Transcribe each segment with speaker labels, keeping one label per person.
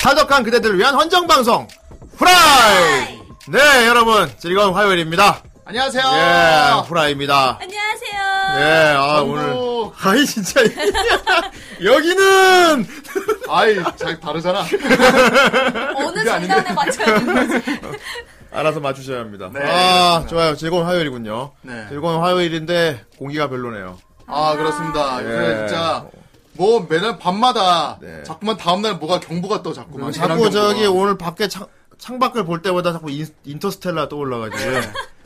Speaker 1: 사적한 그대들을 위한 헌정 방송 후라이. 네, 여러분 즐거운 화요일입니다.
Speaker 2: 안녕하세요.
Speaker 3: 어.
Speaker 1: 예, 후라이입니다. 예,
Speaker 3: 안녕하세요.
Speaker 1: 아
Speaker 2: 아이고,
Speaker 1: 오늘 아이 진짜 여기는
Speaker 2: 아이, 그, 잘 다르잖아.
Speaker 3: 어느
Speaker 2: 그게 아닌데.
Speaker 3: 장단에 맞춰야 되는 거지?
Speaker 1: 알아서 맞추셔야 합니다.
Speaker 2: 네,
Speaker 1: 아
Speaker 2: 그렇습니다.
Speaker 1: 좋아요, 즐거운 화요일이군요.
Speaker 2: 네.
Speaker 1: 즐거운 화요일인데 공기가 별로네요.
Speaker 2: 아, 그렇습니다.
Speaker 1: 예.
Speaker 2: 그래, 진짜. 뭐, 매날 밤마다.
Speaker 1: 네. 음,
Speaker 2: 자꾸만 다음날 뭐가 경보가 떠, 자꾸만.
Speaker 1: 자꾸 뭐, 저기
Speaker 2: 오...
Speaker 1: 오늘 밖에 창, 창밖을 볼 때마다 자꾸 인, 인터스텔라 떠올라가지고.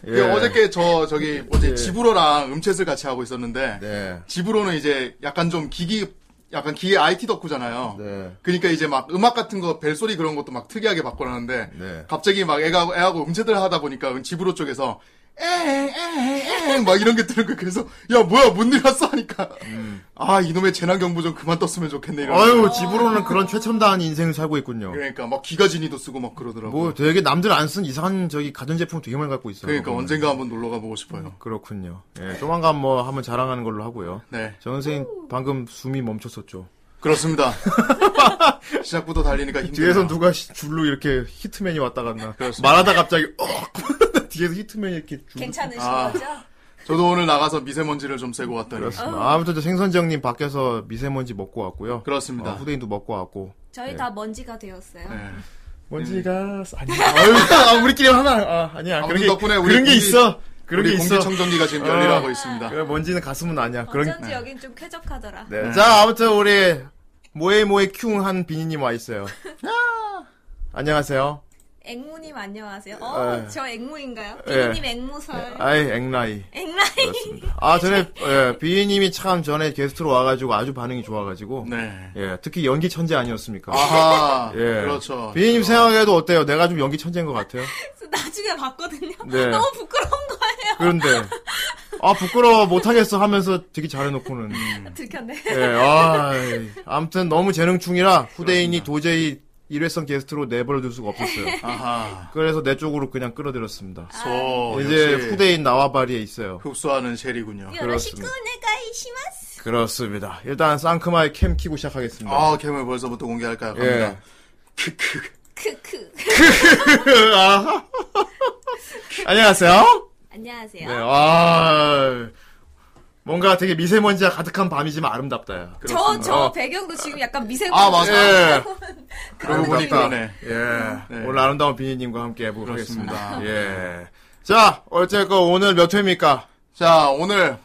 Speaker 1: 예.
Speaker 2: 어저께 저, 저기, 뭐지,
Speaker 1: 예.
Speaker 2: 집으로랑 음챗을 같이 하고 있었는데.
Speaker 1: 네.
Speaker 2: 집으로는 이제 약간 좀 기기, 약간 기계 IT 덕후잖아요.
Speaker 1: 네.
Speaker 2: 그러니까 이제 막 음악 같은 거 벨소리 그런 것도 막 특이하게 바꿔놨는데
Speaker 1: 네.
Speaker 2: 갑자기 막 애가 애하고 음체들 하다 보니까 그 집으로 쪽에서 에에에막 이런 게 뜨는 거 그래서 야 뭐야 못 일어났어 하니까 아 이놈의 재난 경보 좀 그만 떴으면 좋겠네 이런
Speaker 1: 음. 아유, 집으로는 그런 최첨단 인생을 살고 있군요.
Speaker 2: 그러니까 막 기가진이도 쓰고 막 그러더라고
Speaker 1: 뭐 되게 남들 안 쓴 이상한 저기 가전제품 되게 많이 갖고 있어요.
Speaker 2: 그러니까
Speaker 1: 그거는.
Speaker 2: 언젠가 한번 놀러 가보고 싶어요
Speaker 1: 그렇군요. 예, 조만간 뭐 한번 자랑하는 걸로 하고요.
Speaker 2: 네
Speaker 1: 정 선생님 방금 숨이 멈췄었죠.
Speaker 2: 그렇습니다 시작부터 달리니까 힘들어
Speaker 1: 뒤에서 누가 시- 줄로 이렇게 히트맨이 왔다 갔나.
Speaker 2: 그렇습니다.
Speaker 1: 말하다 갑자기 어! 뒤에서 히트맨이 이렇게 줄.
Speaker 3: 괜찮으신
Speaker 2: 아.
Speaker 3: 거죠?
Speaker 2: 저도 오늘 나가서 미세먼지를 좀 쐬고 왔더니
Speaker 3: 어.
Speaker 1: 그렇습니다. 아무튼 저 생선정님 밖에서 미세먼지 먹고 왔고요.
Speaker 2: 그렇습니다.
Speaker 1: 어, 후대인도 먹고 왔고.
Speaker 3: 저희
Speaker 1: 네.
Speaker 3: 다 먼지가 되었어요.
Speaker 1: 아,
Speaker 2: 네.
Speaker 1: 먼지가 아니. 아유, 아, 우리끼리 하나. 아, 아니야.
Speaker 2: 아무튼
Speaker 1: 그런 게
Speaker 2: 덕분에 우리
Speaker 1: 그런 게
Speaker 2: 공기-
Speaker 1: 있어. 그런 게
Speaker 2: 우리
Speaker 1: 있어.
Speaker 2: 공기청정기가 지금 열일을
Speaker 1: 어.
Speaker 2: 하고 있습니다
Speaker 1: 그래, 먼지는 가슴은 아니야. 그런
Speaker 3: 어쩐지 여긴 좀 쾌적하더라.
Speaker 1: 네. 자, 아무튼 우리 모에모에 큐한 비니님 와 있어요. 안녕하세요.
Speaker 3: 앵무님 안녕하세요. 어,
Speaker 1: 에.
Speaker 3: 저 앵무인가요?
Speaker 1: 예.
Speaker 3: 비님 앵무설.
Speaker 1: 네. 아이 앵라이.
Speaker 3: 앵라이.
Speaker 1: 그렇습니다. 아 전에 예, 비니님이 참 전에 게스트로 와가지고 아주 반응이 좋아가지고
Speaker 2: 네
Speaker 1: 예 특히 연기 천재 아니었습니까?
Speaker 2: 아하.
Speaker 1: 예.
Speaker 2: 그렇죠.
Speaker 1: 비니님 생각해도 어때요? 내가 좀 연기 천재인 것 같아요.
Speaker 3: 그래서 나중에 봤거든요.
Speaker 1: 네.
Speaker 3: 너무 부끄러운 거예요.
Speaker 1: 그런데 아 부끄러워 못하겠어 하면서 되게 잘해놓고는
Speaker 4: 음.
Speaker 3: 들켰네.
Speaker 1: 예, 아, 아무튼 너무 재능충이라 후대인이 도저히 일회성 게스트로 내버려둘 수가 없었어요.
Speaker 2: 아하.
Speaker 1: 그래서 내 쪽으로 그냥 끌어들였습니다.
Speaker 2: 소.
Speaker 1: 이제
Speaker 2: 역시
Speaker 1: 후대인 나와바리에 있어요.
Speaker 2: 흡수하는 쉘이군요.
Speaker 4: 예.
Speaker 3: 요러시쿠
Speaker 1: 그렇습니다.
Speaker 3: 네가이 시마스.
Speaker 1: 그렇습니다. 일단 쌍크마의 캠 키고 시작하겠습니다.
Speaker 2: 아, 캠을 벌써부터 공개할까요? 갑니다.
Speaker 1: 예.
Speaker 2: 크크.
Speaker 3: 크크.
Speaker 1: 아하. 안녕하세요.
Speaker 3: 안녕하세요.
Speaker 1: 네, 아, 뭔가 되게 미세먼지가 가득한 밤이지만 아름답다요.
Speaker 3: 저, 저
Speaker 1: 어.
Speaker 3: 배경도 지금 약간 미세먼지.
Speaker 2: 아, 맞아.
Speaker 1: 예.
Speaker 2: 그러고 보니까 네.
Speaker 1: 예, 오늘 아름다운 비니님과 함께 해보겠습니다.
Speaker 2: 그렇습니다.
Speaker 1: 예. 자, 어쨌건 오늘 몇 회입니까?
Speaker 2: 자, 오늘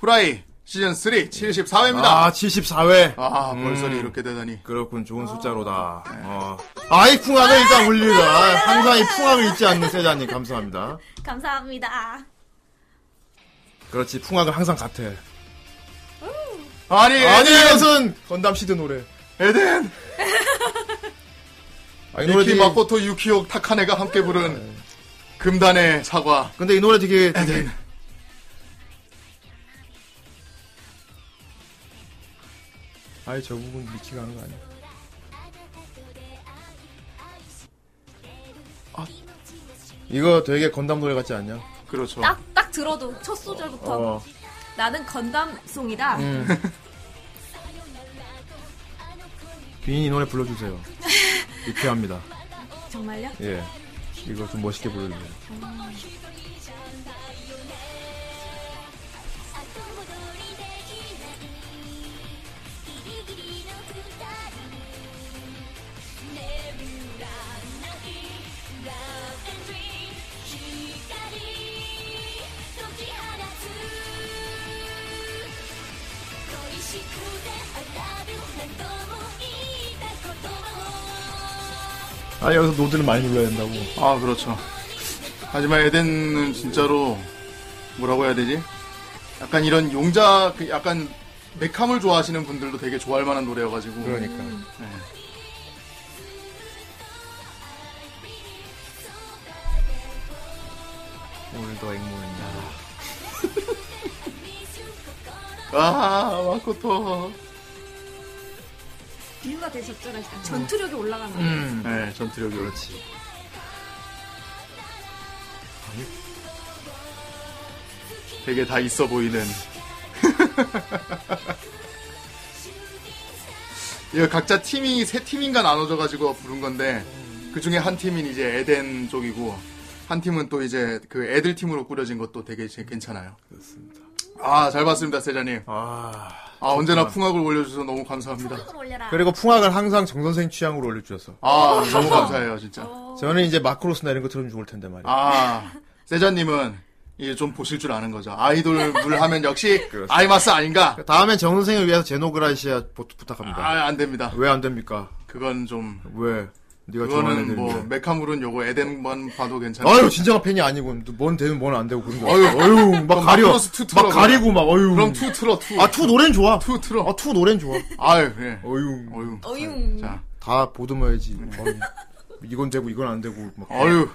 Speaker 2: 후라이 시즌 3 74회입니다.
Speaker 1: 아,
Speaker 2: 아, 네.
Speaker 1: 74회.
Speaker 2: 벌써 이렇게 되다니.
Speaker 1: 그렇군, 좋은 숫자로다. 어. 아이, 풍악을 일단 울리다.
Speaker 2: 네.
Speaker 1: 아, 항상 이 풍악을 잊지 않는 세자님, 감사합니다.
Speaker 3: 감사합니다.
Speaker 1: 그렇지, 풍악은 항상 같아.
Speaker 2: 예. 아니,
Speaker 1: 아니,
Speaker 2: 에덴!
Speaker 1: 이것은 건담 시드 노래.
Speaker 2: 에덴.
Speaker 1: 아, 이 노래
Speaker 2: 니키
Speaker 1: 되게,
Speaker 2: 마코토 유키오 타카네가 함께 부른 금단의 사과.
Speaker 1: 근데 이 노래 되게, 되게 아예 저 부분 미치가 하는 거 아니야? 이거 되게 건담 노래 같지 않냐?
Speaker 2: 그렇죠.
Speaker 3: 딱, 딱 들어도 첫 소절부터
Speaker 1: 어. 음.
Speaker 3: 나는 건담송이다.
Speaker 1: 비니 이 노래 불러주세요. 유쾌합니다.
Speaker 3: 정말요?
Speaker 1: 예. 이거 좀 멋있게 불러주세요. 아, 여기서 노드를 많이 불러야 된다고.
Speaker 2: 아, 그렇죠. 하지만 에덴은 진짜로 뭐라고 해야 되지? 약간 이런 용자, 그 약간 메캄을 좋아하시는 분들도 되게 좋아할 만한 노래여가지고.
Speaker 1: 그러니까.
Speaker 2: 네.
Speaker 1: 오늘도 앵무입니다.
Speaker 2: 아, 마코토.
Speaker 3: 비유가 되게 적절하시 전투력이 올라가는 거예요.
Speaker 1: 음.
Speaker 2: 네, 전투력이 올라.
Speaker 1: 그렇지.
Speaker 2: 되게 다 있어 보이는. 이거 각자 팀이 세 팀인가 나눠져가지고 부른 건데 그 중에 한 팀인 이제 에덴 쪽이고 한 팀은 또 이제 그 애들 팀으로 꾸려진 것도 되게 제- 괜찮아요. 그렇습니다. 아 잘 봤습니다 세자님.
Speaker 1: 아
Speaker 2: 아 언제나 풍악을 올려주셔서 너무 감사합니다.
Speaker 3: 을 올려라.
Speaker 1: 그리고 풍악을 항상 정 선생 취향으로 올려주셔서
Speaker 2: 아 너무 감사해요 진짜.
Speaker 1: 저는 이제 마크로스나 이런 거 들으면 좋을 텐데 말이야.
Speaker 2: 아 세자님은 이제 좀 보실 줄 아는 거죠. 아이돌 물 하면 역시 아이마스 아닌가?
Speaker 1: 다음엔 정 선생을 위해서 제노그라시아 부- 부탁합니다.
Speaker 2: 아 안 됩니다.
Speaker 1: 왜 안 됩니까?
Speaker 2: 그건 좀
Speaker 1: 왜? 네가 좋아하는
Speaker 2: 그거는
Speaker 1: 애들인데.
Speaker 2: 뭐 메카물은 요거 에덴만 봐도 괜찮아요.
Speaker 1: 아유 진정한 팬이 아니고 뭔 되면 뭔 안 되고 그런 거.
Speaker 2: 아유,
Speaker 1: 아유 막 가려.
Speaker 2: 마크로스 투
Speaker 1: 막
Speaker 2: 틀어봐.
Speaker 1: 가리고 막 아유.
Speaker 2: 그럼 투 틀어 투.
Speaker 1: 아 투 노래는 좋아.
Speaker 2: 투 틀어.
Speaker 1: 아투 노래는 좋아.
Speaker 2: 아유 예.
Speaker 1: 아유
Speaker 2: 어유.
Speaker 3: 어융.
Speaker 2: 자.
Speaker 1: 다 보듬어야지. 아유, 이건 되고 이건 안 되고 막.
Speaker 2: 어유.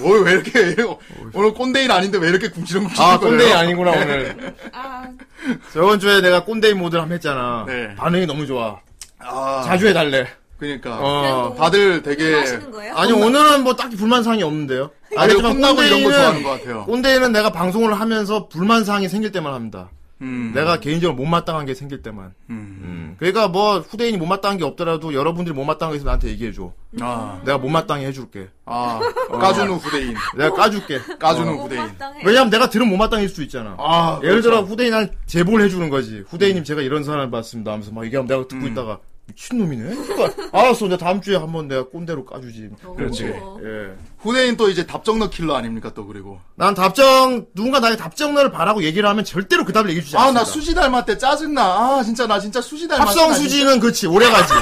Speaker 2: 뭐 왜 이렇게 왜 이렇게- 오늘 꼰대인 아닌데 왜 이렇게 궁시렁궁시렁
Speaker 1: 아 꼰대이 아니구나 오늘.
Speaker 3: 아,
Speaker 1: 저번 주에 내가 꼰대이 모드를 한번 했잖아.
Speaker 2: 네.
Speaker 1: 반응이 너무 좋아.
Speaker 2: 아.
Speaker 1: 자주 해달래.
Speaker 2: 그러니까
Speaker 1: 어.
Speaker 2: 다들 되게
Speaker 3: 하시는 거예요?
Speaker 1: 아니 오늘은 뭐 딱히 불만사항이 없는데요.
Speaker 2: 아니
Speaker 1: 알겠지만
Speaker 2: 혼나고 이런 거
Speaker 1: 꼰대이는-
Speaker 2: 좋아하는 것 같아요.
Speaker 1: 꼰대이는 내가 방송을 하면서 불만사항이 생길 때만 합니다.
Speaker 2: 음.
Speaker 1: 내가 개인적으로 못마땅한 게 생길 때만.
Speaker 2: 음.
Speaker 1: 그러니까 뭐 후대인이 못마땅한 게 없더라도 여러분들이 못마땅한 게 있으면 나한테 얘기해줘.
Speaker 2: 아.
Speaker 1: 내가 못마땅해 해줄게.
Speaker 2: 아.
Speaker 1: 어.
Speaker 2: 까주는 후대인.
Speaker 1: 내가 까줄게. 어.
Speaker 2: 까주는
Speaker 3: 못
Speaker 2: 후대인.
Speaker 3: 어, 마땅해.
Speaker 1: 왜냐면 내가 들으면 못마땅할 수도 있잖아.
Speaker 2: 아.
Speaker 1: 예를
Speaker 2: 그렇죠. 음.
Speaker 1: 들어 후대인한테 제보를 해주는 거지. 후대인님 제가 이런 사람을 봤습니다 하면서 막 얘기하면 내가 듣고 있다가 미친놈이네? 그러니까 알았어 내가 다음 주에 한번 내가 꼰대로 까주지.
Speaker 2: 그렇지.
Speaker 3: 오.
Speaker 1: 예.
Speaker 2: 후대인 또 이제 답정 넣 킬러 아닙니까 또 그리고.
Speaker 1: 난 답정 누군가 나의 답정너를 바라고 얘기를 하면 절대로 그 답을 얘기해주지
Speaker 2: 아
Speaker 1: 않습니다.
Speaker 2: 나 수지 닮았대 짜증나. 아 진짜 나 진짜 수지 닮았어.
Speaker 1: 합성
Speaker 2: 나 진짜.
Speaker 1: 수지는 그렇지 오래가지.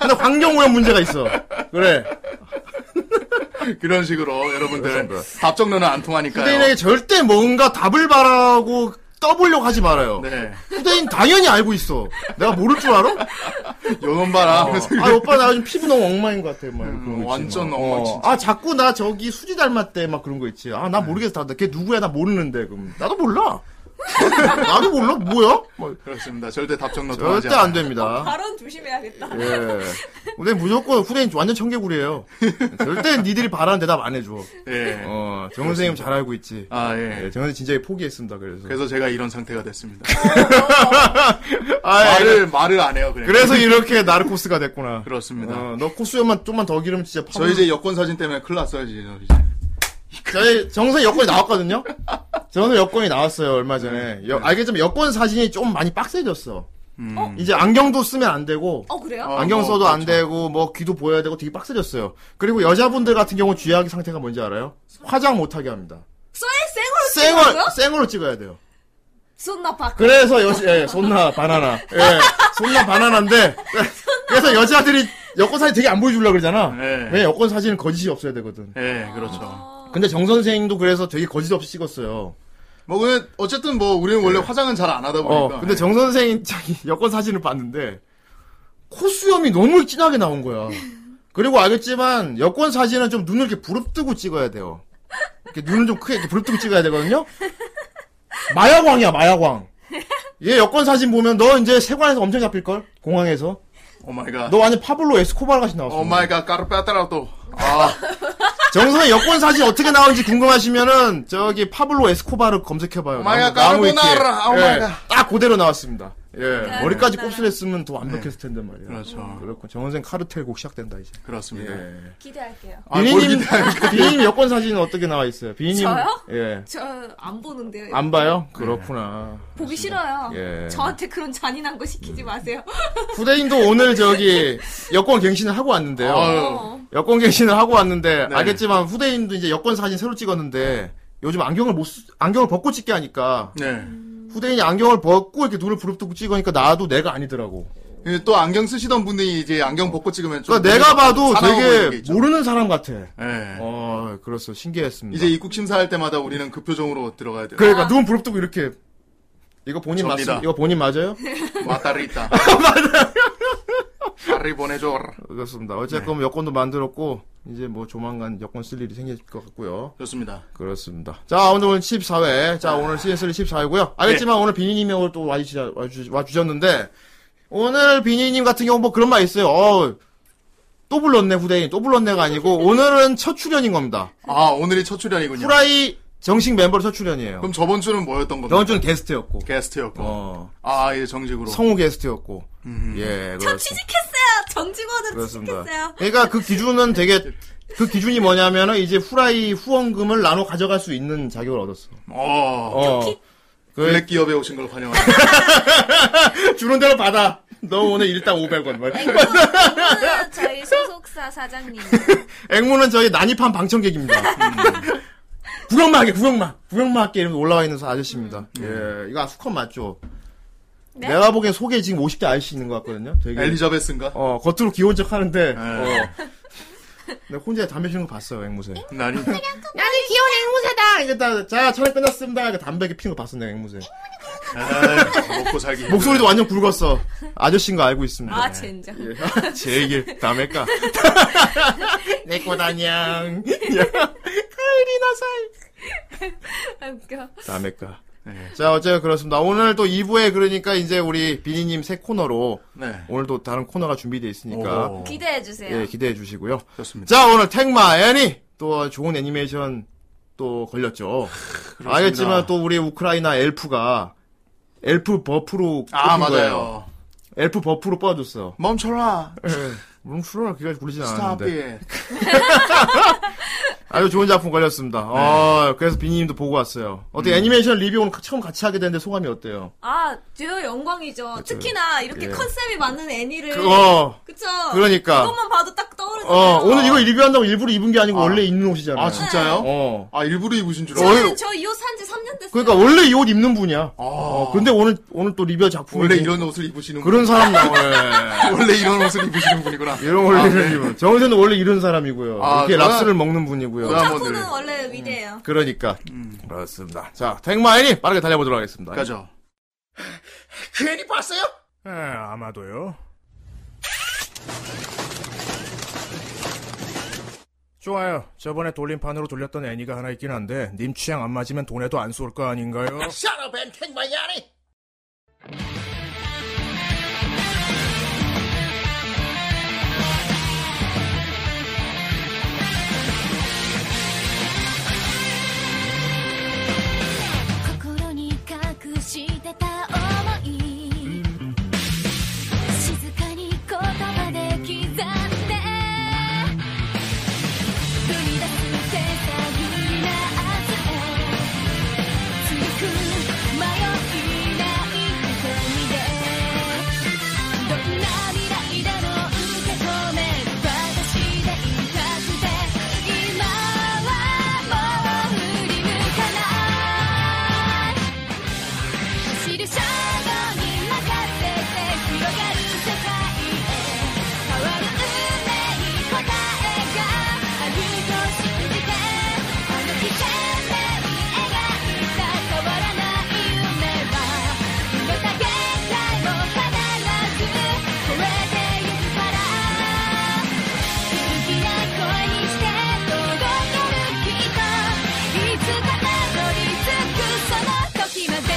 Speaker 1: 근데 환경오염 문제가 있어. 그래.
Speaker 2: 그런 식으로 여러분들 답정론은 안 통하니까요.
Speaker 1: 후대인에게 절대 뭔가 답을 바라고 떠보려고 하지 말아요.
Speaker 2: 네.
Speaker 1: 후대인 당연히 알고 있어. 내가 모를 줄 알아?
Speaker 2: 요놈 봐라. 하면서
Speaker 1: 아 오빠 나 요즘 피부 너무 엉망인 것 같아. 막 그런 거 있지,
Speaker 2: 음, 완전
Speaker 1: 막.
Speaker 2: 엉망,
Speaker 1: 어.
Speaker 2: 진짜.
Speaker 1: 아 자꾸 나 저기 수지 닮았대 막 그런 거 있지. 아
Speaker 2: 네.
Speaker 1: 나 모르겠어. 나, 걔 누구야? 나 모르는데. 그럼 나도 몰라. 나도 몰라. 뭐야? 막
Speaker 2: 그렇습니다. 절대 답정론 통하지
Speaker 1: 절대
Speaker 2: 않아요.
Speaker 1: 안 됩니다.
Speaker 3: 발언 조심해야겠다.
Speaker 1: 예. 근데 무조건 후대인 완전 청개구리예요. 절대 니들이 바라는 대답 안 해줘.
Speaker 2: 예.
Speaker 1: 어, 정 선생님 잘 알고 있지.
Speaker 2: 아 예.
Speaker 1: 예, 정 선생님 진작에 포기했습니다. 그래서.
Speaker 2: 그래서 제가 이런 상태가 됐습니다.
Speaker 1: 아, 예.
Speaker 2: 말을 말을 안 해요. 그래.
Speaker 1: 그래서 이렇게 나르코스가 됐구나.
Speaker 2: 그렇습니다.
Speaker 1: 어, 너 코수염만 좀만 더 기르면 진짜
Speaker 2: 저 이제 여권 사진 때문에 큰일 났어요, 이제. 이제.
Speaker 1: 저희 정선 여권이 나왔거든요. 정선 여권이 나왔어요 얼마
Speaker 2: 네.
Speaker 1: 전에. 여- 알겠지만 여권 사진이 좀 많이 빡세졌어.
Speaker 2: 음.
Speaker 3: 어?
Speaker 1: 이제 안경도 쓰면 안 되고
Speaker 3: 어 그래요?
Speaker 2: 어.
Speaker 1: 안경
Speaker 2: 뭐,
Speaker 1: 써도 안
Speaker 2: 그렇죠.
Speaker 1: 되고 뭐 귀도 보여야 되고 되게 빡세졌어요. 그리고 여자분들 같은 경우 쥐약의 상태가 뭔지 알아요? 화장 못하게 합니다.
Speaker 3: 쏘에 쌩얼
Speaker 1: 쌩얼
Speaker 3: 쌩얼
Speaker 1: 쌩얼로 찍어야 돼요.
Speaker 3: 쏜나 박.
Speaker 1: 그래서 여 예, 손나 바나나 예 손나 바나나인데 그래서 여자들이 여권 사진 되게 안 보여주려 고 그러잖아.
Speaker 2: 네.
Speaker 1: 왜 여권 사진은 거짓이 없어야 되거든.
Speaker 2: 예, 그렇죠.
Speaker 1: 근데 정 선생도 그래서 되게 거짓 없이 찍었어요.
Speaker 2: 뭐 근데 어쨌든 뭐 우리는 원래 화장은 잘 안 하다 보니까.
Speaker 1: 예.
Speaker 2: 예.
Speaker 1: 어, 근데 정 선생이 자기 여권 사진을 봤는데 코수염이 너무 진하게 나온 거야. 그리고 알겠지만 여권 사진은 좀 눈을 이렇게 부릅뜨고 찍어야 돼요. 이렇게 눈을 좀 크게 이렇게 부릅뜨고 찍어야 되거든요. 마약왕이야 마약왕. 얘 여권 사진 보면 너 이제 세관에서 엄청 잡힐 걸 공항에서.
Speaker 2: 오 마이 갓.
Speaker 1: 너 완전 파블로 에스코바르 같이 나왔어.
Speaker 2: 오 마이 갓. 까르페아타라또. 아,
Speaker 1: 정선의 여권 사진 어떻게 나오는지 궁금하시면은 저기 파블로 에스코바르 검색해봐요.
Speaker 2: 마야
Speaker 1: 나무- 나무
Speaker 2: 까르보나라,
Speaker 1: 위키에.
Speaker 2: 아, 마야
Speaker 1: 예,
Speaker 2: 가.
Speaker 1: 딱 그대로 나왔습니다. 예,
Speaker 3: 까르보나라.
Speaker 1: 머리까지 곱슬했으면 더 완벽했을 텐데 말이야.
Speaker 2: 예. 그렇죠.
Speaker 1: 그렇고 정선생 카르텔 곡 시작된다 이제.
Speaker 2: 그렇습니다.
Speaker 1: 예.
Speaker 3: 기대할게요.
Speaker 2: 아, 뭘
Speaker 1: 비니님
Speaker 2: 기대합니까?
Speaker 1: 비니님 여권 사진은 어떻게 나와 있어요? 비니님
Speaker 3: 저요?
Speaker 1: 예.
Speaker 3: 저 안 보는데요.
Speaker 1: 안 봐요?
Speaker 2: 네.
Speaker 1: 그렇구나.
Speaker 3: 보기
Speaker 4: 아,
Speaker 3: 싫어요.
Speaker 1: 예. 음.
Speaker 3: 저한테 그런 잔인한 거 시키지 마세요.
Speaker 1: 후대인도 오늘 저기 여권 갱신을 하고 왔는데요.
Speaker 2: 아유.
Speaker 3: 어.
Speaker 1: 여권 갱신을 하고 왔는데
Speaker 2: 네.
Speaker 1: 알겠지만 후대인도 이제 여권 사진 새로 찍었는데 요즘 안경을 못 쓰- 안경을 벗고 찍게 하니까
Speaker 2: 네.
Speaker 1: 후대인이 안경을 벗고 이렇게 눈을 부릅뜨고 찍으니까 나도 내가 아니더라고.
Speaker 2: 예, 또 안경 쓰시던 분이 이제 안경 벗고 찍으면 좀
Speaker 1: 그러니까 내가 봐도
Speaker 2: 사나워 보이는 게
Speaker 1: 되게
Speaker 2: 있죠.
Speaker 1: 모르는 사람 같아.
Speaker 2: 예.
Speaker 1: 어, 그래서 신기했습니다.
Speaker 2: 이제 입국 심사할 때마다 우리는 그 표정으로 들어가야 돼요.
Speaker 1: 그러니까 눈 부릅뜨고 이렇게 이거 본인
Speaker 2: 접니다.
Speaker 1: 맞습니다. 이거 본인 맞아요?
Speaker 2: 마따리타. 맞아요. 리 보내줘라.
Speaker 1: 그렇습니다.
Speaker 2: 네.
Speaker 1: 어쨌건 여권도 만들었고 이제 뭐 조만간 여권 쓸 일이 생길 것 같고요.
Speaker 2: 좋습니다.
Speaker 1: 그렇습니다. 자, 오늘 오늘 14회. 자, 오늘 시즌3 14회고요. 알겠지만 오늘 비니님이 오늘 또 와주시, 와주, 와주셨는데, 오늘 비니님 같은 경우 뭐 그런 말 있어요. 어, 또 불렀네, 후대인. 또 불렀네가 아니고, 오늘은 첫 출연인 겁니다.
Speaker 2: 아, 오늘이 첫 출연이군요.
Speaker 1: 후라이 정식 멤버로 첫 출연이에요.
Speaker 2: 그럼 저번 주는 뭐였던 겁니까?
Speaker 1: 저번 주는 게스트였고,
Speaker 2: 게스트였고.
Speaker 1: 어,
Speaker 2: 아, 예, 정식으로.
Speaker 1: 성우 게스트였고, 예,
Speaker 3: 저
Speaker 1: 그렇습니다.
Speaker 3: 취직했어요.
Speaker 4: 정직원으로
Speaker 1: 그렇습니다.
Speaker 4: 시켰어요.
Speaker 1: 그러니까 그 기준은 되게 그 기준이 뭐냐면은 이제 후라이 후원금을 나눠 가져갈 수 있는 자격을 얻었어.
Speaker 2: 어,
Speaker 1: 어. 그
Speaker 2: 블랙 기업에 오신 걸 환영합니다.
Speaker 1: 주는 대로 받아. 너 오늘 일당 500원. 뭐. 막.
Speaker 4: 그분은 저희 소속사 사장님.
Speaker 1: 앵무는 저희 난입한 방청객입니다. 음. 구경만 하게, 구경만. 구경만 할게. 이러면서 올라와 있는 아저씨입니다.
Speaker 2: 음.
Speaker 1: 예, 이거 아수컷 맞죠?
Speaker 4: 네?
Speaker 1: 내가 보기엔 속에 지금 50대 아저씨 있는 것 같거든요. 되게.
Speaker 2: 엘리자베스인가?
Speaker 1: 예. 어, 겉으로 귀여운 척 하는데,
Speaker 2: 네.
Speaker 1: 어. 내가 혼자 담배 피는 거 봤어요, 앵무새. 나는
Speaker 2: 나니?
Speaker 1: 귀여운 앵무새다! 이게 다, 자, 철에 끝났습니다. 이렇게 담배 피는 거 봤어, 내 앵무새.
Speaker 2: 에이, 아, 먹고 살기. 힘들어.
Speaker 1: 목소리도 완전 굵었어. 아저씨인 거 알고 있습니다.
Speaker 4: 아, 젠장.
Speaker 1: 네. 예. 제 얘기를 다음에 까. 내 꼬다냥. 가을이나 살.
Speaker 4: 아, 웃겨.
Speaker 1: 다음에 까.
Speaker 2: 네.
Speaker 1: 예. 자, 어쨌든 그렇습니다. 오늘 또 2부에 그러니까 이제 우리 비니님 새 코너로
Speaker 2: 네.
Speaker 1: 오늘 또 다른 코너가 준비되어 있으니까
Speaker 2: 오,
Speaker 4: 기대해주세요.
Speaker 1: 예, 기대해 주시고요.
Speaker 2: 좋습니다.
Speaker 1: 자, 오늘 택마 애니 또 좋은 애니메이션 또 걸렸죠. 알겠지만 또 우리 우크라이나 엘프가 엘프 버프로
Speaker 2: 아
Speaker 1: 뽑힌 거예요.
Speaker 2: 맞아요.
Speaker 1: 엘프 버프로 뽑아줬어.
Speaker 2: 멈춰라.
Speaker 1: 뭉클러 기가 굴리진
Speaker 2: 스탑
Speaker 1: 않았는데
Speaker 2: 잇.
Speaker 1: 아주 좋은 작품 걸렸습니다.
Speaker 2: 네.
Speaker 1: 어, 그래서 비니님도 보고 왔어요. 어떻게
Speaker 2: 음.
Speaker 1: 애니메이션 리뷰 오늘 처음 같이 하게 됐는데 소감이 어때요?
Speaker 4: 아, 저 영광이죠. 특히나 이렇게
Speaker 1: 예.
Speaker 4: 컨셉이 맞는 애니를.
Speaker 1: 그거
Speaker 4: 그쵸?
Speaker 1: 그러니까.
Speaker 4: 그것만 봐도 딱 떠오르잖아요.
Speaker 1: 어, 오늘 이거 리뷰한다고 일부러 입은 게 아니고
Speaker 2: 아.
Speaker 1: 원래 입는 옷이잖아요.
Speaker 2: 아 진짜요?
Speaker 1: 어.
Speaker 2: 아 일부러 입으신 줄 알아요.
Speaker 1: 어이.
Speaker 4: 저는 저이 옷 산지 3년 됐어요.
Speaker 1: 그러니까 원래 이 옷 입는 분이야.
Speaker 2: 아,
Speaker 1: 어, 근데 오늘 오늘 또 리뷰 작품
Speaker 2: 원래 이런 옷을 입으시는 분.
Speaker 1: 그런 사람 나와요.
Speaker 2: 뭐
Speaker 1: 예.
Speaker 2: 원래 이런 옷을 입으시는 분이구나.
Speaker 1: 이런 원리를 입은. 정우선은 원래 이런 사람이고요.
Speaker 2: 네. 아,
Speaker 1: 이렇게
Speaker 2: 저는-
Speaker 1: 랍스를 먹는 분이고요.
Speaker 2: 저는-
Speaker 4: 는
Speaker 2: 사람들을-
Speaker 4: 원래 위대해요.
Speaker 1: 그러니까
Speaker 2: 음.
Speaker 1: 그렇습니다. 자, 택마인이 빠르게 달려보도록 하겠습니다.
Speaker 2: 가죠.
Speaker 1: 그 애니 봤어요?
Speaker 5: 에, 예, 아마도요. 좋아요. 저번에 돌림판으로 돌렸던 애니가 하나 있긴 한데 님 취향 안 맞으면 돈에도 안 쏠 거 아닌가요?
Speaker 1: 샤라벤 택마야니.
Speaker 6: 心に隠してた想い静かに言葉で刻んで踏み出す手探りな朝へ続く迷いない瞳でどんな未来だろう受け止める私でいたくて今はもう振り向かない走るシャドウに任せて広がる世界へ変わる運命に答えがあると信じてあの日懸命に描いた変わらない夢は「今だけ限界を必ず超えてゆくから」「素敵な声にして届けるきっと」「いつかたどり着くその時まで」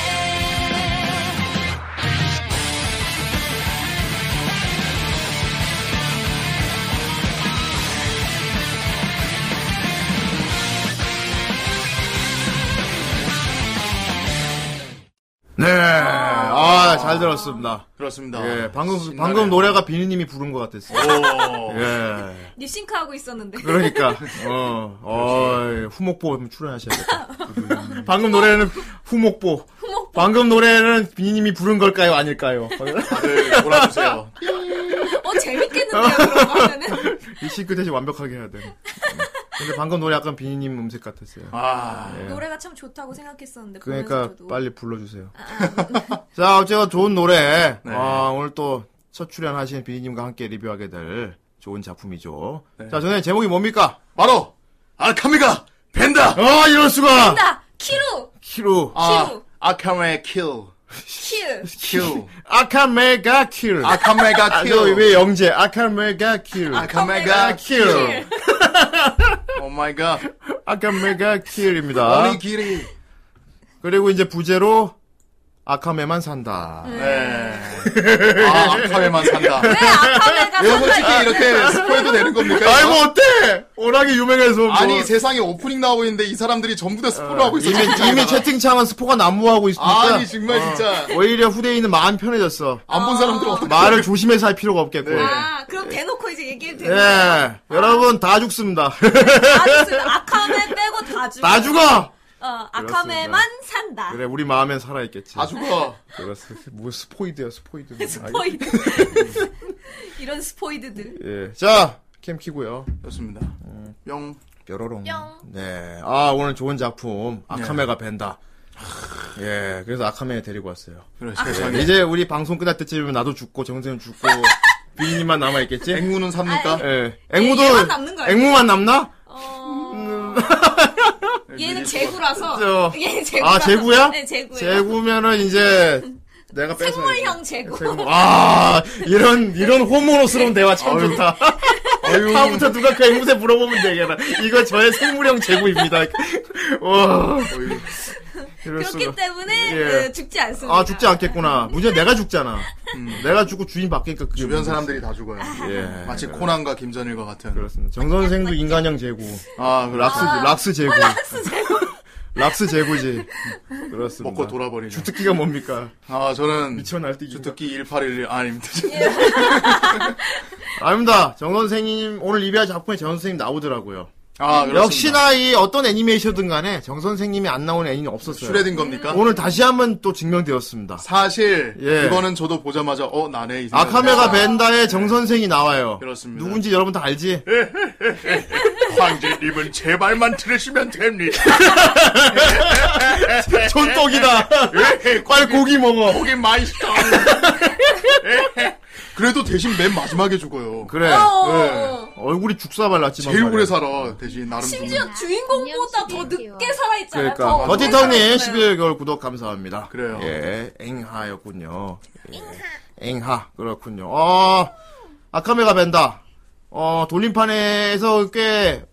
Speaker 1: 네, 아, 잘 들었습니다.
Speaker 2: 그렇습니다.
Speaker 1: 예, 방금
Speaker 2: 신나네요.
Speaker 1: 방금 노래가 비니님이 부른 것 같았어요.
Speaker 2: 오.
Speaker 1: 예,
Speaker 4: 립싱크 하고 있었는데.
Speaker 1: 그러니까 어, 어, 후목보 출연하셔야 돼. 방금 노래는 후목보.
Speaker 4: 후목보.
Speaker 1: 방금 노래는 비니님이 부른 걸까요, 아닐까요?
Speaker 2: 다들 몰아주세요.
Speaker 4: 어, 재밌겠는데요, 그런 거 하면은.
Speaker 1: 이 싱크 대신 완벽하게 해야 돼. 음. 근데 방금 노래 약간 비니님 음색 같았어요.
Speaker 2: 아.
Speaker 1: 예.
Speaker 4: 노래가 참 좋다고 생각했었는데.
Speaker 1: 그러니까
Speaker 4: 보면서도. 아,
Speaker 1: 빨리 불러주세요. 자, 어쨌건 좋은 노래.
Speaker 2: 네.
Speaker 1: 아, 오늘 또 첫 출연하신 비니님과 함께 리뷰하게 될 좋은 작품이죠.
Speaker 2: 네.
Speaker 1: 자, 전에 제목이 뭡니까?
Speaker 2: 바로 아카미가 벤다.
Speaker 1: 아, 이럴 수가!
Speaker 4: 나! 키루!
Speaker 1: 키루.
Speaker 2: 아,
Speaker 4: 킬.
Speaker 2: 아카메 킬.
Speaker 4: 킬!
Speaker 2: 킬.
Speaker 1: 아카메가 킬.
Speaker 2: 아카메가
Speaker 1: 아,
Speaker 2: 킬.
Speaker 1: 저 왜 영재? 아카메가 킬.
Speaker 2: 아카메가 킬.
Speaker 1: 킬.
Speaker 2: 오 마이 갓.
Speaker 1: 아카메가 킬입니다.
Speaker 2: 오니기리.
Speaker 1: 그리고 이제 부제로 아카메만 산다.
Speaker 2: 네. 아, 아카웨만 산다.
Speaker 3: 왜 아카메가
Speaker 2: 이거
Speaker 1: 뭐
Speaker 2: 솔직히
Speaker 3: 상관이
Speaker 2: 이렇게 스포해도 되는 겁니까? 이거?
Speaker 1: 아이고 어때? 워낙에 유명해서 뭐.
Speaker 2: 아니 세상에 오프닝 나오고 있는데 이 사람들이 전부 다 스포를 하고 있어.
Speaker 1: 이미 이미 채팅창은 어. 스포가 난무하고 있으니까
Speaker 2: 아니 정말 진짜
Speaker 1: 오히려 후대인은 마음 편해졌어.
Speaker 2: 안 본 사람들 어떻게?
Speaker 1: 말을 조심해서 할 필요가 없겠고.
Speaker 2: 네.
Speaker 3: 아 그럼 대놓고 이제 얘기해도
Speaker 1: 예,
Speaker 3: 되는 거야?
Speaker 1: 여러분 다 죽습니다.
Speaker 3: 다 죽습니다. 아카메 빼고 다 죽어.
Speaker 1: 다 죽어.
Speaker 3: 어 아카메만 산다.
Speaker 1: 그래 우리 마음엔 살아 있겠지.
Speaker 2: 다 죽어.
Speaker 1: 그렇습니다. 뭐 스포이드야 스포이드. 아,
Speaker 3: 스포이드. 이런 스포이드들.
Speaker 1: 예, 자 캠키고요.
Speaker 2: 좋습니다. 영
Speaker 1: 뾰로롱.
Speaker 3: 뿅.
Speaker 1: 네. 아, 오늘 좋은 작품. 아카메가 벤다. 예, 그래서 아카메 데리고 왔어요. 예,
Speaker 2: 그래 세상에
Speaker 1: 이제 우리 방송 끝날 때쯤이면 나도 죽고, 정선생 죽고, 비인님만 남아있겠지?
Speaker 2: 앵무는 삽니까?
Speaker 1: 예.
Speaker 3: 얘만 남는
Speaker 1: 앵무도,
Speaker 3: 거 아니야?
Speaker 1: 앵무만 남나?
Speaker 3: 어.
Speaker 4: 예.
Speaker 2: 예.
Speaker 3: 얘는
Speaker 2: 어,
Speaker 3: 재구라서.
Speaker 1: 그죠.
Speaker 3: 얘는 재구라서.
Speaker 1: 아, 재구야?
Speaker 3: 네 재구예요.
Speaker 1: 재구면은 이제, 내가 뺏어.
Speaker 3: 생물형 재구.
Speaker 1: 아, 이런, 이런 호모노스러운 대화 참 좋다. 다음부터 누가 그 앵무새 물어보면 되겠다. 이거 저의 생물형 재구입니다. 와,
Speaker 2: 어이,
Speaker 1: 이럴 수가.
Speaker 3: 그렇기 때문에
Speaker 1: 예.
Speaker 3: 어, 죽지 않습니다.
Speaker 1: 아 죽지 않겠구나. 문제 는 내가 죽잖아. 내가 죽고 주인 바뀌니까 그게
Speaker 2: 음. 주변
Speaker 1: 문제지.
Speaker 2: 사람들이 다 죽어요.
Speaker 1: 예.
Speaker 2: 마치 코난과 김전일과 같은.
Speaker 1: 그렇습니다. 정 선생도 인간형 재구.
Speaker 2: 아,
Speaker 1: 그
Speaker 2: 그래.
Speaker 1: 락스 락스 재구.
Speaker 3: 아,
Speaker 1: 락스 재구. 지 그렇습니다.
Speaker 2: 먹고 돌아버리죠.
Speaker 1: 주특기가 뭡니까?
Speaker 2: 아, 저는
Speaker 1: 미쳐 날뛰기.
Speaker 2: 주특기 1811 아닙니다.
Speaker 1: 아닙니다. 정 선생님 오늘 리뷰할 작품에 정 선생님 나오더라고요.
Speaker 2: 아, 그렇습니다.
Speaker 1: 역시나 이 어떤 애니메이션든 간에 정 선생님이 안 나오는 애니는 없었어요.
Speaker 2: 슈레딩 겁니까?
Speaker 1: 오늘 다시 한번 또 증명되었습니다.
Speaker 2: 사실
Speaker 1: 예.
Speaker 2: 이거는 저도 보자마자 어 나네 이 생각이
Speaker 1: 아카메가
Speaker 2: 들었어요.
Speaker 1: 벤다의 정 선생이 나와요.
Speaker 2: 그렇습니다. 예.
Speaker 1: 누군지 여러분 다 알지?
Speaker 2: 황제님은 제 말만 들으시면 됩니다.
Speaker 1: 촌떡이다. 빨리 고기 먹어.
Speaker 2: 예. 고기 맛있어. 그래도 대신 맨 마지막에 죽어요.
Speaker 1: 그래.
Speaker 3: 어,
Speaker 2: 예.
Speaker 1: 얼굴이 죽사발났지만.
Speaker 2: 제일
Speaker 1: 말이야.
Speaker 2: 오래 살아 대신 나름
Speaker 3: 심지어
Speaker 2: 죽는.
Speaker 3: 주인공보다 더 늦게 살아있잖아요.
Speaker 1: 그러니까
Speaker 2: 어,
Speaker 3: 더 오래
Speaker 1: 버티터님
Speaker 3: 살아있어요.
Speaker 1: 11개월 구독 감사합니다.
Speaker 2: 네. 그래요. 네.
Speaker 1: 예, 앵하였군요. 예. 앵하 그렇군요. 어, 아카메가 벤다. 어 돌림판에서 꽤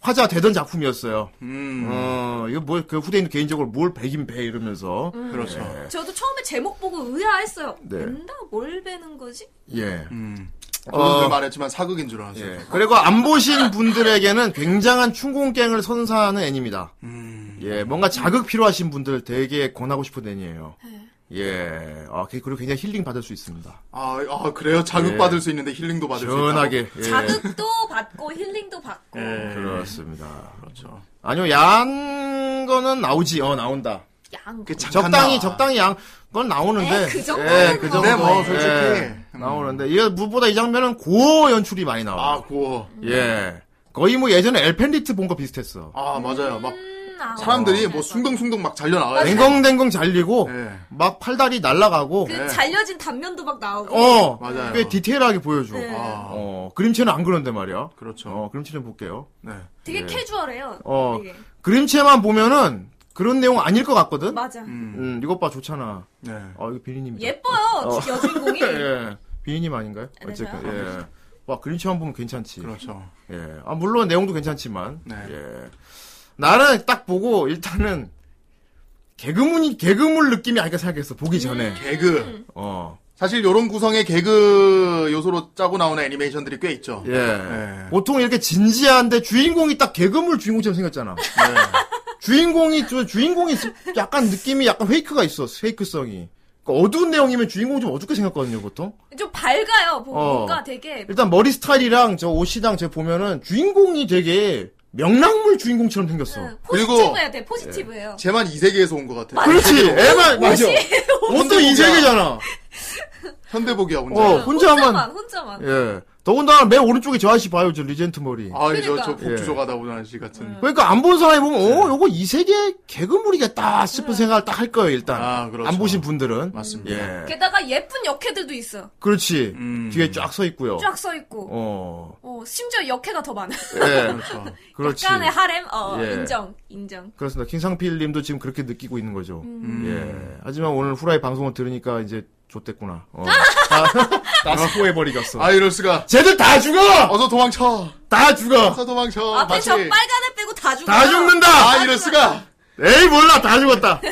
Speaker 1: 화제가 되던 작품이었어요.
Speaker 2: 음
Speaker 1: 어 이거 뭐 그 후대인 개인적으로 뭘 배긴 배 이러면서
Speaker 2: 그렇죠.
Speaker 1: 예.
Speaker 3: 저도 처음에 제목 보고 의아했어요.
Speaker 1: 네.
Speaker 3: 벤다 뭘 베는 거지?
Speaker 1: 예.
Speaker 2: 음
Speaker 1: 어.
Speaker 2: 어... 말했지만 사극인 줄 알았어요.
Speaker 1: 예. 그리고 안 보신 분들에게는 굉장한 충공갱을 선사하는 애니입니다.
Speaker 2: 음
Speaker 1: 예, 뭔가 자극 필요하신 분들 되게 권하고 싶은 애니에요. 예, 아, 그- 그리고 굉장히 힐링 받을 수 있습니다.
Speaker 2: 아, 아, 그래요 자극
Speaker 1: 예.
Speaker 2: 받을 수 있는데 힐링도 받을 수
Speaker 1: 시원하게. 음, 예,
Speaker 3: 자극도 받고 힐링도 받고.
Speaker 2: 있다.
Speaker 1: 그렇죠. 그렇습니다.
Speaker 2: 예, 그렇죠.
Speaker 1: 아니요, 양 거는 나오지. 어, 나온다.
Speaker 3: 양.
Speaker 2: 그게 잠깐
Speaker 1: 적당히,
Speaker 2: 나와.
Speaker 1: 적당히 양, 건 나오는데.
Speaker 3: 에, 그 정도는
Speaker 1: 예, 그 정도.
Speaker 3: 뭐. 네,
Speaker 2: 뭐, 솔직히. 음.
Speaker 1: 나오는데. 이거 무보다 이 장면은 고어 연출이 많이 나와.
Speaker 2: 아
Speaker 1: 요
Speaker 2: 고어.
Speaker 1: 예. 거의 뭐 예전에 엘펜리트 본 거 비슷했어.
Speaker 2: 아 맞아요. 막
Speaker 3: 음, 아,
Speaker 2: 사람들이
Speaker 3: 어.
Speaker 2: 뭐 숭덩숭덩 막 잘려 나와요.
Speaker 1: 댕겅댕겅 잘리고,
Speaker 2: 아, 예.
Speaker 1: 막 팔다리 날아가고,
Speaker 3: 그 잘려진 단면도 막 나오고.
Speaker 1: 네. 어,
Speaker 2: 맞아요.
Speaker 1: 꽤 디테일하게 보여줘.
Speaker 3: 네.
Speaker 2: 아
Speaker 1: 어, 그림체는 안 그런데 말이야.
Speaker 2: 그렇죠.
Speaker 1: 어, 그림체 좀 볼게요.
Speaker 2: 네.
Speaker 3: 되게 캐주얼해요.
Speaker 1: 예. 어,
Speaker 3: 되게.
Speaker 1: 그림체만 보면은 그런 내용 아닐 것 같거든?
Speaker 3: 맞아.
Speaker 2: 음.
Speaker 1: 음, 이것 봐, 좋잖아.
Speaker 2: 네.
Speaker 1: 아, 이거 비니님.
Speaker 3: 예뻐요 여주인공이.
Speaker 1: 어. 예. 비니님 아닌가요?
Speaker 3: 네,
Speaker 1: 어쨌든, 예. 와, 그림체만 보면 괜찮지.
Speaker 2: 그렇죠.
Speaker 1: 예. 아, 물론 내용도 괜찮지만.
Speaker 2: 네.
Speaker 1: 예. 나는 딱 보고, 일단은, 개그문이, 개그물 느낌이 아닐까 생각했어, 보기 전에.
Speaker 2: 음. 개그.
Speaker 1: 어.
Speaker 2: 사실 요런 구성의 개그 요소로 짜고 나오는 애니메이션들이 꽤 있죠.
Speaker 1: 예.
Speaker 2: 네.
Speaker 1: 보통 이렇게 진지한데 주인공이 딱 개그물 주인공처럼 생겼잖아. 네. 주인공이 저 주인공이 스- 약간 느낌이 약간 페이크가 있어. 페이크성이. 그러니까 어두운 내용이면 주인공이 좀 어둡게 생겼거든요, 보통.
Speaker 3: 좀 밝아요 보니까
Speaker 1: 어.
Speaker 3: 되게.
Speaker 1: 일단 머리 스타일이랑 저 옷이랑 제가 보면은 주인공이 되게 명랑물 주인공처럼 생겼어.
Speaker 3: 응,
Speaker 2: 그리고-
Speaker 3: 포지티브해야 돼 포지티브예요.
Speaker 2: 쟤만 이 세계에서 온 것 같아.
Speaker 1: 그렇지. 애만 맞아. 옷도 이 세계잖아.
Speaker 2: 현대복이야 혼자.
Speaker 1: 어,
Speaker 3: 응,
Speaker 1: 혼자만-
Speaker 3: 혼자만.
Speaker 1: 예. 더군다나 맨 오른쪽에 저 아저씨 봐요, 저 리젠트 머리.
Speaker 2: 아, 이
Speaker 3: 그러니까. 음.
Speaker 2: 저저
Speaker 1: 예.
Speaker 2: 복주조가다 보는 아저씨 같은.
Speaker 1: 그러니까 안 본 사람이 보면 어,
Speaker 2: 네.
Speaker 1: 요거 이 세계 개그물이겠다 싶은 생각을 딱 할 거예요, 일단.
Speaker 2: 아, 그렇죠.
Speaker 1: 안 보신 분들은.
Speaker 2: 맞습니다.
Speaker 1: 예.
Speaker 3: 게다가 예쁜 역캐들도 있어.
Speaker 1: 그렇지.
Speaker 2: 음.
Speaker 1: 뒤에 쫙 서 있고요.
Speaker 3: 쫙 서 있고.
Speaker 1: 어.
Speaker 3: 어, 심지어 역캐가 더 많아.
Speaker 1: 예.
Speaker 2: 그렇죠.
Speaker 1: 그렇지.
Speaker 3: 약간의 하렘? 어,
Speaker 1: 예.
Speaker 3: 인정, 인정.
Speaker 1: 그렇습니다. 킹상필 님도 지금 그렇게 느끼고 있는 거죠.
Speaker 2: 음.
Speaker 1: 예. 하지만 오늘 후라이 방송을 들으니까 이제 좆됐구나. 어. 다 스포해버리겠어.
Speaker 2: 아 이럴 수가.
Speaker 1: 쟤들 다 죽어!
Speaker 2: 어서 도망쳐.
Speaker 1: 다 죽어!
Speaker 2: 어서 도망쳐.
Speaker 3: 아, 앞에
Speaker 2: 다시.
Speaker 3: 저 빨간 애 빼고 다 죽어.
Speaker 1: 다 죽는다!
Speaker 2: 아 이럴 수가.
Speaker 1: 에이 몰라 다 죽었다.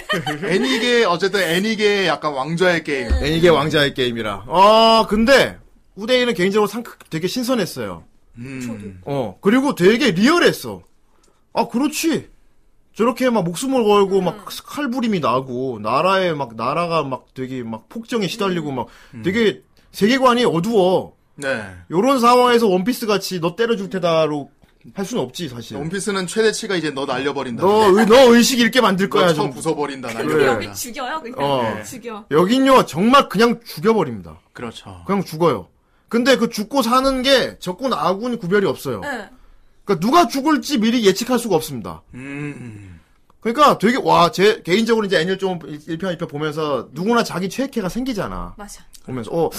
Speaker 2: 애니게 어쨌든 애니게 약간 왕좌의 게임.
Speaker 3: 네.
Speaker 1: 애니게 왕자의 게임이라. 어 근데 후대인은 개인적으로 상 되게 신선했어요.
Speaker 2: 음.
Speaker 1: 어 그리고 되게 리얼했어. 아 그렇지. 저렇게 막 목숨을 걸고 막 칼부림이 나고 나라에 막 나라가 막 되게 막 폭정에 시달리고 막 되게 세계관이 어두워.
Speaker 2: 네.
Speaker 1: 요런 상황에서 원피스 같이 너 때려줄 테다로 할 수는 없지 사실.
Speaker 2: 원피스는 최대치가 이제 너 날려버린다.
Speaker 1: 예. 너, 의- 너 의식 잃게 만들 거야,
Speaker 2: 너 처음
Speaker 1: 좀.
Speaker 3: 그럼
Speaker 2: 부숴버린다. 날려버린다.
Speaker 3: 여기 죽여요 그냥
Speaker 1: 예.
Speaker 3: 네,
Speaker 1: 어.
Speaker 3: 죽여.
Speaker 1: 여긴요, 정말 그냥 죽여버립니다.
Speaker 2: 그렇죠.
Speaker 1: 그냥 죽어요. 근데 그 죽고 사는 게 적군 아군 구별이 없어요.
Speaker 4: 네.
Speaker 3: 응.
Speaker 1: 그러니까 누가 죽을지 미리 예측할 수가 없습니다.
Speaker 2: 음.
Speaker 1: 그러니까 되게, 와, 제, 개인적으로 이제 애니를 좀 1편, 2편 보면서 누구나 자기 최애캐가 생기잖아.
Speaker 3: 맞아.
Speaker 1: 보면서, 어, 어,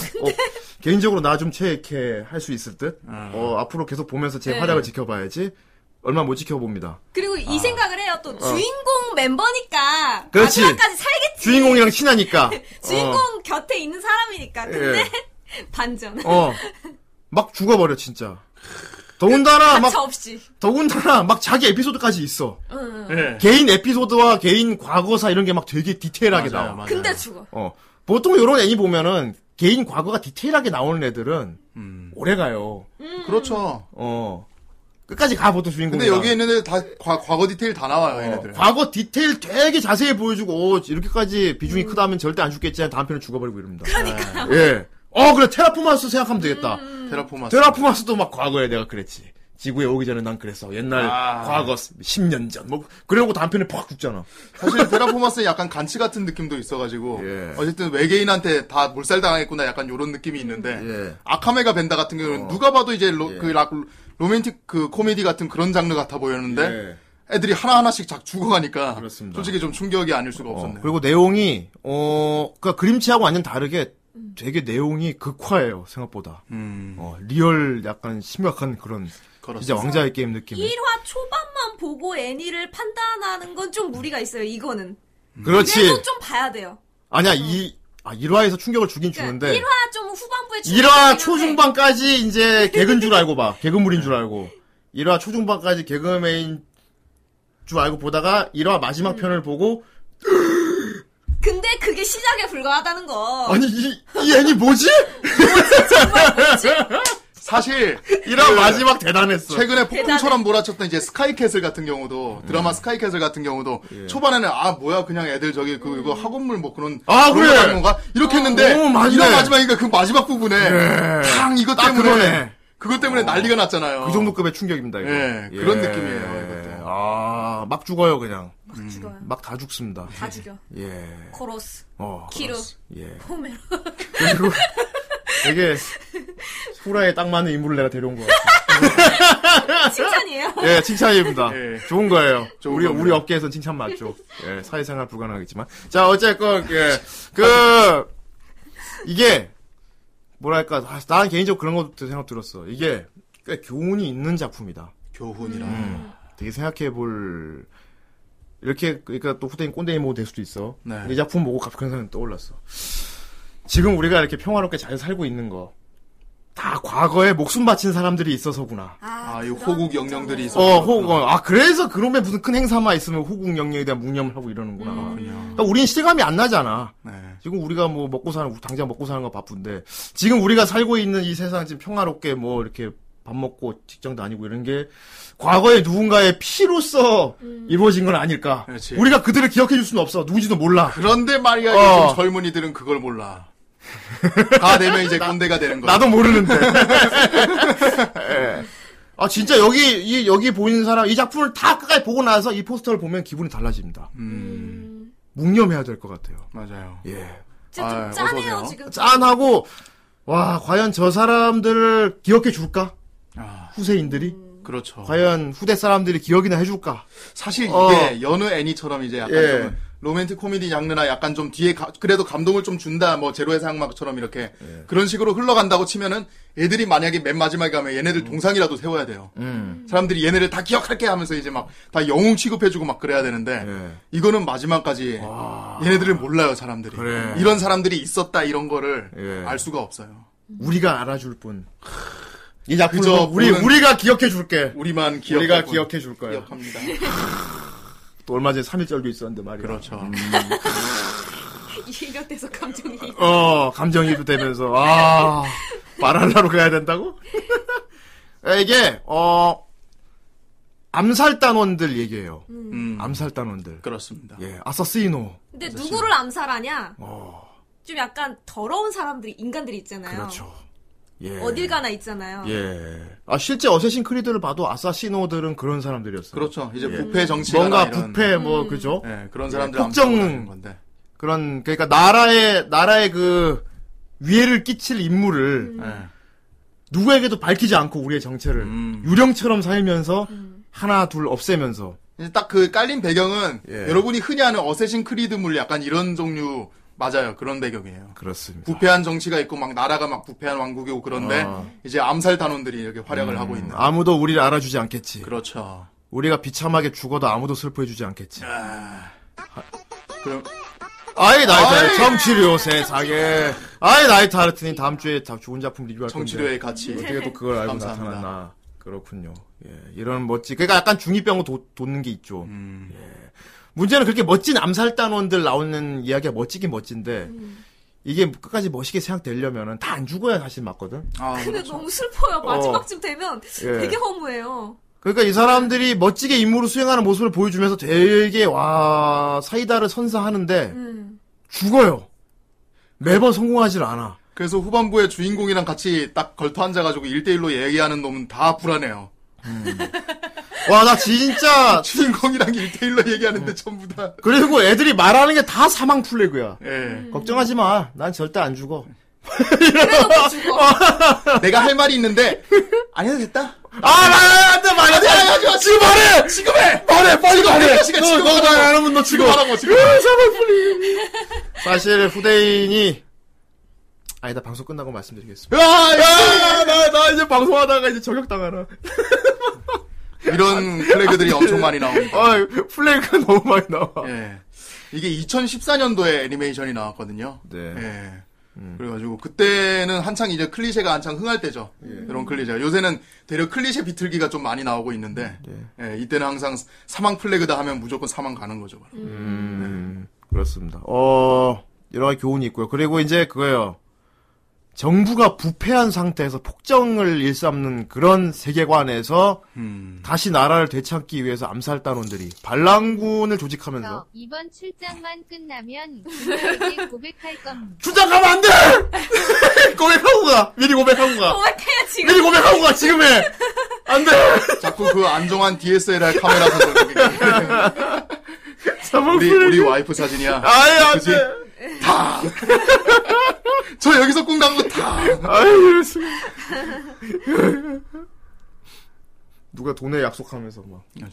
Speaker 1: 개인적으로 나 좀 최애캐 할 수 있을 듯?
Speaker 2: 음.
Speaker 1: 어, 앞으로 계속 보면서 제
Speaker 3: 네.
Speaker 1: 활약을 지켜봐야지. 얼마 못 지켜봅니다.
Speaker 3: 그리고 이 생각을 해요. 또 주인공 멤버니까
Speaker 1: 아. 어. 그렇지.
Speaker 3: 마지막까지 살겠지.
Speaker 1: 주인공이랑 친하니까.
Speaker 3: 주인공
Speaker 1: 어.
Speaker 3: 곁에 있는 사람이니까. 근데 반전.
Speaker 1: 어. 막 죽어버려, 진짜. 더군다나, 막,
Speaker 3: 가차 없이.
Speaker 1: 더군다나, 막 자기 에피소드까지 있어.
Speaker 3: 응.
Speaker 2: 네.
Speaker 1: 개인 에피소드와 개인 과거사 이런 게 막 되게 디테일하게
Speaker 2: 맞아요,
Speaker 1: 나와.
Speaker 2: 맞아요.
Speaker 3: 근데 죽어.
Speaker 1: 어. 보통 이런 애니 보면은, 개인 과거가 디테일하게 나오는 애들은,
Speaker 2: 음.
Speaker 1: 오래 가요.
Speaker 2: 그렇죠.
Speaker 1: 어. 끝까지 가보통 주인공.
Speaker 2: 근데 여기 있는 애들 다 과, 과거 디테일 다 나와요, 얘네들.
Speaker 1: 과거 디테일 되게 자세히 보여주고, 오, 이렇게까지 비중이 크다면 절대 안 죽겠지. 다음 편에 죽어버리고 이럽니다.
Speaker 3: 음. 그러니까.
Speaker 1: 예. 어, 그래, 테라포마스 생각하면 되겠다.
Speaker 3: 음.
Speaker 2: 테라포마스.
Speaker 1: 테라포마스도 막 과거에 내가 그랬지. 지구에 오기 전에 난 그랬어. 옛날
Speaker 2: 아.
Speaker 1: 과거 10년 전. 뭐 그러고 단편에 팍 죽잖아.
Speaker 2: 사실 테라포마스는 약간 간치 같은 느낌도 있어가지고
Speaker 1: 예.
Speaker 2: 어쨌든 외계인한테 다 몰살당했구나 약간 요런 느낌이 있는데
Speaker 1: 예. 어.
Speaker 2: 아카메가 벤다 같은 경우는 누가 봐도 이제 로, 그 락- 로맨틱 그 코미디 같은 그런 장르 같아 보였는데 애들이 하나 하나씩 작 죽어가니까
Speaker 1: 예. 그렇습니다.
Speaker 2: 솔직히 좀 충격이 아닐 수가
Speaker 1: 어,
Speaker 2: 없었네요.
Speaker 1: 그리고 내용이 어 그러니까 그림체하고 완전 다르게
Speaker 3: 음.
Speaker 1: 되게 내용이 극화예요 생각보다.
Speaker 2: 음,
Speaker 1: 어 리얼 약간 심각한 그런 진짜
Speaker 2: 그렇습니다.
Speaker 1: 왕자의 게임 느낌.
Speaker 3: 1화 초반만 보고 애니를 판단하는 건 좀 무리가 있어요. 이거는.
Speaker 1: 음. 그렇지.
Speaker 3: 그래도 좀 봐야 돼요.
Speaker 1: 아니야 이 아, 1화에서 충격을 주긴
Speaker 3: 그러니까
Speaker 1: 주는데
Speaker 3: 1화 좀 후반부에
Speaker 1: 1화
Speaker 3: 중간에
Speaker 1: 네. 초중반까지 이제 개그인 줄 알고 봐. 개그물인
Speaker 2: 네.
Speaker 1: 줄 알고. 1화 초중반까지 개그맨인 줄 알고 보다가 1화
Speaker 3: 음.
Speaker 1: 마지막 편을 보고
Speaker 3: 근데 그게 시작에 불과하다는 거.
Speaker 1: 아니 이, 이 애니 뭐지?
Speaker 2: 사실 그
Speaker 1: 1화 마지막 대단했어.
Speaker 2: 최근에
Speaker 3: 대단해.
Speaker 2: 폭풍처럼 몰아쳤던 이제 스카이캐슬 같은 경우도 드라마
Speaker 1: 음.
Speaker 2: 스카이캐슬 같은 경우도
Speaker 1: 예.
Speaker 2: 초반에는 아 뭐야 그냥 애들 저기 그 이거 학원물 뭐 그런
Speaker 1: 아,
Speaker 2: 그런
Speaker 1: 그래.
Speaker 2: 거 하는 건가 이렇게 했는데
Speaker 1: 오, 맞네.
Speaker 2: 이런 어, 마지막이니까 그 마지막 부분에 탕 이것
Speaker 1: 네. 딱 그러네. 어.
Speaker 2: 때문에 그것 때문에 난리가 났잖아요.
Speaker 1: 그 정도 급의 충격입니다. 이거.
Speaker 2: 예, 그런 느낌이에요, 이것도.
Speaker 1: 아, 막 죽어요 그냥.
Speaker 3: 막 죽어요.
Speaker 1: 막 다 죽습니다.
Speaker 3: 다 죽여.
Speaker 1: 예.
Speaker 3: 코로스,
Speaker 1: 어.
Speaker 3: 키루,
Speaker 1: 예.
Speaker 3: 호메로.
Speaker 1: 그리고 되게 후라에 딱 맞는 인물을 내가 데려온 것 같아.
Speaker 3: 칭찬이에요.
Speaker 1: 예, 칭찬입니다.
Speaker 2: 예.
Speaker 1: 좋은 거예요.
Speaker 2: 좋은
Speaker 1: 우리
Speaker 2: 겁니다.
Speaker 1: 우리 업계에선 칭찬 맞죠. 예, 사회생활 불가능하겠지만. 자, 어쨌건 예, 그 이게 뭐랄까, 아, 난 개인적으로 그런 것도 생각 들었어. 이게 꽤 교훈이 있는 작품이다.
Speaker 2: 교훈이라.
Speaker 1: 되게 생각해볼 이렇게 그러니까 또 후대인 꼰대이 모될 수도 있어.
Speaker 2: 네.
Speaker 1: 이 작품 보고 갑자기 그런 생각이 떠올랐어. 지금 우리가 이렇게 평화롭게 잘 살고 있는 거. 다 과거에 목숨 바친 사람들이 있어서구나.
Speaker 2: 아, 이
Speaker 3: 그런
Speaker 2: 호국
Speaker 3: 점은.
Speaker 2: 영령들이 있어.
Speaker 1: 어, 호국, 어, 아, 그래서 그놈의 무슨 큰 행사만 있으면 호국 영령에 대한 묵념을 하고 이러는구나. 그러니까 우린 실감이 안 나잖아.
Speaker 2: 네.
Speaker 1: 지금 우리가 뭐 먹고 사는, 당장 먹고 사는 거 바쁜데, 지금 우리가 살고 있는 이 세상 지금 평화롭게 뭐 이렇게 밥 먹고 직장 다니고 이런 게, 과거에 누군가의 피로써 이루어진 건 아닐까.
Speaker 2: 그렇지.
Speaker 1: 우리가 그들을 기억해 줄 수는 없어. 누군지도 몰라.
Speaker 2: 그런데 말이야
Speaker 1: 어.
Speaker 2: 요즘 젊은이들은 그걸 몰라. 다 되면 이제 꼰대가 되는 거야.
Speaker 1: 나도 모르는데. 예. 아, 진짜 여기, 이, 여기 보이는 사람, 이 작품을 다 끝까지 보고 나서 이 포스터를 보면 기분이 달라집니다.
Speaker 2: 음,
Speaker 1: 묵념해야 될 것 같아요.
Speaker 2: 맞아요.
Speaker 1: 예.
Speaker 3: 진짜 좀
Speaker 2: 아, 어서
Speaker 3: 짠해요
Speaker 2: 오세요.
Speaker 3: 지금.
Speaker 1: 짠하고 와 과연 저 사람들을 기억해 줄까?
Speaker 2: 아,
Speaker 1: 후세인들이
Speaker 2: 그렇죠.
Speaker 1: 과연 후대 사람들이 기억이나 해줄까?
Speaker 2: 사실 이게
Speaker 1: 어.
Speaker 2: 여느 애니처럼 이제 약간
Speaker 1: 예.
Speaker 2: 좀 로맨틱 코미디 장르나 약간 좀 뒤에 가- 그래도 감동을 좀 준다 뭐 제로의 상막처럼 이렇게
Speaker 1: 예.
Speaker 2: 그런 식으로 흘러간다고 치면은 애들이 만약에 맨 마지막에 가면
Speaker 1: 음.
Speaker 2: 얘네들 동상이라도 세워야 돼요. 사람들이 얘네를 다 기억할게 하면서 이제 막 다 영웅 취급해주고 막 그래야 되는데
Speaker 1: 예.
Speaker 2: 이거는 마지막까지 얘네들을 몰라요 사람들이
Speaker 1: 그래.
Speaker 2: 이런 사람들이 있었다 이런 거를
Speaker 1: 예.
Speaker 2: 알 수가 없어요.
Speaker 1: 우리가 알아줄 뿐. 이 작품
Speaker 2: 그저
Speaker 1: 우리
Speaker 2: 보는-
Speaker 1: 우리가 기억해 줄게.
Speaker 2: 우리만 기억
Speaker 1: 우리가 기억해 줄 거야.
Speaker 2: 기억합니다.
Speaker 1: 또 얼마 전에 3일절도 있었는데 말이야.
Speaker 2: 그렇죠.
Speaker 3: 이런 데서 감정이.
Speaker 1: 어, 감정이입이 되면서, 아, 바랄라로 가야 된다고? 이게, 어, 암살단원들 얘기예요
Speaker 2: 음,
Speaker 1: 암살단원들.
Speaker 2: 그렇습니다.
Speaker 1: 예, 아사시노.
Speaker 3: 근데 누구를 암살하냐? 좀 약간 더러운 사람들이, 인간들이 있잖아요.
Speaker 1: 어. 그렇죠. 예.
Speaker 3: 어딜 가나 있잖아요.
Speaker 1: 예. 아, 실제 어쌔신 크리드를 봐도 아사시노들은 그런 사람들이었어요.
Speaker 2: 그렇죠. 이제 부패 정치가
Speaker 1: 예. 뭔가
Speaker 2: 이런,
Speaker 1: 부패,
Speaker 3: 음.
Speaker 1: 뭐, 그죠?
Speaker 2: 예, 그런 사람들
Speaker 1: 예, 폭정-
Speaker 2: 암살하는 건데.
Speaker 1: 그런, 그러니까 나라의, 나라의 그, 위해를 끼칠 인물을,
Speaker 2: 예.
Speaker 1: 누구에게도 밝히지 않고 우리의 정체를
Speaker 2: 음.
Speaker 1: 유령처럼 살면서 하나 둘 없애면서
Speaker 2: 이제 딱 그 깔린 배경은
Speaker 1: 예.
Speaker 2: 여러분이 흔히 아는 어쌔신 크리드물 약간 이런 종류 맞아요. 그런 배경이에요.
Speaker 1: 그렇습니다.
Speaker 2: 부패한 정치가 있고 막 나라가 막 부패한 왕국이고 그런데
Speaker 1: 아.
Speaker 2: 이제 암살 단원들이 이렇게 활약을 음. 하고 있는.
Speaker 1: 아무도 우리를 알아주지 않겠지.
Speaker 2: 그렇죠.
Speaker 1: 우리가 비참하게 죽어도 아무도 슬퍼해주지 않겠지.
Speaker 2: 아. 그럼
Speaker 1: 아이 나이타르 청취료 세상에. 아이 나이타르트님 다음 주에 다 좋은 작품 리뷰할 건데
Speaker 2: 정치료의 가치.
Speaker 1: 어떻게 또 그걸 알고
Speaker 2: 감사합니다.
Speaker 1: 나타났나. 그렇군요. 예, 이런 멋지. 그러니까 약간 중이병을 도- 돋는 게 있죠.
Speaker 2: 음.
Speaker 1: 문제는 그렇게 멋진 암살단원들 나오는 이야기가 멋지긴 멋진데 이게 끝까지 멋있게 생각되려면은 다 안 죽어야 사실 맞거든.
Speaker 2: 아,
Speaker 3: 근데
Speaker 2: 그렇죠.
Speaker 3: 너무 슬퍼요. 마지막쯤 되면
Speaker 1: 어. 예.
Speaker 3: 되게 허무해요.
Speaker 1: 그러니까 이 사람들이 멋지게 임무를 수행하는 모습을 보여주면서 되게 와 사이다를 선사하는데
Speaker 3: 음.
Speaker 1: 죽어요. 매번 성공하질 않아.
Speaker 2: 그래서 후반부에 주인공이랑 같이 딱 걸터 앉아가지고 1대1로 얘기하는 놈은 다 불안해요.
Speaker 1: 와 나 진짜
Speaker 2: 주인공이랑 1대1로 얘기하는데 전부 다.
Speaker 1: 그리고 애들이 말하는 게 다 사망 플래그야.
Speaker 2: 예.
Speaker 1: 걱정하지 마. 난 절대 안 죽어.
Speaker 3: 그래도 죽어.
Speaker 2: 내가 할 말이 있는데 안 해도 됐다.
Speaker 1: 아, 아나나나 말해. 지금 말해.
Speaker 2: 지금 해.
Speaker 1: 말해 빨리 말해.
Speaker 2: 아저씨가 지금
Speaker 1: 너너
Speaker 2: 말하고.
Speaker 1: 나는 너 지금
Speaker 2: 지금 하라고 지금.
Speaker 1: 사실 후대인이 아니다 방송 끝나고 말씀드리겠습니다.
Speaker 2: 야,
Speaker 1: 나 이제 방송하다가 이제 저격당하라.
Speaker 2: 이런 플래그들이 엄청 많이 나옵니다.
Speaker 1: 아, 플레이가 너무 많이 나와.
Speaker 2: 예. 이게 2014년도에 애니메이션이 나왔거든요.
Speaker 1: 네.
Speaker 2: 예. 그래가지고 그때는 한창 이제 클리셰가 한창 흥할 때죠.
Speaker 1: 예.
Speaker 2: 이런 클리셰. 요새는 되려 클리셰 비틀기가 좀 많이 나오고 있는데
Speaker 1: 네.
Speaker 2: 예, 이때는 항상 사망 플래그다 하면 무조건 사망 가는 거죠. 바로.
Speaker 1: 음, 그렇습니다. 어, 여러 가지 교훈이 있고요. 그리고 이제 그거예요. 정부가 부패한 상태에서 폭정을 일삼는 그런 세계관에서
Speaker 2: 음.
Speaker 1: 다시 나라를 되찾기 위해서 암살단원들이 반란군을 조직하면서
Speaker 7: 이번 출장만 끝나면 그녀에게 고백할 겁니다.
Speaker 1: 주장 가면 안 돼! 고백하고 가! 미리 고백하고 가!
Speaker 3: 어, 고백해요, 지금.
Speaker 1: 미리 고백하고 가! 지금 해! 안 돼!
Speaker 2: 자꾸 그 안정환 DSLR 카메라 사진 우리 우리 와이프 사진이야.
Speaker 1: 아예 안
Speaker 2: 그치?
Speaker 1: 돼!
Speaker 2: 저 여기서 꿈 간 거 다.
Speaker 1: 아유, 씨. 누가 돈에 약속하면서 막
Speaker 2: 아,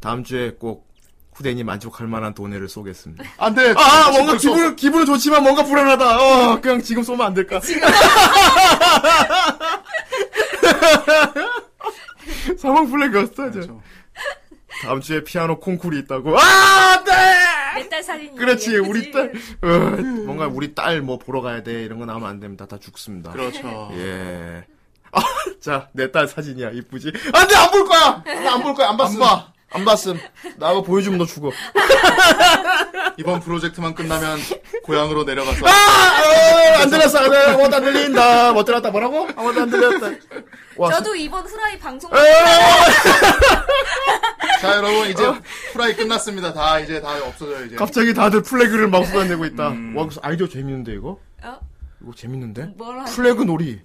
Speaker 1: 다음 주에 꼭 후대인이 만족할 만한 돈을 쏘겠습니다.
Speaker 2: 안 돼.
Speaker 1: 아, 뭔가 기분 기분은 좋지만 뭔가 불안하다. 어, 그냥 지금 쏘면 안 될까? 지금. 사망 플래그였어, 이제.
Speaker 2: 그렇죠.
Speaker 1: 다음 주에 피아노 콩쿨이 있다고. 아, 안 돼!
Speaker 3: 내 딸 살인.
Speaker 1: 네, 그렇지, 우리 딸. 어, 뭔가 우리 딸 뭐 보러 가야 돼. 이런 거 나오면 안 됩니다. 다 죽습니다.
Speaker 2: 그렇죠.
Speaker 1: 예. 아, 자, 내 딸 사진이야. 이쁘지? 안 돼! 안 볼 거야! 나 안 볼 거야. 안 봤음. 안 봐. 안 봤음. 나 이거 보여주면 너 죽어.
Speaker 2: 이번 프로젝트만 끝나면 고향으로 내려가서
Speaker 1: 아! 어, 안 들렸어. 안 들렸어. 아무것도 안 들린다. 못 들었다. 뭐라고? 아무것도 안 들렸다. 와,
Speaker 3: 저도 이번 후라이 방송
Speaker 2: 자 여러분 이제
Speaker 1: 어.
Speaker 2: 프라이 끝났습니다. 다 이제 다 없어져요 이제.
Speaker 1: 갑자기 다들 플래그를 막 쏟아내고 있다. 와, 그래서 아이디어 재밌는데, 이거?
Speaker 3: 어?
Speaker 1: 이거 재밌는데?
Speaker 3: 뭘 하지?
Speaker 1: 플래그 놀이.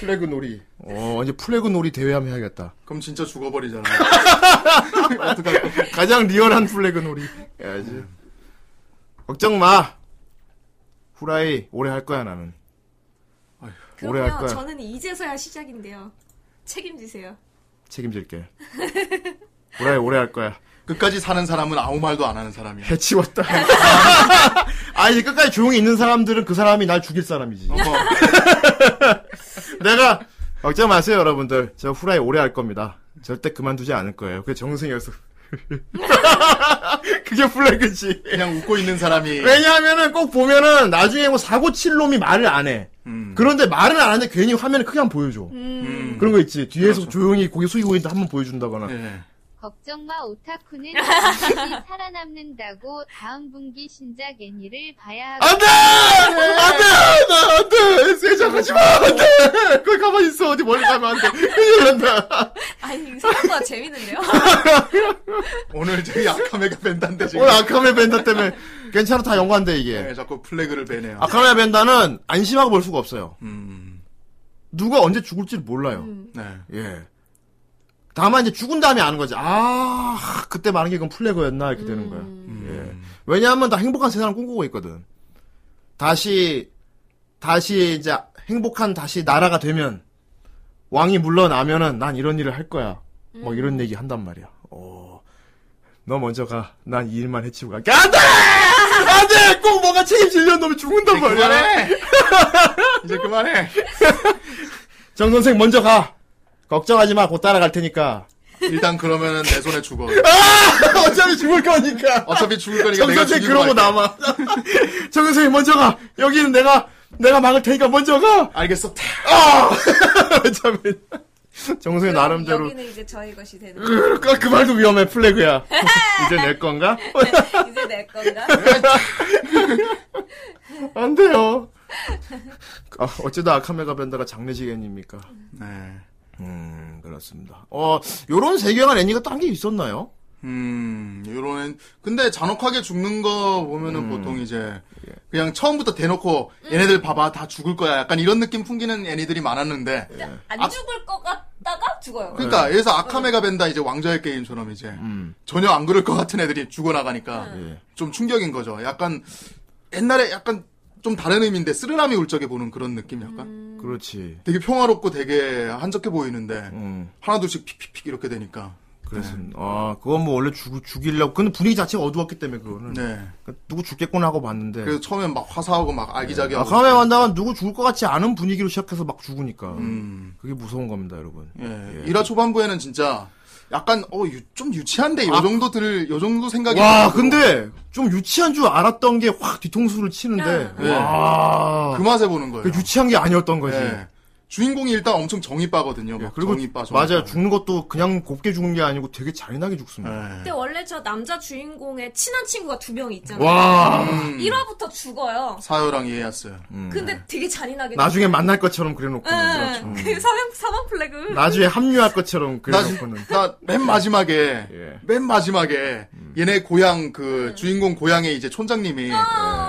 Speaker 1: 플래그 놀이. 어, 이제 플래그 놀이 대회 하면 해야겠다.
Speaker 2: 그럼 진짜 죽어버리잖아. 어떡할 거야?
Speaker 1: 가장 리얼한 플래그 놀이. 해야지. 걱정 마. 후라이 오래 할 거야, 나는. 오래 할
Speaker 3: 그러면
Speaker 1: 거야.
Speaker 3: 저는 이제서야 시작인데요. 책임지세요.
Speaker 1: 책임질게. 오래 오래 할 거야.
Speaker 2: 끝까지 사는 사람은 아무 말도 안 하는 사람이야.
Speaker 1: 해치웠다. 아 이제 끝까지 조용히 있는 사람들은 그 사람이 날 죽일 사람이지.
Speaker 2: 어,
Speaker 1: 내가 걱정 마세요 여러분들. 저 후라이 오래 할 겁니다. 절대 그만두지 않을 거예요. 그게 정승이어서. 그게 플래그지.
Speaker 2: 그냥 웃고 있는 사람이
Speaker 1: 왜냐하면은 꼭 보면은 나중에 뭐 사고 칠 놈이 말을 안 해. 그런데 말을 안 하는데 괜히 화면을 크게 한 번 보여줘.
Speaker 2: 음,
Speaker 1: 그런 거 있지. 뒤에서 조용히 고개 숙이고 있는데 한 번 보여준다거나.
Speaker 2: 예.
Speaker 6: 걱정마 오타쿠는 반드시 살아남는다고 다음 분기 신작 애니를 봐야 하고
Speaker 1: 안돼! 안돼! 나 안돼! 세장 하지마! 안돼! 거기 가만히 있어. 어디 멀리 가면 안돼. 큰일 난다.
Speaker 3: 아니 생각보다 재밌는데요?
Speaker 1: 아,
Speaker 2: 오늘 되게 아카메가 벤단데 지금.
Speaker 1: 오늘 아카메 벤다 때문에 괜찮아 다 연관돼 이게.
Speaker 2: 네, 자꾸 플래그를 베네요.
Speaker 1: 아카메 벤다는 안심하고 볼 수가 없어요.
Speaker 2: 음,
Speaker 1: 누가 언제 죽을지 몰라요.
Speaker 2: 네.
Speaker 1: 예. 다만 이제 죽은 다음에 아는 거지. 아 그때 많은 게 그건 플래그였나 이렇게 되는 거야.
Speaker 2: 음,
Speaker 1: 예. 왜냐하면 다 행복한 세상을 꿈꾸고 있거든. 다시 다시 이제 행복한 다시 나라가 되면 왕이 물러나면은 난 이런 일을 할 거야.
Speaker 2: 음.
Speaker 1: 뭐 이런 얘기 한단 말이야. 어, 너 먼저 가. 난 이 일만 해치고 갈게. 안돼! 안돼! 꼭 뭔가 책임질려는 놈이 죽는단
Speaker 2: 이제
Speaker 1: 말이야.
Speaker 2: 그만해. 이제 그만해.
Speaker 1: 정 선생 먼저 가. 걱정하지 마. 곧 따라갈 테니까.
Speaker 2: 일단 그러면은 내 손에 죽어.
Speaker 1: 어차피 죽을 거니까.
Speaker 2: 어차피 죽을 거니까
Speaker 1: 정
Speaker 2: 내가
Speaker 1: 선생
Speaker 2: 죽이고
Speaker 1: 그러고
Speaker 2: 갈게.
Speaker 1: 남아. 정 선생 먼저 가. 여기는 내가 내가 막을 테니까 먼저 가.
Speaker 2: 알겠어. 탁.
Speaker 1: 아! 참. 정승이 나름대로
Speaker 3: 여기는 이제 저희 것이 되는 거예요.
Speaker 1: 그, 그 말도 위험해 플래그야 이제 내 건가? 어,
Speaker 3: 이제 내 건가?
Speaker 1: 안 돼요 아, 어쩌다 아카메가 벤다가 장례지겠입니까
Speaker 2: 네.
Speaker 1: 음 그렇습니다 어 요런 세계관 애니가 딴 게 있었나요?
Speaker 2: 음, 요런, 근데 잔혹하게 죽는 거
Speaker 1: 음.
Speaker 2: 보면은 보통 이제,
Speaker 1: 예.
Speaker 2: 그냥 처음부터 대놓고, 얘네들 봐봐, 다 죽을 거야. 약간 이런 느낌 풍기는 애니들이 많았는데.
Speaker 1: 아,
Speaker 3: 안 죽을 것 같다가 죽어요.
Speaker 2: 그러니까,
Speaker 1: 예.
Speaker 2: 그래서 아카메가 벤다 이제 왕자의 게임처럼 이제,
Speaker 1: 음.
Speaker 2: 전혀 안 그럴 것 같은 애들이 죽어나가니까, 좀 충격인 거죠. 약간, 옛날에 약간, 좀 다른 의미인데, 쓰르나미 울적에 보는 그런 느낌 약간?
Speaker 1: 음. 그렇지
Speaker 2: 되게 평화롭고 되게 한적해 보이는데,
Speaker 1: 음
Speaker 2: 하나둘씩 픽픽픽 이렇게 되니까.
Speaker 1: 그래서
Speaker 2: 네.
Speaker 1: 아 그건 뭐 원래 죽, 죽이려고 근데 분위기 자체가 어두웠기 때문에 그거는
Speaker 2: 네.
Speaker 1: 그러니까 누구 죽겠구나 하고 봤는데
Speaker 2: 그래서 처음엔 막 화사하고 막 알기자기하고.
Speaker 1: 예. 아카메 벤다가 누구 죽을 것 같지 않은 분위기로 시작해서 막 죽으니까
Speaker 2: 음.
Speaker 1: 그게 무서운 겁니다 여러분
Speaker 2: 예. 1화 초반부에는 진짜 약간 어, 유- 좀 유치한데 요 정도 들, 요 정도 생각이
Speaker 1: 아. 와,
Speaker 2: 들고
Speaker 1: 근데 좀 유치한 줄 알았던 게 확 뒤통수를 치는데
Speaker 3: 아.
Speaker 2: 예.
Speaker 1: 와,
Speaker 2: 그 맛에 보는 거예요.
Speaker 1: 그 유치한 게 아니었던 거지.
Speaker 2: 예. 주인공이 일단 엄청 정의빠거든요.
Speaker 1: 예,
Speaker 2: 막
Speaker 1: 그리고
Speaker 2: 정의빠, 정의빠.
Speaker 1: 맞아요. 죽는 것도 그냥 곱게 죽는 게 아니고 되게 잔인하게 죽습니다.
Speaker 2: 예.
Speaker 3: 근데 원래 저 남자 주인공의 친한 친구가 두 명 있잖아요.
Speaker 1: 와,
Speaker 2: 음,
Speaker 3: 1화부터 죽어요.
Speaker 2: 사요랑 이해했어요.
Speaker 3: 근데 되게 잔인하게
Speaker 1: 음. 나중에 만날 것처럼 그래놓고
Speaker 3: 죽어요. 응, 그 사망, 사망 플래그.
Speaker 1: 나중에 합류할 것처럼
Speaker 2: 나,
Speaker 1: 그래놓고는
Speaker 2: 그러니까 나맨 마지막에
Speaker 1: 예.
Speaker 2: 맨 마지막에
Speaker 1: 음.
Speaker 2: 얘네 고향 그
Speaker 3: 음.
Speaker 2: 주인공 고향의 이제 촌장님이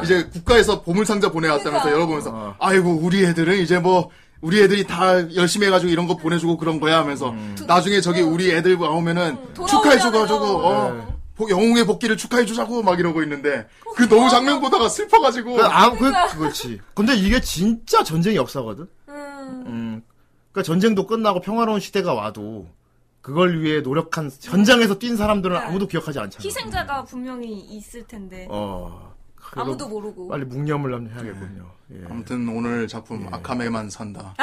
Speaker 2: 이제 국가에서 보물상자 보내왔다면서
Speaker 3: 아. 그러니까.
Speaker 2: 열어보면서 아이고 우리 애들은 이제 뭐 우리 애들이 다 열심히 해가지고 이런 거 보내주고 그런 거야 하면서
Speaker 1: 음.
Speaker 2: 나중에 저기 우리 애들 나오면은
Speaker 3: 어. 돌아오면은
Speaker 2: 축하해줘가지고 어,
Speaker 1: 어.
Speaker 2: 복- 영웅의 복귀를 축하해주자고 막 이러고 있는데
Speaker 3: 어,
Speaker 2: 그 너무 장면 보다가 슬퍼가지고
Speaker 1: 그, 아, 그,
Speaker 3: 그러니까.
Speaker 1: 그렇지. 근데 이게 진짜 전쟁의 역사거든.
Speaker 3: 음,
Speaker 1: 음, 그러니까 전쟁도 끝나고 평화로운 시대가 와도 그걸 위해 노력한 현장에서 뛴 사람들은
Speaker 3: 네.
Speaker 1: 아무도 기억하지 않잖아.
Speaker 3: 희생자가 분명히 있을 텐데.
Speaker 1: 어, 그래도
Speaker 3: 아무도 모르고.
Speaker 1: 빨리 묵념을 남겨야겠군요. 예.
Speaker 2: 아무튼 오늘 작품 아카메만 산다.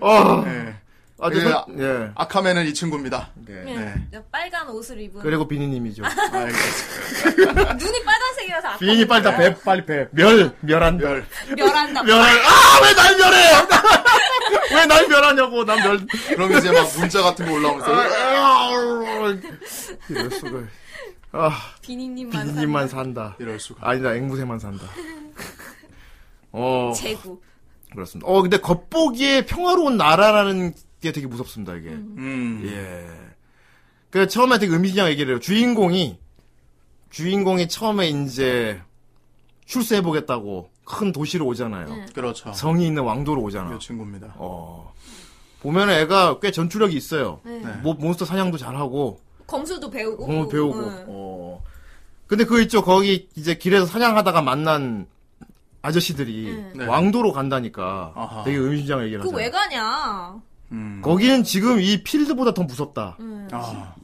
Speaker 1: 어,
Speaker 2: 예.
Speaker 1: 아,
Speaker 2: 예.
Speaker 1: 저, 예.
Speaker 2: 아카메는 이 친구입니다.
Speaker 3: 네. 빨간 옷을 입은. 아,
Speaker 1: 그리고 비니님이죠.
Speaker 2: 알겠습니다.
Speaker 3: 눈이 빨간색이라서 아까.
Speaker 1: 비니 빨리 다 배, 빨리 배. 멸, 멸한. 멸.
Speaker 2: 별.
Speaker 3: 멸한다.
Speaker 1: 멸한. 아, 왜 날 멸해! 왜 날 멸하냐고, 아, 난 멸.
Speaker 2: 그럼 이제 막 문자 같은 거 올라오면서
Speaker 1: 이럴 수가. 아,
Speaker 3: 비니님만.
Speaker 1: 비니님만
Speaker 3: 사는
Speaker 1: 산다.
Speaker 2: 이럴 수가.
Speaker 1: 아니다, 앵무새만 산다. 어,
Speaker 3: 재구.
Speaker 1: 그렇습니다. 어, 근데 겉보기에 평화로운 나라라는 게 되게 무섭습니다, 이게.
Speaker 2: 음.
Speaker 1: 예. 그 처음에 되게 의미심장 얘기를 해요. 주인공이 주인공이 처음에 이제 출세해 보겠다고 큰 도시로 오잖아요.
Speaker 2: 그렇죠.
Speaker 1: 성이 있는 왕도로 오잖아.
Speaker 2: 이그 친구입니다.
Speaker 1: 어. 보면 은 애가 꽤 전투력이 있어요.
Speaker 2: 네.
Speaker 1: 모, 몬스터 사냥도 잘하고
Speaker 3: 검수도 배우고.
Speaker 1: 공을 배우고.
Speaker 4: 네.
Speaker 3: 응.
Speaker 1: 어. 근데 그 있죠. 거기 이제 길에서 사냥하다가 만난 아저씨들이
Speaker 2: 네.
Speaker 1: 왕도로 간다니까
Speaker 2: 아하.
Speaker 1: 되게 의미심장 얘기를
Speaker 3: 그거
Speaker 1: 하잖아.
Speaker 3: 왜 가냐.
Speaker 2: 음.
Speaker 1: 거기는 지금 이 필드보다 더 무섭다.
Speaker 2: 아,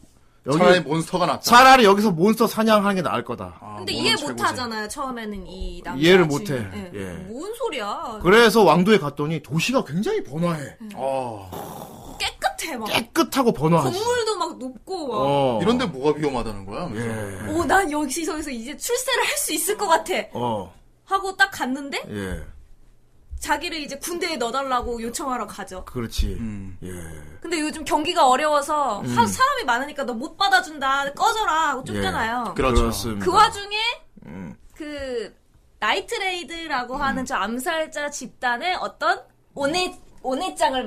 Speaker 1: 그 여기
Speaker 2: 차라리 몬스터가 낫다.
Speaker 1: 차라리 여기서 몬스터 사냥하는 게 나을 거다.
Speaker 2: 아,
Speaker 3: 근데
Speaker 2: 뭐는
Speaker 3: 이해
Speaker 2: 최고지.
Speaker 3: 못 하잖아요. 처음에는 이 남자.
Speaker 1: 이해를 못
Speaker 3: 주인.
Speaker 1: 해.
Speaker 4: 네.
Speaker 3: 예.
Speaker 1: 예.
Speaker 3: 뭔 소리야.
Speaker 1: 그래서 왕도에 갔더니 도시가 굉장히 번화해.
Speaker 2: 어,
Speaker 3: 깨끗해 막.
Speaker 1: 그 깨끗하고 번화하지.
Speaker 3: 건물도 막 높고 막.
Speaker 1: 어.
Speaker 2: 이런데 뭐가 위험하다는 거야? 그래서.
Speaker 1: 예.
Speaker 4: 어,
Speaker 3: 오, 난 여기서 여기서 이제 출세를 할 수 있을 것 같아.
Speaker 1: 어.
Speaker 3: 하고 딱 갔는데
Speaker 1: 예.
Speaker 4: 자기를 이제 군대에 넣어달라고 요청하러 가죠.
Speaker 1: 그렇지.
Speaker 2: 음.
Speaker 1: 예.
Speaker 4: 근데 요즘 경기가 어려워서
Speaker 1: 음.
Speaker 4: 하- 사람이 많으니까 너 못 받아준다 꺼져라 하고
Speaker 1: 예.
Speaker 4: 쫓겨나요. 그,
Speaker 2: 그렇죠.
Speaker 1: 그렇습니다. 아,
Speaker 4: 와중에
Speaker 1: 음.
Speaker 4: 그 나이트레이드라고
Speaker 2: 음.
Speaker 4: 하는 저 암살자 집단의 어떤 오네 오네짱을
Speaker 2: 음.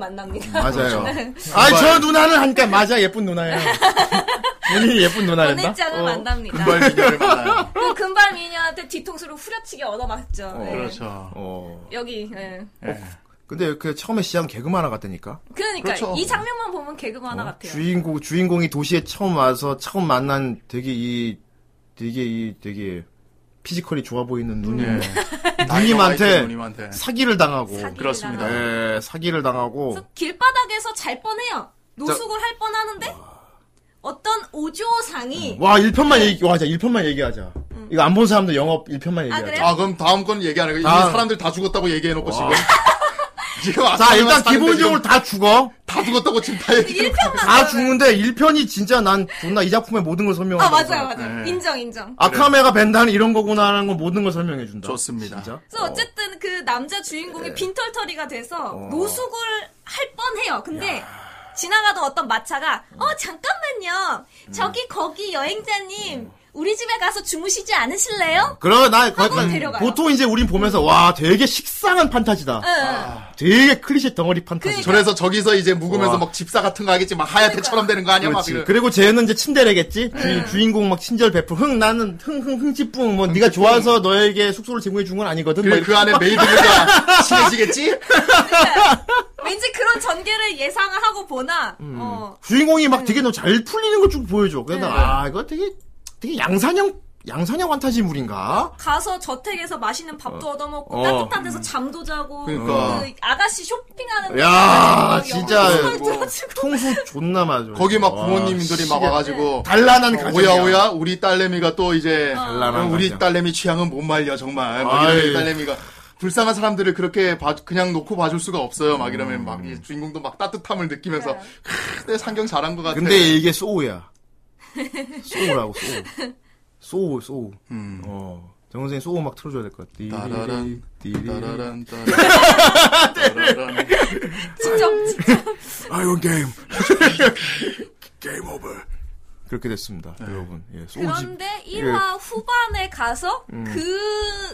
Speaker 4: 만납니다.
Speaker 1: 맞아요.
Speaker 3: 네.
Speaker 2: 그렇죠.
Speaker 1: 아,
Speaker 2: 정말-
Speaker 1: 저 누나는 하니까 맞아. 예쁜 누나예요. 본인이 예쁜 누나였나? 어.
Speaker 4: 오네짱을
Speaker 2: 어,
Speaker 4: 만납니다.
Speaker 2: 금발 미녀를 만나요.
Speaker 4: 그 금발 미녀한테 뒤통수로 후려치게 얻어맞죠. 예.
Speaker 2: 그렇죠.
Speaker 1: 어.
Speaker 4: 여기. 예.
Speaker 2: 예.
Speaker 1: 근데 그 처음에 시작은 개그만 하나 같다니까. 어?
Speaker 4: 그러니까
Speaker 2: 그렇죠. 어,
Speaker 4: 이 장면만 보면 개그만 하나 같아요.
Speaker 1: 주인공 주인공이 도시에 처음 와서 처음 만난 되게 이 되게 이 되게 피지컬이 좋아 보이는 누님
Speaker 2: 예.
Speaker 1: 음. 누님한테
Speaker 2: 누님한테.
Speaker 1: 네. 사기를 당하고
Speaker 4: 사기를
Speaker 2: 어, 그렇습니다. 네.
Speaker 4: 당하고.
Speaker 1: 예, 사기를 당하고
Speaker 4: 그래서 길바닥에서 잘 뻔해요. 노숙을 할 뻔하는데 어떤
Speaker 2: 음.
Speaker 4: 오조상이
Speaker 1: 와 1편만 얘기 와 자, 1편만 얘기하자. 이거 안 본 사람들 영업 1편만 얘기하자.
Speaker 4: 그래요?
Speaker 2: 아 그럼 다음 건 얘기 안 해요. 이
Speaker 1: 다음.
Speaker 2: 사람들 다 죽었다고 얘기해놓고 지금. 지금
Speaker 1: 자,
Speaker 2: 아싸리만
Speaker 1: 일단
Speaker 2: 사는데
Speaker 1: 기본적으로
Speaker 2: 지금
Speaker 1: 다 죽어.
Speaker 2: 다 죽었다고 지금 다 얘기.
Speaker 4: 1편만
Speaker 2: 아,
Speaker 1: 다 죽는데 1편이 진짜 난 존나 이 작품의 모든 걸
Speaker 4: 네. 아
Speaker 1: 설명한다.
Speaker 4: 맞아요 맞아요
Speaker 2: 네.
Speaker 4: 인정 인정
Speaker 1: 아카메가 벤다는 이런 거구나라는 건 모든 걸 설명해 준다.
Speaker 2: 좋습니다.
Speaker 1: 진짜?
Speaker 4: 그래서 어쨌든 그 남자 주인공이 빈털터리가 돼서 노숙을 할 뻔해요 근데 지나가던 어떤 마차가 어 잠깐만요 저기 거기 여행자님 우리 집에 가서 주무시지 않으실래요?
Speaker 1: 그럼 나 거-
Speaker 4: 한번 아, 데려가요. 아.
Speaker 1: 보통 이제 우린 보면서 와 되게 식상한 판타지다.
Speaker 4: 응, 응.
Speaker 1: 되게 클리셰 덩어리 판타지.
Speaker 2: 저래서 저기서 이제 묵으면서
Speaker 1: 와.
Speaker 2: 막 집사 같은 거 하겠지 막
Speaker 3: 그러니까.
Speaker 2: 하야테처럼 되는 거 아니야 막
Speaker 1: 그렇지.
Speaker 2: 이런.
Speaker 1: 그리고 쟤는 이제 친데레겠지.
Speaker 2: 네.
Speaker 1: 주, 인공막 친절 베풀. 흥 나는 흥흥 흥지뿡. 뭐 네가 좋아서 너에게 숙소를 제공해 준 건 아니거든. 뭐
Speaker 2: 그래,
Speaker 1: 이렇게.
Speaker 2: 그 안에 메이드가 친해지겠지?
Speaker 4: 음. 왠지 그런 전개를 예상을 하고 보나
Speaker 2: 아-
Speaker 4: 어,
Speaker 1: 주인공이 막 되게 너무 잘 풀리는 걸 쭉 보여줘.
Speaker 2: 네.
Speaker 1: 그래서 아 이거 되게 되게 양산형 양산형 판타지물인가?
Speaker 4: 가서 저택에서 맛있는 밥도 얻어먹고
Speaker 1: 어.
Speaker 4: 따뜻한 데서 잠도 자고
Speaker 2: 그러니까.
Speaker 4: 그 아가씨 쇼핑하는
Speaker 1: 야,
Speaker 4: 데
Speaker 1: 진짜.
Speaker 4: 영화
Speaker 2: 뭐.
Speaker 4: 틀어주고.
Speaker 1: 통수 존나 맞아.
Speaker 2: 거기 막
Speaker 1: 와,
Speaker 2: 부모님들이 막
Speaker 1: 시계. 네.
Speaker 2: 와가지고
Speaker 1: 단란한 어.
Speaker 2: 어,
Speaker 1: 가정.
Speaker 2: 오야 오야 우리 딸내미가 또 이제
Speaker 1: 아.
Speaker 2: 어,
Speaker 1: 단란한
Speaker 2: 우리
Speaker 1: 가정.
Speaker 2: 딸내미 취향은 못 말려 정말 막
Speaker 1: 아이.
Speaker 2: 이런 딸내미가 불쌍한 사람들을 그렇게 봐- 그냥 놓고 봐줄 수가 없어요 막
Speaker 1: 음.
Speaker 2: 이러면 막이 주인공도 막 따뜻함을 느끼면서 크, 내 상경 잘한 것 같아
Speaker 1: 근데 이게 소우야. 소우라고 소우. 소우 소우.
Speaker 2: 음.
Speaker 1: 어. 정 선생님 소우 막 틀어줘야 될 것 같아.
Speaker 2: 따라란,
Speaker 1: 띠리리.
Speaker 2: 따라란, 따라란, 따라란.
Speaker 4: 진짜
Speaker 1: 아이온 게임. 게임 오버. 그렇게 됐습니다, 여러분. 예, 소우집.
Speaker 4: 그런데 1화 후반에 가서 그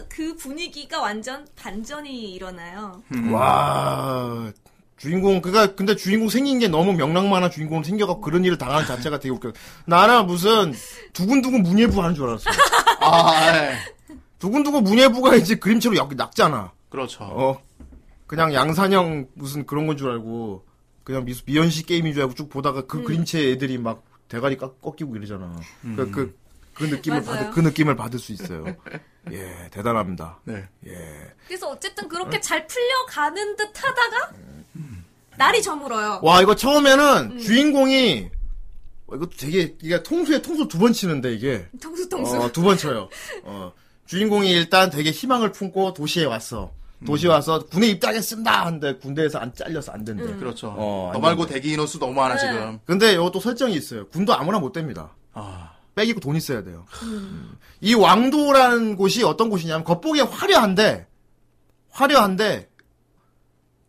Speaker 4: 그 분위기가 완전 반전이 일어나요.
Speaker 1: 와. 주인공 그가 근데 주인공 생긴 게 너무 명랑만한 주인공 생겨갖고 그런 일을 당하는 자체가 되게 웃겨. 나는 무슨 두근두근 문예부 하는 줄 알았어.
Speaker 2: 아, 예.
Speaker 1: 두근두근 문예부가 이제 그림체로 약, 낙잖아.
Speaker 2: 그렇죠.
Speaker 1: 어. 그냥 양산형 무슨 그런 건 줄 알고 그냥 미, 미연식 게임인 줄 알고 쭉 보다가
Speaker 4: 음.
Speaker 1: 그 그림체 애들이 막 대가리 깎, 꺾이고 이러잖아. 그, 그, 그 느낌을
Speaker 4: 맞아요.
Speaker 1: 받을, 그 느낌을 받을 수 있어요. 예, 대단합니다.
Speaker 2: 네.
Speaker 1: 예.
Speaker 4: 그래서 어쨌든 그렇게 잘 풀려가는 듯 하다가 날이 저물어요.
Speaker 1: 와, 이거 처음에는 주인공이 와, 이것도 되게 이게 통수에 통수 두 번 치는데 이게
Speaker 4: 통수 통수.
Speaker 1: 어, 두 번 쳐요. 어. 주인공이 일단 되게 희망을 품고 도시에 왔어. 도시 에 와서 군에 입대하겠습니다. 근데 군대에서 안 잘려서 안
Speaker 4: 음.
Speaker 1: 된대.
Speaker 2: 그렇죠.
Speaker 1: 어,
Speaker 2: 너 말고 대기 인원수 너무 많아,
Speaker 4: 네.
Speaker 2: 지금.
Speaker 1: 근데 이것도 설정이 있어요. 군도 아무나 못 됩니다.
Speaker 2: 아,
Speaker 1: 빼기고 돈 있어야 돼요. 음. 이 왕도라는 곳이 어떤 곳이냐면 겉보기에 화려한데 화려한데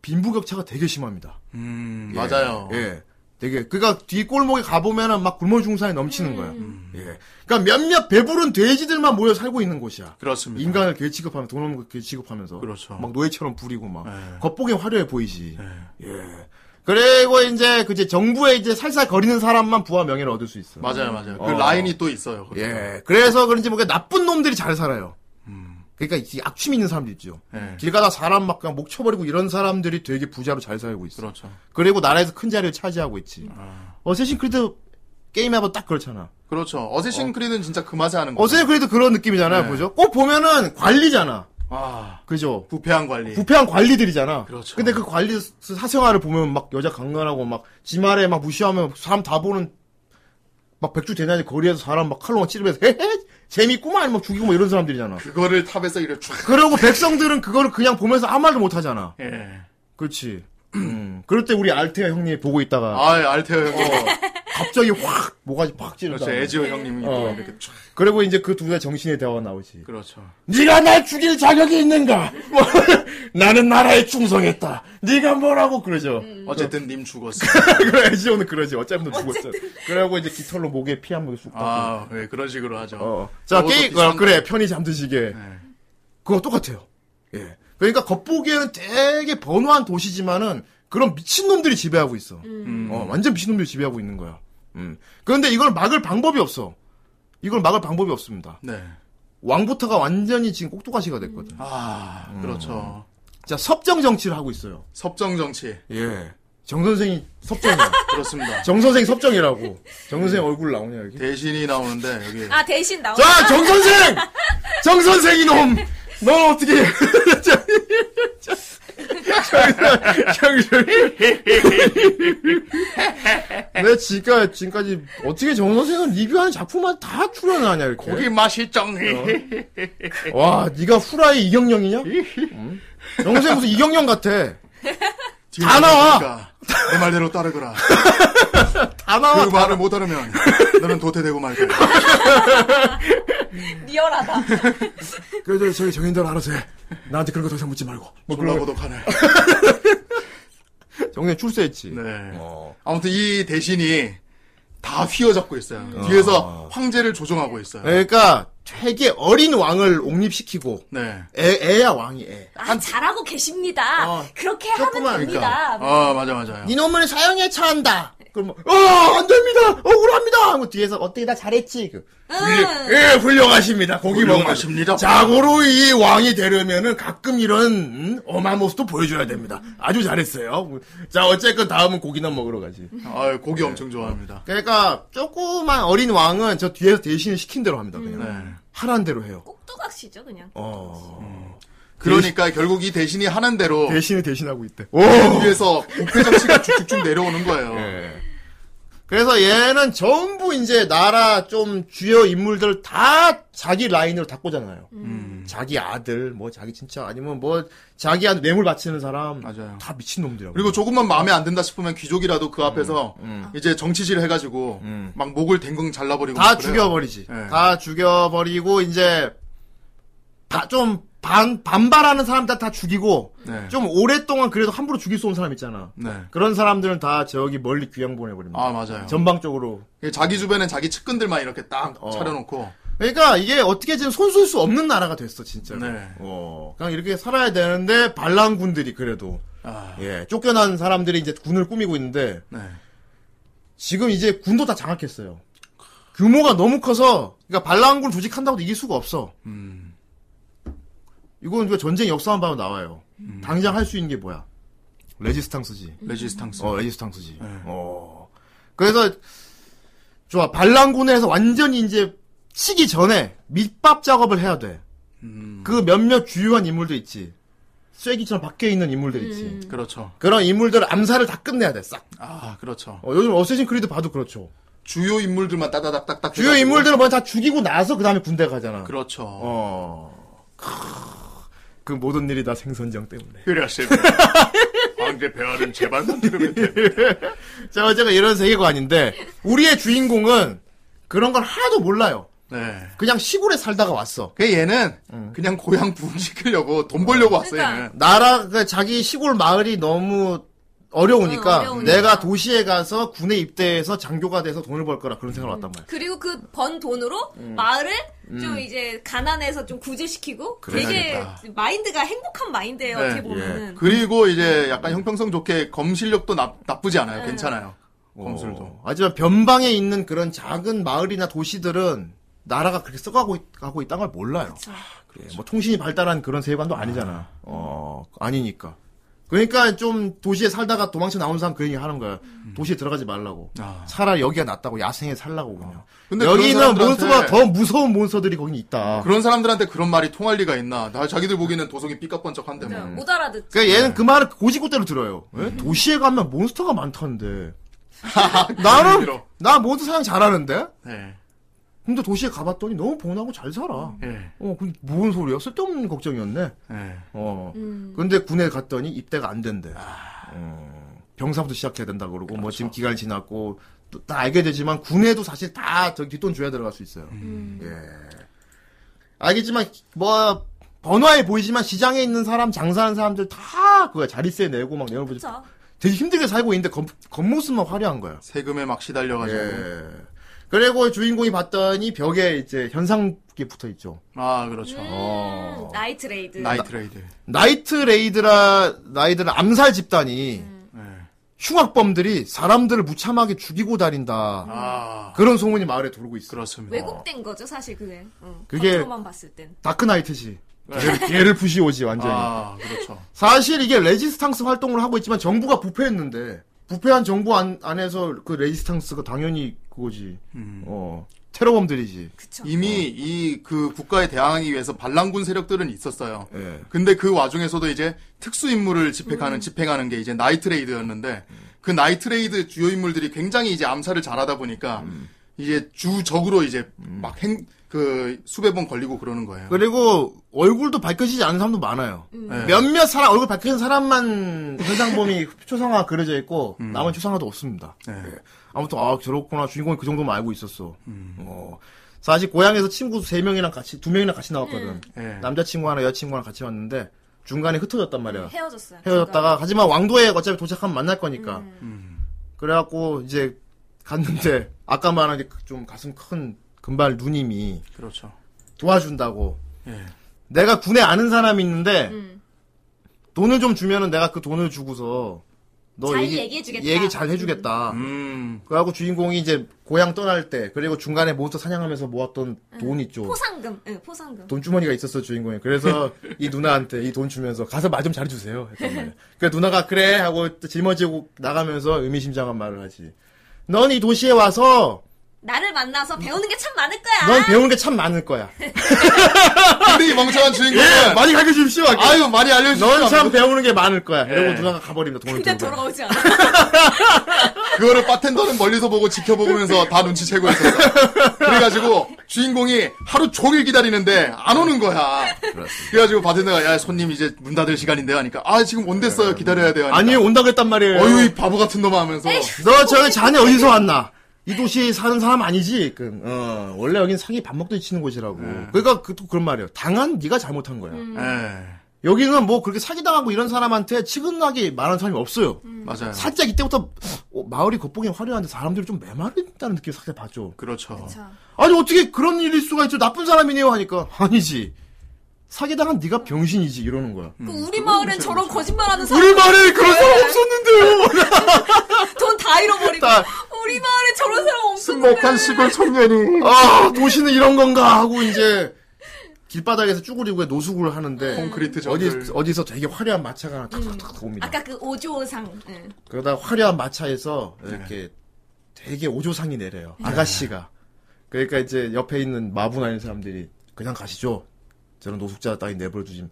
Speaker 1: 빈부격차가 되게 심합니다.
Speaker 2: 음,
Speaker 1: 예.
Speaker 2: 맞아요.
Speaker 1: 예. 되게 그러니까 뒷골목에 가보면은 막 굶어중산이 넘치는 거야. 예. 그러니까 몇몇 배부른 돼지들만 모여 살고 있는 곳이야.
Speaker 2: 그렇습니다.
Speaker 1: 음. 인간을 괴 취급하면 돈 없는 거 취급하면서
Speaker 2: 그렇죠. 네.
Speaker 1: 막 노예처럼 부리고 막
Speaker 2: 예.
Speaker 1: 겉보기엔 화려해 보이지. 예. 그리고 이제 그제 정부에 이제 살살 거리는 사람만 부와 명예를 얻을 수 있어.
Speaker 2: 맞아요, 맞아요. 그
Speaker 1: 어.
Speaker 2: 라인이 또 있어요. 그렇죠.
Speaker 1: 예. 그래서 그런지 뭔가 나쁜 놈들이 잘 살아요.
Speaker 2: 음.
Speaker 1: 그러니까 이 악취미 있는 사람들 있죠.
Speaker 2: 예.
Speaker 1: 길 가다 사람 막 그냥 목 쳐버리고 이런 사람들이 되게 부자로 잘 살고 있어.
Speaker 2: 그렇죠. 아.
Speaker 1: 그리고 나라에서 큰 자리를 차지하고 있지. 어쌔신 크리드 게임 해봐 딱 그렇잖아.
Speaker 2: 그렇죠. 어쌔신 크리드는 진짜 그 맛에 하는 거.
Speaker 1: 어쌔신 크리드 그런 느낌이잖아요.
Speaker 2: 네.
Speaker 1: 그죠? 꼭 보면은 관리잖아.
Speaker 2: 아,
Speaker 1: 그죠?
Speaker 2: 부패한 관리.
Speaker 1: 부패한 관리들이잖아.
Speaker 2: 네. 그렇죠.
Speaker 1: 근데 그 관리 사생활을 보면 막 여자 강간하고 막 지말에 막 무시하면 사람 다 보는 막 백주 대낮에 거리에서 사람 막 칼로 막 찌르면서 헤헤 재밌구만 막 죽이고 뭐 이런 사람들이잖아.
Speaker 2: 그거를 탑에서 이렇게 촥.
Speaker 1: 그러고 백성들은 그거를 그냥 보면서 아무 말도 못 하잖아.
Speaker 2: 예.
Speaker 1: 그렇지. 음. 그럴 때 우리 알테아 형님 보고 있다가
Speaker 2: 아, 예, 알테오 형.
Speaker 1: 갑자기 확 모가지 팍 찌르다.
Speaker 2: 그렇죠. 에지오 형님이
Speaker 1: 어.
Speaker 2: 또 이렇게 촥.
Speaker 1: 그리고 이제 그 둘의 정신의 대화가 나오지.
Speaker 2: 그렇죠.
Speaker 1: 네가 날 죽일 자격이 있는가? 뭐, 나는 나라에 충성했다. 네가 뭐라고 그러죠.
Speaker 2: 음. 어쨌든 님 죽었어.
Speaker 1: 그래 에지오는 그러지. 어차피 너 죽었어. 그래고 이제 깃털로 목에 피 한 모금 쑥. 아.
Speaker 2: 아, 네, 그런 식으로 하죠.
Speaker 1: 어. 자
Speaker 2: 그것도
Speaker 1: 게임
Speaker 2: 비슷한
Speaker 1: 어, 그래 편히 잠드시게.
Speaker 2: 네.
Speaker 1: 그거 똑같아요. 예. 그러니까 겉보기에는 되게 번화한 도시지만은 그런 미친놈들이 지배하고 있어.
Speaker 2: 음.
Speaker 1: 어, 완전 미친놈들이 지배하고 있는 거야. 음. 그런데 이걸 막을 방법이 없어. 이걸 막을 방법이 없습니다.
Speaker 2: 네.
Speaker 1: 왕부터가 완전히 지금 꼭두가시가 됐거든.
Speaker 2: 아, 그렇죠.
Speaker 1: 자, 섭정 정치를 하고 있어요.
Speaker 2: 섭정 정치.
Speaker 1: 예. 정선생이 섭정이야.
Speaker 2: 그렇습니다.
Speaker 1: 정선생 섭정이라고.
Speaker 2: 음.
Speaker 1: 정선생 얼굴 나오냐, 여기?
Speaker 2: 대신이 나오는데, 여기.
Speaker 3: 아 대신 나오.
Speaker 1: 자, 정선생! 정선생 이놈! 넌 어떻게. 자, 자, 정선생. 내 지가 지금까지 어떻게 정선생은 리뷰하는 작품만 다 출연하냐, 이렇게.
Speaker 2: 고기 맛이 짱.
Speaker 1: 와, 네가 후라이 이경영이냐? 응? 정선생 무슨 이경영 같아.
Speaker 2: 뒤로
Speaker 1: 다 나와!
Speaker 2: 가니까 내 말대로 따르거라.
Speaker 1: 다
Speaker 2: 그
Speaker 1: 나와.
Speaker 2: 말을 못 따르면 너는 도태되고 말 거야.
Speaker 3: 리얼하다. 아,
Speaker 1: 그래도 저기 정인들 알아서 해. 나한테 그런 거 더 이상 묻지 말고. 뭐
Speaker 2: 졸라
Speaker 1: 그러고
Speaker 2: 고독하네.
Speaker 1: 정선 출세했지.
Speaker 2: 네.
Speaker 1: 어.
Speaker 2: 아무튼 이 대신이 다 휘어잡고 있어요.
Speaker 1: 음. 아.
Speaker 2: 뒤에서 황제를 조종하고 있어요. 네.
Speaker 1: 그러니까 되게 어린 왕을 옹립시키고 애, 애야 왕이 애.
Speaker 3: 아 잘하고 계십니다.
Speaker 1: 어,
Speaker 3: 그렇게
Speaker 1: 조금만,
Speaker 3: 하면
Speaker 2: 그러니까.
Speaker 3: 됩니다.
Speaker 2: 아, 맞아, 맞아요.
Speaker 1: 네 니놈을 사형에 처한다. 그럼 뭐, 어, 안 됩니다. 억울합니다. 하고 뒤에서 어떻게 다 잘했지. 그. 훌륭-
Speaker 3: 응.
Speaker 1: 예, 훌륭하십니다. 고기
Speaker 2: 훌륭하십니다.
Speaker 1: 먹으십니다. 자고로 이 왕이 되려면은 가끔 이런 음, 엄한 모습도 보여줘야 됩니다. 아주 잘했어요. 자, 어쨌건 다음은 고기나 먹으러 가지.
Speaker 2: 아, 고기
Speaker 1: 예.
Speaker 2: 엄청 좋아합니다.
Speaker 1: 그러니까 조그만 어린 왕은 저 뒤에서 대신을 시킨 대로 합니다. 그냥
Speaker 2: 네.
Speaker 1: 하란 대로 해요.
Speaker 3: 꼭두각시죠 그냥.
Speaker 1: 어.
Speaker 2: 그러니까 결국 이 대신이 하는 대로
Speaker 1: 대신을 대신하고 있대.
Speaker 2: 위에서 국회 정치가 쭉쭉쭉 내려오는 거예요.
Speaker 1: 예. 그래서 얘는 전부 이제 나라 좀 주요 인물들 다 자기 라인으로 다 꽂아놔요.
Speaker 2: 음.
Speaker 1: 자기 아들, 뭐 자기 친척 아니면 뭐 자기한테 뇌물 바치는 사람
Speaker 2: 맞아요.
Speaker 1: 다 미친 놈들이라고.
Speaker 2: 그리고 조금만 마음에 안 든다 싶으면 귀족이라도 그 앞에서
Speaker 1: 음.
Speaker 2: 이제 정치질 해가지고 막 목을 댕궁 잘라버리고
Speaker 1: 다
Speaker 2: 막 그래요.
Speaker 1: 죽여버리지.
Speaker 2: 예.
Speaker 1: 다 죽여버리고 이제 다좀 반발하는 사람들 다 죽이고
Speaker 2: 네.
Speaker 1: 좀 오랫동안 그래도 함부로 죽일 수 온 사람 있잖아.
Speaker 2: 네.
Speaker 1: 그런 사람들은 다 저기 멀리 귀양 보내버립니다.
Speaker 2: 아 맞아요.
Speaker 1: 전방적으로
Speaker 2: 자기 주변엔 자기 측근들만 이렇게 딱
Speaker 1: 어.
Speaker 2: 차려놓고
Speaker 1: 그러니까 이게 어떻게 지금 손쓸 수 없는 나라가 됐어 진짜.
Speaker 2: 네.
Speaker 1: 어, 그냥 이렇게 살아야 되는데 반란군들이 그래도
Speaker 2: 아,
Speaker 1: 예 쫓겨난 사람들이 이제 군을 꾸미고 있는데
Speaker 2: 네.
Speaker 1: 지금 이제 군도 다 장악했어요. 규모가 너무 커서 그러니까 반란군 조직한다고 도 이길 수가 없어.
Speaker 2: 음.
Speaker 1: 이건 그 전쟁 역사만 봐도 나와요.
Speaker 2: 음.
Speaker 1: 당장 할 수 있는 게 뭐야? 레지스탕스지.
Speaker 2: 레지스탕스.
Speaker 1: 어 레지스탕스지.
Speaker 2: 네.
Speaker 1: 어 그래서 좋아 반란군에서 완전히 이제 치기 전에 밑밥 작업을 해야 돼.
Speaker 2: 음.
Speaker 1: 그 몇몇 주요한 인물들 있지. 쐐기처럼 밖에 있는 인물들 있지.
Speaker 2: 그렇죠.
Speaker 1: 그런 인물들 암살을 다 끝내야 돼, 싹.
Speaker 2: 아 그렇죠.
Speaker 1: 어, 요즘 어쌔신 크리드 봐도 그렇죠.
Speaker 2: 주요 인물들만 따다닥닥닥.
Speaker 1: 주요
Speaker 2: 해가지고.
Speaker 1: 인물들은 먼저 다 죽이고 나서 그 다음에 군대 가잖아.
Speaker 2: 그렇죠.
Speaker 1: 어. 크으. 그 모든 일이 다 생선정 때문에.
Speaker 2: 그렇습니다. 황제 폐하는 제발만 들으면 돼.
Speaker 1: 자, 어제가 이런 세계관인데, 우리의 주인공은 그런 걸 하나도 몰라요.
Speaker 2: 네.
Speaker 1: 그냥 시골에 살다가 왔어.
Speaker 2: 그 얘는 그냥 고향 부흥시키려고 돈 벌려고 왔어요.
Speaker 3: 그러니까.
Speaker 2: 얘는.
Speaker 1: 나라, 그 자기 시골 마을이 너무 어려우니까,
Speaker 3: 응, 어려우니까.
Speaker 1: 내가 도시에 가서 군에 입대해서 장교가 돼서 돈을 벌 거라 그런
Speaker 3: 음.
Speaker 1: 생각을 왔단 말이야.
Speaker 3: 그리고 그 번 돈으로 마을을 좀 이제 가난에서 좀 구제시키고
Speaker 2: 그러니까.
Speaker 3: 되게 마인드가 행복한 마인드예요
Speaker 2: 네.
Speaker 3: 어떻게 보면은.
Speaker 2: 그리고 이제 약간 형평성 좋게 검 실력도 나, 나쁘지 않아요. 괜찮아요. 검술도.
Speaker 1: 어, 하지만 변방에 있는 그런 작은 마을이나 도시들은 나라가 그렇게 써가고 있, 가고 있다는 걸 몰라요. 예, 뭐 통신이 발달한 그런 세계관도 아니잖아. 어, 아니니까. 그러니까 좀 도시에 살다가 도망쳐 나온 사람 그 얘기 하는 거야. 도시에 들어가지 말라고.
Speaker 2: 음. 아.
Speaker 1: 차라리 여기가 낫다고 야생에 살라고 그냥.
Speaker 2: 근데
Speaker 1: 여기
Speaker 2: 그런
Speaker 1: 있는
Speaker 2: 사람들한테-
Speaker 1: 몬스터보다 더 무서운 몬스터들이 거기 있다.
Speaker 2: 그런 사람들한테 그런 말이 통할 리가 있나? 나 자기들 보기에는 도속이 삐까뻔쩍한데 뭐.
Speaker 3: 그냥 못 알아듣지.
Speaker 1: 그러니까
Speaker 2: 네.
Speaker 1: 얘는 그 말을 고지고대로 들어요. 예?
Speaker 2: 음.
Speaker 1: 도시에 가면 몬스터가 많다는데. 나는
Speaker 2: 들어.
Speaker 1: 나 몬스터 사냥 잘하는데.
Speaker 2: 네.
Speaker 1: 근데 도시에 가봤더니 너무 번하고 잘
Speaker 3: 음.
Speaker 1: 살아.
Speaker 2: 예.
Speaker 1: 어, 그 뭔 소리야? 쓸데없는 걱정이었네.
Speaker 2: 예.
Speaker 1: 어.
Speaker 3: 음. 아.
Speaker 1: 근데 군에
Speaker 3: 그렇죠.
Speaker 1: 갔더니 입대가 안 된대. 어, 병사부터 시작해야 된다 그러고 뭐 지금 기간이 지났고 또다 알게 되지만 군에도 사실 다 저기 뒷돈 줘야 들어갈 수 있어요.
Speaker 3: 음.
Speaker 1: 예. 알겠지만 뭐 번화해 보이지만 시장에 있는 사람 장사하는 사람들 다 그거 자릿세 내고 막 내놓고
Speaker 3: 그렇죠.
Speaker 1: 되게 힘들게 살고 있는데 겉, 겉모습만 화려한 거야.
Speaker 2: 세금에 막 시달려가지고.
Speaker 1: 예. 그리고 주인공이 봤더니 벽에 이제 현상기 붙어 있죠.
Speaker 2: 아, 그렇죠.
Speaker 1: 어.
Speaker 3: 음, 나이 트레이드.
Speaker 2: 나이 트레이드.
Speaker 1: 나이트 레이드라 나이들 암살 집단이
Speaker 2: 예.
Speaker 1: 흉악범들이 사람들을 무참하게 죽이고 다닌다.
Speaker 2: 아,
Speaker 1: 그런 소문이 마을에 돌고 있어.
Speaker 2: 그렇습니다.
Speaker 3: 왜곡된 거죠, 사실 그게. 응.
Speaker 1: 그게-
Speaker 3: 겉으로만 봤을 땐.
Speaker 1: 다크나이트지. 얘를, 얘를 부시오지 완전히.
Speaker 2: 네. 아, 그렇죠.
Speaker 1: 사실 이게 레지스탕스 활동을 하고 있지만 정부가 부패했는데 부패한 정부 안, 안에서 그 레지스탕스가 당연히 그거지.
Speaker 2: 음.
Speaker 1: 어 테러범들이지.
Speaker 3: 그쵸.
Speaker 2: 이미 이 그 국가에 대항하기 위해서 반란군 세력들은 있었어요.
Speaker 1: 예.
Speaker 2: 근데 그 와중에서도 이제 특수 인물을 집행하는 집행하는 게 이제 나이트레이드였는데 그 나이트레이드 주요 인물들이 굉장히 이제 암살을 잘하다 보니까 이제 주적으로 이제 막 행 그 수백 번 걸리고 그러는 거예요.
Speaker 1: 그리고 얼굴도 밝혀지지 않은 사람도 많아요.
Speaker 2: 예.
Speaker 1: 몇몇 사람 얼굴 밝힌 사람만 현상범이 초상화 그려져 있고
Speaker 2: 음.
Speaker 1: 남은 초상화도 없습니다.
Speaker 2: 예.
Speaker 1: 예. 아무튼 아 저렇구나 주인공이 그 정도만 알고 있었어.
Speaker 2: 음.
Speaker 1: 어. 사실 고향에서 친구 세 명이랑 같이 두 명이랑 같이 나왔거든.
Speaker 2: 예.
Speaker 1: 남자 친구 하나 여자 친구 하나 같이 왔는데 중간에 흩어졌단
Speaker 2: 음.
Speaker 1: 말이야.
Speaker 3: 음, 헤어졌어요. 그러니까
Speaker 1: 헤어졌다가 하지만 왕도에 어차피 도착하면 만날 거니까
Speaker 2: 음.
Speaker 1: 그래갖고 이제 갔는데 아까 말한 그 좀 가슴 큰 금발 누님이
Speaker 2: 그렇죠.
Speaker 1: 도와준다고
Speaker 2: 예.
Speaker 1: 내가 군에 아는 사람이 있는데
Speaker 3: 음.
Speaker 1: 돈을 좀 주면은 내가 그 돈을 주고서 너
Speaker 3: 잘
Speaker 1: 얘기
Speaker 3: 얘기해주겠다.
Speaker 1: 얘기 잘 해주겠다.
Speaker 2: 음.
Speaker 1: 그래갖고 주인공이 이제 고향 떠날 때 그리고 중간에 몬스터 사냥하면서 모았던 돈 있죠.
Speaker 3: 음. 포상금. 응, 포상금.
Speaker 1: 돈주머니가 있었어 주인공이. 그래서 이 누나한테 이 돈 주면서 가서 말 좀 잘해주세요. 했단 말이야. 그 누나가 그래 하고 또 짊어지고 나가면서 의미심장한 말을 하지. 넌 이 도시에 와서
Speaker 3: 나를 만나서 배우는 게 참 많을 거야.
Speaker 1: 넌 배우는 게 참 많을 거야.
Speaker 2: 근데 이 멍청한 주인공은
Speaker 1: 많이 가르쳐 주십시오.
Speaker 2: 아유 많이 알려주시면
Speaker 1: 넌
Speaker 2: 안
Speaker 1: 참
Speaker 2: 돼요.
Speaker 1: 배우는 게 많을 거야.
Speaker 2: 뭐- 예.
Speaker 1: 이러고 누나가 가버립니다. 돈을
Speaker 3: 근데
Speaker 1: 들고.
Speaker 3: 돌아오지 않아.
Speaker 2: 그거를 바텐더는 멀리서 보고 지켜보면서 다 눈치채고 있었어. 그래가지고 주인공이 하루 종일 기다리는데 안 오는 거야. 그래가지고 바텐더가 야 손님 이제 문 닫을 시간인데요 하니까 아 지금 온댔어요 기다려야 돼요. 하니까
Speaker 1: 네. 아니 온다 그랬단 말이에요.
Speaker 2: 어유 이 바보 같은 놈아 하면서
Speaker 1: 너 저기 자네 어디서 왔나? 이 도시에 사는 사람 아니지? 그, 어, 원래 여긴 사기 밥 먹듯이 치는 곳이라고.
Speaker 2: 음.
Speaker 1: 그러니까 그, 또 그런 말이에요. 당한 네가 잘못한 거야.
Speaker 2: 예
Speaker 1: 여기는 뭐 그렇게 사기당하고 이런 사람한테 치근하게 말하는 사람이 없어요.
Speaker 2: 맞아요.
Speaker 1: 살짝 이때부터 어, 마을이 겉보기 화려한데 사람들이 좀 메마른다는 느낌을 살짝 봤죠.
Speaker 2: 그렇죠.
Speaker 1: 아니 어떻게 그런 일일 수가 있죠? 나쁜 사람이네요 하니까 아니지. 사기당한 네가 병신이지 이러는 거야.
Speaker 3: 그 우리 마을엔 저런 거짓말하는 사람
Speaker 1: 음. 우리 마을에 그런
Speaker 2: 네.
Speaker 1: 사람 없었는데요.
Speaker 3: 돈 다 잃어버리고
Speaker 1: 다-
Speaker 3: 우리 마을엔 저런 사람 없었는데
Speaker 2: 스모크한 시골 청년이
Speaker 1: 아 도시는 이런 건가 하고 이제 길바닥에서 쭈구리고 노숙을 하는데
Speaker 2: 콘크리트
Speaker 1: 어디
Speaker 2: 저들. 음.
Speaker 1: 어디서 되게 화려한 마차가 하나 탁탁탁 옵니다.
Speaker 3: 아까 그 오조상 응.
Speaker 1: 그러다 화려한 마차에서
Speaker 2: 네.
Speaker 1: 이렇게 되게 오조상이 내려요. 아가씨가. 그러니까 이제 옆에 있는 마분 아닌 사람들이 그냥 가시죠. 저런 노숙자 따위 내버려 두지.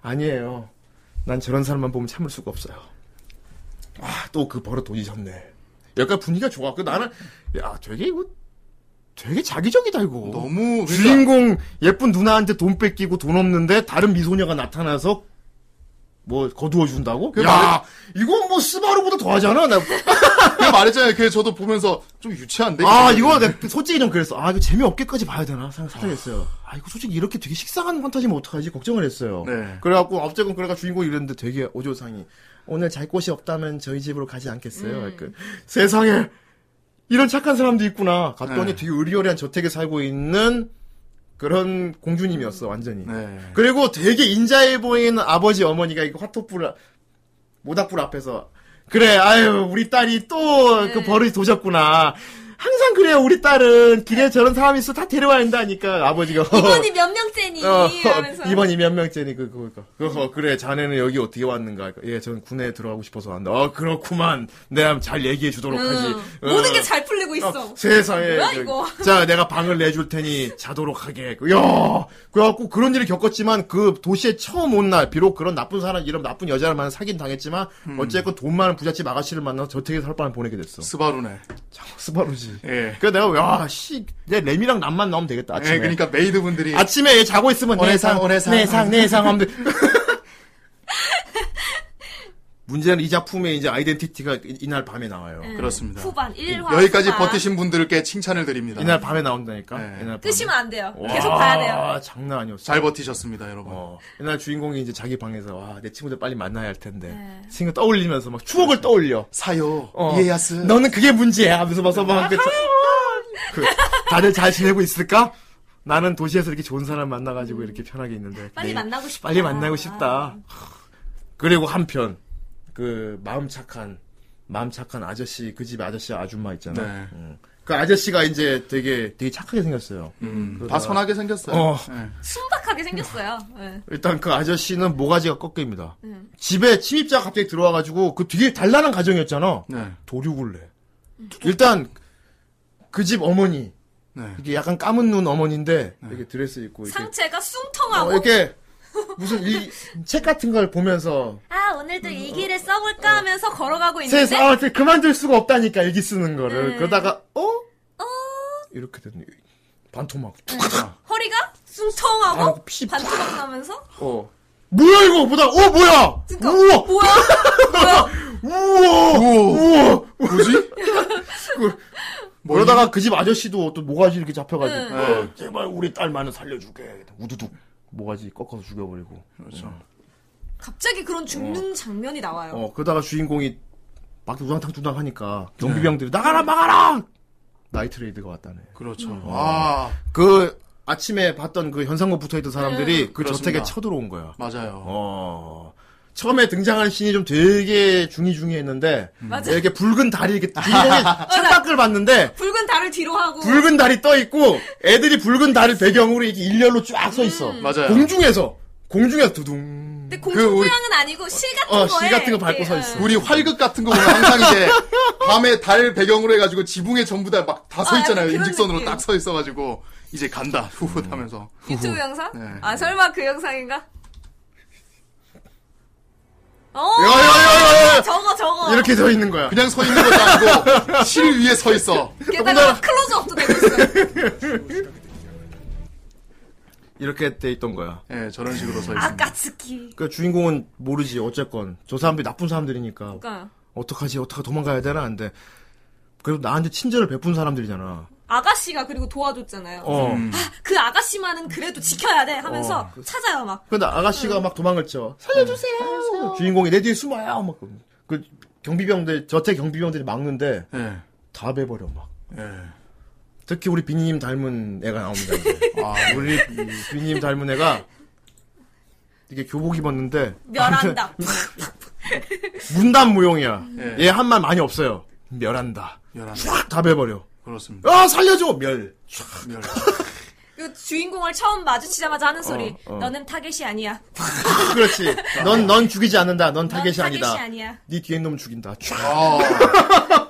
Speaker 1: 아니에요. 난 저런 사람만 보면 참을 수가 없어요. 아, 또 그 버릇 도지셨네. 약간 분위기가 좋아. 그 나는 야, 되게 이거 되게 자기적이다 이거.
Speaker 2: 너무 그러니까
Speaker 1: 주인공 예쁜 누나한테 돈 뺏기고 돈 없는데 다른 미소녀가 나타나서 뭐 거두어 준다고?
Speaker 2: 그게
Speaker 1: 야, 이건 뭐 스바루보다 더하잖아. 나.
Speaker 2: 그냥 말했잖아요. 그 저도 보면서 좀 유치한데.
Speaker 1: 아, 이거 내가 솔직히 좀 그랬어. 아, 이거 재미없게까지 봐야 되나 생각 살짝 했어요. 아, 이거 솔직히 이렇게 되게 식상한 판타지면 어떡하지 걱정을 했어요.
Speaker 2: 네.
Speaker 1: 그래갖고 어쨌건 그래가 주인공이 이랬는데 되게 오조상이 오늘 잘 곳이 없다면 저희 집으로 가지 않겠어요.
Speaker 2: 음.
Speaker 1: 그, 세상에 이런 착한 사람도 있구나. 갔더니
Speaker 2: 네.
Speaker 1: 되게 의리어리한 저택에 살고 있는 그런 공주님이었어 완전히.
Speaker 2: 네.
Speaker 1: 그리고 되게 인자해 보이는 아버지 어머니가 이거 화톡불 아- 모닥불 앞에서 그래 아유 우리 딸이 또 그
Speaker 3: 네.
Speaker 1: 버릇이 도졌구나 항상 그래요 우리 딸은 길에 저런 사람이 있어 다 데려와야 한다니까 아버지가
Speaker 3: 네. 이번이 몇 명째니
Speaker 1: 어,
Speaker 3: 이러면서
Speaker 1: 이번이 몇 명째니 그 그거 그거 어, 그래 자네는 여기 어떻게 왔는가 예 저는 군에 들어가고 싶어서 왔다 어 그렇구만 내가 잘 얘기해 주도록 하지
Speaker 3: 응.
Speaker 1: 어.
Speaker 3: 음, 모든 게 잘 풀리고 있어
Speaker 1: 어, 세상에.
Speaker 3: 뭐야,
Speaker 1: 저기,
Speaker 3: 이거?
Speaker 1: 자, 내가 방을 내줄 테니 자도록 하게. 그, 야, 그래갖고 그런 일을 겪었지만 그 도시에 처음 온 날, 비록 그런 나쁜 사람, 이런 나쁜 여자를 만나 사긴 당했지만
Speaker 2: 음.
Speaker 1: 어쨌건 돈 많은 부잣집 아가씨를 만나서 저택에서 하룻밤을 보내게 됐어.
Speaker 2: 스바루네.
Speaker 1: 스바루지.
Speaker 2: 예.
Speaker 1: 그래 내가 야, 씨, 내 램이랑 남만 나오면 되겠다. 아침에.
Speaker 2: 예, 그러니까 메이드 분들이
Speaker 1: 아침에 얘 자고 있으면
Speaker 2: 오래상,
Speaker 1: 내상,
Speaker 2: 오래상.
Speaker 1: 내상, 내상 하면 돼. 문제는 이 작품의 이제 아이덴티티가 이- 이날 밤에 나와요.
Speaker 2: 그렇습니다.
Speaker 3: 예. 후반 1화
Speaker 2: 여기까지 버티신 분들께 칭찬을 드립니다.
Speaker 1: 이날 밤에 나온다니까.
Speaker 2: 네.
Speaker 1: 이날 밤에.
Speaker 3: 끄시면 안 돼요.
Speaker 1: 와,
Speaker 3: 계속 봐야 돼요.
Speaker 1: 장난 아니었어.
Speaker 2: 잘 버티셨습니다, 여러분.
Speaker 1: 어, 옛날 주인공이 이제 자기 방에서 와, 내 친구들 빨리 만나야 할 텐데.
Speaker 3: 네.
Speaker 1: 친구 떠올리면서 막 추억을 떠올려.
Speaker 2: 사요,
Speaker 1: 어.
Speaker 2: 이에야스.
Speaker 1: 너는 그게 문제야 하면서 막
Speaker 3: 아,
Speaker 1: 서방 그, 그 다들 잘 지내고 있을까? 나는 도시에서 이렇게 좋은 사람 만나가지고 이렇게 편하게 있는데
Speaker 3: 음. 빨리
Speaker 1: 내일
Speaker 3: 만나고 아. 싶다.
Speaker 1: 네. 빨리 만나고 싶다. 그리고 한편 그 마음 착한 마음 착한 아저씨 그 집 아저씨 아줌마 있잖아.
Speaker 2: 네.
Speaker 1: 음. 그 아저씨가 이제 되게 되게 착하게 생겼어요.
Speaker 2: 음, 다 선하게 생겼어요.
Speaker 1: 어.
Speaker 2: 네.
Speaker 3: 순박하게 생겼어요. 예.
Speaker 1: 일단 그 아저씨는 모가지가 꺾입니다.
Speaker 3: 네.
Speaker 1: 집에 침입자가 갑자기 들어와가지고 그 되게 단란한 가정이었잖아.
Speaker 2: 네.
Speaker 1: 도륙을 내.
Speaker 3: 음.
Speaker 1: 일단 그 집 어머니
Speaker 2: 네.
Speaker 1: 이게 약간 까만 눈 어머니인데 이렇게 드레스 입고 이렇게,
Speaker 3: 상체가
Speaker 1: 어,
Speaker 3: 숭통하고
Speaker 1: 이렇게 무슨 이 책 같은 걸 보면서
Speaker 3: 아 오늘도 이 길에 써볼까 하면서 걸어가고 있는데
Speaker 1: 세상 아, 그만둘 수가 없다니까 일기 쓰는 거를
Speaker 3: 네.
Speaker 1: 그러다가 어? 이렇게 되는 반토막
Speaker 3: 허리가 숭통하고
Speaker 1: 아, 피-
Speaker 3: 네. 어? 반토막 나면서
Speaker 1: 어 뭐야 이거 보다 어 뭐야
Speaker 3: 그러니까
Speaker 1: 우와
Speaker 3: 뭐야 뭐야
Speaker 1: 우와 우와
Speaker 2: 뭐지?
Speaker 3: 뭐
Speaker 2: 뭐
Speaker 1: 그러다가 그 집 아저씨도 또 모가지 이렇게 잡혀가지고
Speaker 2: 네.
Speaker 1: 어, 제발 우리 딸만은 살려줄게 우두둑 모가지 꺾어서 죽여버리고 그렇죠
Speaker 3: 갑자기 그런 죽는 장면이 나와요.
Speaker 1: 어, 그러다가 주인공이 막 우당탕두당 하니까
Speaker 2: 네.
Speaker 1: 경비병들이 나가라 막아라 나이트레이드가 왔다네.
Speaker 2: 그렇죠.
Speaker 1: 음.
Speaker 2: 아,
Speaker 1: 그 아침에 봤던 그 현상금 붙어있던
Speaker 3: 네.
Speaker 1: 사람들이 그
Speaker 2: 그렇습니다.
Speaker 1: 저택에 쳐들어온 거야.
Speaker 2: 맞아요.
Speaker 1: 어. 처음에 등장하는 신이 좀 되게 중이중이했는데
Speaker 3: 음. 맞아.
Speaker 1: 이렇게 붉은 달이 이렇게 주인공이 창밖을 봤는데
Speaker 3: 붉은 달을 뒤로 하고
Speaker 1: 붉은 달이 떠 있고 애들이 붉은 달을 배경으로 이렇게 일렬로 쫙 서 있어.
Speaker 2: 맞아요.
Speaker 1: 공중에서 공중에서 두둥.
Speaker 3: 근데
Speaker 2: 그 우리-
Speaker 3: 공중부양은 아니고 실 같은
Speaker 1: 어,
Speaker 3: 거에
Speaker 1: 실 같은 거 밟고
Speaker 3: 이렇게,
Speaker 1: 서 있어.
Speaker 3: 예.
Speaker 2: 우리 활극 같은 거 보면 항상 이제 밤에 달 배경으로 해가지고 지붕에 전부 다 막 다 서
Speaker 3: 아,
Speaker 2: 있잖아요.
Speaker 3: 약간 그런
Speaker 2: 인직선으로
Speaker 3: 느낌.
Speaker 2: 딱 서 있어가지고 이제 간다 후훗 하면서
Speaker 1: 음.
Speaker 3: 유튜브 영상?
Speaker 2: 네.
Speaker 3: 아 설마 그 영상인가? 어
Speaker 1: 야야야야
Speaker 3: 저거 저거
Speaker 1: 이렇게 서 있는 거야.
Speaker 2: 그냥 서 있는 것도 아니고 실 위에 서 있어.
Speaker 3: 게다가 클로즈업도 되고 있어요.
Speaker 1: 이렇게 돼 있던 거야.
Speaker 2: 예, 저런 식으로 서 있습니다.
Speaker 3: 아까츠키.
Speaker 1: 그 주인공은 모르지 어쨌건 저 사람들이 나쁜 사람들이니까
Speaker 3: 그러니까
Speaker 1: 어떡하지 어떡하 도망가야 되나 근데 그래도 나한테 친절을 베푼 사람들이잖아
Speaker 3: 아가씨가 그리고 도와줬잖아요.
Speaker 1: 어
Speaker 2: 음.
Speaker 3: 아, 그 아가씨만은 그래도 지켜야 돼 하면서
Speaker 1: 그
Speaker 3: 찾아요 막.
Speaker 1: 근데 아가씨가 막 도망을 쳐 살려주세요 주인공이 내 뒤에 숨어요 막그 경비병들 저택 경비병들이 막는데
Speaker 2: 예,
Speaker 1: 다 베버려 막
Speaker 2: 예.
Speaker 1: 특히 우리 비니님 닮은 애가 나옵니다 이제.
Speaker 2: 아,
Speaker 1: 우리 비- 비니님 닮은 애가 이게 교복 입었는데
Speaker 3: 멸한다.
Speaker 1: 그 문단무용이야
Speaker 2: 예.
Speaker 1: 얘 한 말 많이 없어요 멸한다
Speaker 2: 열한
Speaker 1: 쫙다 베버려
Speaker 2: 그렇습니다.
Speaker 1: 아 살려줘 멸
Speaker 2: 열.
Speaker 3: 그 주인공을 처음 마주치자마자 하는 소리.
Speaker 1: 어.
Speaker 3: 너는 타겟이 아니야.
Speaker 1: 그렇지. 넌, 넌 죽이지 않는다. 넌 타겟이
Speaker 3: 넌 타겟이
Speaker 1: 아니다.
Speaker 3: 아니야.
Speaker 1: 네 뒤에 놈 죽인다. 촤악.
Speaker 2: 아,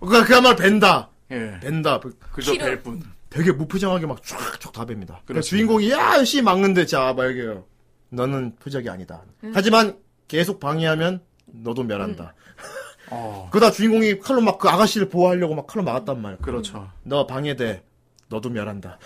Speaker 1: 그가 그야말로 벤다.
Speaker 2: 예.
Speaker 1: 벤다. 그-
Speaker 2: 그저
Speaker 3: 키로.
Speaker 2: 뵐 뿐.
Speaker 1: 되게 무표정하게 막 쫙쫙 다 뱁니다. 그러니까
Speaker 2: 그렇습니다.
Speaker 1: 주인공이 야, 열심히 막는데, 자, 말게요. 너는 표적이 아니다. 하지만 계속 방해하면 너도 멸한다.
Speaker 2: 어,
Speaker 1: 그러다 주인공이 칼로 막 그 아가씨를 보호하려고 막 칼로 막았단 말이야.
Speaker 2: 그렇죠.
Speaker 1: 너 방해돼. 너도 멸한다.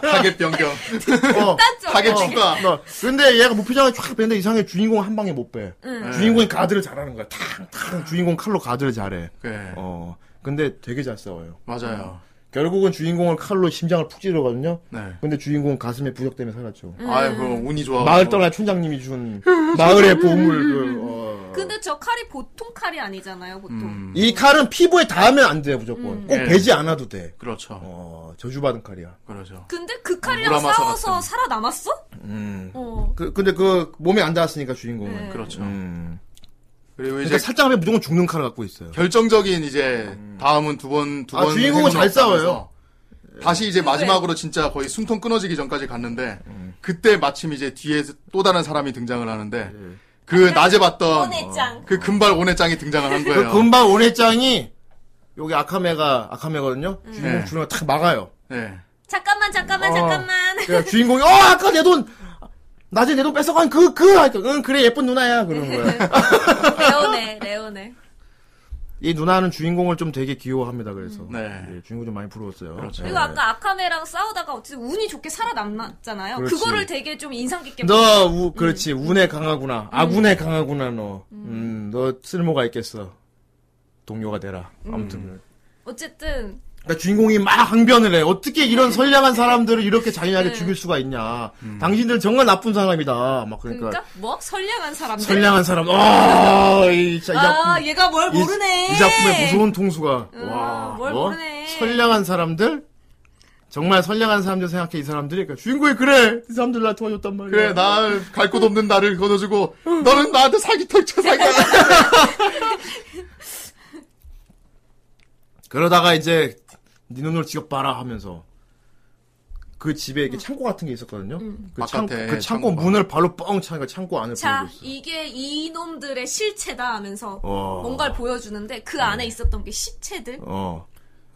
Speaker 2: 타겟 변경,
Speaker 1: 어,
Speaker 3: 딴쪽.
Speaker 2: 타겟 추가.
Speaker 1: 너. 근데 얘가 무표정하게 쫙 뱉는데 이상하게 주인공 한 방에 못 빼.
Speaker 2: 네.
Speaker 3: 응.
Speaker 1: 주인공이 가드를 잘하는 거야. 탕, 탕. 주인공 칼로 가드를 잘해.
Speaker 2: 예,
Speaker 1: 어. 근데 되게 잘 싸워요.
Speaker 2: 맞아요.
Speaker 1: 결국은 주인공을 칼로 심장을 푹 찌르거든요.
Speaker 2: 네.
Speaker 1: 근데 주인공 가슴에 부적 때문에 살았죠.
Speaker 3: 음.
Speaker 2: 아유, 그 운이 좋아.
Speaker 1: 마을 떠난 춘장님이 준 마을의 보물. 그, 어.
Speaker 3: 근데 저 칼이 보통 칼이 아니잖아요, 보통.
Speaker 2: 음,
Speaker 1: 이 칼은 피부에 닿으면 안 돼요, 무조건.
Speaker 3: 음.
Speaker 1: 꼭
Speaker 2: 네.
Speaker 1: 베지 않아도 돼.
Speaker 2: 그렇죠.
Speaker 1: 어, 저주받은 칼이야.
Speaker 2: 그렇죠.
Speaker 3: 근데 그 칼이랑
Speaker 2: 무라마사
Speaker 3: 싸워서
Speaker 2: 같은.
Speaker 3: 살아남았어?
Speaker 1: 음.
Speaker 3: 어.
Speaker 1: 그, 근데 그, 몸에 안 닿았으니까, 주인공은.
Speaker 3: 네.
Speaker 2: 그렇죠.
Speaker 1: 음.
Speaker 2: 그리고 이제
Speaker 1: 그러니까 살짝 하면 무조건 죽는 칼을 갖고 있어요.
Speaker 2: 결정적인 이제 다음은 두 번, 두
Speaker 1: 아,
Speaker 2: 번.
Speaker 1: 주인공은
Speaker 2: 행운
Speaker 1: 잘
Speaker 2: 없다면서
Speaker 1: 싸워요.
Speaker 2: 다시 이제 마지막으로 진짜 거의 숨통 끊어지기 전까지 갔는데,
Speaker 1: 음.
Speaker 2: 그때 마침 이제 뒤에 또 다른 사람이 등장을 하는데,
Speaker 1: 예.
Speaker 2: 그 낮에 봤던
Speaker 3: 오네짱.
Speaker 2: 그 금발 오네짱이 등장을 한
Speaker 1: 그
Speaker 2: 거예요.
Speaker 1: 금방 오네짱이, 여기 아카메가, 아카메거든요?
Speaker 4: 음.
Speaker 1: 주인공
Speaker 2: 네.
Speaker 1: 주인공 탁 막아요.
Speaker 2: 네.
Speaker 3: 잠깐만, 잠깐만,
Speaker 1: 어.
Speaker 3: 잠깐만.
Speaker 1: 그러니까 주인공이 어 아까 내 돈 낮에 내 돈 뺏어간 그." 그그 그, 하니까 응 그래 예쁜 누나야 그러는 거야
Speaker 3: 레오네, 레오네.
Speaker 1: 이 누나는 주인공을 좀 되게 귀여워합니다. 그래서
Speaker 2: 네.
Speaker 1: 예, 주인공 좀 많이 부러웠어요.
Speaker 2: 그렇죠.
Speaker 1: 예.
Speaker 4: 그리고 아까 아카메랑 싸우다가 어쨌든 운이 좋게 살아남았잖아요.
Speaker 1: 그렇지.
Speaker 4: 그거를 되게 좀 인상 깊게
Speaker 1: 너
Speaker 4: 음.
Speaker 1: 우, 그렇지 운에 강하구나 아군에 강하구나 너. 음, 너 쓸모가 있겠어. 동료가 되라.
Speaker 4: 음.
Speaker 1: 아무튼.
Speaker 4: 어쨌든
Speaker 1: 그러니까 주인공이 막 항변을 해. 어떻게
Speaker 4: 네.
Speaker 1: 이런 선량한 사람들을 이렇게 잔인하게 죽일 수가 있냐.
Speaker 2: 음.
Speaker 1: 당신들 정말 나쁜 사람이다. 막 그러니까,
Speaker 4: 그러니까 뭐 선량한 사람들.
Speaker 1: 선량한 사람. 아, 이, 자, 이 작품.
Speaker 4: 아 얘가 뭘
Speaker 1: 이-
Speaker 4: 모르네.
Speaker 1: 이, 작품의 무서운 통수가.
Speaker 4: 음,
Speaker 1: 와,
Speaker 4: 뭘
Speaker 1: 뭐?
Speaker 4: 모르네.
Speaker 1: 선량한 사람들? 정말 선량한 사람들 생각해, 이 사람들이. 그러니까 주인공이 그래! 이 사람들 나 도와줬단 말이야.
Speaker 2: 그래, 나 갈 곳 없는 나를 걷어주고, 너는 나한테 사기 털쳐 사기.
Speaker 1: 그러다가 이제, 네 눈으로 직업 봐라 하면서. 그 집에
Speaker 4: 음.
Speaker 1: 이렇게 창고 같은 게 있었거든요. 그, 창,
Speaker 2: 바깥에
Speaker 1: 그 창고
Speaker 2: 창고 봐.
Speaker 1: 문을 발로 뻥 차니까 창고 안을 보고
Speaker 4: 자
Speaker 1: 있어.
Speaker 4: 이게 이놈들의 실체다 하면서
Speaker 1: 어. 네.
Speaker 4: 뭔가를 보여주는데 그 안에 있었던 게 시체들.
Speaker 1: 어.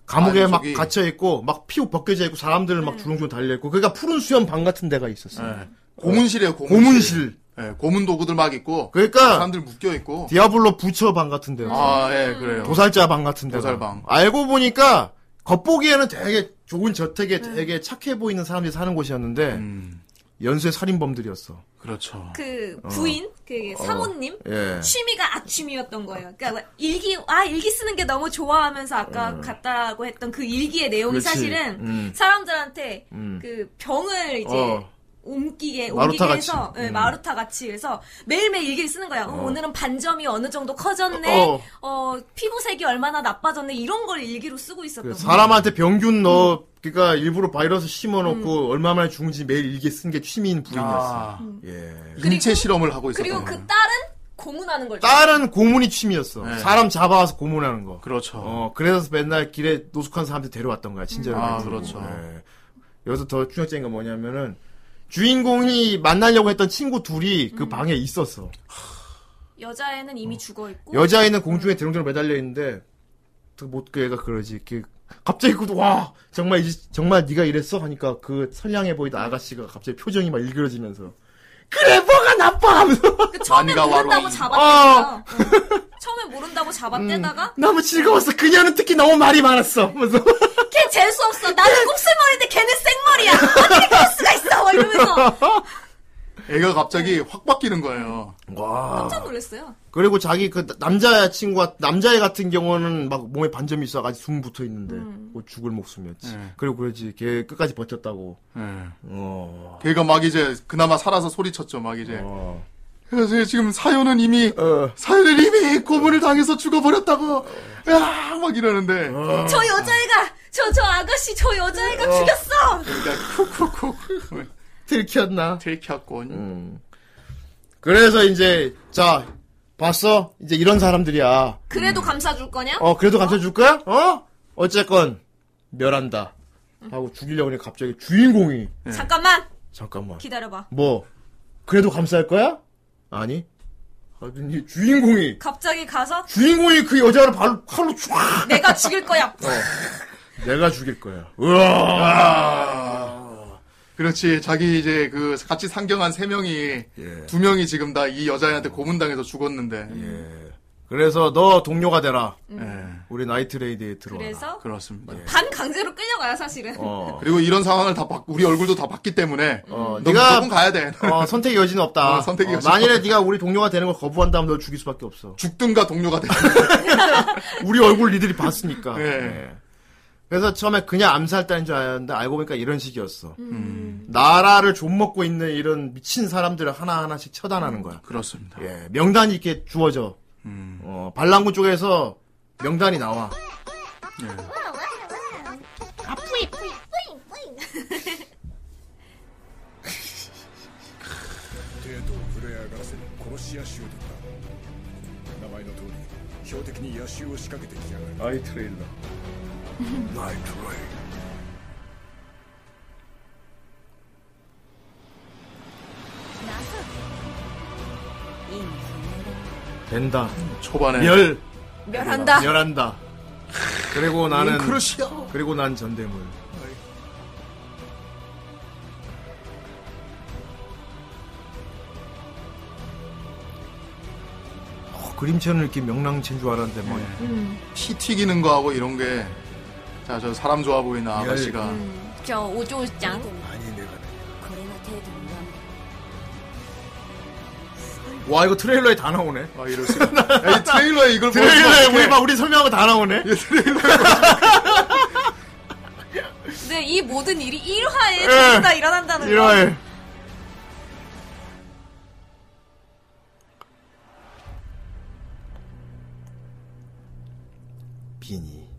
Speaker 1: 감옥에
Speaker 2: 아니,
Speaker 1: 막
Speaker 2: 저기-
Speaker 1: 갇혀 있고 막 피우 벗겨져 있고 사람들 막
Speaker 4: 네.
Speaker 1: 주렁주렁 달려 있고 그러니까 푸른 수염 방 같은 데가 있었어.
Speaker 2: 네.
Speaker 1: 요
Speaker 2: 고문실이에요, 고문실. 아.
Speaker 1: 고문실.
Speaker 2: 예, 고문 도구들 막 있고,
Speaker 1: 그러니까
Speaker 2: 사람들 묶여있고.
Speaker 1: 디아블로 부처 방 같은 데가. 있어요.
Speaker 2: 아, 예, 그래요.
Speaker 1: 도살자 방 같은 데가.
Speaker 2: 도살방.
Speaker 1: 알고 보니까 겉보기에는 되게 좋은 저택에
Speaker 4: 네.
Speaker 1: 되게 착해 보이는 사람들이 사는 곳이었는데
Speaker 2: 음,
Speaker 1: 연쇄 살인범들이었어.
Speaker 2: 그렇죠.
Speaker 4: 그
Speaker 1: 어.
Speaker 4: 부인 그 사모님
Speaker 1: 예.
Speaker 4: 취미가 악취미였던 거예요. 그러니까 일기 아 일기 쓰는 게 너무 좋아하면서 아까 갔다고 했던 그 일기의
Speaker 1: 음.
Speaker 4: 내용이
Speaker 1: 그렇지.
Speaker 4: 사실은
Speaker 1: 음.
Speaker 4: 사람들한테
Speaker 1: 음.
Speaker 4: 그 병을 이제
Speaker 1: 어.
Speaker 4: 옮기게 옮기게
Speaker 1: 마루타 같이.
Speaker 4: 해서 예,
Speaker 1: 음.
Speaker 4: 마루타 같이 해서 매일매일 일기를 쓰는 거야. 어, 오늘은 반점이 어느 정도 커졌네.
Speaker 1: 어.
Speaker 4: 어, 피부색이 얼마나 나빠졌네. 이런 걸 일기로 쓰고 있었던
Speaker 1: 그
Speaker 4: 거야.
Speaker 1: 사람한테 병균 넣어 그러니까 일부러 바이러스
Speaker 4: 음.
Speaker 1: 심어놓고 얼마 만에 죽는지 매일 일기 쓴 게 취미인 부인이었어.
Speaker 2: 아,
Speaker 1: 예.
Speaker 2: 인체 실험을 하고 있었다.
Speaker 4: 그리고 그 딸은 고문하는 걸
Speaker 1: 딸은 고문이 취미였어. 사람 잡아와서 고문하는 거.
Speaker 2: 네. 그렇죠.
Speaker 1: 어, 그래서 맨날 길에 노숙한 사람들 데려왔던 거야, 친절하게.
Speaker 2: 아,
Speaker 1: 해주고.
Speaker 2: 그렇죠.
Speaker 1: 예. 여기서 더 충격적인 건 뭐냐면은, 주인공이 만나려고 했던 친구 둘이 그 방에 있었어.
Speaker 4: 여자애는 이미 죽어 있고
Speaker 1: 여자아이는 공중에 대롱대롱 매달려 있는데, 그, 뭐, 그 애가 그러지. 그, 갑자기 그, 와! 정말, 이, 정말 네가 이랬어? 하니까 그 선량해 보이던 아가씨가 갑자기 표정이 막 일그러지면서, 그래, 뭐가 나빠! 하면서,
Speaker 4: 그 처음에
Speaker 2: 마니가
Speaker 4: 모른다고
Speaker 2: 와로이.
Speaker 4: 잡아떼다가 응. 처음에 모른다고 잡아떼다가
Speaker 1: 너무 즐거웠어. 그녀는 특히 너무 말이 많았어. 하면서.
Speaker 4: 걔 재수 없어. 나는 곱슬머리인데 걔는 생머리야. 어떻게 그럴 수가 있어? 막 이러면서
Speaker 2: 애가 갑자기
Speaker 4: 네.
Speaker 2: 확 바뀌는 거예요.
Speaker 1: 와.
Speaker 4: 깜짝 놀랐어요.
Speaker 1: 그리고 자기 그 남자 친구가 남자애 같은 경우는 막 몸에 반점이 있어가지고 숨 붙어 있는데 뭐 죽을 목숨이었지.
Speaker 2: 네.
Speaker 1: 그리고 그러지 걔 끝까지 버텼다고.
Speaker 2: 예.
Speaker 1: 어.
Speaker 2: 걔가 막 이제 그나마 살아서 소리쳤죠, 막 이제.
Speaker 1: 어.
Speaker 2: 그래서 지금 사연은 이미
Speaker 1: 어.
Speaker 2: 사연은 이미 고문을 당해서 죽어버렸다고. 야, 막 이러는데.
Speaker 4: 저 여자애가 저 저 아가씨 저 여자애가 죽였어.
Speaker 2: 그러니까 쿡쿡쿡
Speaker 1: 들켰나?
Speaker 2: 들켰군.
Speaker 1: 음. 그래서 이제 자 봤어 이제 이런 사람들이야.
Speaker 4: 그래도 감싸줄 거냐?
Speaker 1: 어 그래도 감춰줄 거야? 어? 어쨌건 멸한다. 하고 죽이려고 하니 갑자기 주인공이
Speaker 4: 잠깐만
Speaker 1: 잠깐만.
Speaker 4: 기다려봐.
Speaker 1: 뭐 그래도 감쌀 거야? 아니. 하여튼 이 주인공이
Speaker 4: 갑자기 가서
Speaker 1: 주인공이 그 여자를 발로 칼로 촤악
Speaker 4: 내가 죽일
Speaker 1: 아,
Speaker 4: 거야.
Speaker 1: 내가 죽일 거야.
Speaker 2: 아.
Speaker 1: 우와.
Speaker 2: 그렇지. 자기 이제 그 같이 상경한 세 명이
Speaker 1: 예.
Speaker 2: 두 명이 지금 다 이 여자애한테 고문당해서 죽었는데.
Speaker 1: 예. 그래서 너 동료가 되라.
Speaker 2: 예,
Speaker 1: 우리 나이트레이드에 들어와.
Speaker 4: 그래서
Speaker 2: 그렇습니다.
Speaker 4: 반 강제로 끌려가요 사실은.
Speaker 1: 어.
Speaker 2: 그리고 이런 상황을 다 봤, 우리 얼굴도 다 봤기 때문에
Speaker 1: 어,
Speaker 2: 너
Speaker 1: 네가-
Speaker 2: 무조건 가야 돼.
Speaker 1: 어, 선택의 여지는 없다.
Speaker 2: 어, 선택의
Speaker 1: 어,
Speaker 2: 여지는
Speaker 1: 만일에
Speaker 2: 없다.
Speaker 1: 네가 우리 동료가 되는 걸 거부한다면 널 죽일 수밖에 없어.
Speaker 2: 죽든가 동료가 돼.
Speaker 1: 우리 얼굴 니들이 봤으니까.
Speaker 2: 예.
Speaker 1: 예. 그래서 처음에 그냥 암살단인 줄 알았는데 알고 보니까 이런 식이었어.
Speaker 4: 음.
Speaker 1: 나라를 좀먹고 있는 이런 미친 사람들을 하나하나씩
Speaker 4: 음.
Speaker 1: 처단하는 거야.
Speaker 2: 그렇습니다.
Speaker 1: 예, 명단이 이렇게 주어져.
Speaker 2: 음.
Speaker 1: 어, 반란군 쪽에서 명단이 나와. 예. 아이 트레일러. 된다.
Speaker 2: 초반에
Speaker 1: 멸,
Speaker 4: 멸한다.
Speaker 1: 음, 멸한다. 그리고 나는
Speaker 2: 크루시아.
Speaker 1: 그리고 난 전대물. 어, 그림체는 이렇게 명랑체인 줄 알았는데 뭐
Speaker 8: 네.
Speaker 2: 피 튀기는 거하고 이런 게, 자, 저 사람 좋아 보이는 아가씨가.
Speaker 1: 음.
Speaker 4: 음,
Speaker 9: 저 오조장.
Speaker 1: 많이 내가 돼.
Speaker 8: 와 이거 트레일러에 다 나오네.
Speaker 2: 아, 이럴 수가. 야, 이 트레일러에 이걸
Speaker 1: 트레일러에
Speaker 2: 보여주면
Speaker 1: 우리 막 우리 설명하고 다 나오네.
Speaker 4: 근데 이 모든 일이
Speaker 1: 예,
Speaker 4: 1화에 전부 다 일어난다는 거.
Speaker 1: 이럴. 비니.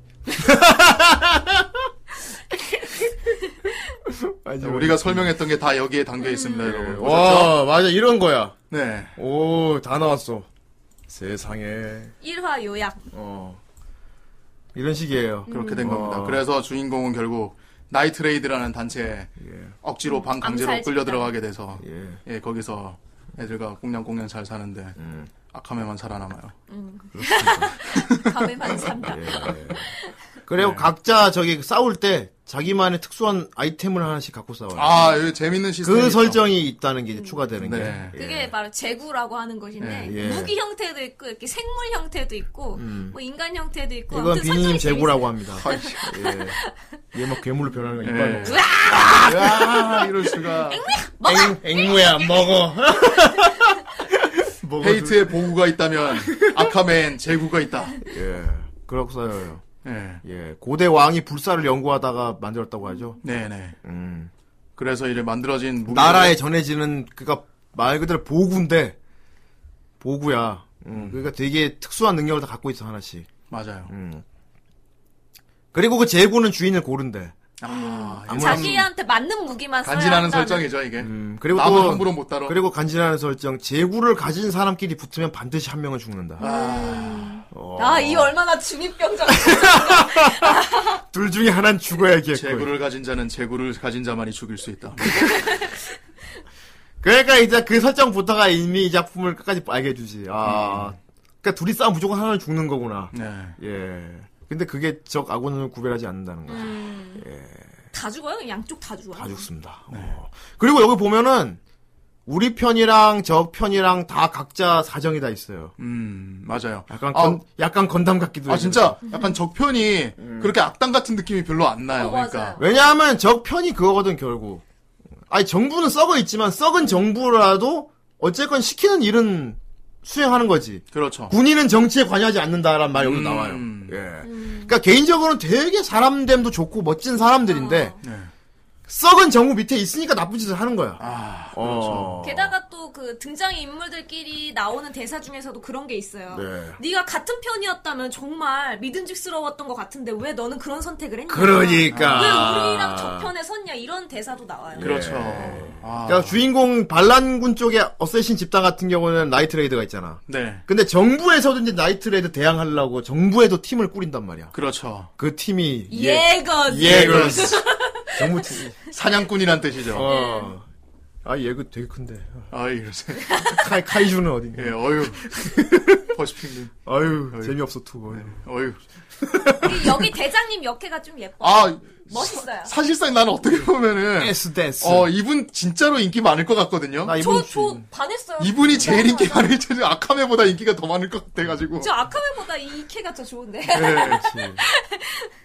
Speaker 2: 어떡해. 우리가 설명했던 게 다 여기에 담겨
Speaker 1: 음.
Speaker 2: 있습니다,
Speaker 1: 예.
Speaker 2: 여러분. 보셨죠?
Speaker 1: 와 어, 맞아 이런 거야.
Speaker 2: 네.
Speaker 1: 오 다 나왔어. 세상에.
Speaker 4: 1화 요약.
Speaker 1: 어 이런 식이에요.
Speaker 2: 그렇게 된
Speaker 1: 음.
Speaker 2: 겁니다.
Speaker 1: 와.
Speaker 2: 그래서 주인공은 결국 나이트레이드라는 단체에 억지로 방 강제로
Speaker 9: 암살
Speaker 2: 끌려
Speaker 9: 집단.
Speaker 2: 들어가게 돼서
Speaker 1: 예.
Speaker 2: 예, 거기서 애들과 공냥공냥 잘 사는데
Speaker 1: 음.
Speaker 2: 아카메만 살아남아요.
Speaker 4: 밤에 반삼다.
Speaker 1: 예, 그리고 각자 저기 싸울 때 자기만의 특수한 아이템을 하나씩 갖고 싸워요.
Speaker 2: 아, 여기 재밌는 시스템.
Speaker 1: 그 설정이 있다는 게 이제 추가되는
Speaker 2: 네.
Speaker 1: 게.
Speaker 4: 그게 바로 재구라고 하는 것인데
Speaker 1: 예, 예.
Speaker 4: 무기 형태도 있고 이렇게 생물 형태도 있고 뭐 인간 형태도
Speaker 2: 그
Speaker 4: 있고
Speaker 1: 이건
Speaker 4: 아무튼
Speaker 1: 비니님
Speaker 4: 설정이
Speaker 1: 재고라고 합니다.
Speaker 2: 아,
Speaker 1: 예. 얘 막 괴물로 변하는 거 이빨로.
Speaker 2: 예. 야, 이럴 수가.
Speaker 1: 앵, 앵무야 먹어. 먹어.
Speaker 2: 페이트의 보구가 있다면 아카맨 제구가 있다.
Speaker 1: 예. 그렇고 싸워요.
Speaker 2: 예.
Speaker 1: 예. 고대 왕이 불사를 연구하다가 만들었다고 하죠.
Speaker 2: 네, 네.
Speaker 1: 음.
Speaker 2: 그래서 이제 만들어진 무기
Speaker 1: 나라에 전해지는 그니까 말 그대로 보구인데 보구야. 음. 그러니까 되게 특수한 능력을 다 갖고 있어 하나씩.
Speaker 2: 맞아요.
Speaker 1: 음. 그리고 그 재고는 주인을 고른대.
Speaker 2: 아,
Speaker 1: 아무런-
Speaker 4: 자기한테 맞는 무기만 써야
Speaker 2: 간지나는
Speaker 4: 한다는.
Speaker 2: 설정이죠, 이게.
Speaker 1: 음, 그리고
Speaker 2: 남은
Speaker 1: 또
Speaker 2: 함부로 못 다뤄.
Speaker 1: 그리고 간지나는 설정 재구를 가진 사람끼리 붙으면 반드시 한 명은 죽는다.
Speaker 4: 아,
Speaker 1: 어.
Speaker 4: 이 얼마나 중이병자.
Speaker 1: 둘 중에 하나는 죽어야겠고.
Speaker 2: 재구를 가진 자는 재구를 가진 자만이 죽일 수 있다.
Speaker 1: 그러니까 이제 그 설정부터가 이미 이 작품을 끝까지 빨게 해주지. 아,
Speaker 2: 음.
Speaker 1: 그러니까 둘이 싸움 무조건 하나는 죽는 거구나.
Speaker 2: 네.
Speaker 1: 예. 근데 그게 적 아군을 구별하지 않는다는 거죠.
Speaker 4: 음. 다 죽어요? 그냥 양쪽 다 죽어요.
Speaker 1: 다 죽습니다. 어. 그리고 여기 보면은 우리 편이랑 적 편이랑 다 각자 사정이 다 있어요.
Speaker 2: 음, 맞아요.
Speaker 1: 약간
Speaker 2: 아,
Speaker 1: 건, 약간 건담 같기도 해요.
Speaker 2: 아 진짜 약간 적편이 그렇게 악당 같은 느낌이 별로 안 나요.
Speaker 4: 어,
Speaker 2: 그러니까
Speaker 4: 맞아요.
Speaker 1: 왜냐하면 적 편이 그거거든 결국. 아니 정부는 썩어 있지만 썩은 정부라도 어쨌건 시키는 일은 수행하는 거지.
Speaker 2: 그렇죠.
Speaker 1: 군인은 정치에 관여하지 않는다란 말이 여기서
Speaker 2: 음.
Speaker 1: 나와요. 예. 그러니까 개인적으로는 되게 사람됨도 좋고 멋진 사람들인데
Speaker 2: 네.
Speaker 1: 썩은 정부 밑에 있으니까 나쁜 짓을 하는 거야.
Speaker 2: 아
Speaker 1: 어.
Speaker 4: 게다가 또 그 등장인 인물들끼리 나오는 대사 중에서도 그런 게 있어요.
Speaker 1: 네.
Speaker 4: 네가 같은 편이었다면 정말 믿음직스러웠던 것 같은데 왜 너는 그런 선택을 했냐?
Speaker 1: 그러니까.
Speaker 4: 왜 우리랑 저편에 섰냐? 이런 대사도 나와요.
Speaker 2: 그렇죠. 아,
Speaker 1: 그러니까 주인공 반란군 쪽의 어쌔신 집단 같은 경우는 나이트레이드가 있잖아.
Speaker 2: 네,
Speaker 1: 근데 정부에서도 이제 나이트레이드 대항하려고 정부에도 팀을 꾸린단 말이야.
Speaker 2: 그렇죠. 네,
Speaker 1: 그 팀이
Speaker 4: 예거지.
Speaker 1: 예거스 정부 팀.
Speaker 2: 사냥꾼이란 뜻이죠.
Speaker 1: 어. 아 예그 되게 큰데.
Speaker 2: 아 이러세요.
Speaker 1: 카이 카이주는 어딘가.
Speaker 2: 예, 어유. 버시핑님,
Speaker 1: 아유 재미없어 투고.
Speaker 2: 어유.
Speaker 4: 우리 여기 대장님 역해가 좀 예뻐.
Speaker 2: 아
Speaker 4: 멋있어요.
Speaker 2: 사실상 나는 어떻게 보면은
Speaker 1: S 데스.
Speaker 2: 어 이분 진짜로 인기 많을 것 같거든요.
Speaker 1: 나 이분
Speaker 4: 저,
Speaker 1: 주-
Speaker 4: 저 반했어요.
Speaker 2: 이분이 제일 인기
Speaker 4: 많아.
Speaker 2: 많을 텐데 아카메보다 인기가 더 많을 것 같아가지고.
Speaker 4: 저 아카메보다 이 캐가 더 좋은데.
Speaker 1: 그렇지.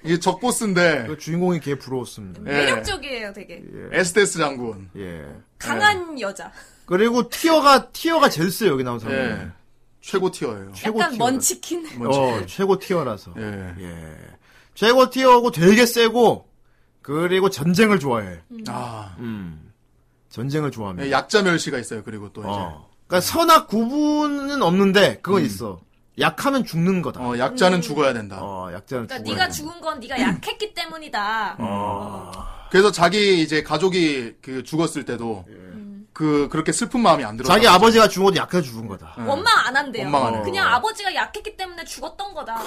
Speaker 2: 이게 적보스인데
Speaker 1: 그 주인공이 걔 부러웠습니다.
Speaker 2: 예.
Speaker 4: 매력적이에요, 되게.
Speaker 2: 에스테스 장군.
Speaker 1: 예.
Speaker 4: 강한 여자.
Speaker 1: 그리고 티어가 티어가 제일 세요 여기 나온 사람은.
Speaker 2: 예. 최고 티어예요.
Speaker 1: 최고
Speaker 4: 약간
Speaker 1: 티어.
Speaker 4: 먼치킨.
Speaker 2: 뭔지.
Speaker 1: 어 최고 티어라서.
Speaker 2: 예.
Speaker 1: 예. 최고 티어고 되게 세고 그리고 전쟁을 좋아해.
Speaker 2: 아.
Speaker 1: 음. 전쟁을
Speaker 2: 예,
Speaker 1: 좋아합니다.
Speaker 2: 약자 멸시가 있어요. 그리고 또 이제
Speaker 1: 어. 그러니까 선악 구분은 없는데 그건 있어. 약하면 죽는 거다. 어,
Speaker 2: 음. 어,
Speaker 4: 음.
Speaker 2: 약자는 죽어야 된다.
Speaker 1: 약자는
Speaker 4: 그러니까
Speaker 1: 죽어야
Speaker 4: 네가
Speaker 1: 된다.
Speaker 4: 죽은 건 네가 약했기 때문이다.
Speaker 2: 아.
Speaker 4: 어,
Speaker 2: 그래서 자기 이제 가족이 그 죽었을 때도 그 그렇게 슬픈 마음이 안 들어.
Speaker 1: 예. 자기 아버지가 죽어도 약해서 죽은 거다.
Speaker 2: 음.
Speaker 4: 원망 안 한대요.
Speaker 2: 원망 안 해요. 아.
Speaker 4: 그냥 아버지가 약했기 때문에 죽었던 거다.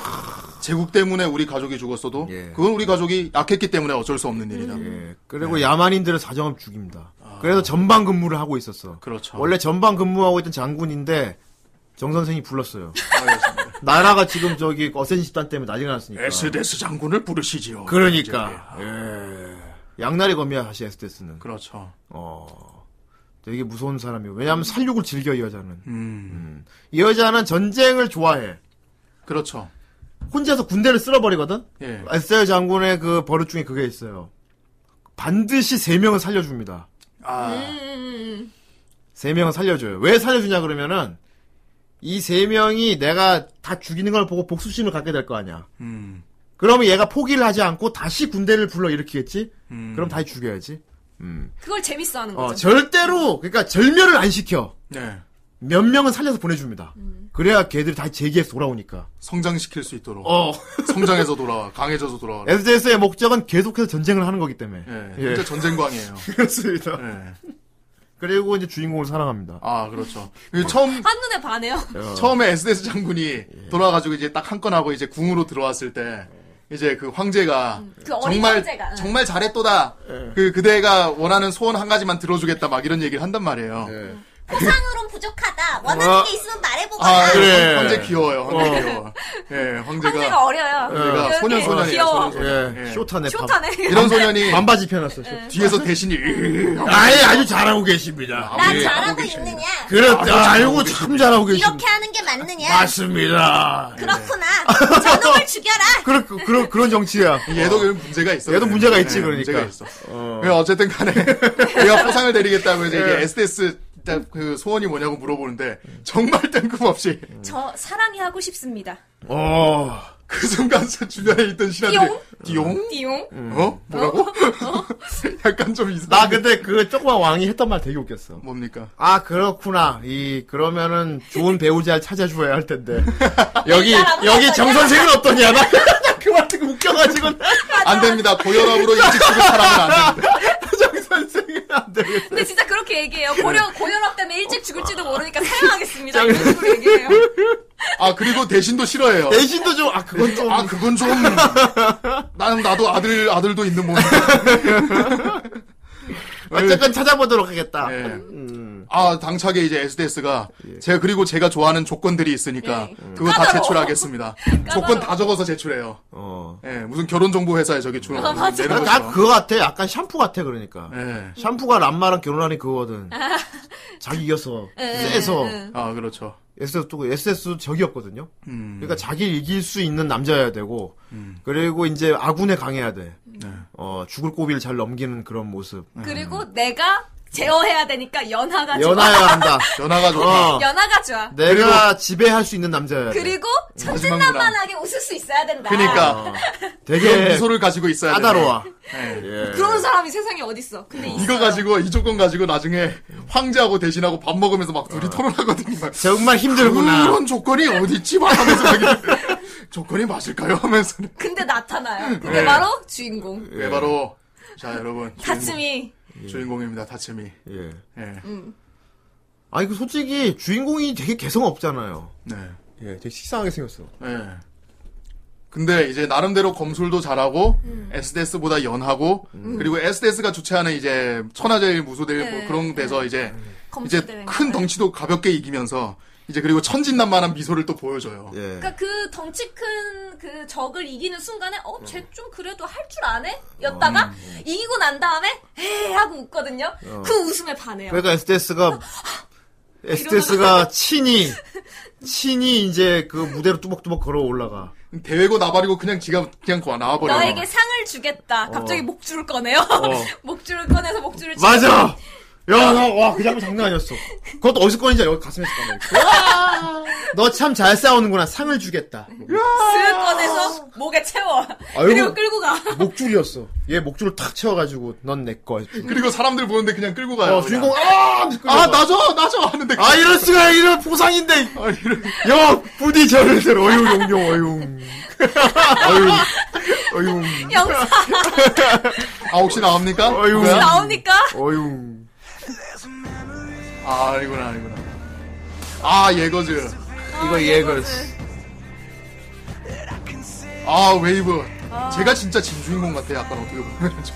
Speaker 2: 제국 때문에 우리 가족이 죽었어도
Speaker 1: 예.
Speaker 2: 그건 우리 가족이 약했기 때문에 어쩔 수 없는 일이다.
Speaker 1: 예, 그리고
Speaker 2: 네.
Speaker 1: 야만인들을 사정업 죽입니다. 그래서 전방 근무를 하고 있었어.
Speaker 2: 아. 그렇죠.
Speaker 1: 원래 전방 근무하고 있던 장군인데 정 선생이 불렀어요.
Speaker 2: 알겠습니다.
Speaker 1: 나라가 지금 저기 어센 집단 때문에 난리가 났으니까.
Speaker 2: 에스데스 장군을 부르시지요. 아.
Speaker 1: 그러니까. 예. 양날의 검이야 사실 에스테스는.
Speaker 2: 그렇죠.
Speaker 1: 어. 되게 무서운 사람이고 왜냐하면 살육을 즐겨 이 여자는.
Speaker 2: 음.
Speaker 1: 음. 이 여자는 전쟁을 좋아해.
Speaker 2: 그렇죠.
Speaker 1: 혼자서 군대를 쓸어버리거든?
Speaker 2: 예.
Speaker 1: 에스테어 장군의 그 버릇 중에 그게 있어요. 반드시 세 명을 살려줍니다.
Speaker 2: 아,
Speaker 4: 음,
Speaker 1: 세 명은 살려줘요. 왜 살려주냐 그러면은 이 세 명이 내가 다 죽이는 걸 보고 복수심을 갖게 될 거 아니야.
Speaker 2: 음,
Speaker 1: 그러면 얘가 포기를 하지 않고 다시 군대를 불러 일으키겠지.
Speaker 2: 음.
Speaker 1: 그럼 다시 죽여야지.
Speaker 4: 그걸 재밌어 하는
Speaker 1: 어,
Speaker 4: 거죠.
Speaker 1: 절대로 그러니까 절멸을 안 시켜.
Speaker 2: 네.
Speaker 1: 몇 명은 살려서 보내줍니다.
Speaker 4: 음.
Speaker 1: 그래야 걔들이 다시 재기해서 돌아오니까.
Speaker 2: 성장시킬 수 있도록.
Speaker 1: 어,
Speaker 2: 성장해서 돌아와. 강해져서 돌아와.
Speaker 1: SJS의 목적은 계속해서 전쟁을 하는 거기 때문에.
Speaker 2: 예.
Speaker 1: 예.
Speaker 2: 진짜 전쟁광이에요.
Speaker 1: 그렇습니다.
Speaker 2: 예.
Speaker 1: 그리고 이제 주인공을 사랑합니다.
Speaker 2: 아, 그렇죠. 그 처음,
Speaker 4: 한눈에 반해요.
Speaker 1: 어.
Speaker 2: 처음에 SDS 장군이 돌아와가지고 이제 딱 한 건 하고 이제 궁으로 들어왔을 때, 이제 그 황제가
Speaker 4: 그 어린
Speaker 2: 정말
Speaker 4: 형제가.
Speaker 2: 정말 잘했도다. 그 그대가 원하는 소원 한 가지만 들어주겠다 막 이런 얘기를 한단 말이에요.
Speaker 1: 예.
Speaker 4: 포상으론 부족하다. 원하는
Speaker 1: 어.
Speaker 4: 게 있으면 말해보거라.
Speaker 2: 아,
Speaker 1: 그래.
Speaker 2: 그래. 황제 귀여워요. 황제 귀여워. 예,
Speaker 4: 황제가
Speaker 2: 황제가
Speaker 4: 어려요.
Speaker 2: 내가
Speaker 4: 여기
Speaker 2: 소년 소년이에요. 소년,
Speaker 4: 귀여워.
Speaker 2: 소년.
Speaker 1: 예.
Speaker 2: 예.
Speaker 1: 쇼타네. 밤-
Speaker 4: 쇼타네. 예.
Speaker 2: 이런 소년이
Speaker 1: 반바지 펴놨어. 쇼.
Speaker 2: 뒤에서 대신이 으으으
Speaker 1: 아예 아주 잘하고 계십니다.
Speaker 4: 나
Speaker 2: 예,
Speaker 4: 잘하고 있느냐?
Speaker 1: 그렇다. 알고 참 잘하고 계십니다.
Speaker 4: 이렇게 하는 게 맞느냐?
Speaker 2: 아,
Speaker 1: 맞습니다.
Speaker 4: 그렇구나. 저놈을 죽여라.
Speaker 1: 그런 그런 그런 정치야.
Speaker 2: 얘도 그 문제가 있어.
Speaker 1: 얘도
Speaker 2: 그래.
Speaker 1: 문제가 있지,
Speaker 2: 예,
Speaker 1: 어, 그러니까.
Speaker 2: 문제가 있어. 예. 왜 어쨌든 간에 내가 포상을 드리겠다고 이제 이게 SDS 딱그 소원이 뭐냐고 물어보는데 정말 뜬금없이
Speaker 4: 저 사랑이 하고 싶습니다.
Speaker 1: 어.
Speaker 2: 그 순간 주변에 있던 신하들이 띠용?
Speaker 4: 띠용.
Speaker 2: 어? 뭐라고? 약간 좀 이상.
Speaker 1: 나 근데 그 조그만 왕이 했던 말 되게 웃겼어.
Speaker 2: 뭡니까?
Speaker 1: 아 그렇구나. 이 그러면은 좋은 배우자를 찾아줘야 할 텐데 여기 여기 정 선생은 어떠냐? 나그말 되게 웃겨가지고
Speaker 2: 안 됩니다. 고혈압으로 일찍 죽은 사람은 안 됩니다.
Speaker 1: 정 선생은 안 되겠어.
Speaker 4: 근데 진짜 그렇게 얘기해요. 고려, 고혈압 때문에 일찍 죽을지도 모르니까 사용하겠습니다. 이런 식으로 얘기해요.
Speaker 2: 아 그리고 대신도 싫어해요.
Speaker 1: 대신도 좀 아 그건 좀
Speaker 2: 아 그건 좀 나는 나도 아들 아들도 있는 몸.
Speaker 1: 어쨌든 찾아보도록 하겠다.
Speaker 2: 예.
Speaker 1: 음. 예.
Speaker 2: 아 당차게 이제 SDS가 제가 그리고 제가 좋아하는 조건들이 있으니까
Speaker 4: 예.
Speaker 2: 그거 다
Speaker 4: 까다로워.
Speaker 2: 제출하겠습니다. 조건 다 적어서 제출해요.
Speaker 1: 어.
Speaker 2: 예, 무슨 결혼 정보 회사에 저기 주는
Speaker 4: 아, 맞아.
Speaker 1: 나, 나 그거 같아. 약간 샴푸 같아 그러니까.
Speaker 2: 예.
Speaker 1: 샴푸가 람마랑 결혼하니 그거거든.
Speaker 4: 아.
Speaker 1: 자기 이겨서
Speaker 4: 네,
Speaker 1: 세서
Speaker 2: 아 그렇죠.
Speaker 1: SS 또 SS 적이었거든요.
Speaker 2: 음.
Speaker 1: 그러니까 자기를 이길 수 있는 남자여야 되고 그리고 이제 아군에 강해야 돼. 어 죽을 고비를 잘 넘기는 그런 모습.
Speaker 4: 그리고 내가 제어해야 되니까 연하가 좋아.
Speaker 1: 연하여야 한다.
Speaker 2: 연하가 좋다.
Speaker 1: 어
Speaker 4: 연하가 좋아.
Speaker 1: 내가 지배할 수 있는 남자여야 돼.
Speaker 4: 그리고 천진난만하게 웃을 수 있어야 된다.
Speaker 2: 그러니까 그런
Speaker 1: 되게
Speaker 2: 미소를 가지고 있어야
Speaker 1: 아. 예. 까다로워.
Speaker 2: 된다. 예.
Speaker 1: 예.
Speaker 4: 네. 그런 사람이 세상에 어딨어. 근데 있어요.
Speaker 2: 이거 가지고 이 조건 가지고 나중에 황제하고 대신하고 밥 먹으면서 막
Speaker 1: 어.
Speaker 2: 둘이 토론하거든요. 막
Speaker 1: 정말 힘들구나.
Speaker 2: 그런 조건이 어딨지? 막 하면서 막 이렇게 조건이 맞을까요? 하면서
Speaker 4: 근데 나타나요. 그게
Speaker 2: 예.
Speaker 4: 바로 주인공.
Speaker 2: 예. 바로 자 여러분
Speaker 4: 다츠미.
Speaker 2: 주인공, 입니다 다츠미
Speaker 1: 예.
Speaker 2: 예.
Speaker 4: 음.
Speaker 1: 아니 그 솔직히 주인공이 되게 개성 없잖아요.
Speaker 2: 네.
Speaker 1: 예, 되게 식상하게 생겼어.
Speaker 2: 예. 근데 이제 나름대로 검술도 잘하고
Speaker 4: 음.
Speaker 2: SDS보다 연하고 그리고 SDS가 주최하는 이제 천하제일 무소대일 뭐
Speaker 4: 예.
Speaker 2: 그런 데서 이제 이제
Speaker 4: 검수대회. 뭐 네.
Speaker 2: 큰 덩치도 가볍게 이기면서 이제 그리고 천진난만한 미소를 또 보여줘요.
Speaker 1: 예.
Speaker 4: 그러니까 그 덩치 큰 그 적을 이기는 순간에 어, 쟤 좀 그래도 할 줄 아네? 였다가 이기고 난 다음에 에이 하고 웃거든요. 그 웃음에 반해요.
Speaker 1: 그러니까 SDS가 SDS가 친히 친히 이제 그 무대로 뚜벅뚜벅 걸어 올라가.
Speaker 2: 대회고 나발이고 그냥 지가 그냥 거
Speaker 1: 어.
Speaker 2: 나와버려.
Speaker 4: 너에게 상을 주겠다. 갑자기 목줄을 꺼내요. 목줄을 꺼내서 목줄을 쥐고
Speaker 1: 맞아. 야, 나, 와, 그 장면 장난 아니었어. 그것도 어디서 꺼낸지 여기 가슴에서 꺼내. 너 참 잘 싸우는구나. 상을 주겠다.
Speaker 4: 슥 꺼내서 목에 채워.
Speaker 1: 아이고.
Speaker 4: 그리고 끌고 가.
Speaker 1: 목줄이었어. 얘 목줄을 탁 채워가지고, 넌 내 거.
Speaker 2: 그리고 사람들 보는데 그냥 끌고 가요.
Speaker 1: 어,
Speaker 2: 그냥.
Speaker 1: 주인공, 아!
Speaker 2: 아 나죠 나죠 하는데
Speaker 1: 아, 이럴 수가, 이런 보상인데.
Speaker 2: 아, 이런
Speaker 1: 야, 부디 저를 들, 어용, 용용, 어용. 어용, 어용,
Speaker 4: 영상
Speaker 2: 아 혹시 나옵니까?
Speaker 1: 어휴.
Speaker 2: 뭐야?
Speaker 4: 나오니까
Speaker 1: 어용.
Speaker 2: 아 아니구나 아니구나. 아 예거즈.
Speaker 1: 이거 예걸스.
Speaker 2: 아 웨이브. 제가 진짜 진주인공 같아 약간 어떻게 보면 좀.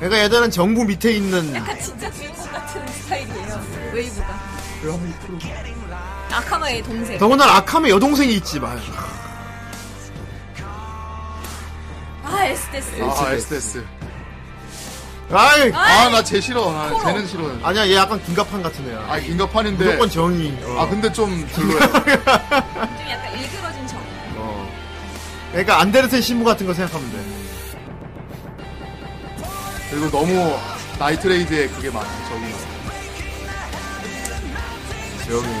Speaker 1: 그러니까 얘들은 정부 밑에 있는.
Speaker 4: 약간 아, 진짜 주인공 같은 스타일이에요. 웨이브가.
Speaker 2: 왜 하면 이 프로.
Speaker 4: 아카마의 동생.
Speaker 1: 더구나 아캄의 여동생이 있지, 말.
Speaker 4: 아, 에스데스.
Speaker 2: 아, SDS.
Speaker 1: 아이,
Speaker 2: 아, 나 쟤 싫어. 아, 쟤는 싫어. 아,
Speaker 1: 아니야, 얘 약간 긴가판 같은 애야.
Speaker 2: 아 긴급한인데.
Speaker 1: 무조건 정의. 어.
Speaker 2: 아, 근데 좀 별로야.
Speaker 3: 좀 약간 일그러진 정.
Speaker 1: 어. 그러니까 안데르센 신부 같은 거 생각하면 돼.
Speaker 2: 그리고 너무 나이트레이드에 그게 많아. 저기.
Speaker 1: 정의.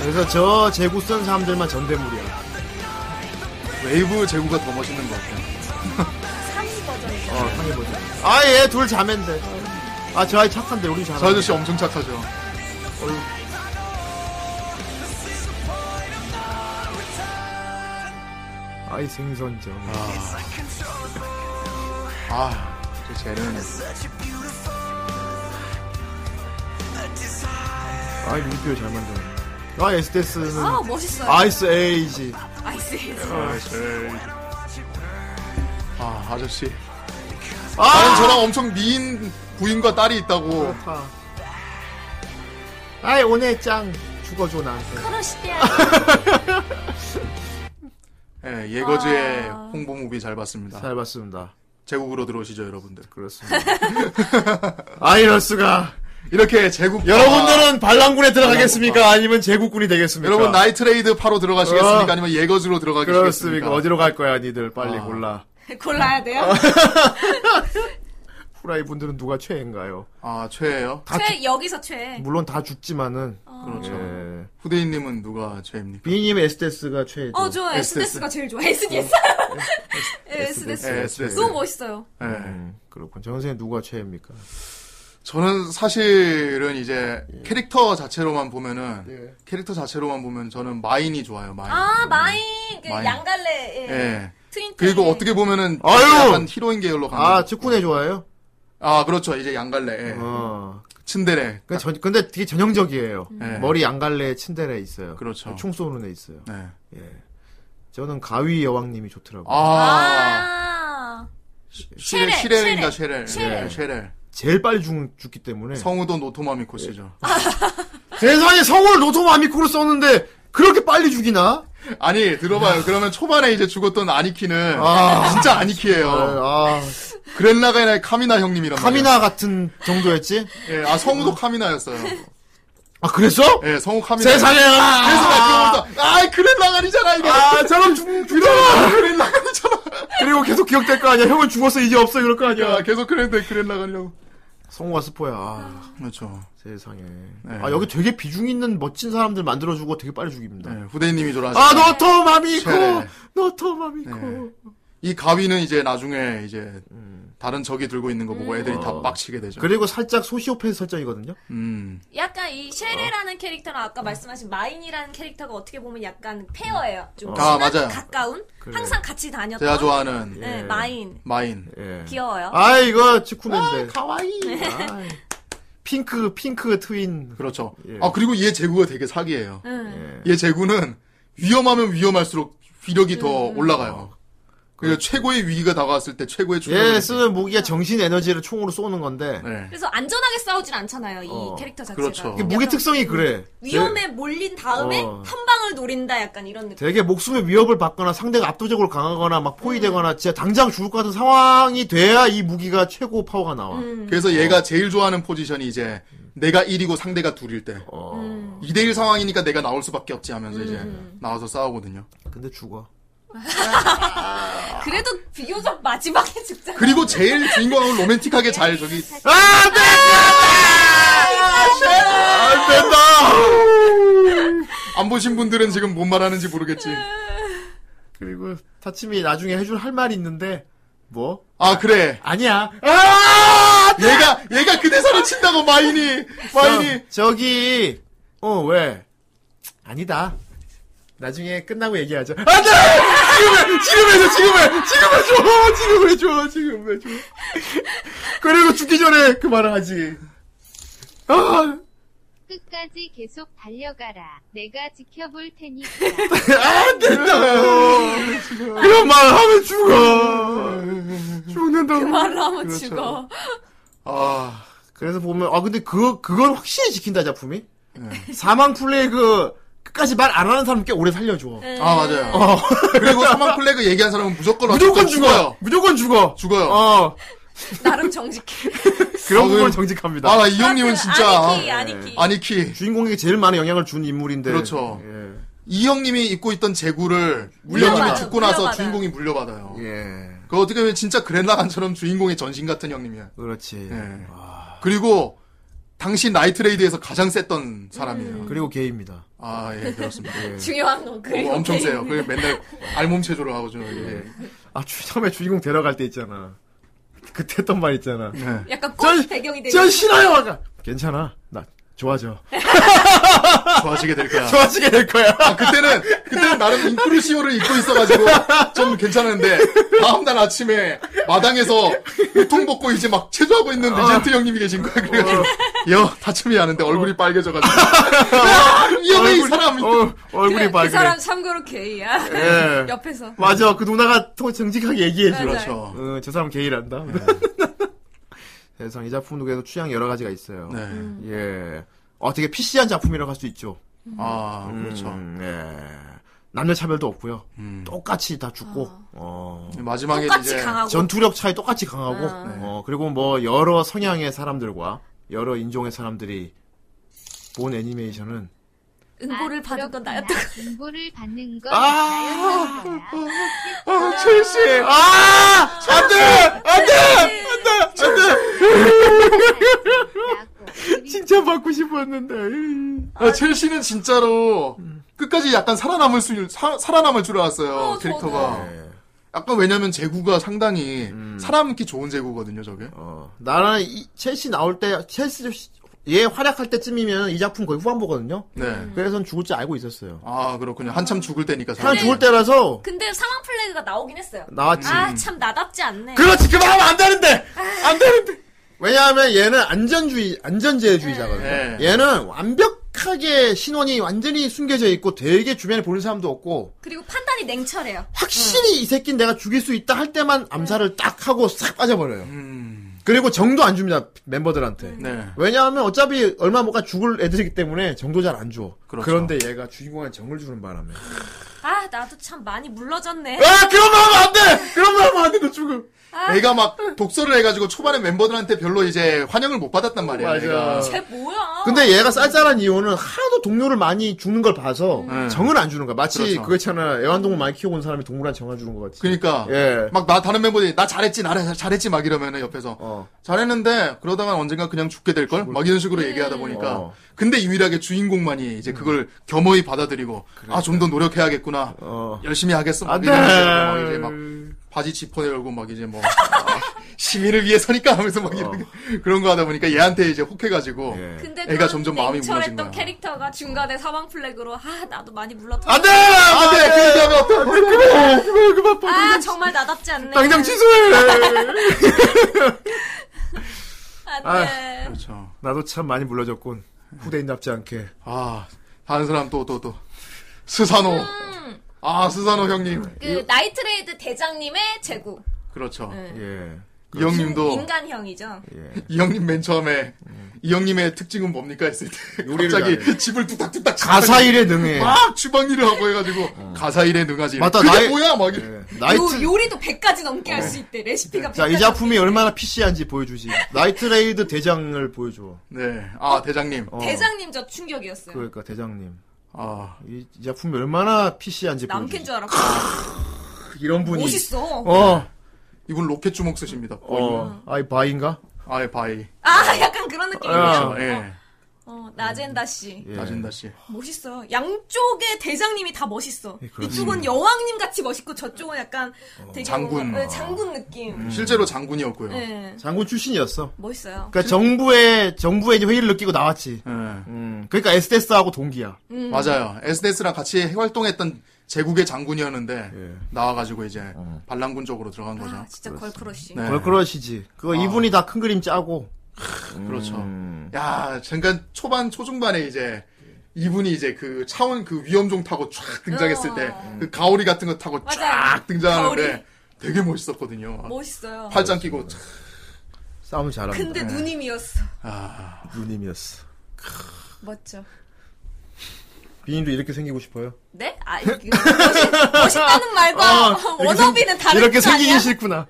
Speaker 1: 그래서 저 제구 쓴 사람들만 전대물이야.
Speaker 2: 웨이브 제구가 더 멋있는 것 같아요.
Speaker 1: 어, 상해보자. 아, 얘 둘 자매인데. 아, 저 아이 착한데, 우리
Speaker 2: 저
Speaker 1: 잘하
Speaker 2: 아저씨 엄청 착하죠.
Speaker 1: 아이 생선정.
Speaker 2: 아, 저 쟤는.
Speaker 1: 아이 뮤직비디오 잘 만들어. 아, 에스테스는
Speaker 3: 아 멋있어요.
Speaker 1: 아이스 어. 에이지.
Speaker 3: 아이스.
Speaker 2: 네. 아, 아저씨. 나는
Speaker 1: 아,
Speaker 2: 저랑 엄청 미인 부인과 딸이 있다고.
Speaker 1: 좋다. 아이 오늘 짱 죽어줘 나한테.
Speaker 3: 크러시대야.
Speaker 2: 예, 예거지의
Speaker 1: 아.
Speaker 2: 홍보 무비 잘 봤습니다.
Speaker 1: 잘 봤습니다.
Speaker 2: 제국으로 들어오시죠, 여러분들.
Speaker 1: 그렇습니다. 아 이럴 수가.
Speaker 2: 이렇게 제국.
Speaker 1: 여러분들은 반란군에 들어가겠습니까? 아니면 제국군이 되겠습니까?
Speaker 2: 아. 여러분 나이트레이드 파로 들어가시겠습니까?
Speaker 1: 그러니까. 어.
Speaker 2: 아니면 예거지로 들어가시겠습니까?
Speaker 1: 그렇습니까? 어디로 갈 거야, 니들 빨리
Speaker 2: 아.
Speaker 1: 골라.
Speaker 3: 골라야 돼요.
Speaker 1: 후라이 분들은 누가 최애인가요?
Speaker 2: 아, 최예요?
Speaker 1: 다
Speaker 3: 최 여기서 최.
Speaker 1: 죽- 물론 다 죽지만은
Speaker 2: 그렇죠.
Speaker 1: 예.
Speaker 2: 후대인님은 누가 최입니까?
Speaker 1: 비님 에스테스가 최애죠.
Speaker 3: 어, 저 SDS가 제일 좋아. SDS.
Speaker 1: SDS.
Speaker 3: SDS.
Speaker 2: 예, SS.
Speaker 3: 너무 멋있어요.
Speaker 2: 예.
Speaker 1: 음, 그렇군. 정 선생님 누가 최애입니까?
Speaker 2: 저는 사실은 이제 캐릭터 자체로만 보면은
Speaker 1: 네.
Speaker 2: 캐릭터 자체로만 보면 저는 마인이 좋아요, 마인.
Speaker 3: 아, 마이, 그,
Speaker 2: 네. 마이.
Speaker 3: 양갈래, 예.
Speaker 2: 예.
Speaker 3: 트윈
Speaker 2: 그리고
Speaker 3: 테일.
Speaker 2: 어떻게 보면은
Speaker 1: 아유!
Speaker 2: 약간 히로인 계열로 가는
Speaker 1: 아,
Speaker 2: 거.
Speaker 1: 측군에 좋아해요?
Speaker 2: 아, 그렇죠. 이제 양갈래. 예.
Speaker 1: 어.
Speaker 2: 츤데레.
Speaker 1: 근데, 전- 근데 되게 전형적이에요.
Speaker 2: 예.
Speaker 1: 머리 양갈래 친데레 있어요.
Speaker 2: 그렇죠.
Speaker 1: 총 쏘는 애 있어요.
Speaker 2: 네.
Speaker 1: 예. 저는 가위 여왕님이 좋더라고요.
Speaker 2: 아.
Speaker 3: 아.
Speaker 2: 쉐렐,
Speaker 3: 쉐렐,
Speaker 2: 쉐렐인가 쉐렐.
Speaker 3: 쉐렐.
Speaker 2: 예, 쉐렐.
Speaker 1: 제일 빨리 죽, 죽기 때문에.
Speaker 2: 성우도 노토마미코 씨죠.
Speaker 1: 세상에 성을 노토마미코로 썼는데 그렇게 빨리 죽이나?
Speaker 2: 아니, 들어봐요. 그러면 초반에 이제 죽었던 아니키는
Speaker 1: 아.
Speaker 2: 진짜 아니키예요.
Speaker 1: 아,
Speaker 2: 그랜라가이나의 카미나 형님이란 말이에요.
Speaker 1: 카미나 같은 정도였지?
Speaker 2: 예, 아 성우도 카미나였어요.
Speaker 1: 아, 그랬어?
Speaker 2: 예, 성우 카미나.
Speaker 1: 세상에!
Speaker 2: 그래서
Speaker 1: 아,
Speaker 2: 아, 아 그랜라가이잖아 이거.
Speaker 1: 아, 저놈 죽, 죽잖아! 그리고 계속 기억될 거 아니야. 형은 죽었어, 이제 없어, 그럴 거
Speaker 2: 야,
Speaker 1: 아니야.
Speaker 2: 계속 그랜데 그랜라가이라고.
Speaker 1: 성우가 스포야. 아.
Speaker 2: 그렇죠.
Speaker 1: 세상에.
Speaker 2: 네.
Speaker 1: 아, 여기 되게 비중 있는 멋진 사람들 만들어주고 되게 빨리 죽입니다.
Speaker 2: 예, 후대인님이 돌아서.
Speaker 1: 아, 너토마미코!
Speaker 2: 네.
Speaker 1: 너토마미코!
Speaker 2: 네. 이 가위는 이제 나중에 이제 다른 적이 들고 있는 거 보고 애들이 다
Speaker 1: 어.
Speaker 2: 빡치게
Speaker 1: 음.
Speaker 2: 되죠.
Speaker 1: 그리고 살짝 소시오패스 설정이거든요?
Speaker 2: 음.
Speaker 3: 약간 이 쉐레라는 캐릭터랑 아까 말씀하신 마인이라는 캐릭터가 어떻게 보면 약간 페어예요. 좀
Speaker 1: 어.
Speaker 2: 아,
Speaker 3: 친한,
Speaker 2: 맞아요.
Speaker 3: 가까운
Speaker 1: 그래.
Speaker 3: 항상 같이 다녔던
Speaker 2: 제가 좋아하는
Speaker 3: 네,
Speaker 1: 예.
Speaker 3: 마인
Speaker 2: 마인.
Speaker 1: 예.
Speaker 3: 귀여워요.
Speaker 1: 아, 이거 치쿠네인데.
Speaker 2: 가와이.
Speaker 1: 아이. 핑크, 핑크 트윈.
Speaker 2: 그렇죠.
Speaker 1: 예.
Speaker 2: 아, 그리고 얘 제구가 되게 사기예요.
Speaker 3: 응.
Speaker 1: 예.
Speaker 2: 얘 제구는 위험하면 위험할수록 위력이 더
Speaker 1: 아,
Speaker 2: 올라가요.
Speaker 1: 그렇죠.
Speaker 2: 그러니까 최고의 위기가 다가왔을 때 최고의 충격을
Speaker 1: 얘
Speaker 2: 느끼-
Speaker 1: 예, 쓰는 무기가 정신 에너지를 총으로 쏘는 건데.
Speaker 2: 네.
Speaker 3: 그래서 안전하게 싸우진 않잖아요. 이
Speaker 1: 어,
Speaker 3: 캐릭터 자체가.
Speaker 2: 그렇죠.
Speaker 1: 이게 무기 특성이 그래.
Speaker 3: 위험에 몰린 다음에
Speaker 1: 어.
Speaker 3: 한 방을 노린다 약간 이런 느낌.
Speaker 1: 되게 목숨에 위협을 받거나 상대가 압도적으로 강하거나 막 포위되거나
Speaker 3: 음.
Speaker 1: 진짜 당장 죽을 것 같은 상황이 돼야 이 무기가 최고 파워가 나와.
Speaker 3: 음,
Speaker 2: 네. 그래서 얘가 제일 좋아하는 포지션이 이제 내가 1이고 상대가 2일 때
Speaker 1: 어.
Speaker 3: 음.
Speaker 2: 2대1 상황이니까 내가 나올 수밖에 없지 하면서 이제 나와서 싸우거든요.
Speaker 1: 근데 죽어.
Speaker 3: 그래도 비교적 마지막에 죽잖아.
Speaker 2: 그리고 제일 주인공을 로맨틱하게 잘 저기
Speaker 1: 아, 안 돼!
Speaker 3: 아,
Speaker 1: 아, 안 된다!
Speaker 2: 안 보신 분들은 지금 뭔 말하는지 모르겠지.
Speaker 1: 그리고 타침이 나중에 해줄 할 말이 있는데, 뭐?
Speaker 2: 아 그래.
Speaker 1: 아니야. 아!
Speaker 2: 얘가 얘가 그 대사를 친다고 마인이 마인이
Speaker 1: 저, 저기 어 왜? 아니다. 나중에 끝나고 얘기하자. 안돼! 지금 해! 지금 해줘! 지금 해! 지금 해줘! 지금 해줘! 지금 해줘! 그리고 죽기 전에 그 말을 하지. 아,
Speaker 6: 끝까지 계속 달려가라. 내가 지켜볼 테니까.
Speaker 1: 안 된다고! 그런 말 하면 죽어! 죽는다고!
Speaker 3: 그 말을 하면
Speaker 2: 그렇죠.
Speaker 3: 죽어.
Speaker 2: 아
Speaker 1: 그래서 보면 아 근데 그 그걸 확실히 지킨다 작품이 사망 플레이 그 끝까지 말 안 하는 사람 꽤 오래 살려줘.
Speaker 3: 음.
Speaker 2: 아 맞아요.
Speaker 1: 어.
Speaker 2: 그리고 사망 플래그 얘기한 사람은 무조건
Speaker 1: 무조건
Speaker 2: 어쨌든
Speaker 1: 죽어요. 무조건 죽어.
Speaker 2: 죽어요.
Speaker 1: 어.
Speaker 4: 나름 정직해.
Speaker 1: 그런
Speaker 2: 아,
Speaker 1: 부분
Speaker 2: 그럼-
Speaker 1: 정직합니다.
Speaker 2: 아, 이 형님은 진짜
Speaker 3: 아니키, 그 아니키.
Speaker 2: 아니키.
Speaker 1: 주인공에게 제일 많은 영향을 준 인물인데.
Speaker 2: 그렇죠.
Speaker 1: 예.
Speaker 2: 이 형님이 입고 있던 재구를 이
Speaker 1: 물려받아요.
Speaker 2: 형님이 죽고 나서
Speaker 3: 물려받아요.
Speaker 2: 주인공이 물려받아요.
Speaker 1: 예.
Speaker 2: 그 어떻게 보면 진짜 그랜라간처럼 주인공의 전신 같은 형님이야.
Speaker 1: 그렇지. 아,
Speaker 2: 예. 그리고 당시 나이트레이드에서 가장 셌던 사람이에요.
Speaker 3: 음.
Speaker 1: 그리고 게이입니다.
Speaker 2: 아, 예, 그렇습니다. 예.
Speaker 4: 중요한 거. 그리고
Speaker 2: 어, 엄청 세요. 그 맨날 알몸 체조를 하고 좀. 예.
Speaker 1: 아, 주- 처음에 주인공 데려갈 때 있잖아. 그때 했던 말 있잖아.
Speaker 2: 네.
Speaker 3: 그 약간 꽃
Speaker 1: 저-
Speaker 3: 배경이
Speaker 4: 네.
Speaker 3: 되는.
Speaker 1: 전 싫어요! 아까. 괜찮아. 나 좋아져.
Speaker 2: 좋아지게 될 거야.
Speaker 1: 좋아지게 될 거야.
Speaker 2: 아, 그때는 그때는 나름 인크루시오를 입고 있어가지고 좀 괜찮은데 다음 날 아침에 마당에서 우통 벗고 이제 막 체조하고 있는
Speaker 1: 어.
Speaker 2: 리젠트 형님이 계신 거야. 그래가지고 여 다툼이 하는데 얼굴이 빨개져가지고 야, 위험해 이 사람.
Speaker 1: 어, 얼굴이 예.
Speaker 4: 그,
Speaker 1: 밝아.
Speaker 4: 그 사람 그 참고로 게이야.
Speaker 2: 네.
Speaker 1: 예.
Speaker 4: 옆에서.
Speaker 1: 맞아. 그 누나가 더 정직하게 얘기해줘.
Speaker 3: 네.
Speaker 4: 맞아요.
Speaker 2: 그렇죠.
Speaker 1: 어, 저 사람 게이란다.
Speaker 2: 네.
Speaker 1: 세상 이 작품도 그래도 취향 여러 가지가 있어요.
Speaker 2: 네.
Speaker 1: 예. 어, 되게 PC한 작품이라고 할 수 있죠.
Speaker 2: 아 그렇죠.
Speaker 1: 음, 예. 남녀 차별도 없고요.
Speaker 2: 음.
Speaker 1: 똑같이 다 죽고, 어,
Speaker 2: 마지막에
Speaker 3: 똑같이
Speaker 2: 이제
Speaker 3: 아. 강하고. 아.
Speaker 1: 전투력 차이 똑같이 강하고,
Speaker 2: 네.
Speaker 1: 어, 그리고 뭐 여러 성향의 사람들과 여러 인종의 사람들이 본 애니메이션은
Speaker 6: 아,
Speaker 3: 응고를 받은 건 나였다.
Speaker 6: 공고를 받는 건
Speaker 1: 아.
Speaker 6: 나였던 거야.
Speaker 1: 아, 첼시! 아! 안 돼! 안 돼! 안 돼! 안 돼!
Speaker 6: 라고. 그리고
Speaker 1: 진짜 받고 싶었는데.
Speaker 2: 아, 첼시는 진짜로
Speaker 1: 음.
Speaker 2: 끝까지 약간 살아남을 수 사, 살아남을 줄 알았어요
Speaker 3: 어,
Speaker 2: 캐릭터가.
Speaker 1: 예.
Speaker 2: 약간 왜냐면 재구가 상당히
Speaker 1: 음.
Speaker 2: 살아남기 좋은 재구거든요 저게.
Speaker 1: 어, 나는 이 첼시 나올 때, 첼시, 얘 활약할 때쯤이면 이 작품 거의 후반부거든요?
Speaker 2: 네.
Speaker 1: 그래서 죽을 줄 알고 있었어요.
Speaker 2: 아 네. 그렇군요. 한참 죽을 때니까.
Speaker 1: 사람
Speaker 2: 사람이.
Speaker 1: 죽을 때라서
Speaker 3: 근데 상황 플래그가 나오긴 했어요.
Speaker 2: 음.
Speaker 1: 나왔지.
Speaker 3: 아, 참 나답지 않네.
Speaker 1: 그렇지 그만 하면 안 되는데 안 되는데 왜냐하면 얘는 안전주의 안전제주의자거든요
Speaker 2: 네.
Speaker 1: 얘는 완벽하게 신원이 완전히 숨겨져 있고 되게 주변에 보는 사람도 없고
Speaker 3: 그리고 판단이 냉철해요.
Speaker 1: 확실히 이 새끼는 내가 죽일 수 있다 할 때만 암살을 딱 하고 싹 빠져버려요
Speaker 2: 음.
Speaker 1: 그리고 정도 안 줍니다 멤버들한테
Speaker 2: 네.
Speaker 1: 왜냐하면 어차피 얼마 못 가 죽을 애들이기 때문에 정도 잘 안 줘.
Speaker 2: 그렇죠.
Speaker 1: 그런데 얘가 주인공한테 정을 주는 바람에.
Speaker 3: 아, 나도 참 많이 물러졌네.
Speaker 1: 아, 그런 말 하면 안 돼! 그런 말 하면 안 돼, 너 죽음!
Speaker 2: 애가 막 독서를 해가지고 초반에 멤버들한테 별로 이제 환영을 못 받았단 말이야.
Speaker 1: 맞아.
Speaker 2: 애가.
Speaker 3: 쟤 뭐야?
Speaker 1: 근데 얘가 쌀쌀한 이유는 하도 동료를 많이 죽는 걸 봐서
Speaker 2: 음.
Speaker 1: 정을 안 주는 거야. 마치
Speaker 2: 그렇죠.
Speaker 1: 그거 있잖아. 애완동물 많이 키워본 사람이 동물한테 정을 주는 거 같지.
Speaker 2: 그러니까
Speaker 1: 예.
Speaker 2: 막 나 다른 멤버들이 나 잘했지 나 잘했지 막 이러면은 옆에서
Speaker 1: 어.
Speaker 2: 잘했는데 그러다가 언젠가 그냥 죽게 될 걸 막 이런 식으로 얘기하다 보니까
Speaker 1: 어. 음.
Speaker 2: 근데 유일하게 주인공만이 이제 그걸 겸허히 받아들이고 아 좀 더 노력해야겠구나
Speaker 1: 그러니까. 어.
Speaker 2: 열심히 하겠어 막
Speaker 1: 안 돼!
Speaker 2: 이런 식으로 막 이제 막 바지 지퍼내고 막 이제 뭐 아, 시민을 위해서니까 하면서 막 이런 그런 거 하다 보니까 얘한테 이제 혹해가지고
Speaker 1: 어. 예.
Speaker 3: 근데
Speaker 2: 애가
Speaker 3: 그런
Speaker 2: 점점 마음이
Speaker 3: 냉철했던
Speaker 2: 무너진 거야.
Speaker 3: 캐릭터가 중간에 사망 플래그로 아, 나도 많이 물러졌네.
Speaker 1: 안 돼! 안 돼! 그렇게 하면 어떡해! 그만! 그만! 그만! 빨리.
Speaker 3: 아, 정말 나답지 않네.
Speaker 1: 당장 취소해!
Speaker 3: 안
Speaker 1: 아.
Speaker 3: 돼.
Speaker 2: 그렇죠
Speaker 1: 나도 참 많이 물러졌군. 후대인답지 않게.
Speaker 2: 아 다른 사람 또 또 또 스사노
Speaker 3: 음.
Speaker 2: 아 스사노 형님
Speaker 3: 그 나이트레이드 대장님의 제구.
Speaker 2: 그렇죠
Speaker 1: 예.
Speaker 2: 이 형님도
Speaker 3: 네. 음, 인간형이죠.
Speaker 2: 이 형님 맨 처음에 이 형님의 특징은 뭡니까 했을 때
Speaker 1: 요리를
Speaker 2: 갑자기
Speaker 1: 잘해.
Speaker 2: 집을 뚝딱뚝딱
Speaker 1: 가사 일에 능해.
Speaker 2: 막 주방 일을 하고 해가지고 가사 일에 능하지
Speaker 1: 맞다,
Speaker 2: 그게
Speaker 1: 나의-
Speaker 2: 뭐야 막 이래
Speaker 1: 예. 나이트.
Speaker 3: 요,
Speaker 1: 어.
Speaker 3: 요리도 100가지 넘게 할 수 있대. 레시피가 100가지.
Speaker 1: 자, 이 작품이 얼마나 PC한지 보여주지. 나이트레이드 대장을 보여줘.
Speaker 2: 네아 대장님
Speaker 1: 어,
Speaker 3: 대장님 저 충격이었어요.
Speaker 1: 그러니까, 대장님.
Speaker 2: 아
Speaker 1: 이, 이 작품이 얼마나 PC한지
Speaker 3: 남캔
Speaker 1: 보여주지.
Speaker 3: 줄 알았고.
Speaker 1: 이런 그- 분이.
Speaker 3: 멋있어.
Speaker 1: 어.
Speaker 2: 이분 로켓 주먹 쓰십니다
Speaker 1: 어, 아이 바인가?
Speaker 2: 아예 바이
Speaker 3: 아, 약간 그런 느낌이네요.
Speaker 1: 어.
Speaker 2: 예
Speaker 3: 어, 나젠다 씨.
Speaker 1: 예.
Speaker 2: 나진다 씨
Speaker 3: 멋있어. 양쪽의 대장님이 다 멋있어.
Speaker 1: 예, 그렇습니다. 어,
Speaker 3: 이쪽은 여왕님 같이 멋있고 저쪽은 약간 되게
Speaker 2: 장군.
Speaker 3: 뭔가, 네, 장군 느낌.
Speaker 1: 음.
Speaker 2: 실제로 장군이었고요 예.
Speaker 3: 네,
Speaker 1: 장군 출신이었어.
Speaker 3: 멋있어요.
Speaker 1: 그러니까 정부의 정부의 이제 회의를 느끼고 나왔지. 음. 그러니까 SDS하고 동기야.
Speaker 2: 맞아요 SNS랑 같이 활동했던 제국의
Speaker 1: 예.
Speaker 2: 장군이었는데 나와가지고 이제
Speaker 1: 어.
Speaker 2: 반란군 쪽으로
Speaker 1: 그-
Speaker 2: 들어간 거죠
Speaker 3: 아, 진짜 걸크러쉬.
Speaker 2: 네.
Speaker 1: 걸크러시지. 그거 이분이 다 큰 그림 짜고.
Speaker 2: 그렇죠.
Speaker 1: 음.
Speaker 2: 야, 잠깐 초반 초중반에 이제 이분이 이제 그 차원 그 위험종 타고 쫙 등장했을 때 그 가오리 같은 거 타고
Speaker 3: 어. 맞아요.
Speaker 2: 쫙 등장하는데
Speaker 3: 가오리. 뭐.
Speaker 2: 되게 멋있었거든요.
Speaker 3: 멋있어요.
Speaker 2: 팔짱 끼고 쫙.
Speaker 1: 싸움 잘한다.
Speaker 3: 근데 누님이었어.
Speaker 1: 누님이었어.
Speaker 3: 멋져.
Speaker 1: 비님도 이렇게 생기고 싶어요?
Speaker 3: 네? 아, 이거 멋있, 멋있다는 말과
Speaker 1: 이렇게
Speaker 3: 원어비는
Speaker 1: 생-
Speaker 3: 다른
Speaker 1: 이렇게
Speaker 3: 뜻 아니야?
Speaker 1: 생기긴 싫구나.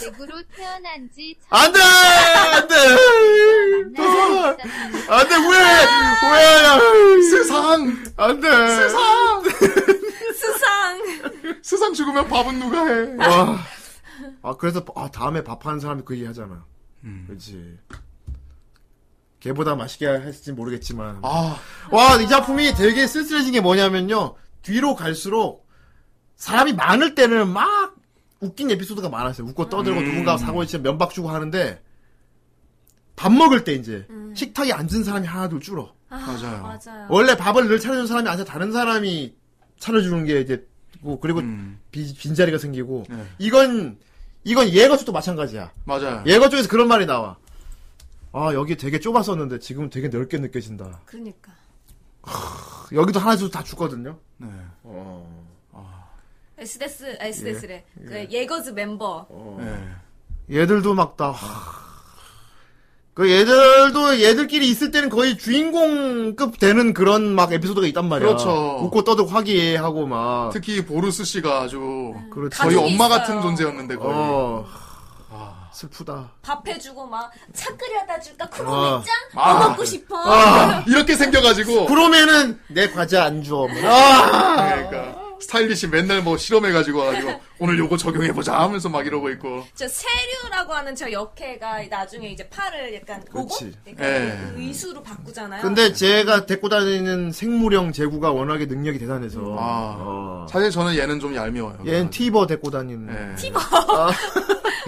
Speaker 6: 대구로 태어난 지참
Speaker 1: 안 돼! 안 돼!
Speaker 3: 아!
Speaker 6: 만나고 있었는데
Speaker 1: 안 돼! 후회해! 후회해!
Speaker 2: 세상
Speaker 1: 안 돼!
Speaker 2: 세상
Speaker 3: 수상.
Speaker 2: 세상 죽으면 밥은 누가 해?
Speaker 1: 와. 아, 그래서, 아, 다음에 밥하는 사람이 그 얘기 하잖아. 그렇지. 걔보다 맛있게 했을지 모르겠지만.
Speaker 2: 아
Speaker 1: 와, 이 작품이 되게 쓸쓸해진 게 뭐냐면요. 뒤로 갈수록 사람이 많을 때는 막 웃긴 에피소드가 많았어요. 웃고 떠들고 누군가 사고에 진짜 면박 주고 하는데 밥 먹을 때 이제
Speaker 2: 음.
Speaker 1: 식탁에 앉은 사람이 하나둘 줄어. 어?
Speaker 2: 맞아요.
Speaker 3: 맞아요.
Speaker 1: 원래 밥을 늘 차려준 사람이 아니라 다른 사람이 차려주는 게 이제 뭐 그리고
Speaker 2: 음,
Speaker 1: 비- 빈자리가 생기고
Speaker 2: 네.
Speaker 1: 이건 이건 예거 쪽도 마찬가지야.
Speaker 2: 맞아요.
Speaker 1: 예거 쪽에서 그런 말이 나와. 아 여기 되게 좁았었는데 지금 되게 넓게 느껴진다.
Speaker 4: 그러니까.
Speaker 1: 여기도 하나씩 다 죽거든요.
Speaker 2: 네.
Speaker 3: SDS, SDS래. 아, 예. 거즈 멤버.
Speaker 1: 어.
Speaker 2: 네.
Speaker 1: 얘들도 막 다. 하... 그 얘들도 얘들끼리 있을 때는 거의 주인공급 되는 그런 막 에피소드가 있단 말이야.
Speaker 2: 그렇죠.
Speaker 1: 웃고 떠들고 화기애애하고 막.
Speaker 2: 특히 보루스 씨가 아주
Speaker 1: 그렇지.
Speaker 3: 네.
Speaker 2: 저희
Speaker 3: 가족이
Speaker 2: 엄마
Speaker 3: 있어요.
Speaker 2: 같은 존재였는데 거의. 아.
Speaker 1: 어. 슬프다.
Speaker 3: 밥 해주고 막, 차 끓여다 줄까?
Speaker 1: 아.
Speaker 3: 쿠로 맥장?
Speaker 2: 아.
Speaker 3: 뭐 먹고 싶어?
Speaker 2: 이렇게 생겨가지고
Speaker 1: 그러면은 내 과자 안 줘. 아!
Speaker 2: 그러니까 스타일리시 맨날 뭐 실험해가지고 와가지고 오늘 요거 적용해보자 하면서 막 이러고 있고
Speaker 3: 저 세류라고 하는 저 역해가 나중에 이제 팔을 약간 보고
Speaker 1: 그렇지.
Speaker 2: 예.
Speaker 3: 의수로 바꾸잖아요.
Speaker 1: 근데 제가 데리고 다니는 생물형 제구가 워낙에 능력이 대단해서.
Speaker 2: 아.
Speaker 1: 어.
Speaker 2: 사실 저는 얘는 좀 얄미워요.
Speaker 1: 얘는 티버 데리고 다니는.
Speaker 2: 예.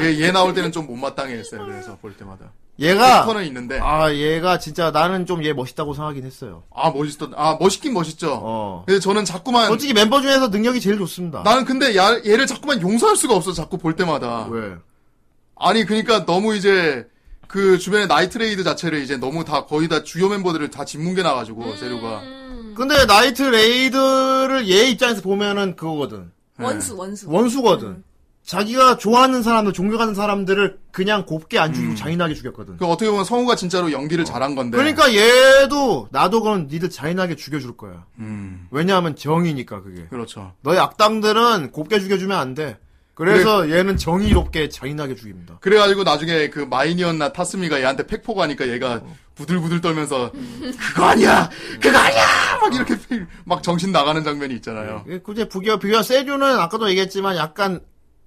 Speaker 2: 얘, 얘 나올 때는 좀 못마땅해 했어요. 그래서 볼 때마다.
Speaker 1: 얘가.
Speaker 2: 패턴은 있는데 아,
Speaker 1: 아, 얘가 진짜 나는 좀 얘 멋있다고 생각하긴 했어요.
Speaker 2: 멋있던 아 멋있긴 멋있죠.
Speaker 1: 어.
Speaker 2: 근데 저는 자꾸만
Speaker 1: 솔직히 멤버 중에서 능력이 제일 좋습니다.
Speaker 2: 나는 근데 야, 얘를 자꾸만 용서할 수가 없어 자꾸 볼 때마다.
Speaker 1: 왜?
Speaker 2: 아니 그러니까 너무 이제 그 주변의 나이트레이드 자체를 이제 너무 다 거의 다 주요 멤버들을 다 짓뭉개
Speaker 1: 음.
Speaker 2: 나가지고 세류가
Speaker 3: 음,
Speaker 1: 근데 나이트 레이드를 얘 입장에서 보면은 그거거든.
Speaker 3: 원수, 원수.
Speaker 1: 예. 원수거든. 자기가 좋아하는 사람들, 존경하는 사람들을 그냥 곱게 안 죽이고 잔인하게 죽였거든.
Speaker 2: 음. 그 네. 어떻게 보면 성우가 진짜로 연기를 잘한 건데.
Speaker 1: 그러니까 얘도 나도 그럼 니들 잔인하게 죽여줄 거야.
Speaker 2: 음
Speaker 1: 왜냐하면 정이니까 그게.
Speaker 2: 그렇죠.
Speaker 1: 너의 악당들은 곱게 죽여주면 안 돼. 그래서 얘는 정의롭게 잔인하게 죽입니다.
Speaker 2: 그래가지고 나중에 그 마이니언나 타스미가 얘한테 팩포가 하니까 얘가
Speaker 1: 어.
Speaker 2: 부들부들 떨면서 그거 아니야 그거 아니야 막 이렇게 막 정신 나가는 장면이 있잖아요.
Speaker 1: 예, 굳이 비교, 비교한 세류는 아까도 얘기했지만 약간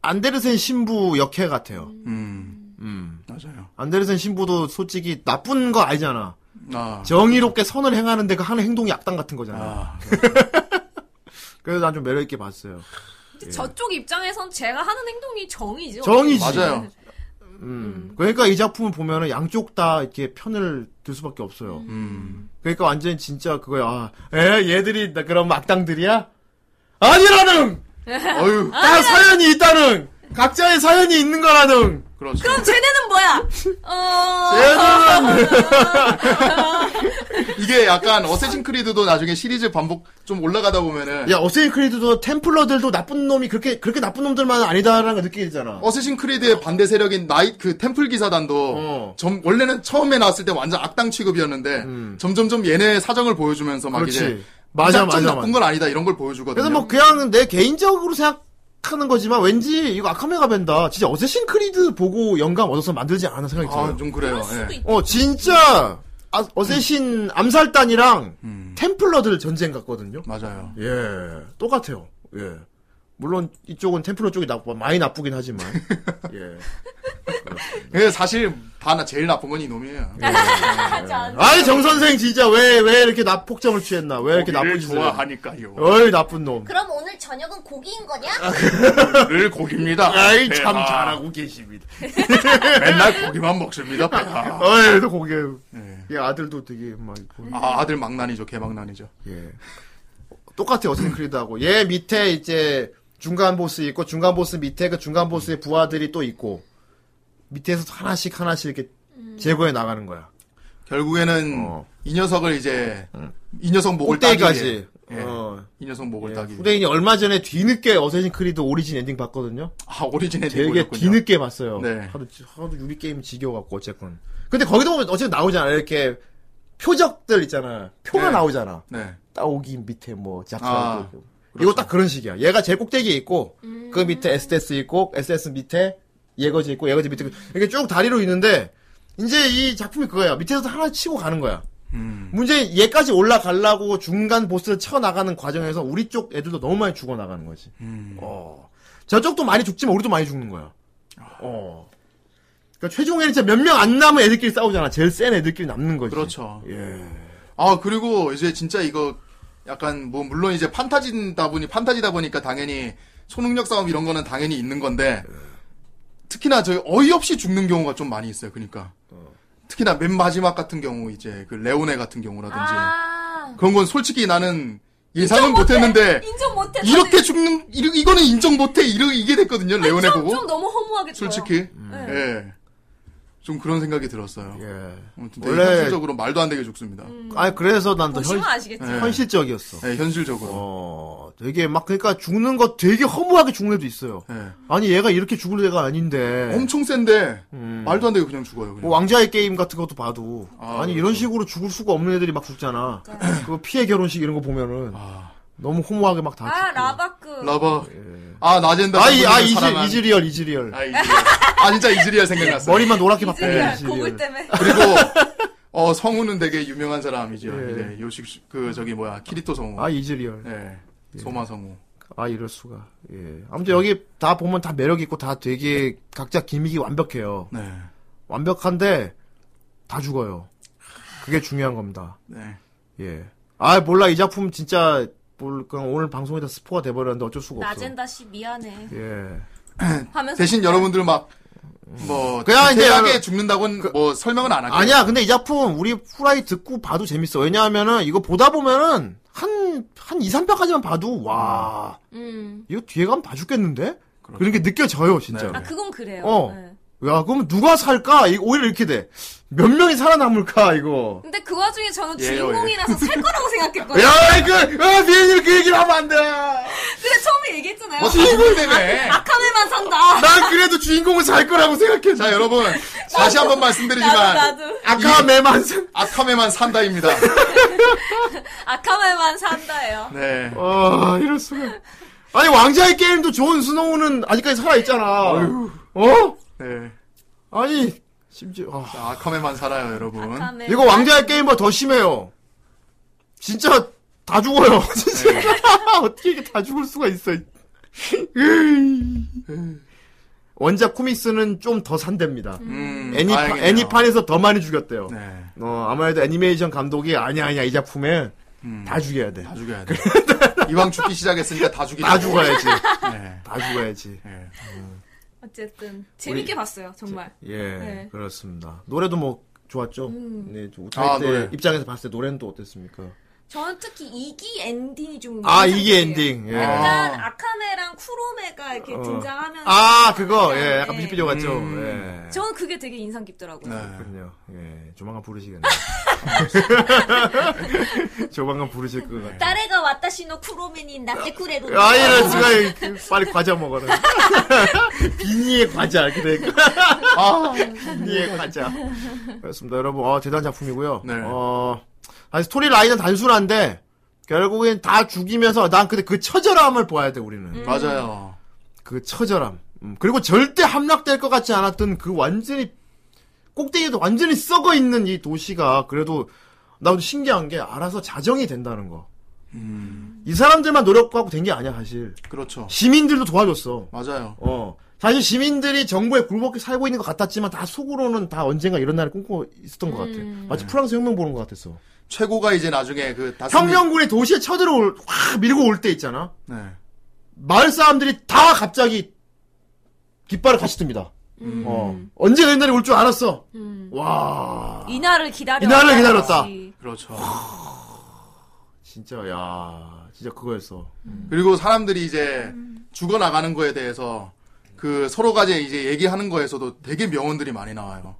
Speaker 1: 안데르센 신부 역해 같아요.
Speaker 2: 음
Speaker 1: 음.
Speaker 2: 맞아요.
Speaker 1: 안데르센 신부도 솔직히 나쁜 거 알잖아.
Speaker 2: 아
Speaker 1: 정의롭게 선을 행하는데 그 하는 행동이 악당 같은 거잖아.
Speaker 2: 아,
Speaker 1: 그래서 난 좀 매력있게 봤어요.
Speaker 3: 근데 저쪽 입장에선 제가 하는 행동이 정이죠.
Speaker 1: 예. 정이지.
Speaker 2: 맞아요.
Speaker 1: 음. 그러니까 이 작품을 보면은 양쪽 다 이렇게 편을 들 수밖에 없어요.
Speaker 2: 음.
Speaker 1: 그러니까 완전 진짜 그거야. 아, 에? 얘들이 나 그럼 악당들이야? 아니라는!
Speaker 2: 어유
Speaker 1: 다 아, 사연이 있다는! 각자의 사연이 있는 거라는!
Speaker 2: 그렇죠.
Speaker 3: 그럼 쟤네는 뭐야? 어,
Speaker 1: 얘들은!
Speaker 2: 이게 약간 어쌔신 크리드도 나중에 시리즈 반복 좀 올라가다 보면은
Speaker 1: 야, 어세인 크리드도 템플러들도 나쁜 놈이 그렇게, 그렇게 나쁜 놈들만 아니다라는 걸 느끼잖아.
Speaker 2: 어쌔신 크리드의 반대 세력인 나이 그 템플 기사단도
Speaker 1: 어.
Speaker 2: 점- 원래는 처음에 나왔을 때 완전 악당 취급이었는데 점점점 얘네 사정을 보여주면서 막 이제
Speaker 1: 음. 그렇지. 맞아,
Speaker 2: 무작정
Speaker 1: 맞아,
Speaker 2: 나쁜
Speaker 1: 맞아.
Speaker 2: 건 아니다 이런 걸 보여주거든요.
Speaker 1: 그래서 뭐 그냥 내 개인적으로 생각하는 거지만 왠지 이거 아카메가 벤다 진짜 어쌔신 크리드 보고 영감 얻어서 만들지 않은 생각이 들어요.
Speaker 2: 아, 좀 그래요.
Speaker 3: 수도
Speaker 2: 예.
Speaker 3: 있-
Speaker 1: 어 진짜 아, 어쌔신 암살단이랑
Speaker 2: 음,
Speaker 1: 템플러들 전쟁 같거든요.
Speaker 2: 맞아요.
Speaker 1: 예, 똑같아요. 예. 물론 이쪽은 템플러 쪽이 나, 많이 나쁘긴 하지만. 예.
Speaker 2: 예, 사실 다 나 제일 나쁜 건 이놈이에요.
Speaker 1: 예.
Speaker 3: 맞아.
Speaker 1: 아니 정 선생 진짜 왜 왜 이렇게 나 폭정을 취했나? 왜 이렇게 나쁜
Speaker 2: 고기를
Speaker 1: 짓을? 해?
Speaker 2: 좋아하니까요.
Speaker 1: 어이 나쁜 놈.
Speaker 3: 그럼 오늘 저녁은 고기인 거냐?
Speaker 2: 늘 고기입니다.
Speaker 1: 아이 참
Speaker 2: 배가.
Speaker 1: 잘하고 계십니다.
Speaker 2: 맨날 고기만 먹습니다. 배가.
Speaker 1: 어이 또 고개.
Speaker 2: 예.
Speaker 1: 얘 아들도 되게 막 있고.
Speaker 2: 아, 아들 망난이죠. 개망난이죠.
Speaker 1: 예. 똑같아요, 어쌔신 크리드하고. 얘 밑에 이제 중간 보스 있고, 중간 보스 밑에 그 중간 보스의 부하들이 또 있고, 밑에서 하나씩 하나씩 이렇게 제거해 나가는 거야.
Speaker 2: 결국에는
Speaker 1: 어.
Speaker 2: 이 녀석을 이제 이 녀석 목을 따기 위해
Speaker 1: 꼭대기까지.
Speaker 2: 예.
Speaker 1: 어.
Speaker 2: 이 녀석 목을
Speaker 1: 예,
Speaker 2: 따기 위해
Speaker 1: 후대인이 얼마 전에 뒤늦게 어쌔신 크리드 오리진 엔딩 봤거든요.
Speaker 2: 아 오리진의
Speaker 1: 되게 뒤늦게 봤어요.
Speaker 2: 네.
Speaker 1: 하도, 하도 유리 게임 지겨워갖고, 어쨌건. 근데 거기도 보면 어쨌든 나오잖아. 이렇게 표적들 있잖아. 표가
Speaker 2: 네.
Speaker 1: 나오잖아.
Speaker 2: 네.
Speaker 1: 따오기 밑에 뭐 작사.
Speaker 2: 아,
Speaker 1: 이거 딱 그런 식이야. 얘가 제일 꼭대기에 있고 그 밑에 SDS 있고 SS 밑에 예거지 있고 예거지 밑에 이렇게 쭉 다리로 있는데 이제 이 작품이 그거야. 밑에서 하나 치고 가는 거야.
Speaker 2: 음.
Speaker 1: 문제는 얘까지 올라가려고 중간 보스를 쳐나가는 과정에서 우리 쪽 애들도 너무 많이 죽어나가는 거지.
Speaker 2: 음.
Speaker 1: 어. 저쪽도 많이 죽지만 우리도 많이 죽는 거야.
Speaker 2: 아.
Speaker 1: 어. 그러니까 최종에는 진짜 몇 명 안 남은 애들끼리 싸우잖아. 제일 센 애들끼리 남는 거지.
Speaker 2: 그렇죠.
Speaker 1: 예.
Speaker 2: 아 그리고 이제 진짜 이거 약간 뭐 물론 이제 판타지다 보니 판타지다 보니까 당연히 소능력 싸움 이런 거는 당연히 있는 건데
Speaker 1: 네.
Speaker 2: 특히나 저 어이없이 죽는 경우가 좀 많이 있어요. 그러니까 특히나 맨 마지막 같은 경우 이제 그 레오네 같은 경우라든지
Speaker 3: 아,
Speaker 2: 그런 건 솔직히 나는 예상은 못했는데
Speaker 3: 인정 못해. 저는
Speaker 2: 이렇게 죽는 이르- 이거는 인정 못해 이르 이게 됐거든요 레오네
Speaker 3: 좀,
Speaker 2: 보고
Speaker 3: 좀 너무 허무하게 죽어요.
Speaker 2: 솔직히
Speaker 3: 네.
Speaker 2: 예. 좀 그런 생각이 들었어요.
Speaker 1: 예.
Speaker 2: 어, 되게
Speaker 1: 원래-
Speaker 2: 현실적으로 말도 안 되게 죽습니다.
Speaker 3: 음.
Speaker 1: 아니 그래서 난 더
Speaker 3: 보시면 아시겠지.
Speaker 2: 네.
Speaker 1: 현실적이었어.
Speaker 2: 예, 현실적으로.
Speaker 1: 어, 되게 막 그러니까 죽는 거 되게 허무하게 죽는 애도 있어요.
Speaker 2: 예.
Speaker 1: 아니 얘가 이렇게 죽을 애가 아닌데.
Speaker 2: 엄청 센데
Speaker 1: 음.
Speaker 2: 말도 안 되게 그냥 죽어요. 그냥.
Speaker 1: 뭐 왕자의 게임 같은 것도 봐도
Speaker 2: 아,
Speaker 1: 아, 니 이런 식으로 죽을 수가 없는 애들이 막 죽잖아.
Speaker 3: 그러니까.
Speaker 1: 그 피해 결혼식 이런 거 보면은
Speaker 2: 아,
Speaker 1: 너무 허무하게 막 다.
Speaker 3: 아,
Speaker 1: 죽고.
Speaker 3: 라바크.
Speaker 2: 라바. 아 나젠다.
Speaker 1: 아이 아
Speaker 2: 선생님을
Speaker 1: 이즈
Speaker 2: 사랑한-
Speaker 1: 이즈리얼 이즈리얼.
Speaker 2: 아, 이즈리얼. 아 진짜 이즈리얼 생각났어요.
Speaker 1: 머리만 노랗게 바꾸는
Speaker 3: 이즈리얼
Speaker 2: 예.
Speaker 1: 이즈리얼.
Speaker 3: 고글 때문에.
Speaker 2: 그리고 어 성우는 되게 유명한 사람이죠.
Speaker 1: 예.
Speaker 2: 이제 요식 그 저기 뭐야 키리토 성우.
Speaker 1: 아 이즈리얼.
Speaker 2: 예. 소마 성우.
Speaker 1: 아 이럴 수가. 예. 아무튼 여기 다 보면 다 매력 있고 다 되게 각자 기믹이 완벽해요.
Speaker 2: 네.
Speaker 1: 완벽한데 다 죽어요. 그게 중요한 겁니다.
Speaker 2: 네.
Speaker 1: 예. 아 몰라 이 작품 진짜 뭘 그냥 오늘 방송에다 스포가 돼버렸는데 어쩔 수가 없어.
Speaker 3: 나젠다 씨 미안해.
Speaker 1: 예.
Speaker 3: 하면서
Speaker 2: 대신 여러분들 막 뭐
Speaker 1: 그냥 음. 이제
Speaker 2: 대하게
Speaker 1: 여러-
Speaker 2: 죽는다고는 뭐 설명은 안 할게요.
Speaker 1: 그 아니야 근데 이 작품 우리 후라이 듣고 봐도 재밌어. 왜냐하면은 이거 보다 보면은 한한 2, 3편까지만 봐도 와
Speaker 3: 음.
Speaker 1: 이거 뒤에 가면 다 죽겠는데? 그런게 느껴져요 진짜.
Speaker 3: 아,
Speaker 1: 로
Speaker 3: 그건 그래요.
Speaker 1: 어.
Speaker 3: 네.
Speaker 1: 야 그럼 누가 살까? 이- 오히려 이렇게 돼. 몇 명이 살아남을까 이거.
Speaker 3: 근데 그 와중에 저는
Speaker 2: 예,
Speaker 3: 주인공이라서 살 거라고 생각했거든요.
Speaker 1: 야그 아, 비엔님 그 얘기를 하면 안 돼.
Speaker 3: 근데 처음에 얘기했잖아요.
Speaker 2: 뭐 주인공 때문에.
Speaker 3: 아카메만
Speaker 2: 어,
Speaker 3: 산다.
Speaker 1: 난 그래도 주인공을 살 거라고 생각해.
Speaker 2: 자 여러분 다시 한번 말씀드리지만
Speaker 3: 나도, 나도.
Speaker 1: 아까 매만 생.
Speaker 2: 아카메만 산다입니다.
Speaker 3: 아카메만 산다예요.
Speaker 2: 네.
Speaker 1: 아 이럴 수가. 아니 왕자의 게임도 존 스노우는 아직까지 살아 있잖아. 어?
Speaker 2: 네.
Speaker 1: 아니 심지어 아.
Speaker 2: 자, 아카메만 살아요 여러분.
Speaker 4: 네.
Speaker 3: 아카메.
Speaker 1: 이거 왕자의 게임보다 더 심해요. 진짜 다 죽어요. 진짜 어떻게 이게 다 죽을 수가 있어? 원작 코믹스는 좀 더 산답니다.
Speaker 2: 음,
Speaker 1: 애니파,
Speaker 2: 다행이네요.
Speaker 1: 애니판에서 더 많이 죽였대요.
Speaker 2: 네.
Speaker 1: 어, 아무래도 애니메이션 감독이 아니야 아니야 이 작품에
Speaker 2: 음,
Speaker 1: 다 죽여야 돼.
Speaker 2: 다 죽여야 돼. 이왕 죽기 시작했으니까 다 죽이자.
Speaker 1: 다 죽어야지.
Speaker 2: 네.
Speaker 1: 다 죽어야지.
Speaker 2: 네.
Speaker 3: 어쨌든 재밌게 봤어요, 정말.
Speaker 1: 예,
Speaker 3: 네.
Speaker 1: 그렇습니다. 노래도 뭐 좋았죠. 네, 저 우타이
Speaker 2: 아,
Speaker 1: 때
Speaker 2: 노래.
Speaker 1: 입장에서 봤을 때 노래는 또 어땠습니까?
Speaker 3: 저는 특히 2기 엔딩이 좀
Speaker 1: 아
Speaker 3: 인상
Speaker 1: 이게
Speaker 3: 깊어요.
Speaker 1: 엔딩. 예.
Speaker 2: 아.
Speaker 3: 약간 아카메랑 쿠로메가 이렇게
Speaker 1: 어.
Speaker 3: 등장하면서
Speaker 1: 아, 그거, 예, 약간
Speaker 3: 네.
Speaker 1: 뮤직비디오 같죠?
Speaker 2: 음.
Speaker 1: 예.
Speaker 3: 저는 그게 되게 인상 깊더라고요.
Speaker 2: 네.
Speaker 1: 그렇군요. 예, 조만간 부르시겠네. 조만간 부르실 것 같아요.
Speaker 3: 딸애가 왔다시노 쿠로메니 나테쿠레로
Speaker 1: 아, 이럴 수가, 이렇게 빨리 과자 먹어라. 비니의 과자, 그러니까. 아, 비니의 과자. 그렇습니다, 여러분. 어, 대단한 작품이고요.
Speaker 2: 네.
Speaker 1: 어, 아니, 스토리 라인은 단순한데, 결국엔 다 죽이면서, 난 근데 그 처절함을 보아야 돼, 우리는.
Speaker 2: 맞아요.
Speaker 1: 그 처절함. 음, 그리고 절대 함락될 것 같지 않았던 그 완전히 꼭대기에도 완전히 썩어 있는 이 도시가 그래도 나도 신기한 게 알아서 자정이 된다는 거. 이 사람들만 노력하고 된 게 아니야 사실.
Speaker 2: 음. 그렇죠.
Speaker 1: 시민들도 도와줬어.
Speaker 2: 맞아요.
Speaker 1: 어. 사실 시민들이 정부에 굴복해 살고 있는 것 같았지만 다 속으로는 다 언젠가 이런 날을 꿈꾸고 있었던 것 같아. 마치 프랑스 혁명 보는 것 같았어.
Speaker 2: 최고가 이제 나중에 그 다섯
Speaker 1: 혁명군이 도시에 쳐들어올 확 밀고 올 때 있잖아.
Speaker 2: 네.
Speaker 1: 마을 사람들이 다 갑자기 깃발을 같이 듭니다.
Speaker 4: 음.
Speaker 1: 어. 언제 그런 날이 올 줄 알았어. 와.
Speaker 3: 음. 이날을 기다려
Speaker 1: 이날을 기다렸다.
Speaker 2: 그렇죠.
Speaker 1: 진짜, 야. 진짜 그거였어.
Speaker 2: 그리고 사람들이 이제 죽어 나가는 거에 대해서 그 서로가 이제 이제 얘기하는 거에서도 되게 명언들이 많이 나와요.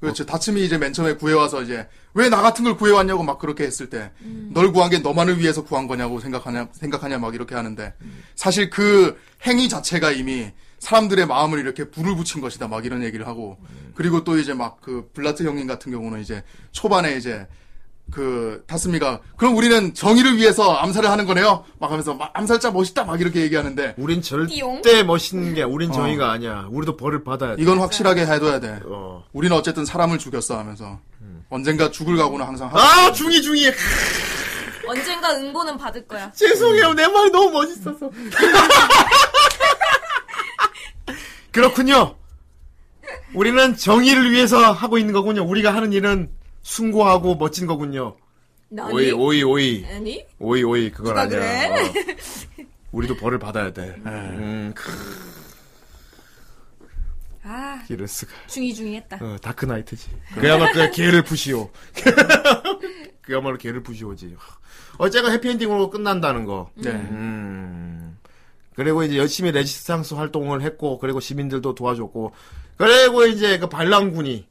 Speaker 2: 그렇죠. 다츠미 이제 맨 처음에 구해와서 이제 왜 나 같은 걸 구해왔냐고 막 그렇게 했을 때 널 구한 게 너만을 위해서 구한 거냐고 생각하냐 생각하냐 막 이렇게 하는데 사실 그 행위 자체가 이미 사람들의 마음을 이렇게 불을 붙인 것이다 막 이런 얘기를 하고 그리고 또 이제 막 그 블라트 형님 같은 경우는 이제 초반에 이제 그 다스미가 그럼 우리는 정의를 위해서 암살을 하는 거네요. 막 하면서 막 암살자 멋있다 막 이렇게 얘기하는데
Speaker 1: 우린 절대
Speaker 4: 띠용?
Speaker 1: 멋있는 게 우린 정의가 아니야. 우리도 벌을 받아야 돼.
Speaker 2: 이건 확실하게 해둬야 돼.
Speaker 1: 어.
Speaker 2: 우리는 어쨌든 사람을 죽였어 하면서
Speaker 1: 음.
Speaker 2: 언젠가 죽을 각오는 항상 하고
Speaker 1: 아 중이 중이
Speaker 4: 언젠가 응고는 받을 거야.
Speaker 1: 죄송해요 내 말이 너무 멋있어서 그렇군요 우리는 정의를 위해서 하고 있는 거군요 우리가 하는 일은 숭고하고 멋진 거군요 오이
Speaker 4: 너니?
Speaker 1: 오이 오이
Speaker 4: 아니?
Speaker 1: 오이 오이 그건
Speaker 4: 누가
Speaker 1: 아니야
Speaker 4: 그래?
Speaker 1: 어. 우리도 벌을 받아야 돼 음, 크,
Speaker 4: 아,
Speaker 1: 이럴수가
Speaker 4: 중이중이 했다.
Speaker 1: 어, 다크나이트지 그야말로 그냥 개를 부시오 그야말로 개를 부시오지 어쨌건 해피엔딩으로 끝난다는 거
Speaker 2: 네.
Speaker 1: 음. 그리고 이제 열심히 레지스탕스 활동을 했고, 그리고 시민들도 도와줬고, 그리고 이제 그 반란군이,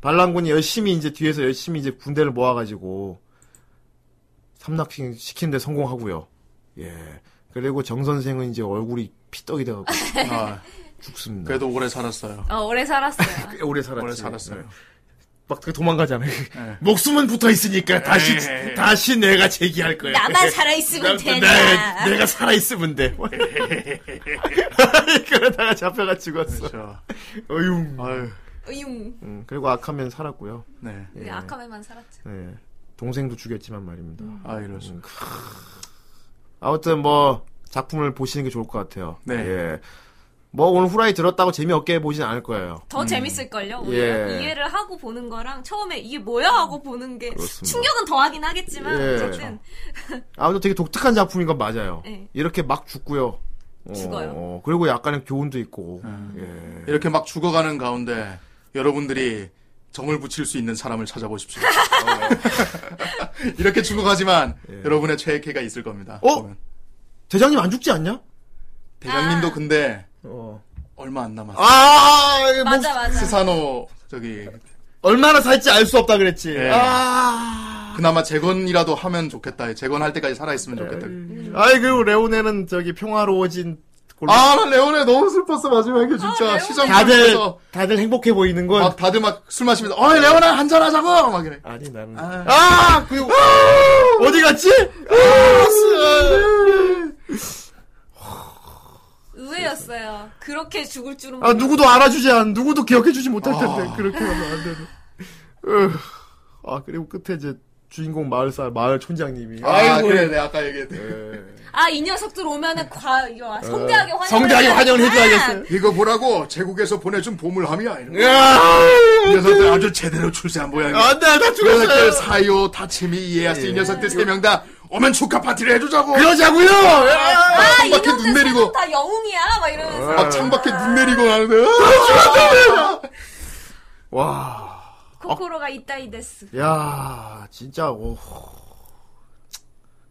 Speaker 1: 반란군이 열심히 이제 뒤에서 열심히 이제 군대를 모아가지고, 삼락시킨 시키는데 성공하고요. 예. 그리고 정선생은 이제 얼굴이 피떡이 돼갖고
Speaker 2: 아,
Speaker 1: 죽습니다.
Speaker 2: 그래도 오래 살았어요.
Speaker 4: 어, 오래 살았어요.
Speaker 1: 꽤 오래 살았지.
Speaker 2: 오래 살았어요.
Speaker 1: 막 그 도망가잖아요. 목숨은 붙어 있으니까 다시
Speaker 2: 네.
Speaker 1: 다시 내가 제기할 거야.
Speaker 4: 나만 살아있으면
Speaker 1: 나-
Speaker 4: 되냐.
Speaker 1: 나- 내가 살아있으면 돼. 그러다가 잡혀가 죽었어.
Speaker 2: 그렇죠.
Speaker 1: 어휴.
Speaker 2: 아유,
Speaker 4: 으융.
Speaker 1: 음, 그리고 아카면 살았고요.
Speaker 2: 네.
Speaker 4: 우리
Speaker 3: 그
Speaker 4: 아카메만 살았죠.
Speaker 1: 네. 동생도 죽였지만 말입니다.
Speaker 4: 음.
Speaker 2: 아 이러죠.
Speaker 1: 아무튼 뭐 작품을 보시는 게 좋을 것 같아요.
Speaker 2: 네.
Speaker 1: 예. 뭐 오늘 후라이 들었다고 재미없게 보진 않을 거예요.
Speaker 4: 더 재밌을걸요?
Speaker 1: 음.
Speaker 4: 오히려
Speaker 1: 예.
Speaker 4: 이해를 하고 보는 거랑 처음에 이게 뭐야? 하고 보는 게
Speaker 1: 그렇습니다.
Speaker 4: 충격은 더하긴 하겠지만
Speaker 1: 예.
Speaker 4: 어쨌든
Speaker 1: 아무튼 되게 독특한 작품인 건 맞아요.
Speaker 4: 네.
Speaker 1: 이렇게 막 죽고요. 어,
Speaker 4: 죽어요.
Speaker 1: 어, 그리고 약간의 교훈도 있고. 예.
Speaker 2: 이렇게 막 죽어가는 가운데 여러분들이 정을 붙일 수 있는 사람을 찾아보십시오. 이렇게 죽어가지만 여러분의 최애캐가 있을 겁니다.
Speaker 1: 예. 어?
Speaker 2: 보면.
Speaker 1: 대장님 안 죽지 않냐?
Speaker 2: 대장님도 근데
Speaker 1: 어.
Speaker 2: 얼마 안 남았어요.
Speaker 1: 아, 뭐
Speaker 4: 맞아 맞아.
Speaker 2: 스사노 저기
Speaker 1: 얼마나 살지 알 수 없다 그랬지.
Speaker 2: 예.
Speaker 1: 아.
Speaker 2: 그나마 재건이라도 하면 좋겠다. 재건할 때까지 살아있으면
Speaker 4: 네.
Speaker 2: 좋겠다.
Speaker 4: 음.
Speaker 1: 아이 그리고 레오네는 저기 평화로워진 걸로
Speaker 2: 아, 나 레오네 너무 슬펐어 마지막에 진짜
Speaker 4: 아, 레오네.
Speaker 2: 시장
Speaker 1: 다들 어.
Speaker 2: 가면서 아.
Speaker 1: 다들 행복해 보이는 건
Speaker 2: 막 다들 막 술 마시면서 어이 레오나 한잔 하자고 막 이래.
Speaker 1: 아니 나는
Speaker 2: 아.
Speaker 1: 아 그리고 어디 갔지? 아, 쓰-
Speaker 4: 의외였어요. 그렇게 죽을 줄은
Speaker 1: 아
Speaker 4: 몰랐-
Speaker 1: 누구도 알아주지 않 누구도 기억해주지
Speaker 2: 아.
Speaker 1: 못할 텐데 그렇게 하면 안 되는. 으. 아 그리고 끝에 이제 주인공 마을사 마을 촌장님이
Speaker 2: 아, 그래 내가 아까 그 얘기했대.
Speaker 4: 아, 이 녀석들 오면은 과, 이거 성대하게 아, 환영.
Speaker 1: 어. 성대하게 환영을 해줘야겠어요.
Speaker 4: 네.
Speaker 2: 이거 보라고 제국에서 보내준 보물함이야. 이런
Speaker 4: 예.
Speaker 2: 거. 이
Speaker 1: 야,
Speaker 2: 녀석들 아주 제대로 출세한 모양이야.
Speaker 1: 아,
Speaker 4: 아,
Speaker 1: 안돼 나
Speaker 2: 이 녀석들
Speaker 4: 그렇죠.
Speaker 1: 죽었어요.
Speaker 2: 사요, 다치미, 이에야스
Speaker 4: 예.
Speaker 2: 이 녀석들 세 명 다 오면 축하 파티를 해주자고.
Speaker 1: 그러자고요. 야.
Speaker 4: 그렇죠. 아,
Speaker 2: 창밖에
Speaker 4: 이 녀석들
Speaker 2: 눈 내리고.
Speaker 4: 다 영웅이야. 막 이러면서.
Speaker 1: 어.
Speaker 2: 막 창밖에 눈 내리고 하는데.
Speaker 1: 아.
Speaker 4: 아.
Speaker 1: 와,
Speaker 4: 코코로가 이따이 데스.
Speaker 1: 야, 진짜 오.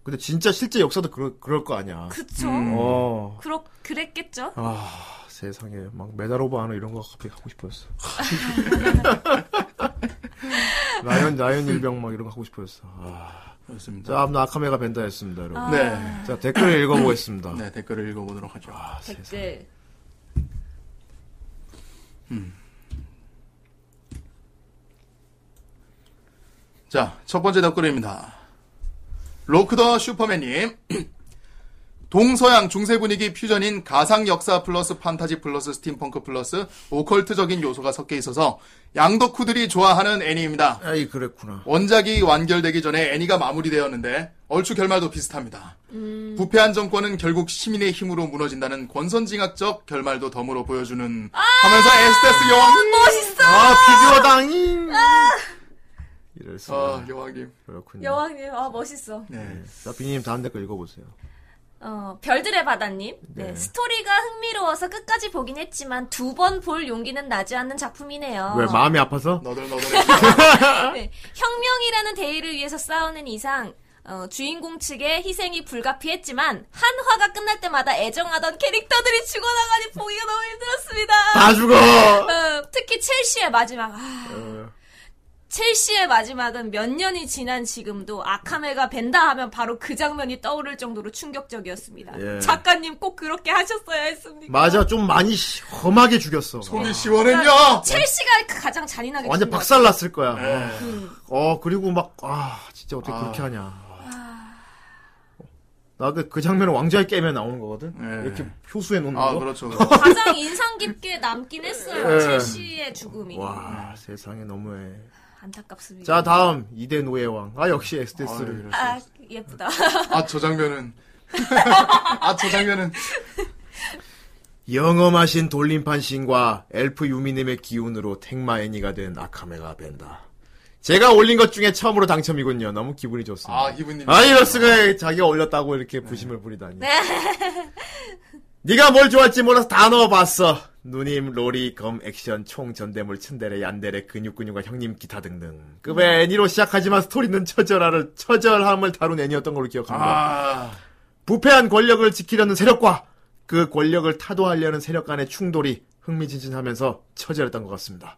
Speaker 1: 근데 진짜 실제 역사도 그럴 그럴 거 아니야.
Speaker 4: 그쵸?
Speaker 1: 어.
Speaker 4: 그렇, 그랬겠죠?
Speaker 1: 아 세상에 막 메달 오브 아너 이런 거 갑자기 하고 싶어졌어. 라이언 라이언 일병 막 이런 거 하고 싶어졌어. 아.
Speaker 2: 그렇습니다.
Speaker 1: 자, 아무튼 아카메가 벤다였습니다, 여러분.
Speaker 2: 네.
Speaker 1: 자 댓글을 읽어보겠습니다. 아,
Speaker 2: 네, 댓글을 읽어보도록 하죠.
Speaker 4: 댓글.
Speaker 2: 자, 첫 번째 댓글입니다. 로크더 슈퍼맨님. 동서양 중세 분위기 퓨전인 가상 역사 플러스 판타지 플러스 스팀펑크 플러스 오컬트적인 요소가 섞여 있어서 양덕후들이 좋아하는 애니입니다.
Speaker 1: 아이 그랬구나.
Speaker 2: 원작이 완결되기 전에 애니가 마무리되었는데 얼추 결말도 비슷합니다. 부패한 정권은 결국 시민의 힘으로 무너진다는 권선징악적 결말도 덤으로 보여주는 하면서 에스테스 여왕
Speaker 4: 멋있어!
Speaker 1: 아 비디오당이. 이럴 수가.
Speaker 2: 어, 여왕님.
Speaker 1: 그렇군요.
Speaker 4: 아. 여왕님, 아, 멋있어.
Speaker 2: 네.
Speaker 1: 자 비님 다음 댓글 읽어보세요.
Speaker 4: 어, 별들의 바다님. 네. 스토리가 흥미로워서 끝까지 보긴 했지만 두 번 볼 용기는 나지 않는 작품이네요.
Speaker 1: 왜 마음이 아파서?
Speaker 2: 너덜너덜해.
Speaker 4: 네. 혁명이라는 대의를 위해서 싸우는 이상 어, 주인공 측의 희생이 불가피했지만 한화가 끝날 때마다 애정하던 캐릭터들이 죽어나가니 보기가 아. 너무 힘들었습니다.
Speaker 1: 다 죽어.
Speaker 4: 어, 특히 첼시의 마지막. 아, 첼시의 마지막은 몇 년이 지난 지금도 아카메가 벤다 하면 바로 그 장면이 떠오를 정도로 충격적이었습니다.
Speaker 1: 예.
Speaker 4: 작가님 꼭 그렇게 하셨어야 했습니까?
Speaker 1: 맞아, 좀 많이 시- 험하게 죽였어.
Speaker 2: 속이 시원했냐?
Speaker 4: 첼시가 그 가장 잔인하게
Speaker 1: 완전
Speaker 4: 죽은 것
Speaker 1: 박살났을 거야. 어.
Speaker 2: 예.
Speaker 1: 어, 그리고 막, 아, 진짜 어떻게 그렇게 하냐.
Speaker 2: 아.
Speaker 1: 나 그, 그 장면은 왕좌의 게임에 나오는 거거든?
Speaker 2: 네.
Speaker 1: 이렇게 효수에 놓는
Speaker 2: 아
Speaker 1: 거.
Speaker 2: 그렇죠.
Speaker 4: 가장 인상 깊게 남긴 했어요.
Speaker 1: 예.
Speaker 4: 첼시의 죽음이.
Speaker 1: 와, 세상에 너무해.
Speaker 4: 안타깝습니다.
Speaker 1: 자, 다음. 이대 노예왕 아, 역시 SDS를.
Speaker 2: 아
Speaker 4: 아, 예쁘다.
Speaker 1: 어,
Speaker 2: 저 장면은 아 저 장면은
Speaker 1: 영험하신 돌림판 신과 엘프 유미님의 기운으로 택마 애니가 된 아카메가 벤다. 제가 올린 것 중에 처음으로 당첨이군요. 너무 기분이 좋습니다. 네.
Speaker 2: 아 기분님.
Speaker 1: 아, 이럴 수가 자기가 올렸다고 이렇게 부심을 부리다니. 네가 뭘 좋아할지 몰라서 다 넣어봤어. 누님, 로리, 검, 액션, 총, 전대물, 츤데레, 얀데레, 근육, 근육과 형님, 기타 등등. 급의 애니로 시작하지만 스토리는 처절함을, 처절함을 다룬 애니였던 걸로 기억합니다.
Speaker 2: 아
Speaker 1: 부패한 권력을 지키려는 세력과 그 권력을 타도하려는 세력 간의 충돌이 흥미진진하면서 처절했던 것 같습니다.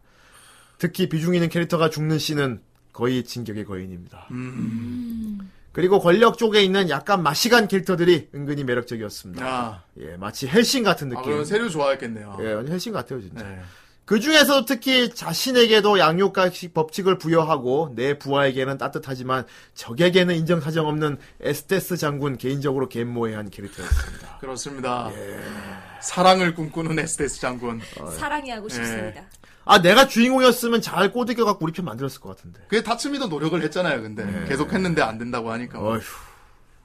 Speaker 1: 특히 비중 있는 캐릭터가 죽는 씬은 거의 진격의 거인입니다.
Speaker 2: 음.
Speaker 1: 그리고 권력 쪽에 있는 약간 마시간 캐릭터들이 은근히 매력적이었습니다.
Speaker 2: 아,
Speaker 1: 예, 마치 헬싱 같은
Speaker 2: 아
Speaker 1: 느낌.
Speaker 2: 그럼 세류 좋아했겠네요.
Speaker 1: 예, 완전 헬싱 같아요, 진짜.
Speaker 2: 네.
Speaker 1: 그 중에서 특히 자신에게도 양육가식 법칙을 부여하고 내 부하에게는 따뜻하지만 적에게는 인정사정 없는 에스테스 장군 개인적으로 겜모해한 캐릭터였습니다.
Speaker 2: 그렇습니다.
Speaker 1: 예.
Speaker 2: 사랑을 꿈꾸는 에스테스 장군.
Speaker 4: 사랑이 하고 싶습니다.
Speaker 1: 아 내가 주인공이었으면 잘 꼬드겨갖고 우리 편 만들었을 것 같은데.
Speaker 2: 그게 다츠미도 노력을 했잖아요. 근데 계속 했는데 안 된다고 하니까.
Speaker 1: 예. 어휴.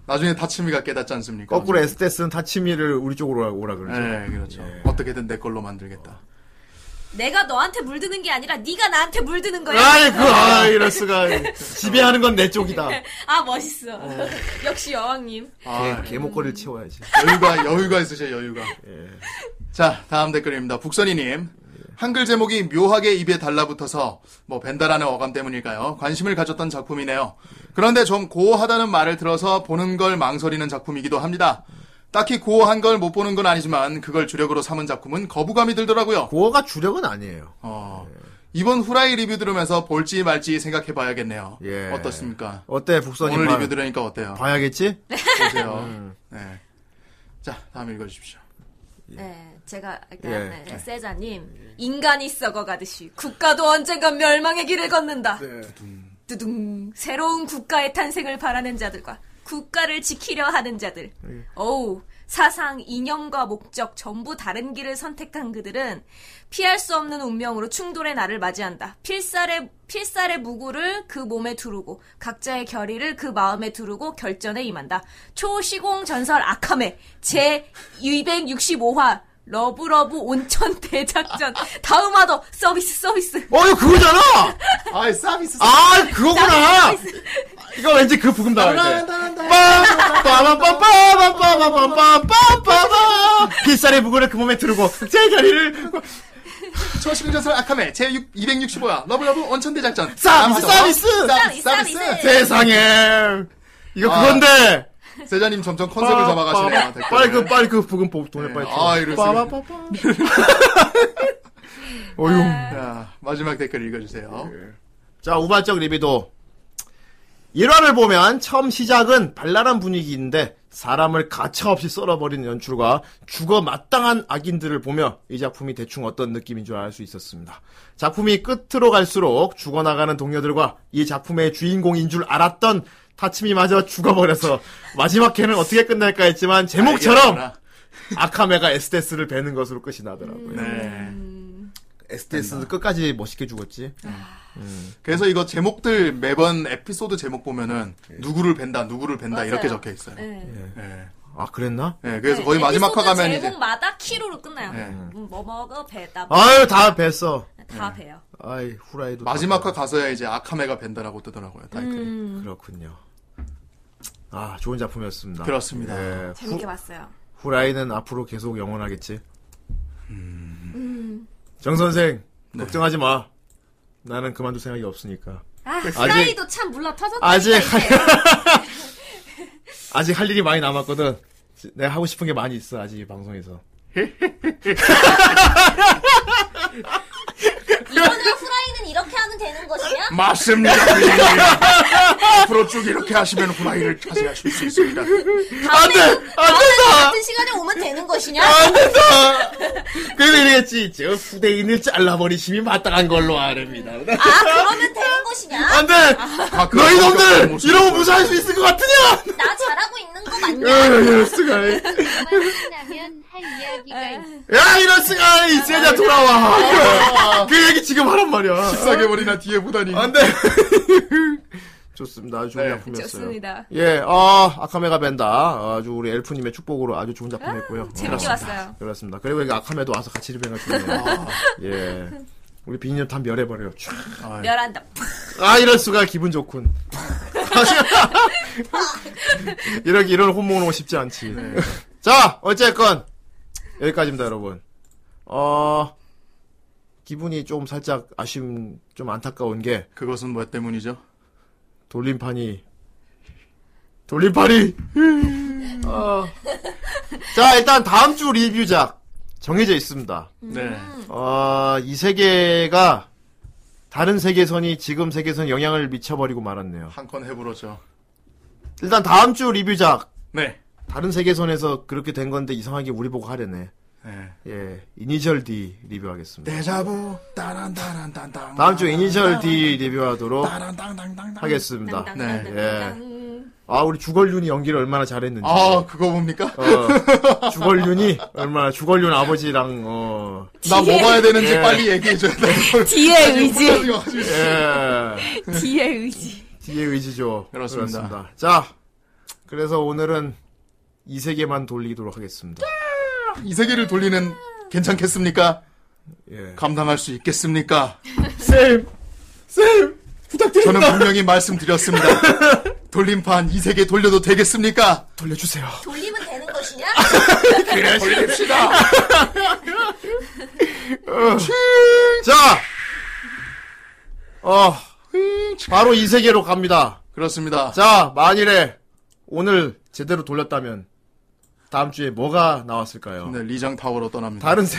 Speaker 2: 나중에 다츠미가 깨닫지 않습니까?
Speaker 1: 거꾸로 에스테스는 타치미를 우리 쪽으로 오라 그러죠.
Speaker 2: 네, 그렇죠.
Speaker 1: 예.
Speaker 2: 어떻게든 내 걸로 만들겠다.
Speaker 4: 내가 너한테 물드는 게 아니라 네가 나한테 물드는 거야.
Speaker 1: 아이 그 아, 이럴 수가. 지배하는 건 내 쪽이다.
Speaker 4: 아 멋있어. 역시 여왕님.
Speaker 2: 아,
Speaker 1: 개, 개목걸이를 치워야지.
Speaker 2: 여유가 여유가 있으셔 여유가.
Speaker 1: 예.
Speaker 2: 자 다음 댓글입니다. 북선이님 한글 제목이 묘하게 입에 달라붙어서 뭐 벤다라는 어감 때문일까요? 관심을 가졌던 작품이네요. 그런데 좀 고어하다는 말을 들어서 보는 걸 망설이는 작품이기도 합니다. 딱히 고어한 걸 못 보는 건 아니지만 그걸 주력으로 삼은 작품은 거부감이 들더라고요.
Speaker 1: 고어가 주력은 아니에요.
Speaker 2: 어, 이번 후라이 리뷰 들으면서 볼지 말지 생각해봐야겠네요.
Speaker 1: 예.
Speaker 2: 어떻습니까?
Speaker 1: 어때 북선이
Speaker 2: 오늘
Speaker 1: 봐,
Speaker 2: 리뷰 들으니까 어때요?
Speaker 1: 봐야겠지?
Speaker 2: 보세요. 네. 자 다음 읽어주십시오.
Speaker 4: 네, 제가 아까
Speaker 1: 예.
Speaker 4: 네, 세자님 인간이 썩어가듯이 국가도 언젠간 멸망의 길을
Speaker 1: 예.
Speaker 4: 걷는다. 두둥 새로운 국가의 탄생을 바라는 자들과 국가를 지키려 하는 자들. 어우 사상, 이념과 목적 전부 다른 길을 선택한 그들은 피할 수 없는 운명으로 충돌의 날을 맞이한다. 필살의 필살의 무구를 그 몸에 두르고 각자의 결의를 그 마음에 두르고 결전에 임한다. 초시공 전설 아카메 제 265화 러브러브 온천 대작전 다음 화도 서비스 서비스
Speaker 1: 어 이거 그거잖아.
Speaker 2: 아이 서비스
Speaker 1: 아 그거구나. 이거 왠지 그 부금 나와야 돼. 빠바바바바바바바바바바바 빗살의 무거를 그 몸에 두르고 제 자리를
Speaker 2: 초신전설 아카메 제 265화 러브러브 원천대작전
Speaker 1: 서비스, 서비스!
Speaker 2: 서비스
Speaker 4: 서비스,
Speaker 2: 서비스
Speaker 4: 서비스!
Speaker 1: 세상에 이거
Speaker 2: 아,
Speaker 1: 그건데
Speaker 2: 세자님 점점 컨셉을 잡아가시네요
Speaker 1: 빠- 빠- 빨리 그
Speaker 2: 댓글
Speaker 1: 빨리 그 부금 보- 돈에 빨리
Speaker 2: 네,
Speaker 1: 채워.
Speaker 2: 아, 이럴 수가.
Speaker 1: 빠바바바. 어휴
Speaker 2: 자, 아, 마지막 댓글 읽어주세요
Speaker 1: 네. 자 우발적 리뷰도 1화를 보면 처음 시작은 발랄한 분위기인데 사람을 가차없이 썰어버리는 연출과 죽어 마땅한 악인들을 보며 이 작품이 대충 어떤 느낌인 줄 알 수 있었습니다. 작품이 끝으로 갈수록 죽어나가는 동료들과 이 작품의 주인공인 줄 알았던 타치미마저 죽어버려서 마지막 회는 어떻게 끝날까 했지만 제목처럼 아카메가 에스테스를 베는 것으로 끝이 나더라고요.
Speaker 2: 네
Speaker 1: 에스테스는
Speaker 2: 음.
Speaker 1: 끝까지 멋있게 죽었지.
Speaker 2: 그래서 이거 제목들 매번 에피소드 제목 보면은
Speaker 1: 네.
Speaker 2: 누구를 뵌다 누구를 뵌다 이렇게 적혀 있어요 예
Speaker 4: 네.
Speaker 1: 아 그랬나?
Speaker 2: 예, 그래서 거의 마지막 화
Speaker 4: 에피소드
Speaker 2: 가면 이제
Speaker 4: 네, 제목마다 키로로 끝나요.
Speaker 2: 네.
Speaker 4: 음, 뭐 먹어 배다 뭐,
Speaker 1: 아유 다 뱄어.
Speaker 4: 다
Speaker 2: 네.
Speaker 4: 배요.
Speaker 1: 아이 후라이도
Speaker 2: 마지막
Speaker 1: 다
Speaker 2: 화 가서야 이제 아카메가 뵌다라고 뜨더라고요 타이틀이
Speaker 4: 음.
Speaker 1: 그렇군요. 아 좋은 작품이었습니다.
Speaker 2: 그렇습니다
Speaker 1: 예,
Speaker 4: 재밌게 봤어요.
Speaker 1: 후, 라이는 앞으로 계속 영원하겠지.
Speaker 2: 음.
Speaker 4: 음.
Speaker 1: 정 선생
Speaker 2: 네.
Speaker 1: 걱정하지 마. 나는 그만둘 생각이 없으니까.
Speaker 4: 아 후라이도 참 물러 터졌다.
Speaker 1: 아직
Speaker 4: 이제.
Speaker 1: 아직 할 일이 많이 남았거든. 지- 내가 하고 싶은 게 많이 있어 아직 이 방송에서.
Speaker 3: 이거는 후라이는 이렇게 하면 되는 것이야?
Speaker 2: 맞습니다. 부장님. 앞으로 쭉 이렇게 하시면 후라이를 차지하실 수 있습니다.
Speaker 4: 아,
Speaker 1: 안 돼! 안 된다!
Speaker 3: 같은 시간에 오면 되는 것이냐?
Speaker 1: 안 된다! 그래서 이랬지. 저 후대인을 잘라버리심이 마땅한 걸로 아릅니다.
Speaker 3: 아 그러면 되는 것이냐?
Speaker 1: 안 돼!
Speaker 2: 가끔
Speaker 1: 너희
Speaker 2: 엄격한
Speaker 1: 놈들!
Speaker 2: 모습을
Speaker 1: 이러면 무사할 수 있을 것 같으냐!
Speaker 3: 나 잘하고 있는 거
Speaker 1: 야,
Speaker 3: 맞냐?
Speaker 1: 이럴 수가.
Speaker 6: 그만하면 할
Speaker 3: 아!
Speaker 6: 이야기가 있어.
Speaker 1: 야, 이럴 수가. 이제야 돌아와. 그 얘기 지금 하란 말이야.
Speaker 2: 식사게 버리나 뒤에 보다니.
Speaker 1: 안 돼. 좋습니다. 아주 좋은
Speaker 2: 네.
Speaker 1: 작품이었어요.
Speaker 4: 좋습니다.
Speaker 1: 예, 아, 아카메가 벤다. 아주 우리 엘프님의 축복으로 아주 좋은 작품이었고요.
Speaker 4: 재밌게
Speaker 1: 그렇습니다.
Speaker 4: 왔어요.
Speaker 1: 그렇습니다. 그리고 여기 아카메도 와서 같이 리뷰해가지고. 예. 우리 비니님 다 멸해버려요. 촤.
Speaker 2: 네.
Speaker 4: 멸한다.
Speaker 1: 아, 이럴 수가 기분 좋군. 이렇게, 이런 혼모는 거 쉽지 않지. 자, 어쨌건. 여기까지입니다, 여러분. 어, 기분이 좀 살짝 아쉬움, 좀 안타까운 게,
Speaker 2: 그것은 뭐 때문이죠?
Speaker 1: 돌림판이 돌림판이 어. 자 일단 다음 주 리뷰작 정해져 있습니다.
Speaker 2: 네.
Speaker 1: 어, 이 세계가 다른 세계선이 지금 세계선 영향을 미쳐버리고 말았네요.
Speaker 2: 한 건 해부러죠.
Speaker 1: 일단 다음 주 리뷰작
Speaker 2: 네.
Speaker 1: 다른 세계선에서 그렇게 된 건데 이상하게 우리 보고 하려네.
Speaker 2: 네.
Speaker 1: 예, 이니셜 D 리뷰하겠습니다.
Speaker 2: 데자부 따란따란딴땅
Speaker 1: 다음 주 이니셜 D 리뷰하도록
Speaker 2: 따란땅땅땅
Speaker 1: 하겠습니다.
Speaker 2: 네.
Speaker 1: 예. 아 우리 주걸륜이 연기를 얼마나 잘했는지.
Speaker 2: 아 그거 뭡니까?
Speaker 1: 어, 주걸륜이 얼마나 주걸륜 아버지랑 어.
Speaker 2: 나 뭐 봐야 되는지
Speaker 1: 예.
Speaker 2: 빨리 얘기해줘야 돼.
Speaker 4: 뒤에 의지.
Speaker 1: 예.
Speaker 4: 뒤에 의지.
Speaker 1: 뒤에 의지죠.
Speaker 2: 그렇습니다.
Speaker 1: 자, 그래서 오늘은 이 세계만 돌리도록 하겠습니다.
Speaker 2: 이 세계를 돌리는 괜찮겠습니까?
Speaker 1: 예.
Speaker 2: 감당할 수 있겠습니까?
Speaker 1: 쌤, 쌤 부탁드립니다.
Speaker 2: 저는 분명히 말씀드렸습니다. 돌림판 이 세계 돌려도 되겠습니까?
Speaker 1: 돌려주세요.
Speaker 3: 돌리면 되는 것이냐?
Speaker 1: 자, 어, 바로 이 세계로 갑니다.
Speaker 2: 그렇습니다.
Speaker 1: 자, 만일에 오늘 제대로 돌렸다면 다음 주에 뭐가 나왔을까요?
Speaker 2: 네, 리장 타워로 떠납니다.
Speaker 1: 어. 다른 세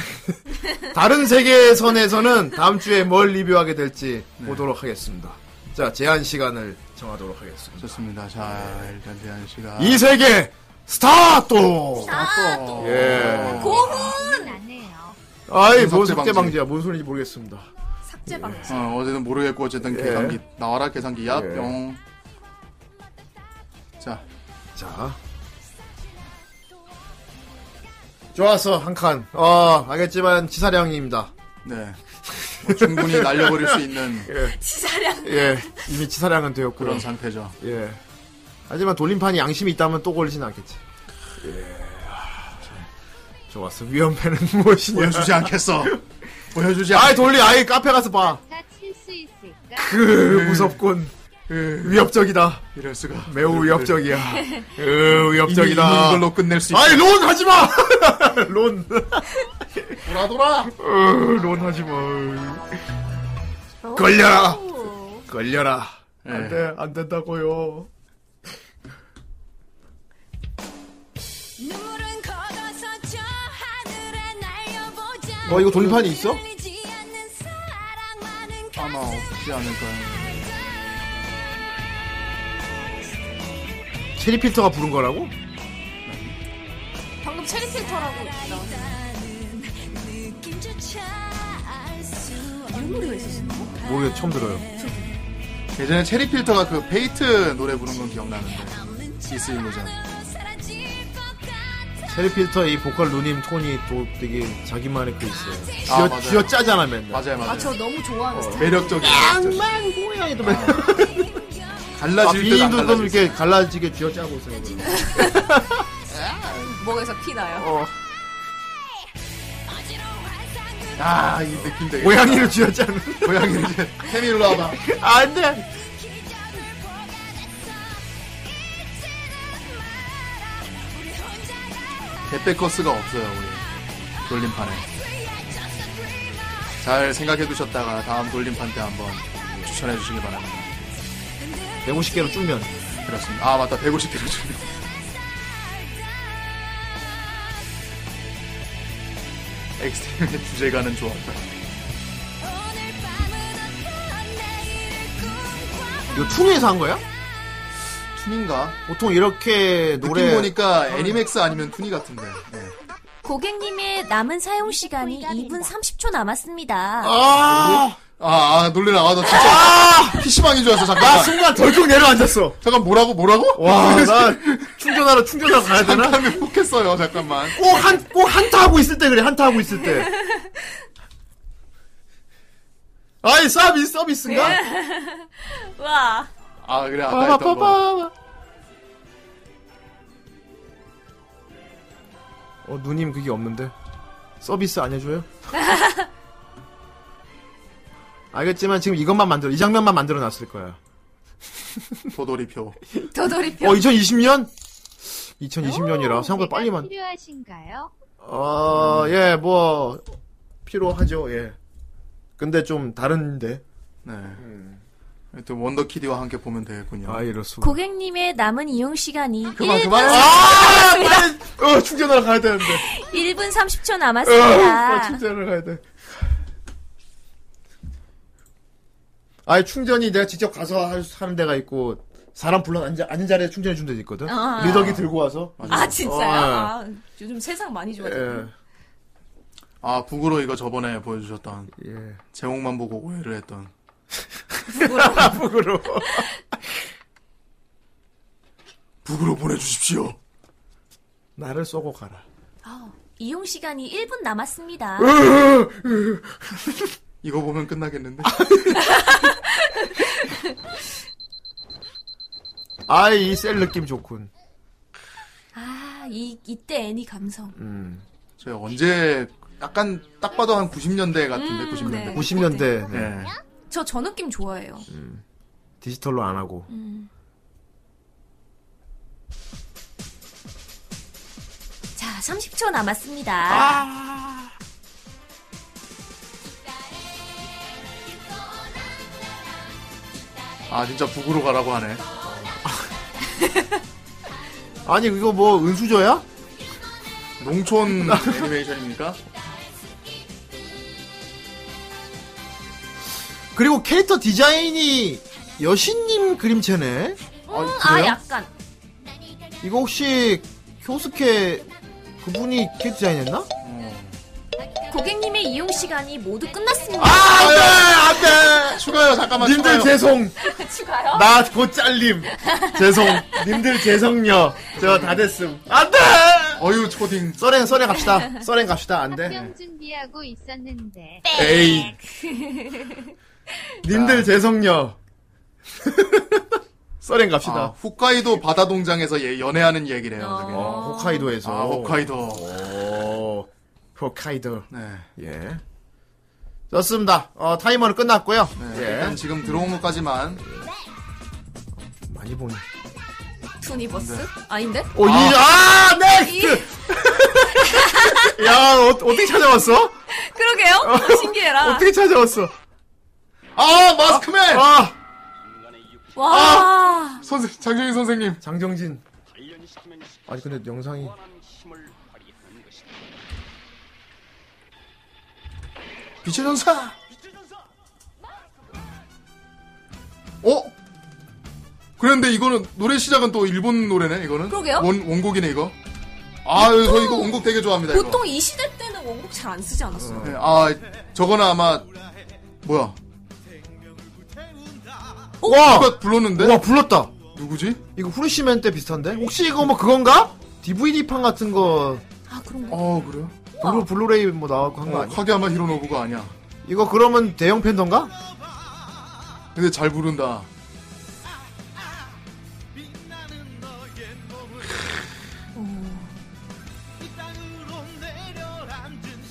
Speaker 1: 다른 세계선에서는 다음 주에 뭘 리뷰하게 될지
Speaker 2: 네.
Speaker 1: 보도록 하겠습니다. 자 제한 시간을 정하도록 하겠습니다.
Speaker 2: 좋습니다. 자, 일단 제한 시간.
Speaker 1: 이 세계 스타트.
Speaker 2: 아, 또.
Speaker 1: 예.
Speaker 3: 고훈!
Speaker 6: 안 해요.
Speaker 1: 아이 뭔 삭제
Speaker 2: 삭제 방지.
Speaker 1: 방지야? 뭔 소리인지 모르겠습니다.
Speaker 4: 삭제 방지.
Speaker 2: 어, 어제는 모르겠고 어쨌든
Speaker 1: 예.
Speaker 2: 계산기 나와라 계산기 야
Speaker 1: 예.
Speaker 2: 뿅. 자,
Speaker 1: 자. 좋았어 한 칸. 어 알겠지만 치사량입니다.
Speaker 2: 네. 뭐 충분히 날려버릴 수 있는
Speaker 4: 지사량.
Speaker 1: 예 이미 치사량은 되었고요.
Speaker 2: 그런 상태죠.
Speaker 1: 예. 하지만 돌림판이 양심이 있다면 또 걸리진 않겠지. 아, 예. 좋았어 위험패는 무엇이냐?
Speaker 2: 보여주지 않겠어. 보여주지
Speaker 1: 아이
Speaker 2: 않.
Speaker 1: 돌리 아이 카페 가서 봐.
Speaker 6: 가 칠 수 있을까?
Speaker 2: 예.
Speaker 1: 그 무섭군. 위협적이다.
Speaker 2: 이럴 수가.
Speaker 1: 매우 위협적이야. 으
Speaker 2: 예. 이미
Speaker 1: 위협적이다.
Speaker 2: 이걸로 끝낼 수. 있...
Speaker 1: 아이 론 하지 마. 론.
Speaker 2: 돌아 돌아.
Speaker 1: 으, 어, 론 하지 마. 걸려라. 걸려라.
Speaker 2: 예.
Speaker 1: 안돼 안 된다고요.
Speaker 7: 눈물은 걸어서 저 하늘에 날려보자
Speaker 1: 어 이거 돌림판이 있어?
Speaker 7: 흘리지 않는 사랑만은
Speaker 2: 아마 없지 않을 거예요.
Speaker 1: 체리 필터가 부른 거라고?
Speaker 4: 방금 체리 필터라고.
Speaker 7: 가라는 느낌조차 알수
Speaker 1: 모르겠 처음 들어요.
Speaker 2: 예전에 체리 필터가 그 페이트 노래 부른 건 기억나는데. 디스 일루전.
Speaker 7: 사라질 것 같아
Speaker 1: 체리 필터 이 보컬 누님 톤이 또 되게 자기만의 그 있어요.
Speaker 2: 아,
Speaker 1: 쥐어
Speaker 2: 맞아요.
Speaker 1: 쥐어 짜잖아 맨날.
Speaker 2: 맞아요, 맞아요.
Speaker 4: 아, 저 너무 좋아하는 스타일.
Speaker 2: 매력적인.
Speaker 1: 낭만 고양이도 맨날. 아,
Speaker 2: 갈라질 때안
Speaker 1: 비인도 좀
Speaker 2: 갈라질 때.
Speaker 1: 이렇게 갈라지게 쥐어 짜고 있어요. 그러면.
Speaker 4: 목에서 피 나요.
Speaker 1: 어.
Speaker 2: 아, 이 느낌 되게.
Speaker 1: 고양이를 쥐어 짜는.
Speaker 2: 고양이를 이제. 태미 일로 와봐.
Speaker 1: 아, 안 돼.
Speaker 7: 기적을 보관했어 잊지는 마라 우리 혼자가
Speaker 2: 개백커스가 없어요, 우리. 돌림판에. 잘 생각해 두셨다가 다음 돌림판 때 한번 추천해 주시기 바랍니다.
Speaker 1: 150개로 쪼면.
Speaker 2: 그렇습니다. 아, 맞다. 150개로 줄. 엑스트림의 주제가는 좋았다.
Speaker 7: 오늘 밤
Speaker 1: 이거 투니에서 한 거야?
Speaker 2: 툰인가?
Speaker 1: 보통 이렇게
Speaker 2: 느낌
Speaker 1: 노래
Speaker 2: 보니까 애니맥스 아니면 툰이 같은데. 네.
Speaker 3: 고객님의 남은 사용 시간이
Speaker 4: 어,
Speaker 3: 2분 30초 남았습니다.
Speaker 1: 아,
Speaker 2: 아, 아, 놀래라. 아, 나 진짜. PC방인 줄 알았어,
Speaker 1: 나 아,
Speaker 2: 잠깐만.
Speaker 1: 순간 덜컥 내려앉았어.
Speaker 2: 잠깐, 뭐라고, 뭐라고?
Speaker 1: 와, 나 충전하러 충전하러 가야 되나?
Speaker 2: 잠깐 행복했어요, 잠깐만.
Speaker 1: 꼭 한 꼭 한타 하고 있을 때 그래 한타 하고 있을 때. 아이 서비스 서비스인가?
Speaker 3: 와.
Speaker 2: 아, 그래, 아까 했던 거.
Speaker 1: 빠바바바. 어 누님 그게 없는데 서비스 안 해줘요? 알겠지만 지금 이것만 만들어 이 장면만 만들어 놨을 거야.
Speaker 2: 도돌이표.
Speaker 4: 도돌이표.
Speaker 1: 어 2020년?
Speaker 3: 아,
Speaker 1: 2020년이라 생각보다 빨리 만.
Speaker 6: 필요하신가요?
Speaker 1: 어, 예, 뭐, 필요하죠, 예. 근데 좀 다른데.
Speaker 2: 네. 또 원더키디와 함께 보면 되겠군요.
Speaker 1: 아, 이럴수가.
Speaker 3: 고객님의 남은 이용 시간이
Speaker 2: 그만,
Speaker 3: 1분,
Speaker 2: 그만.
Speaker 1: 아, 빨리, 어, 충전하러 가야 되는데.
Speaker 3: 1분 30초
Speaker 1: 어, 아,
Speaker 3: 남았습니다.
Speaker 1: 충전하러 가야 돼. 아, 충전이 내가 직접 가서 할- 하는 데가 있고, 사람 불러 앉아, 앉은 자리에 충전해 주는 데도 있거든?
Speaker 4: 아.
Speaker 1: 리더기 들고 와서.
Speaker 4: 아 진짜요?
Speaker 1: 어,
Speaker 4: 아, 요즘 세상 많이
Speaker 1: 예,
Speaker 4: 좋아졌네.
Speaker 2: 아, 북으로 이거 저번에 보여주셨던,
Speaker 1: 예.
Speaker 2: 제목만 보고 오해를 했던.
Speaker 1: 북으로.
Speaker 2: 북으로 보내주십시오.
Speaker 1: 나를 쏘고 가라.
Speaker 3: 이용 시간이 1분 남았습니다.
Speaker 1: 어.
Speaker 2: 이거 보면 끝나겠는데?
Speaker 1: 아이, 셀 느낌 좋군.
Speaker 3: 아, 이 이때 애니 감성.
Speaker 1: 음.
Speaker 2: 저희 언제, 약간, 딱 봐도 한 90년대 같은데,
Speaker 4: 음,
Speaker 2: 90년대.
Speaker 4: 네.
Speaker 1: 90년대. 네.
Speaker 2: 네.
Speaker 4: 저 저 느낌 좋아해요.
Speaker 1: 디지털로 안 하고.
Speaker 4: 음.
Speaker 3: 자, 30초
Speaker 1: 아,
Speaker 3: 남았습니다.
Speaker 2: 아, 진짜 북으로 가라고 하네.
Speaker 1: 아니 이거 뭐 은수저야?
Speaker 2: 농촌 애니메이션입니까?
Speaker 1: 그리고 캐릭터 디자인이 여신님 그림체네.
Speaker 3: 아, 약간.
Speaker 1: 이거 혹시 교스케 그분이 캐릭터 디자인했나?
Speaker 3: 고객님의 이용 시간이 모두 끝났습니다.
Speaker 4: 아, 네.
Speaker 1: 아, 네, 안돼 안돼.
Speaker 2: 추가요, 잠깐만.
Speaker 1: 님들
Speaker 2: 추가요.
Speaker 1: 죄송.
Speaker 4: 추가요?
Speaker 1: 나 곧 잘림. 죄송. 님들 죄송요. 저 다 됐음. 안돼.
Speaker 2: 어유 초딩.
Speaker 1: 써렌 써렌 갑시다. 써렌 갑시다. 안돼.
Speaker 6: 합병 준비하고 있었는데
Speaker 2: 네.
Speaker 4: 네.
Speaker 2: 에이.
Speaker 1: 님들 죄송요. 써렌
Speaker 2: 아,
Speaker 1: 갑시다.
Speaker 2: 홋카이도 바다 동장에서 예- 연애하는 얘기래요. 저게.
Speaker 1: 어, 홋카이도에서.
Speaker 2: 아, 홋카이도.
Speaker 1: 오, 홋카이도.
Speaker 2: 네.
Speaker 1: 예. 좋습니다. 어, 타이머는 끝났고요.
Speaker 2: 네,
Speaker 1: 예.
Speaker 2: 일단 지금 들어온 것까지만.
Speaker 1: 많이 보네.
Speaker 4: 투니버스? 아닌데?
Speaker 1: 오, 이, 아, 넥스트! 야, 어, 어떻게 찾아왔어?
Speaker 4: 그러게요. 신기해라.
Speaker 1: 어떻게 찾아왔어?
Speaker 2: 아, 마스크맨!
Speaker 1: 아!
Speaker 4: 와.
Speaker 2: 선생, 장정희 선생님.
Speaker 1: 장정진. 아니, 근데 영상이.
Speaker 2: 빛의 전사! 어? 그런데 이거는, 노래 시작은 또 일본 노래네, 이거는?
Speaker 4: 그러게요.
Speaker 2: 원, 원곡이네, 이거. 아, 저 이거 원곡 되게 좋아합니다, 이거.
Speaker 4: 보통 이 시대 때는 원곡 잘 안 쓰지 않았어요.
Speaker 2: 네, 아, 저거는 아마, 뭐야.
Speaker 1: 와!
Speaker 2: 누가 불렀는데?
Speaker 1: 아! 와, 불렀다.
Speaker 2: 누구지?
Speaker 1: 이거 후르시맨 때 비슷한데? 혹시 이거 뭐 그건가? DVD판 같은 거,
Speaker 4: 아 그런가?
Speaker 2: 아, 그래요?
Speaker 1: 블루, 블루레이 뭐 나왔고 한 거
Speaker 2: 어,
Speaker 1: 아니야?
Speaker 2: 카게야마 히로노부가 아니야.
Speaker 1: 이거 그러면 대형 팬던가?
Speaker 2: 근데 잘 부른다.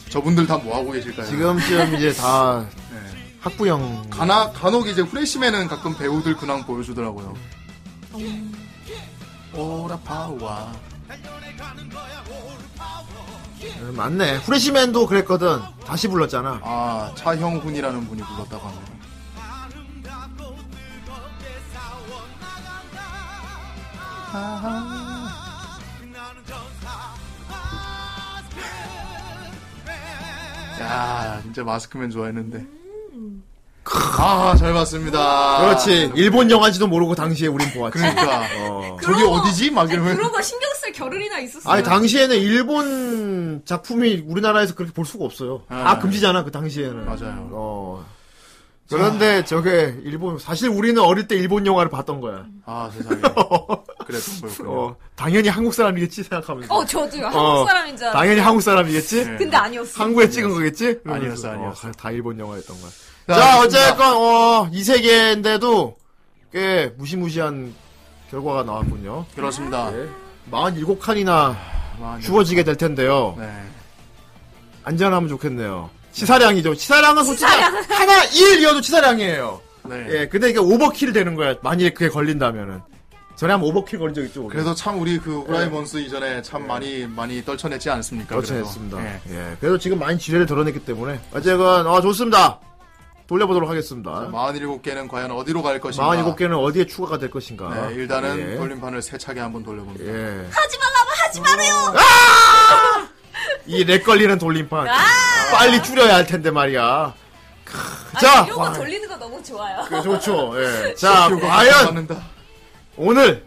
Speaker 2: 저분들 다 뭐하고 계실까요?
Speaker 1: 지금쯤 이제 다
Speaker 2: 네.
Speaker 1: 학부형.
Speaker 2: 가나, 간혹 이제 후레쉬맨은 가끔 배우들 근황 보여주더라고요. 오라 파워.
Speaker 1: 음, 맞네. 후레시맨도 그랬거든. 다시 불렀잖아.
Speaker 2: 아, 차형훈이라는 분이 불렀다고 합니다. 아. 야, 진짜 마스크맨 좋아했는데. 아, 잘 봤습니다.
Speaker 1: 그렇지. 일본 영화인지도 모르고 당시에 우린 보았지.
Speaker 2: 그러니까.
Speaker 1: 어.
Speaker 2: 저기
Speaker 4: 그러고-
Speaker 2: 어디지? 막 이러면.
Speaker 4: 그런 거 신경 쓸 겨를이나 있었어요.
Speaker 2: 네.
Speaker 1: 아니 당시에는 일본 작품이 우리나라에서 그렇게 볼 수가 없어요. 아
Speaker 2: 네.
Speaker 1: 금지잖아 그 당시에는.
Speaker 2: 맞아요.
Speaker 1: 어. 그런데 저게 일본 사실 우리는 어릴 때 일본 영화를 봤던 거야.
Speaker 2: 아, 세상에. 그랬던 거였군요.
Speaker 1: 어 당연히 한국 사람이겠지 생각하면서.
Speaker 4: 어, 저도요. 한국 사람인 줄 알았어요.
Speaker 1: 아, 당연히 한국 사람이겠지.
Speaker 2: 네.
Speaker 4: 근데 아니었어요.
Speaker 1: 한국에 찍은 거겠지? 그러면서,
Speaker 2: 아니었어, 아니었어.
Speaker 1: 어, 다 일본 영화였던 거야.
Speaker 2: 자,
Speaker 1: 자,
Speaker 2: 알겠습니다.
Speaker 1: 어쨌건 어, 이 세계인데도 꽤 무시무시한 결과가 나왔군요.
Speaker 2: 그렇습니다.
Speaker 1: 네. 47칸이나
Speaker 2: 아, 네.
Speaker 1: 죽어지게 될 텐데요.
Speaker 2: 네.
Speaker 1: 안전하면 좋겠네요. 치사량이죠. 치사량은 솔직히 하나 1이어도 치사량이에요.
Speaker 2: 네.
Speaker 1: 예, 근데 이게 오버킬 되는 거야. 만약에 그게 걸린다면은. 전에 한번 오버킬 걸린 적 있죠. 우리?
Speaker 2: 그래서 참 우리
Speaker 1: 네.
Speaker 2: 그 후라이몬스 이전에 참 많이 많이 떨쳐냈지 않습니까?
Speaker 1: 그렇죠,
Speaker 2: 그래서.
Speaker 1: 했습니다.
Speaker 2: 예.
Speaker 1: 예, 그래도 지금 많이 지뢰를 드러냈기 때문에. 어쨌건, 어, 좋습니다. 돌려보도록 하겠습니다.
Speaker 2: 47개는 과연 어디로 갈 것인가?
Speaker 1: 47개는 어디에 추가가 될 것인가.
Speaker 2: 네, 일단은
Speaker 1: 예.
Speaker 2: 돌림판을 세차게 한번 돌려봅니다.
Speaker 1: 예.
Speaker 3: 하지 말라고 하지 말아요.
Speaker 1: 이렉 걸리는 돌림판.
Speaker 4: 아!
Speaker 1: 빨리 줄여야 할 텐데 말이야. 크, 자,
Speaker 4: 이런 거 돌리는 거 너무 좋아요.
Speaker 1: 그, 좋죠. 예. 자,
Speaker 2: 효과가
Speaker 1: 과연
Speaker 2: 받는다.
Speaker 1: 오늘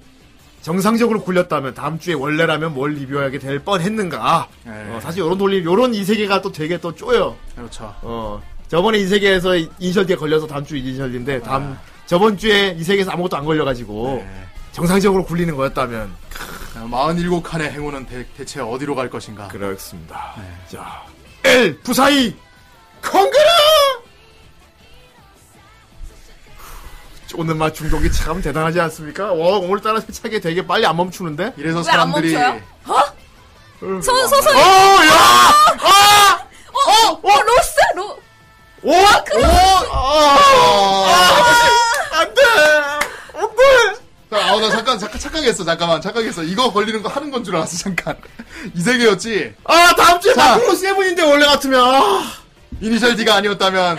Speaker 1: 정상적으로 굴렸다면 다음 주에 원래라면 뭘 리뷰하게 될 뻔했는가.
Speaker 2: 예.
Speaker 1: 어, 사실 요런 돌림, 요런 이 세계가 또 되게 또 쪼여.
Speaker 2: 그렇죠.
Speaker 1: 어, 저번에 이 세계에서 인셜기에 걸려서 다음 주 인셜인데 다음 저번 주에 이 세계에서 아무것도 안 걸려가지고
Speaker 2: 네.
Speaker 1: 정상적으로 굴리는 거였다면
Speaker 2: 47칸의 행운은 대, 체 어디로 갈 것인가?
Speaker 1: 그렇습니다. 자, 엘 부사이 콩그라 오늘 맛 중독이 참 대단하지 않습니까? 와, 오늘따라 세차게 되게 빨리 안 멈추는데?
Speaker 2: 이래서
Speaker 4: 왜 안
Speaker 2: 사람들이
Speaker 4: 멈춰요? 어?
Speaker 1: 소,
Speaker 4: 소-
Speaker 1: 어, 야! 아!
Speaker 4: 어, 어, 로스? 로,
Speaker 1: 오! 오!
Speaker 2: 어,
Speaker 1: 아! 안 돼! 안 돼!
Speaker 2: 아, 나 잠깐 잠깐 착각했어. 잠깐만. 착각했어. 이거 걸리는 거 하는 건 줄 알았어. 잠깐. 이 세계였지.
Speaker 1: 아 다음 주에
Speaker 2: 자.
Speaker 1: 마크로 세븐인데 원래 같으면 아,
Speaker 2: 이니셜 D가 아니었다면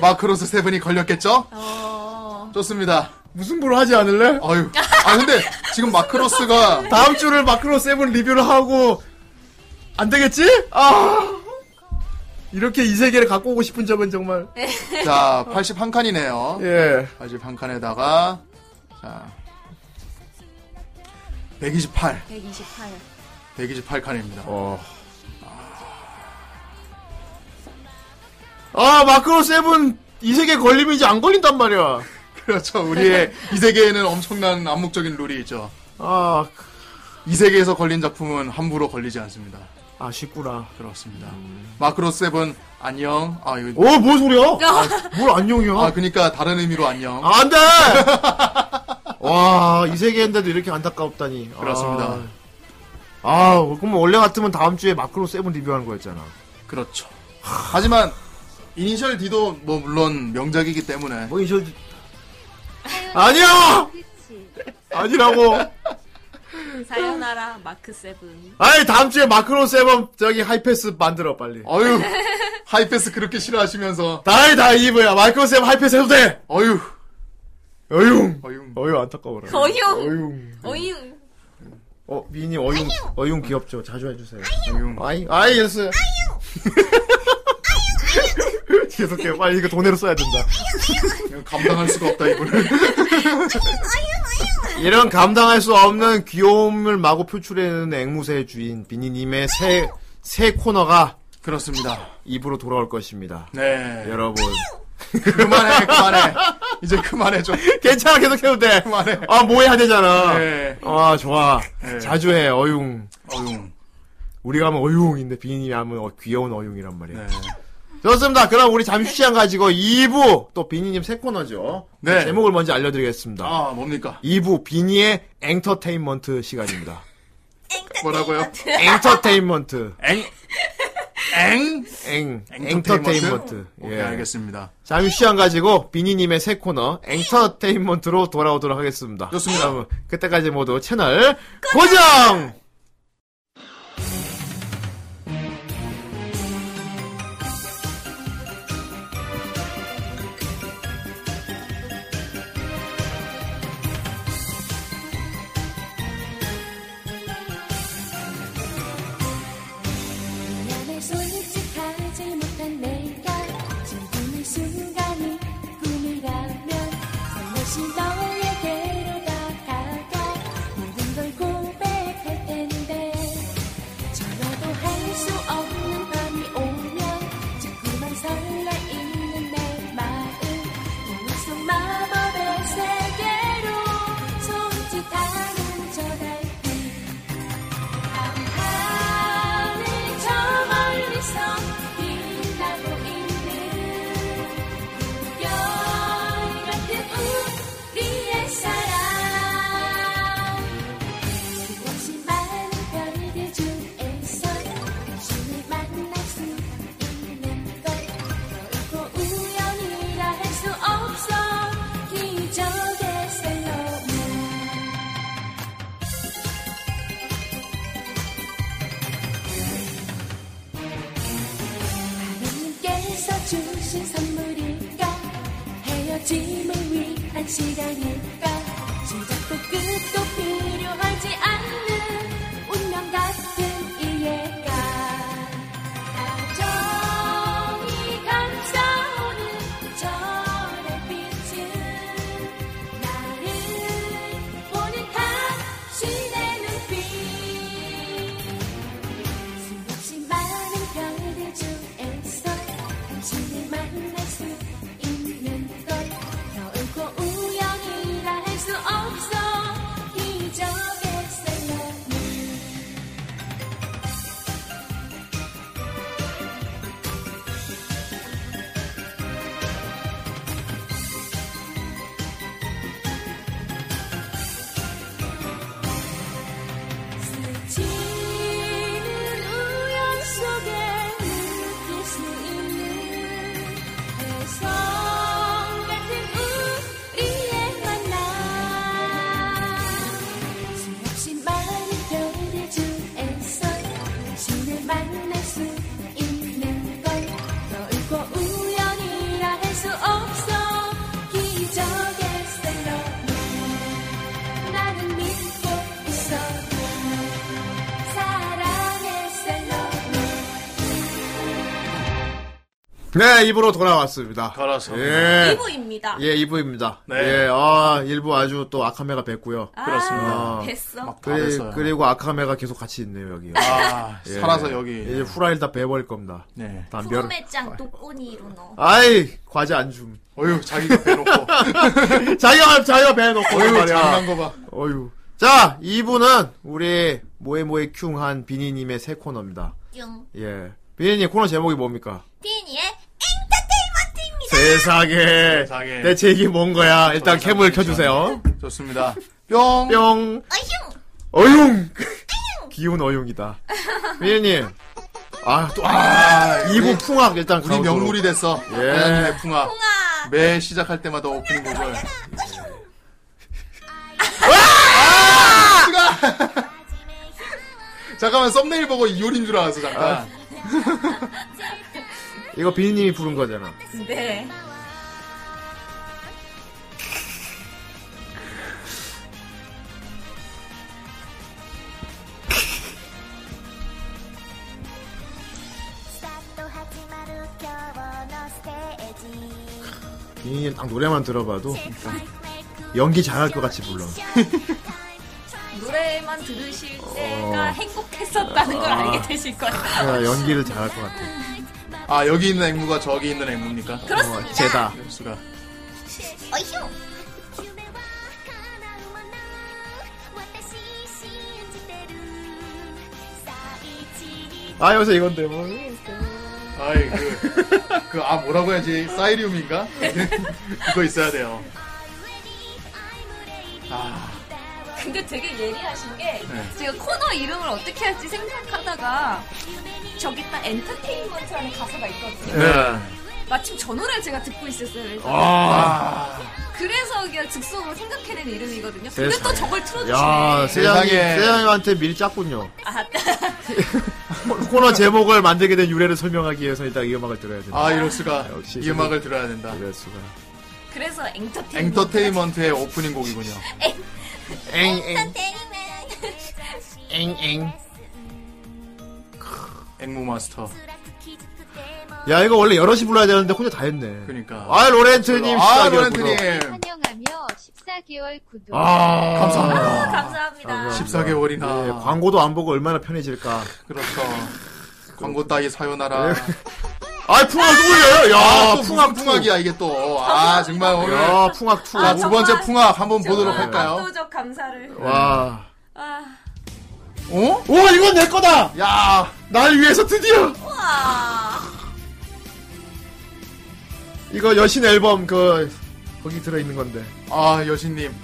Speaker 2: 마크로스 세븐이 걸렸겠죠?
Speaker 4: 어.
Speaker 2: 좋습니다.
Speaker 1: 무슨 부로 하지 않을래?
Speaker 2: 아유. 아 근데 지금 마크로스가
Speaker 1: 다음 주를 마크로 세븐 리뷰를 하고 안 되겠지? 아 이렇게 이 세계를 갖고 오고 싶은 점은 정말
Speaker 2: 자 81칸이네요.
Speaker 1: 예
Speaker 2: 81칸에다가 자 128.
Speaker 4: 128.
Speaker 2: 128칸입니다.
Speaker 1: 어. 아 마크로 세븐 이 세계 걸리면 이제 안 걸린단 말이야.
Speaker 2: 그렇죠. 우리의 이 세계에는 엄청난 암묵적인 룰이 있죠.
Speaker 1: 아
Speaker 2: 이 세계에서 걸린 작품은 함부로 걸리지 않습니다.
Speaker 1: 아쉽구나.
Speaker 2: 그렇습니다.
Speaker 1: 음.
Speaker 2: 마크로 세븐 안녕. 아 이거
Speaker 1: 어 뭔 소리야? 뭘 안녕이야?
Speaker 2: 아 그러니까 다른 의미로 안녕.
Speaker 1: 아, 안 돼! 와, 이 세계인데도 이렇게 안타깝다니.
Speaker 2: 그렇습니다.
Speaker 1: 아, 아, 그럼 원래 같으면 다음 주에 마크로 세븐 리뷰하는 거였잖아.
Speaker 2: 그렇죠. 하지만 이니셜 D도 뭐 물론 명작이기 때문에
Speaker 1: 뭐, 이저, 아니야!
Speaker 6: 그치.
Speaker 1: 아니라고!
Speaker 4: 음. 사요나라 마크 세븐.
Speaker 1: 아니, 다음 주에 마크로 세븐, 저기, 하이패스 만들어, 빨리.
Speaker 2: 어유 하이패스 그렇게 싫어하시면서
Speaker 1: 다이, 다이, 이브야. 마크로 세븐 하이패스 해도 돼!
Speaker 2: 어유
Speaker 1: 어융!
Speaker 2: 어유
Speaker 1: 어융, 안타까워라.
Speaker 4: 어휴,
Speaker 1: 어융.
Speaker 4: 어휴.
Speaker 1: 어, 미님, 어융, 어융 귀엽죠? 자주 해주세요.
Speaker 2: 어유
Speaker 1: 아이, 아이, 이랬어요. 계속해요. 빨리 이거 돈으로 써야 된다.
Speaker 2: 감당할 수가 없다 이분을.
Speaker 1: 이런 감당할 수 없는 귀여움을 마구 표출해내는 앵무새의 주인 비니님의 새, 새 코너가
Speaker 2: 그렇습니다.
Speaker 1: 입으로 돌아올 것입니다.
Speaker 2: 네
Speaker 1: 여러분.
Speaker 2: 그만해 그만해 이제 그만해 좀
Speaker 1: 괜찮아, 계속해도 돼.
Speaker 2: 그만해.
Speaker 1: 아, 뭐 해야 되잖아.
Speaker 2: 네
Speaker 1: 아, 좋아.
Speaker 2: 네.
Speaker 1: 자주 해, 어융.
Speaker 2: 어유
Speaker 1: 우리가 하면 어융인데 비니님이 하면 어, 귀여운 어융이란 말이야.
Speaker 2: 네
Speaker 1: 좋습니다. 그럼 우리 잠시 시간 가지고 2부, 또 비니님 새 코너죠. 그
Speaker 2: 네.
Speaker 1: 제목을 먼저 알려드리겠습니다.
Speaker 2: 아 뭡니까
Speaker 1: 2부, 비니의 엔터테인먼트 시간입니다.
Speaker 2: 뭐라고요?
Speaker 1: 엔터테인먼트.
Speaker 2: 엥
Speaker 1: 엥.
Speaker 2: 엔터테인먼트?
Speaker 1: 엔터테인먼트. 예.
Speaker 2: 오케이 알겠습니다.
Speaker 1: 잠시 시간 가지고 비니님의 새 코너 엔터테인먼트로 돌아오도록 뭐. 하겠습니다.
Speaker 2: 좋습니다.
Speaker 1: 여러분, 어, 그때까지 모두 채널 고정!
Speaker 7: 남의 솔직하지 못한 내가 즐기는 순간이 꿈을 시간일까 시작도 끝도 필요하지 않는 운명 같은 이해가 정이 감싸오는 절의 빛은 나를 보는 당신의 눈빛 수없이 많은 별들 중에서 당신을 만날 수 있는 것 결코 우연이라 할 수 없어 기적의 셀러니 스치는 우연 속에 느낄 수 있는 혜성 같은 우리의 만남 수없이 많은 별들 중에서 당신을 만날 수 있는 걸 결코 우연이라 할 수 없어 기적의 셀러문 나는 믿고 있어 사랑의 셀러문
Speaker 1: 네, 입으로 돌아왔습니다.
Speaker 2: 돌아왔습니다.
Speaker 1: 예.
Speaker 3: 2부입니다.
Speaker 1: 예, 2부입니다.
Speaker 2: 네.
Speaker 1: 예, 아, 1부 아주 또 아카메가 뵙고요.
Speaker 3: 그렇습니다. 네.
Speaker 1: 아.
Speaker 3: 됐어.
Speaker 2: 막
Speaker 1: 그리,
Speaker 2: 다했어요.
Speaker 1: 그리고 아카메가 계속 같이 있네요, 여기.
Speaker 2: 아,
Speaker 1: 예.
Speaker 2: 살아서 여기.
Speaker 1: 이제 후라이를 다 베버릴 겁니다.
Speaker 2: 네.
Speaker 1: 다 멸.
Speaker 3: 구름의짱 독고니로 넣어.
Speaker 1: 아이, 과제 안 줌.
Speaker 2: 어휴, 자기가 빼놓고.
Speaker 1: 자기가, 자기가 베놓고.
Speaker 2: 어휴, 장난 거 봐.
Speaker 1: 어휴. 자, 2부는 우리 모에모에 큐한 비니님의 새 코너입니다.
Speaker 3: 뿅.
Speaker 1: 예. 비니님 코너 제목이 뭡니까?
Speaker 3: 피니의 엔터테인먼트입니다.
Speaker 1: 세상에.
Speaker 2: 세상에.
Speaker 1: 대체 이게 뭔 거야? 일단 캠을 켜주세요.
Speaker 2: 좋습니다. 뿅.
Speaker 1: 뿅.
Speaker 3: 아, 어휴.
Speaker 1: 어용. 귀여운 어용이다. 비니님. 아, 또, 아, 2부 풍악 일단
Speaker 2: 우리
Speaker 1: 가보도록.
Speaker 2: 명물이 됐어.
Speaker 1: 예.
Speaker 2: 예, 풍아.
Speaker 3: 아,
Speaker 2: 매 시작할 때마다 오프닝 곡을.
Speaker 1: 아!
Speaker 2: 아! 잠깐만 썸네일 보고 이효린 줄 알았어
Speaker 1: 아.
Speaker 2: 잠깐.
Speaker 1: 이거 비니님이 부른 거잖아.
Speaker 3: 네.
Speaker 1: 비니님 딱 노래만 들어봐도 연기 잘할 것 같이 불러.
Speaker 4: 노래만 들으실 때가 행복했었다는 걸 알게 되실 거예요.
Speaker 1: 야, 아, 연기를 잘할 것 같아.
Speaker 2: 아 여기 있는 앵무가 저기 있는 앵무입니까?
Speaker 1: 어, 제다.
Speaker 2: 이럴 수가.
Speaker 3: 어휴.
Speaker 7: 夢は叶うもの私信じてるさあ一日
Speaker 1: 아 여기서 이건데 뭐.
Speaker 2: 아이 그그아 뭐라고 해야지 사이리움인가? 그거 있어야 돼요. 아
Speaker 4: 근데 되게 예리하신 게
Speaker 2: 네.
Speaker 4: 제가 코너 이름을 어떻게 할지 생각하다가 저기 딱 엔터테인먼트라는 가사가 있거든요.
Speaker 2: 네.
Speaker 4: 마침 저 노래를 제가 듣고 있었어요. 그래서,
Speaker 2: 아
Speaker 4: 그래서 그냥 즉석으로 생각해낸 이름이거든요. 근데
Speaker 1: 세상에.
Speaker 4: 또 저걸 틀어주시네.
Speaker 1: 아, 야 세상이
Speaker 2: 세상에.
Speaker 1: 세상이한테 미리 짰군요. 뭐,
Speaker 4: 아,
Speaker 1: 코너 제목을 만들게 된 유래를 설명하기 위해서 일단 이 음악을 들어야 된다.
Speaker 2: 아, 이럴 수가
Speaker 1: 역시
Speaker 2: 이 음악을 들어야 된다.
Speaker 1: 이럴 수가.
Speaker 4: 그래서 엔터테인먼트.
Speaker 2: 엔터테인먼트의 오프닝 곡이군요.
Speaker 1: 엥엥 엥엥.
Speaker 2: 앵무 마스터.
Speaker 1: 야 이거 원래 여럿이 불러야 되는데 혼자 다 했네.
Speaker 2: 그러니까.
Speaker 1: 아 로렌트님.
Speaker 2: 아
Speaker 1: 시작이었구나.
Speaker 2: 로렌트님
Speaker 6: 환영하며 14개월 구독.
Speaker 1: 아
Speaker 2: 감사합니다.
Speaker 4: 감사합니다.
Speaker 2: 14개월이나.
Speaker 1: 예, 광고도 안 보고 얼마나 편해질까.
Speaker 2: 그렇죠. 광고 따위 사요나라.
Speaker 1: 아 풍악 누구예요?
Speaker 2: 네. 아,
Speaker 1: 야
Speaker 2: 또 풍악
Speaker 1: 풍악 풍악이야.
Speaker 2: 풍악이야 이게 또. 아 정말 오늘
Speaker 1: 야 풍악 투.
Speaker 2: 자, 두 번째 풍악 한번 보도록
Speaker 4: 아, 정말
Speaker 2: 할까요?
Speaker 4: 아, 압도적 감사를.
Speaker 1: 와.
Speaker 4: 아,
Speaker 2: 어?
Speaker 1: 오 이건 내 거다.
Speaker 2: 야,
Speaker 1: 날 위해서 드디어.
Speaker 3: 와.
Speaker 1: 이거 여신 앨범 그 거기 들어 있는 건데.
Speaker 2: 아 여신님.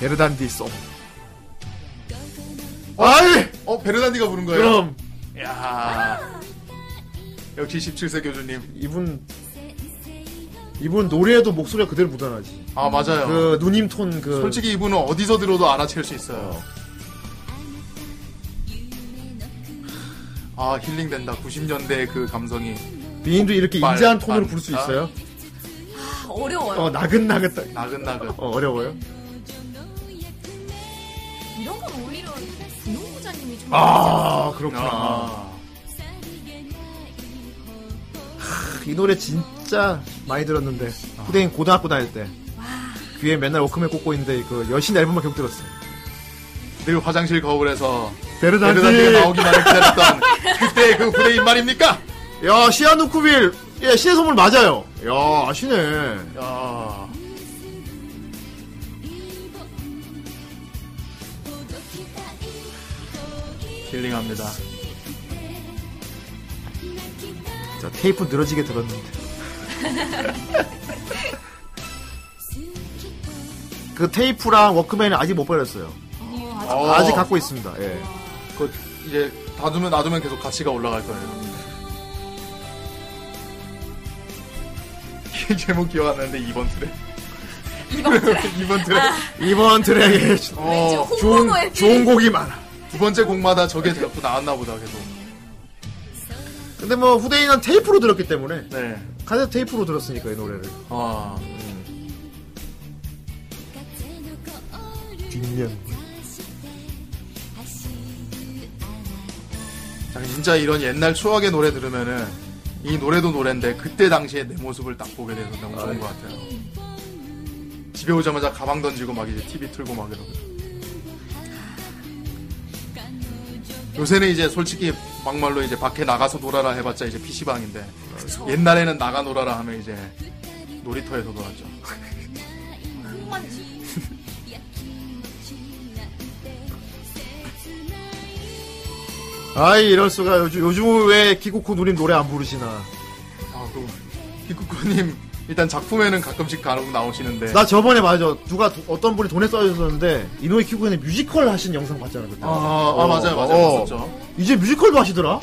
Speaker 1: 베르단디 송. 아이
Speaker 2: 어 베르난디가 부른 거예요?
Speaker 1: 그럼
Speaker 2: 야. 역시 17세 교주님.
Speaker 1: 이분 이분 노래에도 목소리가 그대로 묻어나지.
Speaker 2: 아 맞아요.
Speaker 1: 그 누님 톤 그.
Speaker 2: 솔직히 이분은 어디서 들어도 알아챌 수 있어요. 아 힐링된다. 90년대의 그 감성이.
Speaker 1: 미인도 이렇게
Speaker 2: 말,
Speaker 1: 인자한 톤으로
Speaker 2: 말.
Speaker 1: 부를 수
Speaker 2: 아.
Speaker 1: 있어요?
Speaker 4: 어려워요.
Speaker 1: 어, 나긋나긋.
Speaker 2: 나긋나긋.
Speaker 1: 어, 어려워요?
Speaker 4: 이런 건 오히려 분홍부자님이 좀
Speaker 1: 아, 그렇구나.
Speaker 2: 아,
Speaker 1: 이 노래 진짜 많이 들었는데. 후대인 고등학교 다닐 때. 귀에 맨날 워크맨 꽂고 있는데, 그 여신 앨범만 계속 들었어.
Speaker 2: 늘 화장실 거울에서
Speaker 1: 베르단디.
Speaker 2: 베르단디가 나오기만을 기다렸던 그때의 그 후대인 말입니까?
Speaker 1: 야, 시아누쿠빌. 예, 신의 선물 맞아요. 야, 아시네.
Speaker 2: 야,
Speaker 7: 届きたい
Speaker 2: 힐링합니다.
Speaker 1: 자, 테이프 늘어지게 들었는데. 그 테이프랑 워크맨은 아직 못 버렸어요.
Speaker 2: 어,
Speaker 1: 아직 갖고 있습니다. 예.
Speaker 2: 그 이제 놔두면 놔두면 계속 가치가 올라갈 거예요. 이 제목 기억하는데 이번 트랙.
Speaker 4: 이번 트랙. 아,
Speaker 2: 이번 트랙.
Speaker 1: 이번 트랙에
Speaker 4: 왠지
Speaker 2: 어,
Speaker 4: 홍보노에
Speaker 1: 좋은 곡이 많아.
Speaker 2: 두 번째 곡마다 저게 자꾸 나왔나 보다 계속.
Speaker 1: 근데 뭐 후대인은 테이프로 들었기 때문에
Speaker 2: 네.
Speaker 1: 카세트 테이프로 들었으니까 이 노래를.
Speaker 2: 아,
Speaker 7: 風の凍る
Speaker 1: 뒷면.
Speaker 7: して走る
Speaker 2: 자, 진짜 이런 옛날 추억의 노래 들으면은 이 노래도 노래인데 그때 당시에 내 모습을 딱 보게 돼서 너무 좋은 것 같아요. 집에 오자마자 가방 던지고 막 이제 TV 틀고 막 이러고. 요새는 이제 솔직히 막말로 이제 밖에 나가서 놀아라 해봤자 이제 PC방인데 옛날에는 나가 놀아라 하면 이제 놀이터에서 놀았죠.
Speaker 1: 아이 이럴 수가 요즘 요즘 왜 기코코 누님 노래 안 부르시나?
Speaker 2: 아, 그, 히쿠코님 일단 작품에는 가끔씩 간혹 나오시는데
Speaker 1: 나 저번에 맞아 누가 도- 어떤 분이 돈에 써주셨는데 이노이 키코의 뮤지컬 하신 영상 봤잖아 그때.
Speaker 2: 아, 아,
Speaker 1: 어,
Speaker 2: 맞아요, 맞아요.
Speaker 1: 어.
Speaker 2: 있었죠.
Speaker 1: 이제 뮤지컬도 하시더라?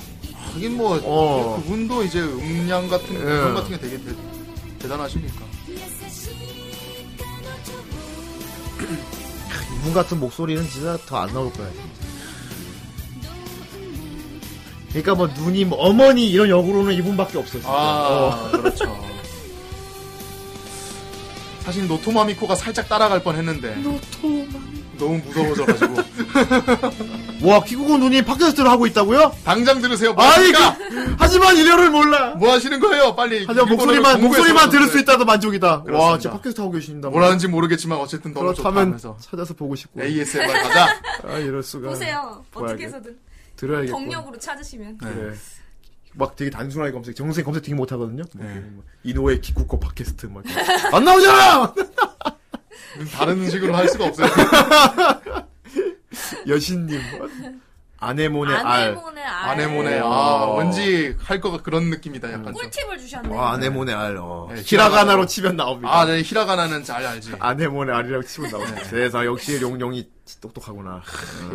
Speaker 2: 하긴 뭐
Speaker 1: 어.
Speaker 2: 그분도 이제 음량 같은
Speaker 1: 예.
Speaker 2: 그런 같은 게 되게 대, 대단하시니까.
Speaker 7: 優しい彼女を
Speaker 1: 이분 같은 목소리는 진짜 더 안 나올 거야. 진짜. 그러니까 뭐 누님, 어머니 이런 역으로는 이분밖에 없었어.
Speaker 2: 아 그렇죠. 사실 노토마미코가 살짝 따라갈 뻔했는데 너무 무서워져가지고
Speaker 1: 와 키쿠고 누님 팟캐스트를 하고 있다고요?
Speaker 2: 당장 들으세요. 뭐
Speaker 1: 아이
Speaker 2: 하십니까?
Speaker 1: 그- 하지만 일요를 몰라.
Speaker 2: 뭐 하시는 거예요? 빨리.
Speaker 1: 하지만
Speaker 2: 일본어를
Speaker 1: 목소리만
Speaker 2: 공부해서
Speaker 1: 목소리만 들을
Speaker 2: 그러는데.
Speaker 1: 수 있다도 만족이다. 와
Speaker 2: 그렇습니다.
Speaker 1: 진짜 팟캐스트 하고 계신다.
Speaker 2: 뭐라는지 모르겠지만 어쨌든 너무 좋다
Speaker 1: 그렇다면
Speaker 2: 하면서
Speaker 1: 찾아서 보고 싶고.
Speaker 2: ASMR 가자.
Speaker 1: 아 이럴 수가.
Speaker 4: 보세요.
Speaker 1: 뭐야,
Speaker 4: 어떻게
Speaker 1: 이게?
Speaker 4: 해서든
Speaker 1: 들어야겠고.
Speaker 4: 경력으로 찾으시면.
Speaker 1: 그래. 네. 막 되게 단순하게 검색. 정생 검색 되게 못하거든요.
Speaker 2: 네.
Speaker 1: 뭐 이렇게 뭐 이노의 키쿠코 팟캐스트 막. 이렇게. 안 나오잖아.
Speaker 2: 다른 식으로 할 수가 없어요.
Speaker 1: 여신님. 아네모네 알.
Speaker 4: 아네모네 알.
Speaker 2: 아네모네. 아
Speaker 1: 어.
Speaker 2: 왠지 할 거가 그런 느낌이다. 약간 좀.
Speaker 4: 꿀팁을 주셨네.
Speaker 1: 와, 아네모네 알. 어.
Speaker 2: 네,
Speaker 1: 히라가나로
Speaker 2: 히라가나로
Speaker 1: 치면 나옵니다.
Speaker 2: 아, 네, 히라가나는 잘 알지.
Speaker 1: 아네모네 알이라고 치면 나옵니다. 세상 역시 용용이 똑똑하구나.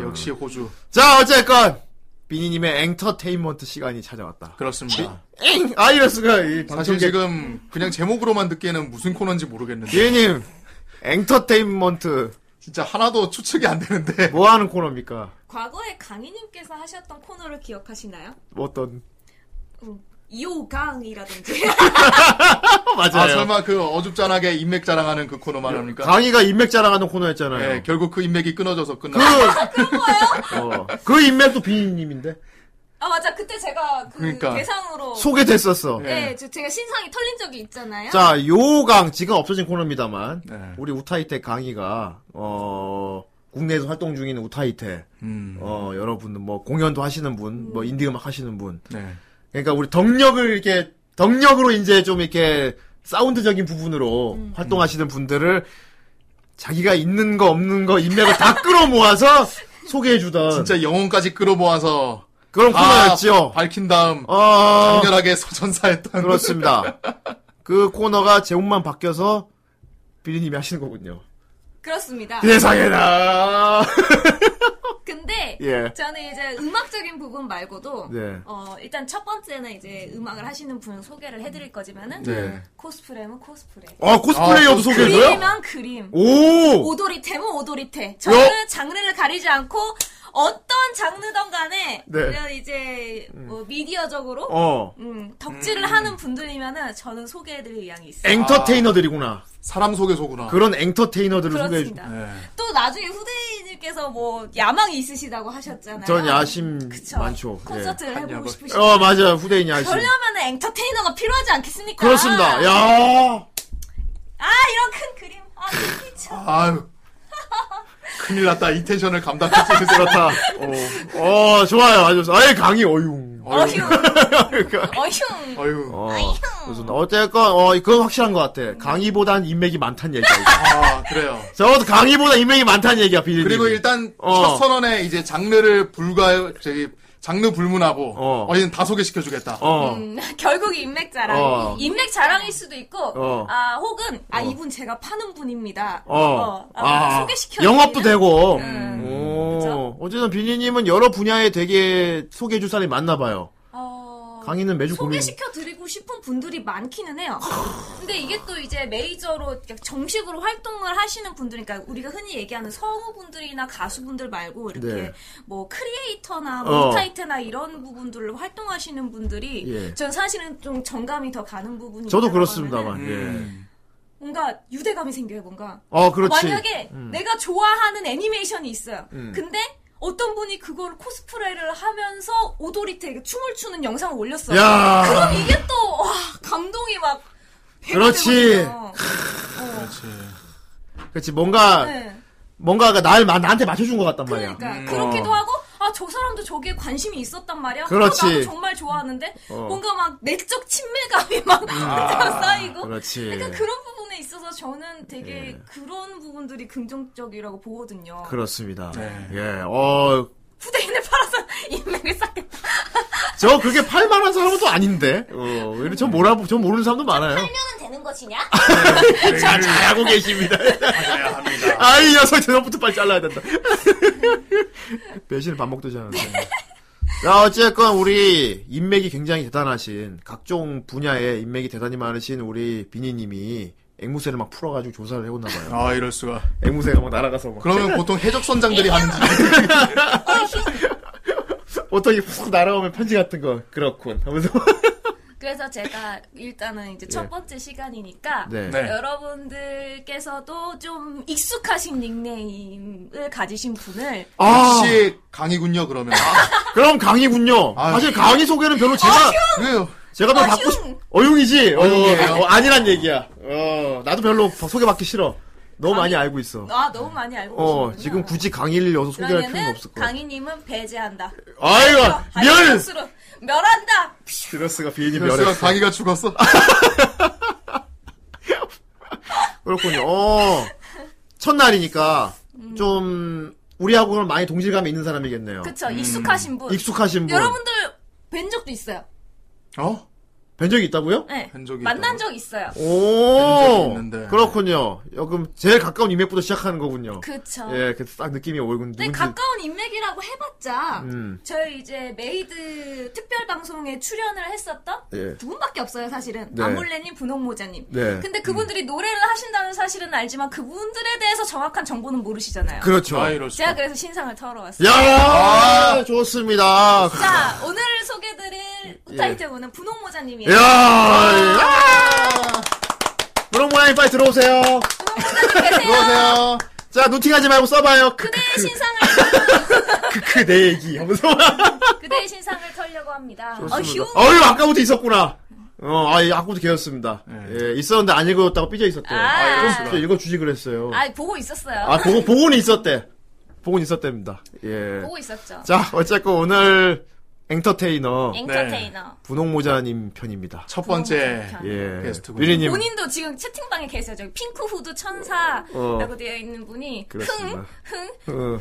Speaker 2: 역시 호주.
Speaker 1: 자, 어쨌건 비니님의 엔터테인먼트 시간이 찾아왔다.
Speaker 2: 그렇습니다.
Speaker 1: 엥! 아 이럴 수가 이
Speaker 2: 사실
Speaker 1: 방청객.
Speaker 2: 지금 그냥 제목으로만 듣기에는 무슨 코너인지 모르겠는데
Speaker 1: 비니님 엔터테인먼트
Speaker 2: 진짜 하나도 추측이 안 되는데
Speaker 1: 뭐 하는 코너입니까?
Speaker 4: 과거에 강희님께서 하셨던 코너를 기억하시나요? 음,
Speaker 1: 뭐 어떤?
Speaker 4: 요강이라든지.
Speaker 1: 어, 맞아요.
Speaker 2: 아 설마 그 어줍잖하게 인맥 자랑하는 그 코너 말합니까?
Speaker 1: 강의가 인맥 자랑하는 코너였잖아요.
Speaker 2: 네, 결국 그 인맥이 끊어져서 끝나.
Speaker 1: 어, 그 인맥도 비니님인데
Speaker 4: 아 맞아. 그때 제가 그
Speaker 2: 그러니까.
Speaker 4: 대상으로
Speaker 1: 소개됐었어.
Speaker 4: 네,
Speaker 2: 예.
Speaker 4: 저- 제가 신상이 털린 적이 있잖아요.
Speaker 1: 자, 요강 지금 없어진 코너입니다만
Speaker 2: 네.
Speaker 1: 우리 우타이테 강의가 어 국내에서 활동 중인 우타이테
Speaker 2: 음.
Speaker 1: 어 여러분들 뭐 공연도 하시는 분, 뭐 인디 음악 하시는 분.
Speaker 2: 네.
Speaker 1: 그러니까 우리 덕력을 이렇게 덕력으로 이제 좀 이렇게 사운드적인 부분으로
Speaker 4: 음.
Speaker 1: 활동하시는 분들을 자기가 있는 거 없는 거 인맥을 다 끌어 모아서 소개해 주던
Speaker 2: 진짜 영혼까지 끌어모아서
Speaker 1: 어. 그런
Speaker 2: 다
Speaker 1: 코너였지요.
Speaker 2: 밝힌 다음
Speaker 1: 어,
Speaker 2: 강렬하게 서천사했던
Speaker 1: 그렇습니다. 그 코너가 제목만 바뀌어서 비리님이 하시는 거군요.
Speaker 4: 그렇습니다.
Speaker 1: 네. 세상에나.
Speaker 4: 근데
Speaker 1: 예.
Speaker 4: 저는 이제 음악적인 부분 말고도
Speaker 1: 네.
Speaker 4: 어, 일단 첫 번째는 이제 음악을 하시는 분 소개를 해드릴 거지만은
Speaker 2: 네.
Speaker 4: 코스프레면 코스프레,
Speaker 1: 아 코스프레이어도
Speaker 2: 아,
Speaker 1: 소개해줘요?
Speaker 4: 그림이면 그림,
Speaker 1: 오.
Speaker 4: 오도리테면 오도리테. 저는 장르를 가리지 않고 어떤 장르든 간에
Speaker 1: 네. 음.
Speaker 4: 그냥 이제 뭐 미디어적으로
Speaker 1: 어.
Speaker 4: 음, 덕질을 하는 분들이면은 저는 소개해드릴 의향이 있어요.
Speaker 1: 엔터테이너들이구나.
Speaker 2: 사람 소개소구나.
Speaker 1: 그런 엔터테이너들을 소개해 주.
Speaker 4: 그렇습니다.
Speaker 2: 네.
Speaker 4: 또 나중에 후대인님께서 뭐 야망이 있으시다고 하셨잖아요.
Speaker 1: 전 야심
Speaker 4: 네. 그쵸.
Speaker 1: 많죠. 예.
Speaker 4: 콘서트를 해보고
Speaker 2: 한약을.
Speaker 4: 싶으시죠.
Speaker 1: 어 맞아요 후대인 야심.
Speaker 4: 그러려면 엔터테이너가 필요하지 않겠습니까?
Speaker 1: 그렇습니다. 야
Speaker 4: 아 이런 큰 그림. 아 미쳐.
Speaker 2: 아유. 큰일 났다. 이 텐션을 감당할 수 있을 것 같아.
Speaker 1: 그렇다. 어, 어 좋아요 아주 아예 강의 어융.
Speaker 4: 어휴. 어휴.
Speaker 2: 아유.
Speaker 1: 어, 무슨 어쨌건 어 그건 확실한 것 같아. 강의보단 인맥이 많다는 얘기야. 이거.
Speaker 2: 아, 그래요.
Speaker 1: 적어도 강의보다 인맥이 많다는 얘기야 비리.
Speaker 2: 그리고 일단
Speaker 1: 어.
Speaker 2: 첫 선언에 이제 장르를 불가 저기 장르 불문하고
Speaker 1: 어.
Speaker 2: 어. 얘는다 소개시켜 주겠다.
Speaker 1: 어.
Speaker 4: 음, 결국 인맥 자랑.
Speaker 1: 어.
Speaker 4: 인맥 자랑일 수도 있고,
Speaker 1: 어.
Speaker 4: 아, 혹은, 아, 이분 제가 파는 분입니다.
Speaker 1: 어.
Speaker 4: 아,
Speaker 1: 아,
Speaker 4: 소개시켜.
Speaker 1: 영업도 되고.
Speaker 4: 음.
Speaker 1: 오,
Speaker 4: 그죠?
Speaker 1: 어쨌든 비니님은 여러 분야에 되게 소개해줄 사람이 많나 봐요.
Speaker 4: 어,
Speaker 1: 강의는 매주 고민.
Speaker 4: 소개시켜 드리고 싶은 분들이 많기는 해요. 근데 이게 또 이제 메이저로 이렇게 정식으로 활동을 하시는 분들이니까 그러니까 우리가 흔히 얘기하는 성우분들이나 가수분들 말고 이렇게
Speaker 1: 네.
Speaker 4: 뭐 크리에이터나
Speaker 1: 어.
Speaker 4: 몬타이트나 이런 부분들로 활동하시는 분들이
Speaker 1: 예.
Speaker 4: 전 사실은 좀 정감이 더 가는 부분이
Speaker 1: 저도
Speaker 4: 있다고 하면은
Speaker 1: 그렇습니다만. 예.
Speaker 2: 음.
Speaker 4: 뭔가 유대감이 생겨요, 뭔가.
Speaker 1: 어, 그렇지. 음.
Speaker 4: 만약에 내가 좋아하는 애니메이션이 있어요. 근데 어떤 분이 그걸 코스프레를 하면서 오도리테 춤을 추는 영상을 올렸어요.
Speaker 1: 야.
Speaker 4: 그럼 이게 또 와, 감동이 막
Speaker 1: 그렇지.
Speaker 4: 되거든요. 어,
Speaker 1: 그렇지. 뭔가
Speaker 4: 네.
Speaker 1: 뭔가가 날 마- 나한테 맞춰준 것 같단 말이야.
Speaker 4: 그러니까 그렇기도 하고 아 저 사람도 저기에 관심이 있었단 말이야.
Speaker 1: 어. 그렇지.
Speaker 4: 아, 나도 정말 좋아하는데
Speaker 1: 어. 음. 아,
Speaker 4: 뭔가 막 내적 친밀감이 막 그대로 쌓이고.
Speaker 1: 그렇지. 예.
Speaker 4: 그러니까 그런 부분에 있어서 저는 되게 그런 부분들이 긍정적이라고 보거든요.
Speaker 1: 그렇습니다.
Speaker 2: 네.
Speaker 1: 예, 어,
Speaker 4: 후대인을 팔아서 인맥을 쌓겠다.
Speaker 1: 저 그게 팔만한 사람은 또 아닌데. 어, 오히려 저 몰라, 저 모르는 사람도 많아요.
Speaker 4: 하면 되는 것이냐?
Speaker 1: 잘, 잘하고 계십니다.
Speaker 2: 해야 합니다.
Speaker 1: 아이, 녀석, 저녁부터 빨리 잘라야 된다. 배신을 밥 먹듯이 하는데. 자, 어쨌건 우리 인맥이 굉장히 대단하신, 각종 분야에 인맥이 대단히 많으신 우리 비니님이 앵무새를 막 풀어가지고 조사를 해오나봐요.
Speaker 2: 아, 이럴 수가.
Speaker 1: 앵무새가 막 날아가서 막.
Speaker 2: 그러면 보통 해적 선장들이
Speaker 1: 아.
Speaker 2: 하는지.
Speaker 1: 어떻게 훅 날아오면 편지 같은 거. 그렇군. 하면서.
Speaker 4: 그래서 제가 일단은 이제 첫 번째 시간이니까
Speaker 1: 예. 네.
Speaker 2: 네.
Speaker 4: 여러분들께서도 좀 익숙하신 닉네임을 가지신 분을
Speaker 1: 아,
Speaker 2: 역시 강이군요, 그러면.
Speaker 1: 그럼 강의군요.
Speaker 2: 아유.
Speaker 1: 사실 강의 소개는 별로 제가,
Speaker 2: 그래요.
Speaker 1: 제가 별로 받고 싶, 어용이지? 어,
Speaker 2: 어용이에요?
Speaker 1: 어, 아니란 얘기야. 어, 나도 별로 소개받기 싫어. 너무 많이 알고 있어.
Speaker 4: 아 너무 많이 알고
Speaker 1: 어,
Speaker 4: 계시는구나.
Speaker 1: 지금 굳이 강의를 여서 소개할 필요는
Speaker 4: 그러면은
Speaker 1: 없을 거야.
Speaker 4: 강희님은 배제한다.
Speaker 1: 아이고, 멸!
Speaker 4: 스스로 멸한다.
Speaker 1: 드러스가 비행기
Speaker 2: 그래서
Speaker 1: 멸했어. 아.
Speaker 2: 강이가 죽었어.
Speaker 1: 그렇군요. 어, 첫날이니까, 좀, 우리하고는 많이 동질감이 있는 사람이겠네요.
Speaker 4: 그쵸 익숙하신 분.
Speaker 1: 아, 음. 익숙하신 분.
Speaker 4: 여러분들 뵌 적도 있어요.
Speaker 2: 어?
Speaker 1: 뵌 적이 있다고요?
Speaker 4: 네.
Speaker 2: 뵌 적이
Speaker 4: 만난
Speaker 2: 있다고요?
Speaker 4: 적 있어요.
Speaker 2: 적이
Speaker 1: 오,
Speaker 2: 있는데.
Speaker 1: 그렇군요. 여, 그럼 제일 가까운 인맥부터 시작하는 거군요.
Speaker 4: 그쵸.
Speaker 1: 예, 그딱 느낌이 오고
Speaker 4: 아. 근데
Speaker 1: 누군지.
Speaker 4: 가까운 인맥이라고 해봤자
Speaker 1: 음.
Speaker 4: 저희 이제 메이드 특별 방송에 출연을 했었던
Speaker 1: 예.
Speaker 4: 두 분밖에 없어요 사실은
Speaker 1: 네.
Speaker 4: 아몰레님 분홍모자님
Speaker 1: 네.
Speaker 4: 근데 그분들이 노래를 하신다는 사실은 알지만 그분들에 대해서 정확한 정보는 모르시잖아요
Speaker 1: 그렇죠.
Speaker 2: 아, 이럴
Speaker 4: 제가
Speaker 2: 수가.
Speaker 4: 그래서 신상을 털어왔어요
Speaker 1: 야, 아, 좋습니다.
Speaker 4: 자 오늘 소개드릴 후타이테고는 분홍모자님이에요
Speaker 1: 예. 야,
Speaker 4: 아.
Speaker 1: 야. 그럼 모양이 빨리 들어오세요.
Speaker 4: 계세요 아.
Speaker 1: 들어오세요. 자, 노팅하지 말고 써봐요. 크,
Speaker 4: 그대의 신상을
Speaker 1: 크, 크, 내 얘기. 하면서.
Speaker 4: 그대의 신상을 털려고 합니다 아,
Speaker 1: 좋습니다.
Speaker 4: 어휴
Speaker 1: 어휴, 아까부터 있었구나. 어, 아, 예, 아까부터 계셨습니다.
Speaker 2: 네.
Speaker 1: 예, 있었는데 안 읽어줬다고 삐져 있었대요.
Speaker 4: 아.
Speaker 1: 아, 그렇습니다. 읽어주지 그랬어요.
Speaker 4: 아 보고 있었어요
Speaker 1: 아, 보고, 보고는 있었대. 보고는 있었답니다. 예.
Speaker 4: 보고 있었죠
Speaker 1: 자, 어쨌건 오늘 엔터테이너
Speaker 4: 엔터테이너
Speaker 1: 분홍모자님 편입니다.
Speaker 2: 첫 번째.
Speaker 4: 분홍모자님 편.
Speaker 1: 예.
Speaker 2: 게스트군요.
Speaker 1: 미리님.
Speaker 4: 본인도 지금 채팅방에 계세요. 저기 핑크 후드 천사라고 되어 있는 분이
Speaker 1: 그렇습니다.
Speaker 4: 흥, 흥.
Speaker 1: 어,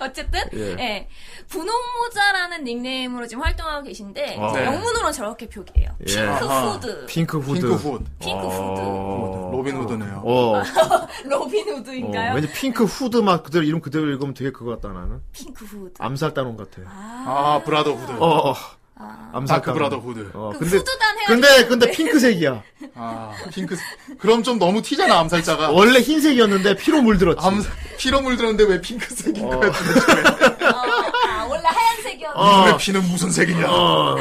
Speaker 4: 어쨌든
Speaker 1: 예.
Speaker 4: 예. 분홍모자라는 닉네임으로 지금 활동하고 계신데
Speaker 1: 아.
Speaker 2: 네.
Speaker 4: 영문으로 저렇게 표기해요.
Speaker 1: 예.
Speaker 4: 핑크
Speaker 2: 아하.
Speaker 4: 후드,
Speaker 1: 핑크 후드.
Speaker 2: 핑크 훗.
Speaker 4: 핑크 후드,
Speaker 1: 어.
Speaker 2: 로빈 후드네요.
Speaker 1: 어,
Speaker 4: 로빈
Speaker 1: 어,
Speaker 4: 후드인가요?
Speaker 1: 왠지 핑크 후드만 그대로 이름 그대로 읽으면 되게 그거 같다 나는
Speaker 4: 핑크 후드.
Speaker 1: 암살 단원 같아.
Speaker 2: 아, 브라더 후드.
Speaker 1: 어, 어. 암살
Speaker 2: 다크
Speaker 1: 단원.
Speaker 2: 브라더 후드.
Speaker 1: 어,
Speaker 4: 아. 그
Speaker 1: 근데
Speaker 4: 후드단 해가지고
Speaker 1: 근데 근데 핑크색이야.
Speaker 2: 아, 핑크. 그럼 좀 너무 튀잖아,
Speaker 1: 어.
Speaker 2: 암살자가.
Speaker 1: 원래 흰색이었는데 피로 물들었지.
Speaker 2: 암, 피로 물들었는데 왜 핑크색인 거야?
Speaker 4: 아, 하얀색이었는데.
Speaker 1: 어.
Speaker 2: 눈에 피는 무슨 색이냐.
Speaker 1: 어,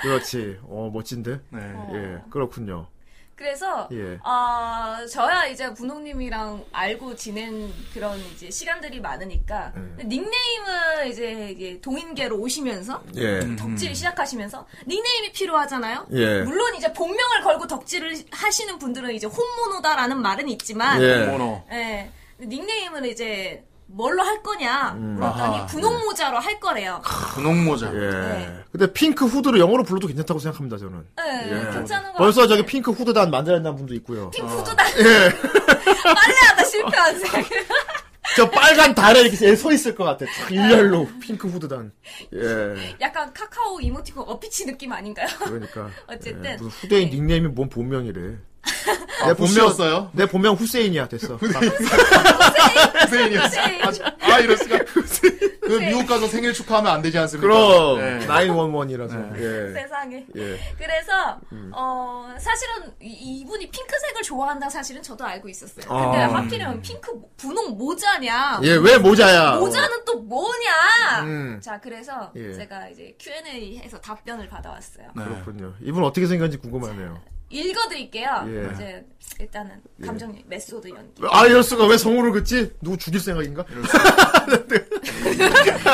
Speaker 1: 그렇지. 어, 멋진데?
Speaker 2: 네.
Speaker 1: 예, 그렇군요.
Speaker 4: 그래서
Speaker 1: 예.
Speaker 4: 아 저야 이제 분홍님이랑 알고 지낸 그런 이제 시간들이 많으니까
Speaker 1: 예.
Speaker 4: 근데 닉네임은 이제 이게 동인계로 오시면서
Speaker 1: 예.
Speaker 2: 음.
Speaker 4: 덕질 시작하시면서 닉네임이 필요하잖아요.
Speaker 1: 예.
Speaker 4: 물론 이제 본명을 걸고 덕질을 하시는 분들은 이제 혼모노다라는 말은 있지만
Speaker 1: 예.
Speaker 2: 모노.
Speaker 4: 예. 근데 닉네임을 이제 뭘로 할 거냐
Speaker 1: 음.
Speaker 2: 아하.
Speaker 4: 물었더니 분홍 모자로 할 거래요.
Speaker 2: 분홍 모자.
Speaker 1: 예.
Speaker 4: 네.
Speaker 1: 근데 핑크 후드를 영어로 불러도 괜찮다고 생각합니다, 저는.
Speaker 4: 예, 괜찮은 거
Speaker 1: 벌써 예.
Speaker 4: 같아요.
Speaker 1: 저기 핑크 후드 안 만들어낸다는 분도 있고요.
Speaker 4: 핑크도 다 빨래하다 실패한 색.
Speaker 1: 저 빨간 달에 이렇게 서 있을 것 같아. 딱 일렬로 핑크 후드단. 예.
Speaker 4: 약간 카카오 이모티콘 어피치 느낌 아닌가요?
Speaker 1: 그러니까.
Speaker 4: 어쨌든.
Speaker 1: 예, 무슨 후대인
Speaker 4: 네.
Speaker 1: 닉네임이 뭔 본명이래.
Speaker 2: 아, 보셨어요?
Speaker 1: 내 본명 후세인이야 됐어.
Speaker 2: 후세인이었어. 아, 이럴 수가. 그 미국 가서 생일 축하하면 안 되지 않습니까?
Speaker 1: 그럼
Speaker 2: 네.
Speaker 1: 911이라서. 예.
Speaker 4: 세상에.
Speaker 1: 예.
Speaker 4: 그래서 어 사실은 이, 분이 핑크색을 좋아한다 사실은 저도 알고 있었어요.
Speaker 1: 아.
Speaker 4: 근데 하필이면 핑크 모- 분홍 모자냐?
Speaker 1: 예, 왜
Speaker 3: 아, 어.
Speaker 1: 모자야?
Speaker 4: 모자는 또 뭐냐?
Speaker 1: 음.
Speaker 4: 자 그래서
Speaker 1: 예.
Speaker 4: 제가 이제 Q&A 해서 답변을 받아왔어요.
Speaker 2: 네.
Speaker 1: 그렇군요. 이분 어떻게 생겼는지 궁금하네요.
Speaker 4: 읽어드릴게요.
Speaker 1: 예.
Speaker 4: 이제 일단은
Speaker 3: 예.
Speaker 4: 감정 메소드 연기.
Speaker 1: 아, 이럴 수가 왜 성우를 그치? 누구 죽일 생각인가?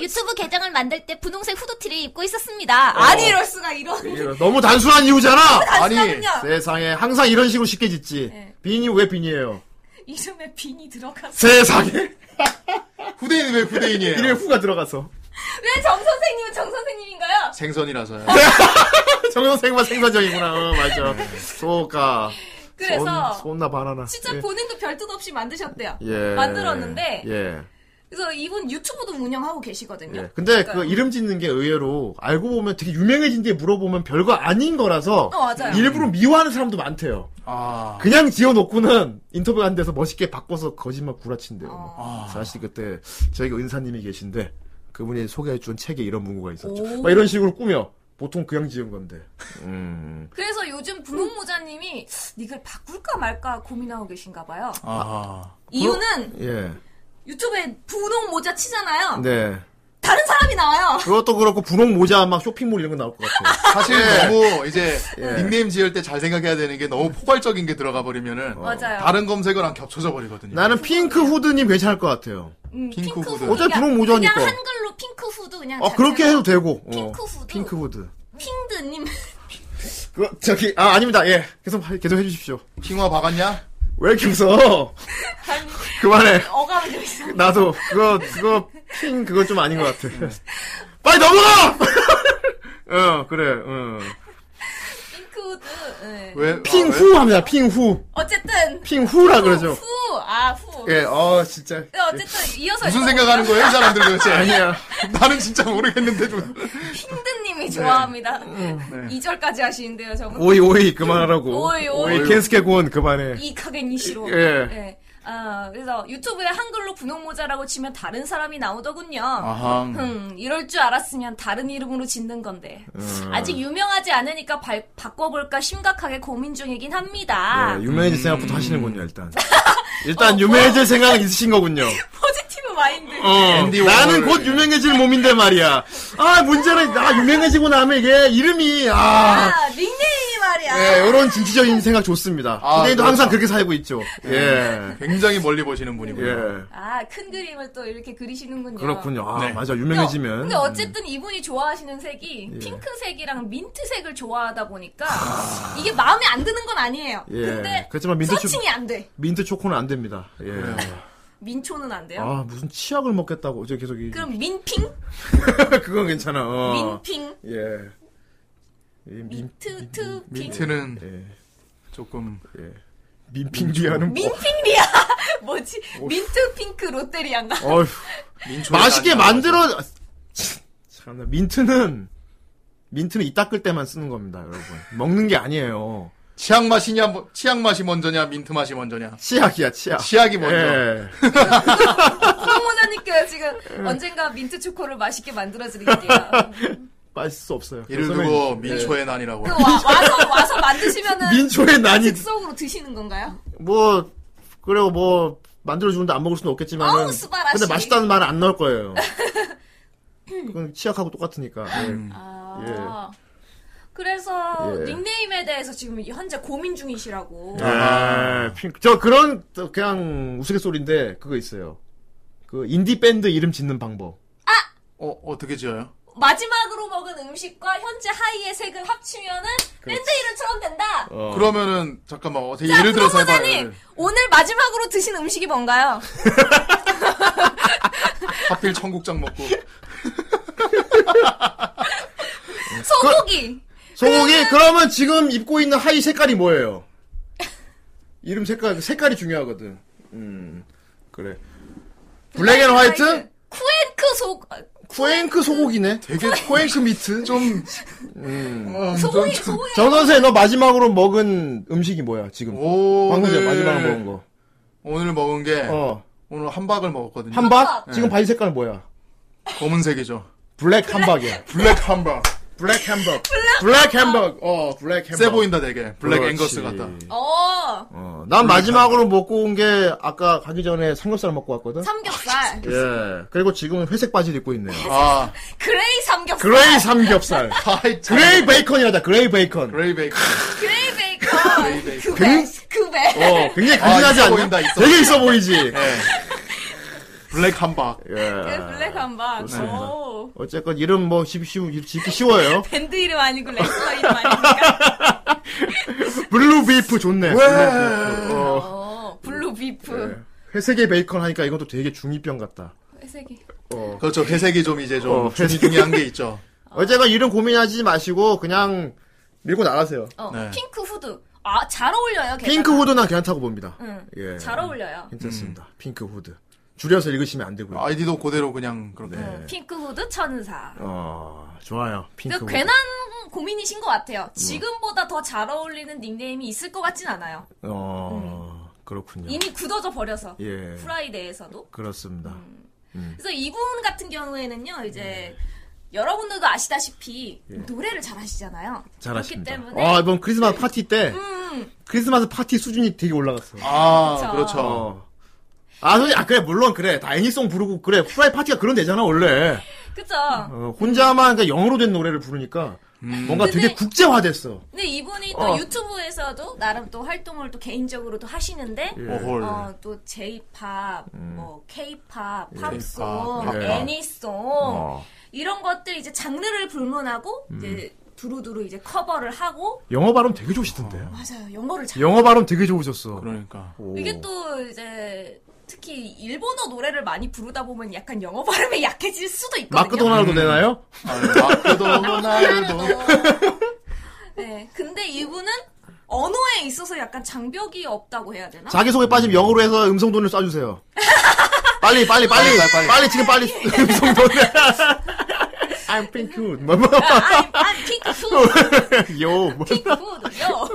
Speaker 3: 유튜브 계정을 만들 때 분홍색 후드티를 입고 있었습니다.
Speaker 4: 아니 이럴 수가 이런.
Speaker 1: 이거 너무 단순한 이유잖아!
Speaker 2: 아니,
Speaker 1: 세상에, 항상 이런 식으로 쉽게 짓지.
Speaker 4: 네.
Speaker 1: 빈이 왜 빈이에요? 예.
Speaker 4: 이름에 빈이 들어가서
Speaker 1: 세상에!
Speaker 2: 후대인이 왜
Speaker 1: 이름에
Speaker 2: 후대인이에요?
Speaker 1: 후가 들어가서.
Speaker 4: 왜 정 선생님은 정 선생님인가요?
Speaker 2: 생선이라서요.
Speaker 1: 정선생만 생산적이구나. 어, 맞아. 소가.
Speaker 4: 그래서
Speaker 1: 손, 손나 바나나.
Speaker 4: 진짜
Speaker 1: 예.
Speaker 4: 본인도 별뜻 없이 만드셨대요.
Speaker 1: 예.
Speaker 4: 만들었는데
Speaker 1: 예.
Speaker 4: 그래서 이분 유튜브도 운영하고 계시거든요.
Speaker 1: 예. 근데 그
Speaker 4: 그러니까요.
Speaker 1: 이름 짓는 게 의외로 알고 보면 되게 유명해진 뒤에 물어보면 별거 아닌 거라서
Speaker 4: 어, 맞아요.
Speaker 3: 예.
Speaker 1: 일부러 미워하는 사람도 많대요.
Speaker 2: 아.
Speaker 1: 그냥 지어놓고는 인터뷰 안 돼서 멋있게 바꿔서 거짓말 구라친대요. 뭐.
Speaker 4: 어.
Speaker 1: 사실 그때 저희가 은사님이 계신데 그분이 소개해준 책에 이런 문구가 있었죠.
Speaker 4: 오.
Speaker 1: 막 이런 식으로 꾸며. 보통 그냥 지은 건데. 음.
Speaker 4: 그래서 요즘 분홍 모자님이 이걸 바꿀까 말까 고민하고 계신가 봐요.
Speaker 2: 아.
Speaker 4: 이유는
Speaker 1: 예.
Speaker 4: 유튜브에 분홍 모자 치잖아요.
Speaker 1: 네.
Speaker 4: 다른 사람이 나와요.
Speaker 1: 그것도 그렇고 분홍 모자 막 쇼핑몰 이런 거 나올 것 같아요.
Speaker 2: 사실
Speaker 1: 예.
Speaker 2: 너무 이제 닉네임 지을 때 잘 생각해야 되는 게 너무 포괄적인 게 들어가 버리면은
Speaker 4: 맞아요.
Speaker 2: 다른 검색어랑 겹쳐져 버리거든요.
Speaker 1: 예. 나는 핑크 후드님 괜찮을 것 같아요.
Speaker 4: 음,
Speaker 2: 핑크
Speaker 4: 핑크
Speaker 2: 후드.
Speaker 4: 후드.
Speaker 1: 어차피
Speaker 4: 그냥-
Speaker 1: 분홍 모자니까.
Speaker 4: 그냥 한글로 핑크 후드 그냥.
Speaker 1: 아 그렇게 해도 되고. 어,
Speaker 4: 핑크 후드.
Speaker 1: 핑크 후드.
Speaker 4: 핑드님.
Speaker 1: 그 저기 아 아닙니다. 예. 계속 계속 해주십시오.
Speaker 2: 핑화 박았냐?
Speaker 1: 왜 이렇게 웃어?
Speaker 4: 아니,
Speaker 1: 그만해.
Speaker 4: 어감이 좀 있어.
Speaker 1: 나도 그거 그거 핑 그거 좀 아닌 것 같아. 예. 빨리 넘어가. 어 그래. 응.
Speaker 4: 핑크 후드. 예.
Speaker 2: 왜? 아, 왜?
Speaker 1: 핑후 합니다. 핑후.
Speaker 4: 어쨌든.
Speaker 1: 핑후라 그러죠.
Speaker 4: 후. 아, 후.
Speaker 1: 예. 어 진짜.
Speaker 4: 근데 어쨌든 이어서.
Speaker 2: 무슨
Speaker 4: 또
Speaker 2: 생각하는 거예요, 이 사람들 도대체?
Speaker 1: 아니야.
Speaker 2: 나는 진짜 모르겠는데 좀.
Speaker 1: 네.
Speaker 4: 핑드님이 좋아합니다. 2절까지 하시는데요, 저분.
Speaker 1: 오이 음, 네. 오이 그만하라고.
Speaker 4: 오이, 오이.
Speaker 1: 켄스케 군 그만해.
Speaker 4: 이 카겐이시로.
Speaker 1: 예.
Speaker 4: 예. 아, 그래서 유튜브에 한글로 분홍 모자라고 치면 다른 사람이 나오더군요.
Speaker 1: 음.
Speaker 2: 아하.
Speaker 4: 흠, 이럴 줄 알았으면 다른 이름으로 짓는 건데.
Speaker 1: 음.
Speaker 4: 아직 유명하지 않으니까 발- 바꿔볼까 심각하게 고민 중이긴 합니다.
Speaker 1: 예, 유명해질 생각부터 하시는군요 일단. 일단
Speaker 4: 어,
Speaker 1: 유명해질 생각은 있으신 거군요.
Speaker 4: 포지티브 마인드.
Speaker 2: 앤디
Speaker 1: 어, 나는
Speaker 2: 워홀.
Speaker 1: 곧 유명해질 몸인데 말이야. 아, 문제는, 나 유명해지고 나면 이게 이름이, 아.
Speaker 4: 아, 닉네임이 말이야.
Speaker 1: 예, 요런 진취적인 생각 좋습니다.
Speaker 2: 아,
Speaker 1: 후대인도
Speaker 2: 그렇죠.
Speaker 1: 항상 그렇게 살고 있죠. 예.
Speaker 2: 굉장히 멀리 보시는 분이고요.
Speaker 1: 예.
Speaker 4: 아, 큰 그림을 또 이렇게 그리시는군요.
Speaker 1: 그렇군요. 아,
Speaker 2: 네.
Speaker 1: 맞아.
Speaker 4: 근데 어-
Speaker 1: 유명해지면.
Speaker 4: 근데 어쨌든 이분이 좋아하시는 색이
Speaker 1: 예.
Speaker 4: 핑크색이랑 민트색을 좋아하다 보니까 이게 마음에 안 드는 건 아니에요.
Speaker 1: 예.
Speaker 4: 근데
Speaker 1: 그렇지만 민트 초,
Speaker 4: 서칭이 안 돼.
Speaker 1: 민트 초코는 안 됩니다. 예.
Speaker 4: 민초는 안 돼요.
Speaker 1: 아, 무슨 치약을 먹겠다고. 어제 계속. 이-
Speaker 4: 그럼 민핑?
Speaker 1: 그건 괜찮아. 어.
Speaker 4: 민핑?
Speaker 1: 예. 이 민,
Speaker 4: 민트, 트, 핑?
Speaker 2: 민트는
Speaker 1: 예.
Speaker 2: 조금
Speaker 1: 민핑리아는. 뭐-
Speaker 4: 민핑리아! 뭐지? 민트, 핑크, 롯데리아인가?
Speaker 1: 뭐. 어휴.
Speaker 2: 민초
Speaker 1: 맛있게 만들어. 아, 참, 참나 민트는 민트는 이 닦을 때만 쓰는 겁니다, 여러분. 먹는 게 아니에요.
Speaker 2: 치약 맛이냐 뭐- 치약 맛이 먼저냐 민트 맛이 먼저냐
Speaker 1: 치약이야, 치약.
Speaker 2: 치약이 먼저
Speaker 1: 예.
Speaker 4: 홍모자님께요 지금 언젠가 민트 초코를 맛있게 만들어드릴게요.
Speaker 1: 빠질 수 없어요.
Speaker 2: 예를 들고 민초의 난이라고
Speaker 4: 그 와, 와서, 와서 만드시면은
Speaker 1: 민초의 난이
Speaker 4: 즉석으로 드시는 건가요?
Speaker 1: 뭐 그리고 뭐 만들어 주는데 안 먹을 수는 없겠지만
Speaker 4: 어우, 수바라시.
Speaker 1: 근데 맛있다는 말은 안 나올 거예요. 그건 치약하고 똑같으니까. 예.
Speaker 2: 음.
Speaker 4: 아.
Speaker 2: 예.
Speaker 4: 그래서
Speaker 1: 예.
Speaker 4: 닉네임에 대해서 지금 현재 고민 중이시라고.
Speaker 1: 예, 핑크. 저 그런 또 그냥 우스갯소리인데 그거 있어요. 그 인디 밴드 이름 짓는 방법.
Speaker 2: 어, 어떻게 지어요?
Speaker 4: 마지막으로 먹은 음식과 현재 하이의 색을 합치면은 밴드 이름처럼 된다.
Speaker 1: 어.
Speaker 2: 그러면은 잠깐만 어, 되게
Speaker 4: 자,
Speaker 2: 예를 들어서 해봐요.
Speaker 4: 구독자님
Speaker 2: 예를.
Speaker 4: 오늘 마지막으로 드신 음식이 뭔가요?
Speaker 2: 하필 청국장 먹고 음.
Speaker 4: 소고기.
Speaker 1: 소고기 그러면 지금 입고 있는 하이 색깔이 뭐예요? 이름 색깔 색깔이 중요하거든. 음 그래. 블랙 앤 화이트
Speaker 4: 아, 쿠앤크 소 아,
Speaker 1: 쿠엔크 소고기네.
Speaker 2: 되게
Speaker 1: 쿠엔크 미트.
Speaker 2: 좀
Speaker 1: 음.
Speaker 2: 어,
Speaker 4: 소고기
Speaker 2: 좀-
Speaker 4: 소고기
Speaker 1: 정 선생 너 마지막으로 먹은 음식이 뭐야 지금? 방금 전에
Speaker 2: 오늘
Speaker 1: 마지막으로 먹은 거.
Speaker 2: 오늘 먹은 게
Speaker 1: 어
Speaker 2: 오늘 함박을 먹었거든요.
Speaker 1: 함박 네. 지금 바지 색깔 뭐야?
Speaker 2: 검은색이죠.
Speaker 1: 블랙 함박이야.
Speaker 2: 블랙 함박.
Speaker 1: 블랙 햄버거. 블랙 햄버거. 어, 블랙 햄버거.
Speaker 2: 세 보인다 되게. 블랙
Speaker 1: 그렇지.
Speaker 2: 앵거스 같다.
Speaker 4: 어
Speaker 1: 어, 난 마지막으로 먹고 온 게 아까 가기 전에 삼겹살 먹고 왔거든.
Speaker 4: 삼겹살
Speaker 1: 예. 그리고 지금은 회색 바지를 입고 있네요.
Speaker 2: 아,
Speaker 4: 그레이 삼겹살
Speaker 1: 그레이 삼겹살.
Speaker 2: 하이
Speaker 1: 그레이 베이컨이라다. 그레이 베이컨.
Speaker 2: 그레이 베이컨.
Speaker 4: 그레이 베이컨
Speaker 2: 그레이 베이컨.
Speaker 4: 그베 그베
Speaker 1: 어, 굉장히
Speaker 2: 아,
Speaker 1: 간지나지
Speaker 2: 있어
Speaker 1: 않냐?
Speaker 2: 보인다, 있어
Speaker 1: 되게 있어 보이지.
Speaker 2: 예. 블랙 함박.
Speaker 1: 예.
Speaker 4: 블랙 한방 오
Speaker 1: 어쨌건 이름 뭐 쉽- 쉬우 짓기 쉬워요.
Speaker 4: 밴드 이름 아니고 레슬러 이름 아니니까
Speaker 1: 블루 비프 좋네. 블루 비프. 어,
Speaker 4: 어 블루 비프
Speaker 1: 예. 회색의 베이컨 하니까 이것도 되게 중이병 같다.
Speaker 4: 회색이
Speaker 1: 어.
Speaker 2: 그렇죠. 회색이 좀 이제 좀
Speaker 1: 어, 회색.
Speaker 2: 중요한 게 있죠.
Speaker 1: 어쨌건 이름 고민하지 마시고 그냥 밀고 나가세요.
Speaker 4: 어
Speaker 2: 네.
Speaker 4: 핑크 후드 아 잘 어울려요 걔가.
Speaker 1: 핑크 후드 난 괜찮다고 봅니다.
Speaker 4: 응.
Speaker 1: 예.
Speaker 4: 잘 어울려요
Speaker 1: 괜찮습니다. 핑크 후드. 줄여서 읽으시면 안 되고요.
Speaker 2: 아이디도 그대로 그냥 그렇게.
Speaker 1: 네.
Speaker 4: 핑크 후드 천사
Speaker 1: 어, 좋아요. 핑크
Speaker 4: 그
Speaker 1: 후드. 음.
Speaker 4: 괜한 고민이신 것 같아요 지금보다 더 잘 어울리는 닉네임이 있을 것 같진 않아요
Speaker 1: 어,
Speaker 2: 음.
Speaker 1: 그렇군요.
Speaker 4: 이미 굳어져 버려서
Speaker 1: 예.
Speaker 4: 프라이데이에서도
Speaker 1: 그렇습니다.
Speaker 4: 그래서 이분 같은 경우에는요
Speaker 1: 네.
Speaker 4: 이제 여러분들도 아시다시피 노래를 잘하시잖아요.
Speaker 1: 예. 잘하십니다.
Speaker 4: 그렇기 때문에 음,
Speaker 1: 아, 이번 크리스마스 파티 때 크리스마스 파티 수준이 되게 올라갔어.
Speaker 2: 아,
Speaker 4: 그렇죠.
Speaker 2: 그렇죠.
Speaker 1: 어. 아, 솔직히- 아, 그래, 물론, 그래. 다 애니송 부르고, 그래. 후라이 파티가 그런 데잖아, 원래.
Speaker 4: 그쵸.
Speaker 1: 어, 혼자만, 그러니까 영어로 된 노래를 부르니까, 뭔가 되게
Speaker 4: 근데-
Speaker 1: 국제화됐어.
Speaker 4: 근데 이분이 또
Speaker 1: 어.
Speaker 4: 유튜브에서도 나름 또 활동을 또 개인적으로도 하시는데
Speaker 1: 예.
Speaker 2: 오홀.
Speaker 4: 어, 또 J-팝, 뭐 K-팝, 팝송,
Speaker 2: 팝,
Speaker 1: 음. 예.
Speaker 4: 애니송
Speaker 1: 어. 음.
Speaker 4: 이런 것들 이제 장르를 불문하고 이제 두루두루 이제 커버를 하고
Speaker 1: 영어 발음 되게 좋으시던데.
Speaker 4: 맞아요 영어를 잘
Speaker 1: 영어 발음 되게 좋으셨어.
Speaker 2: 그러니까.
Speaker 1: 오.
Speaker 4: 이게 또 이제 특히 일본어 노래를 많이 부르다 보면 약간 영어 발음이 약해질 수도
Speaker 1: 마크
Speaker 4: 있거든요.
Speaker 1: 도날드 되나요?
Speaker 2: 마크도 호날도.
Speaker 4: 네, 근데 이분은 언어에 있어서 약간 장벽이 없다고 해야 되나?
Speaker 1: 자기소개 빠지면 영어로 해서 음성돈을 쏴주세요. 빨리, 빨리, 빨리, 빨리, 빨리, 지금 빨리 음성돈을. I'm pink hood. 뭐, 뭐,
Speaker 4: 아, 아니, 핑크 푸드,
Speaker 1: 요. 뭐.
Speaker 4: 핑크 푸드요.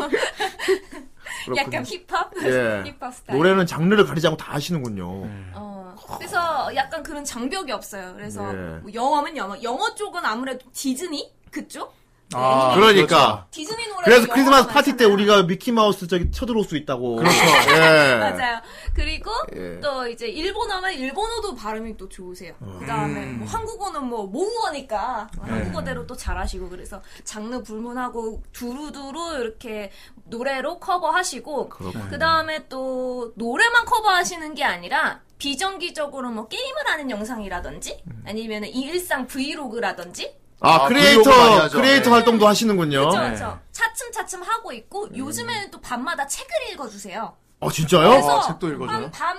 Speaker 4: 약간 힙합,
Speaker 1: 예.
Speaker 4: 힙합 스타일.
Speaker 1: 노래는 장르를 가리지 않고 다 하시는군요.
Speaker 4: 어, 그래서 약간 그런 장벽이 없어요. 그래서
Speaker 1: 예.
Speaker 4: 뭐 영어면 영어, 영어 쪽은 아무래도 디즈니 그쪽. 네,
Speaker 2: 아,
Speaker 1: 그러니까.
Speaker 4: 디즈니
Speaker 2: 그렇죠.
Speaker 4: 노래.
Speaker 1: 그래서 크리스마스 파티 때 우리가 미키마우스 저기 쳐들어올 수 있다고. 그렇죠. 예.
Speaker 4: 맞아요. 그리고
Speaker 1: 예.
Speaker 4: 또 이제 일본어면 일본어도 발음이 또 좋으세요. 그다음에 뭐 한국어는 뭐 모국어니까 한국어대로 또 잘하시고 그래서 장르 불문하고 두루두루 이렇게 노래로 커버하시고 그다음에또 노래만 커버하시는 게 아니라 비정기적으로 뭐 게임을 하는 영상이라든지 아니면 일상 브이로그라든지
Speaker 1: 아,
Speaker 2: 아, 브이로그 많이
Speaker 1: 크리에이터,
Speaker 2: 하죠.
Speaker 1: 크리에이터
Speaker 2: 네.
Speaker 1: 활동도 하시는군요.
Speaker 4: 그렇죠, 그렇죠. 차츰차츰 하고 있고 요즘에는 또 밤마다 책을 읽어주세요.
Speaker 1: 아, 진짜요?
Speaker 4: 그래서
Speaker 2: 아, 책도 읽어줘요?
Speaker 4: 한밤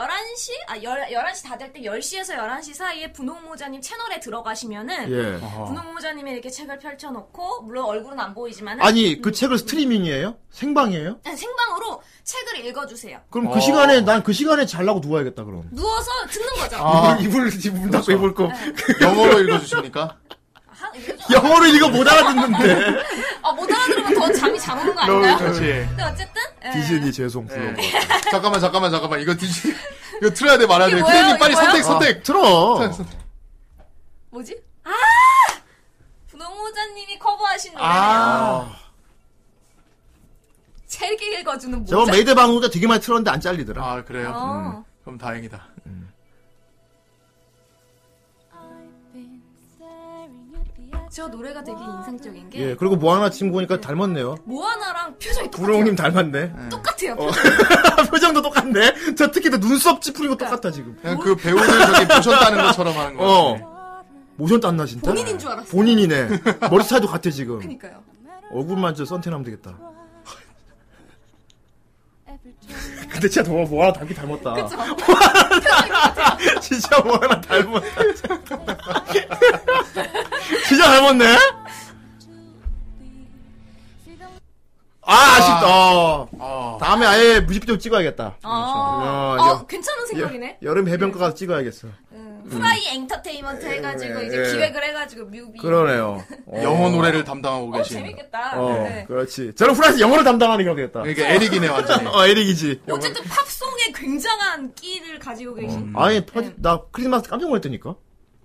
Speaker 4: 11시? 아, 열, 11시 다 될 때 10시에서 11시 사이에 분홍모자님 채널에 들어가시면은
Speaker 1: 예.
Speaker 4: 음. 분홍모자님이 이렇게 책을 펼쳐놓고 물론 얼굴은 안 보이지만 은
Speaker 1: 아니, 그 책을 스트리밍이에요? 생방이에요?
Speaker 4: 생방으로 책을 읽어주세요.
Speaker 1: 그럼 그
Speaker 2: 어.
Speaker 1: 시간에, 난 그 시간에 잘라고 누워야겠다, 그럼.
Speaker 4: 누워서 듣는 거죠.
Speaker 2: 아,
Speaker 1: 이불, 이불 문 닫고 이불 꺼.
Speaker 4: 네.
Speaker 2: 영어로 읽어주십니까?
Speaker 4: 하- 이거 좀-
Speaker 1: 영어로 이거 못 알아듣는데.
Speaker 4: 아, 못 알아들으면 더 잠이 잘 오는 거 아닌가요?
Speaker 2: 그렇지.
Speaker 4: 근데 어쨌든 예.
Speaker 1: 디즈니 죄송 불러.
Speaker 2: 예. 잠깐만, 잠깐만, 잠깐만. 이거 뒤지, 이거 틀어야 돼, 말아야 돼.
Speaker 4: 이게 뭐예요?
Speaker 2: 크레님 빨리
Speaker 4: 이게 뭐예요?
Speaker 2: 선택, 선택!
Speaker 1: 틀어.
Speaker 4: 뭐지? 아! 분홍모자님이 커버하신 노래예요.
Speaker 1: 아.
Speaker 4: 책 읽어주는 모자.
Speaker 1: 저거 메이드 방송자 되게 많이 틀었는데 안 잘리더라.
Speaker 2: 아, 그래요?
Speaker 4: 어.
Speaker 2: 그럼 다행이다.
Speaker 7: I've been
Speaker 4: 저 노래가 되게 인상적인 게
Speaker 1: 예, 그리고 모아나 침 보니까 닮았네요.
Speaker 4: 모아나랑 표정이 똑같아요.
Speaker 1: 구롱님 닮았네.
Speaker 4: 똑같아요.
Speaker 1: 어, 표정도 똑같네. 저 특히 또 눈썹 찌푸린 거 똑같다, 지금.
Speaker 2: 그냥 그 배우들 저기 보셨다는 것처럼 하는 거. 같아.
Speaker 1: 어. 모션 땄나, 진짜?
Speaker 4: 본인인 줄 알았어요.
Speaker 1: 본인이네. 머리 스타일도 같아, 지금.
Speaker 4: 그러니까요.
Speaker 1: 얼굴만 저 썬텐하면 되겠다. 근데 진짜 너 모아나 닮기 닮았다. 뭐 진짜 모아나 닮았다. 진짜 닮았네? 아, 아쉽다. 어.
Speaker 2: 어.
Speaker 1: 다음에 아예 뮤직비디오 찍어야겠다.
Speaker 4: 아,
Speaker 1: 야,
Speaker 4: 어,
Speaker 1: 여-
Speaker 4: 괜찮은 생각이네.
Speaker 1: 여, 름 해변가 가서 찍어야겠어.
Speaker 4: 프라이 엔터테인먼트 해가지고
Speaker 1: 예,
Speaker 4: 이제
Speaker 1: 예.
Speaker 4: 기획을 해가지고 뮤비.
Speaker 1: 그러네요.
Speaker 2: 영어 노래를 담당하고
Speaker 4: 어,
Speaker 2: 계신.
Speaker 4: 재밌겠다.
Speaker 1: 어,
Speaker 4: 네.
Speaker 1: 그렇지. 저는 프랑스 영어를 담당하는 경우가 되겠다.
Speaker 2: 이게 그러니까 에릭이네 완전히.
Speaker 1: 어, 에릭이지.
Speaker 4: 어쨌든 팝송에 굉장한 끼를 가지고
Speaker 2: 음.
Speaker 4: 계신.
Speaker 1: 아니, 파- 나 크리스마스 깜짝 놀랐다니까.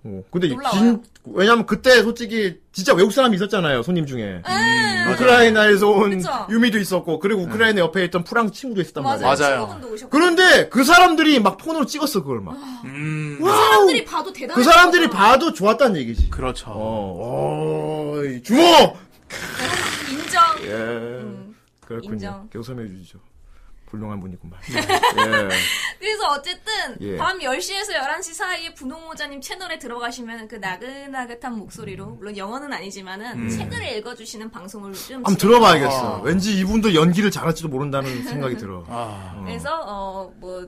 Speaker 1: 어, 근데 이
Speaker 4: 음. 놀라워요.
Speaker 1: 진, 왜냐면 그때 솔직히 진짜 외국 사람이 있었잖아요, 손님 중에.
Speaker 4: 음,
Speaker 1: 우크라이나에서 온
Speaker 4: 그쵸. 네.
Speaker 1: 유미도 있었고, 그리고 우크라이나 옆에 있던 프랑스 친구도 있었단
Speaker 4: 음. 맞아요.
Speaker 1: 말이야.
Speaker 2: 맞아요.
Speaker 4: 친구분도 오셨고.
Speaker 1: 그런데 그 사람들이 막 폰으로 찍었어, 그걸 막.
Speaker 2: 음.
Speaker 1: 와우!
Speaker 4: 아, 그 사람들이 봐도 대단해.
Speaker 1: 그 사람들이 봐도 좋았다는 얘기지.
Speaker 2: 그렇죠.
Speaker 1: 어, 어, 이 주먹!
Speaker 4: 인정.
Speaker 1: 예. 그렇군요.
Speaker 4: 음. 인정.
Speaker 1: 계속 설명해 주시죠. 불능한 분이구만. 예.
Speaker 4: 그래서 어쨌든
Speaker 1: 예.
Speaker 4: 밤 10시에서 11시 사이에 분홍모자님 채널에 들어가시면 그 나긋나긋한 목소리로 물론 영어는 아니지만은 책을 읽어주시는 방송을 좀
Speaker 1: 음. 한번 들어봐야겠어. 왠지 이분도 연기를 잘할지도 모른다는 생각이 들어.
Speaker 2: 아.
Speaker 1: 음.
Speaker 4: 그래서 어 뭐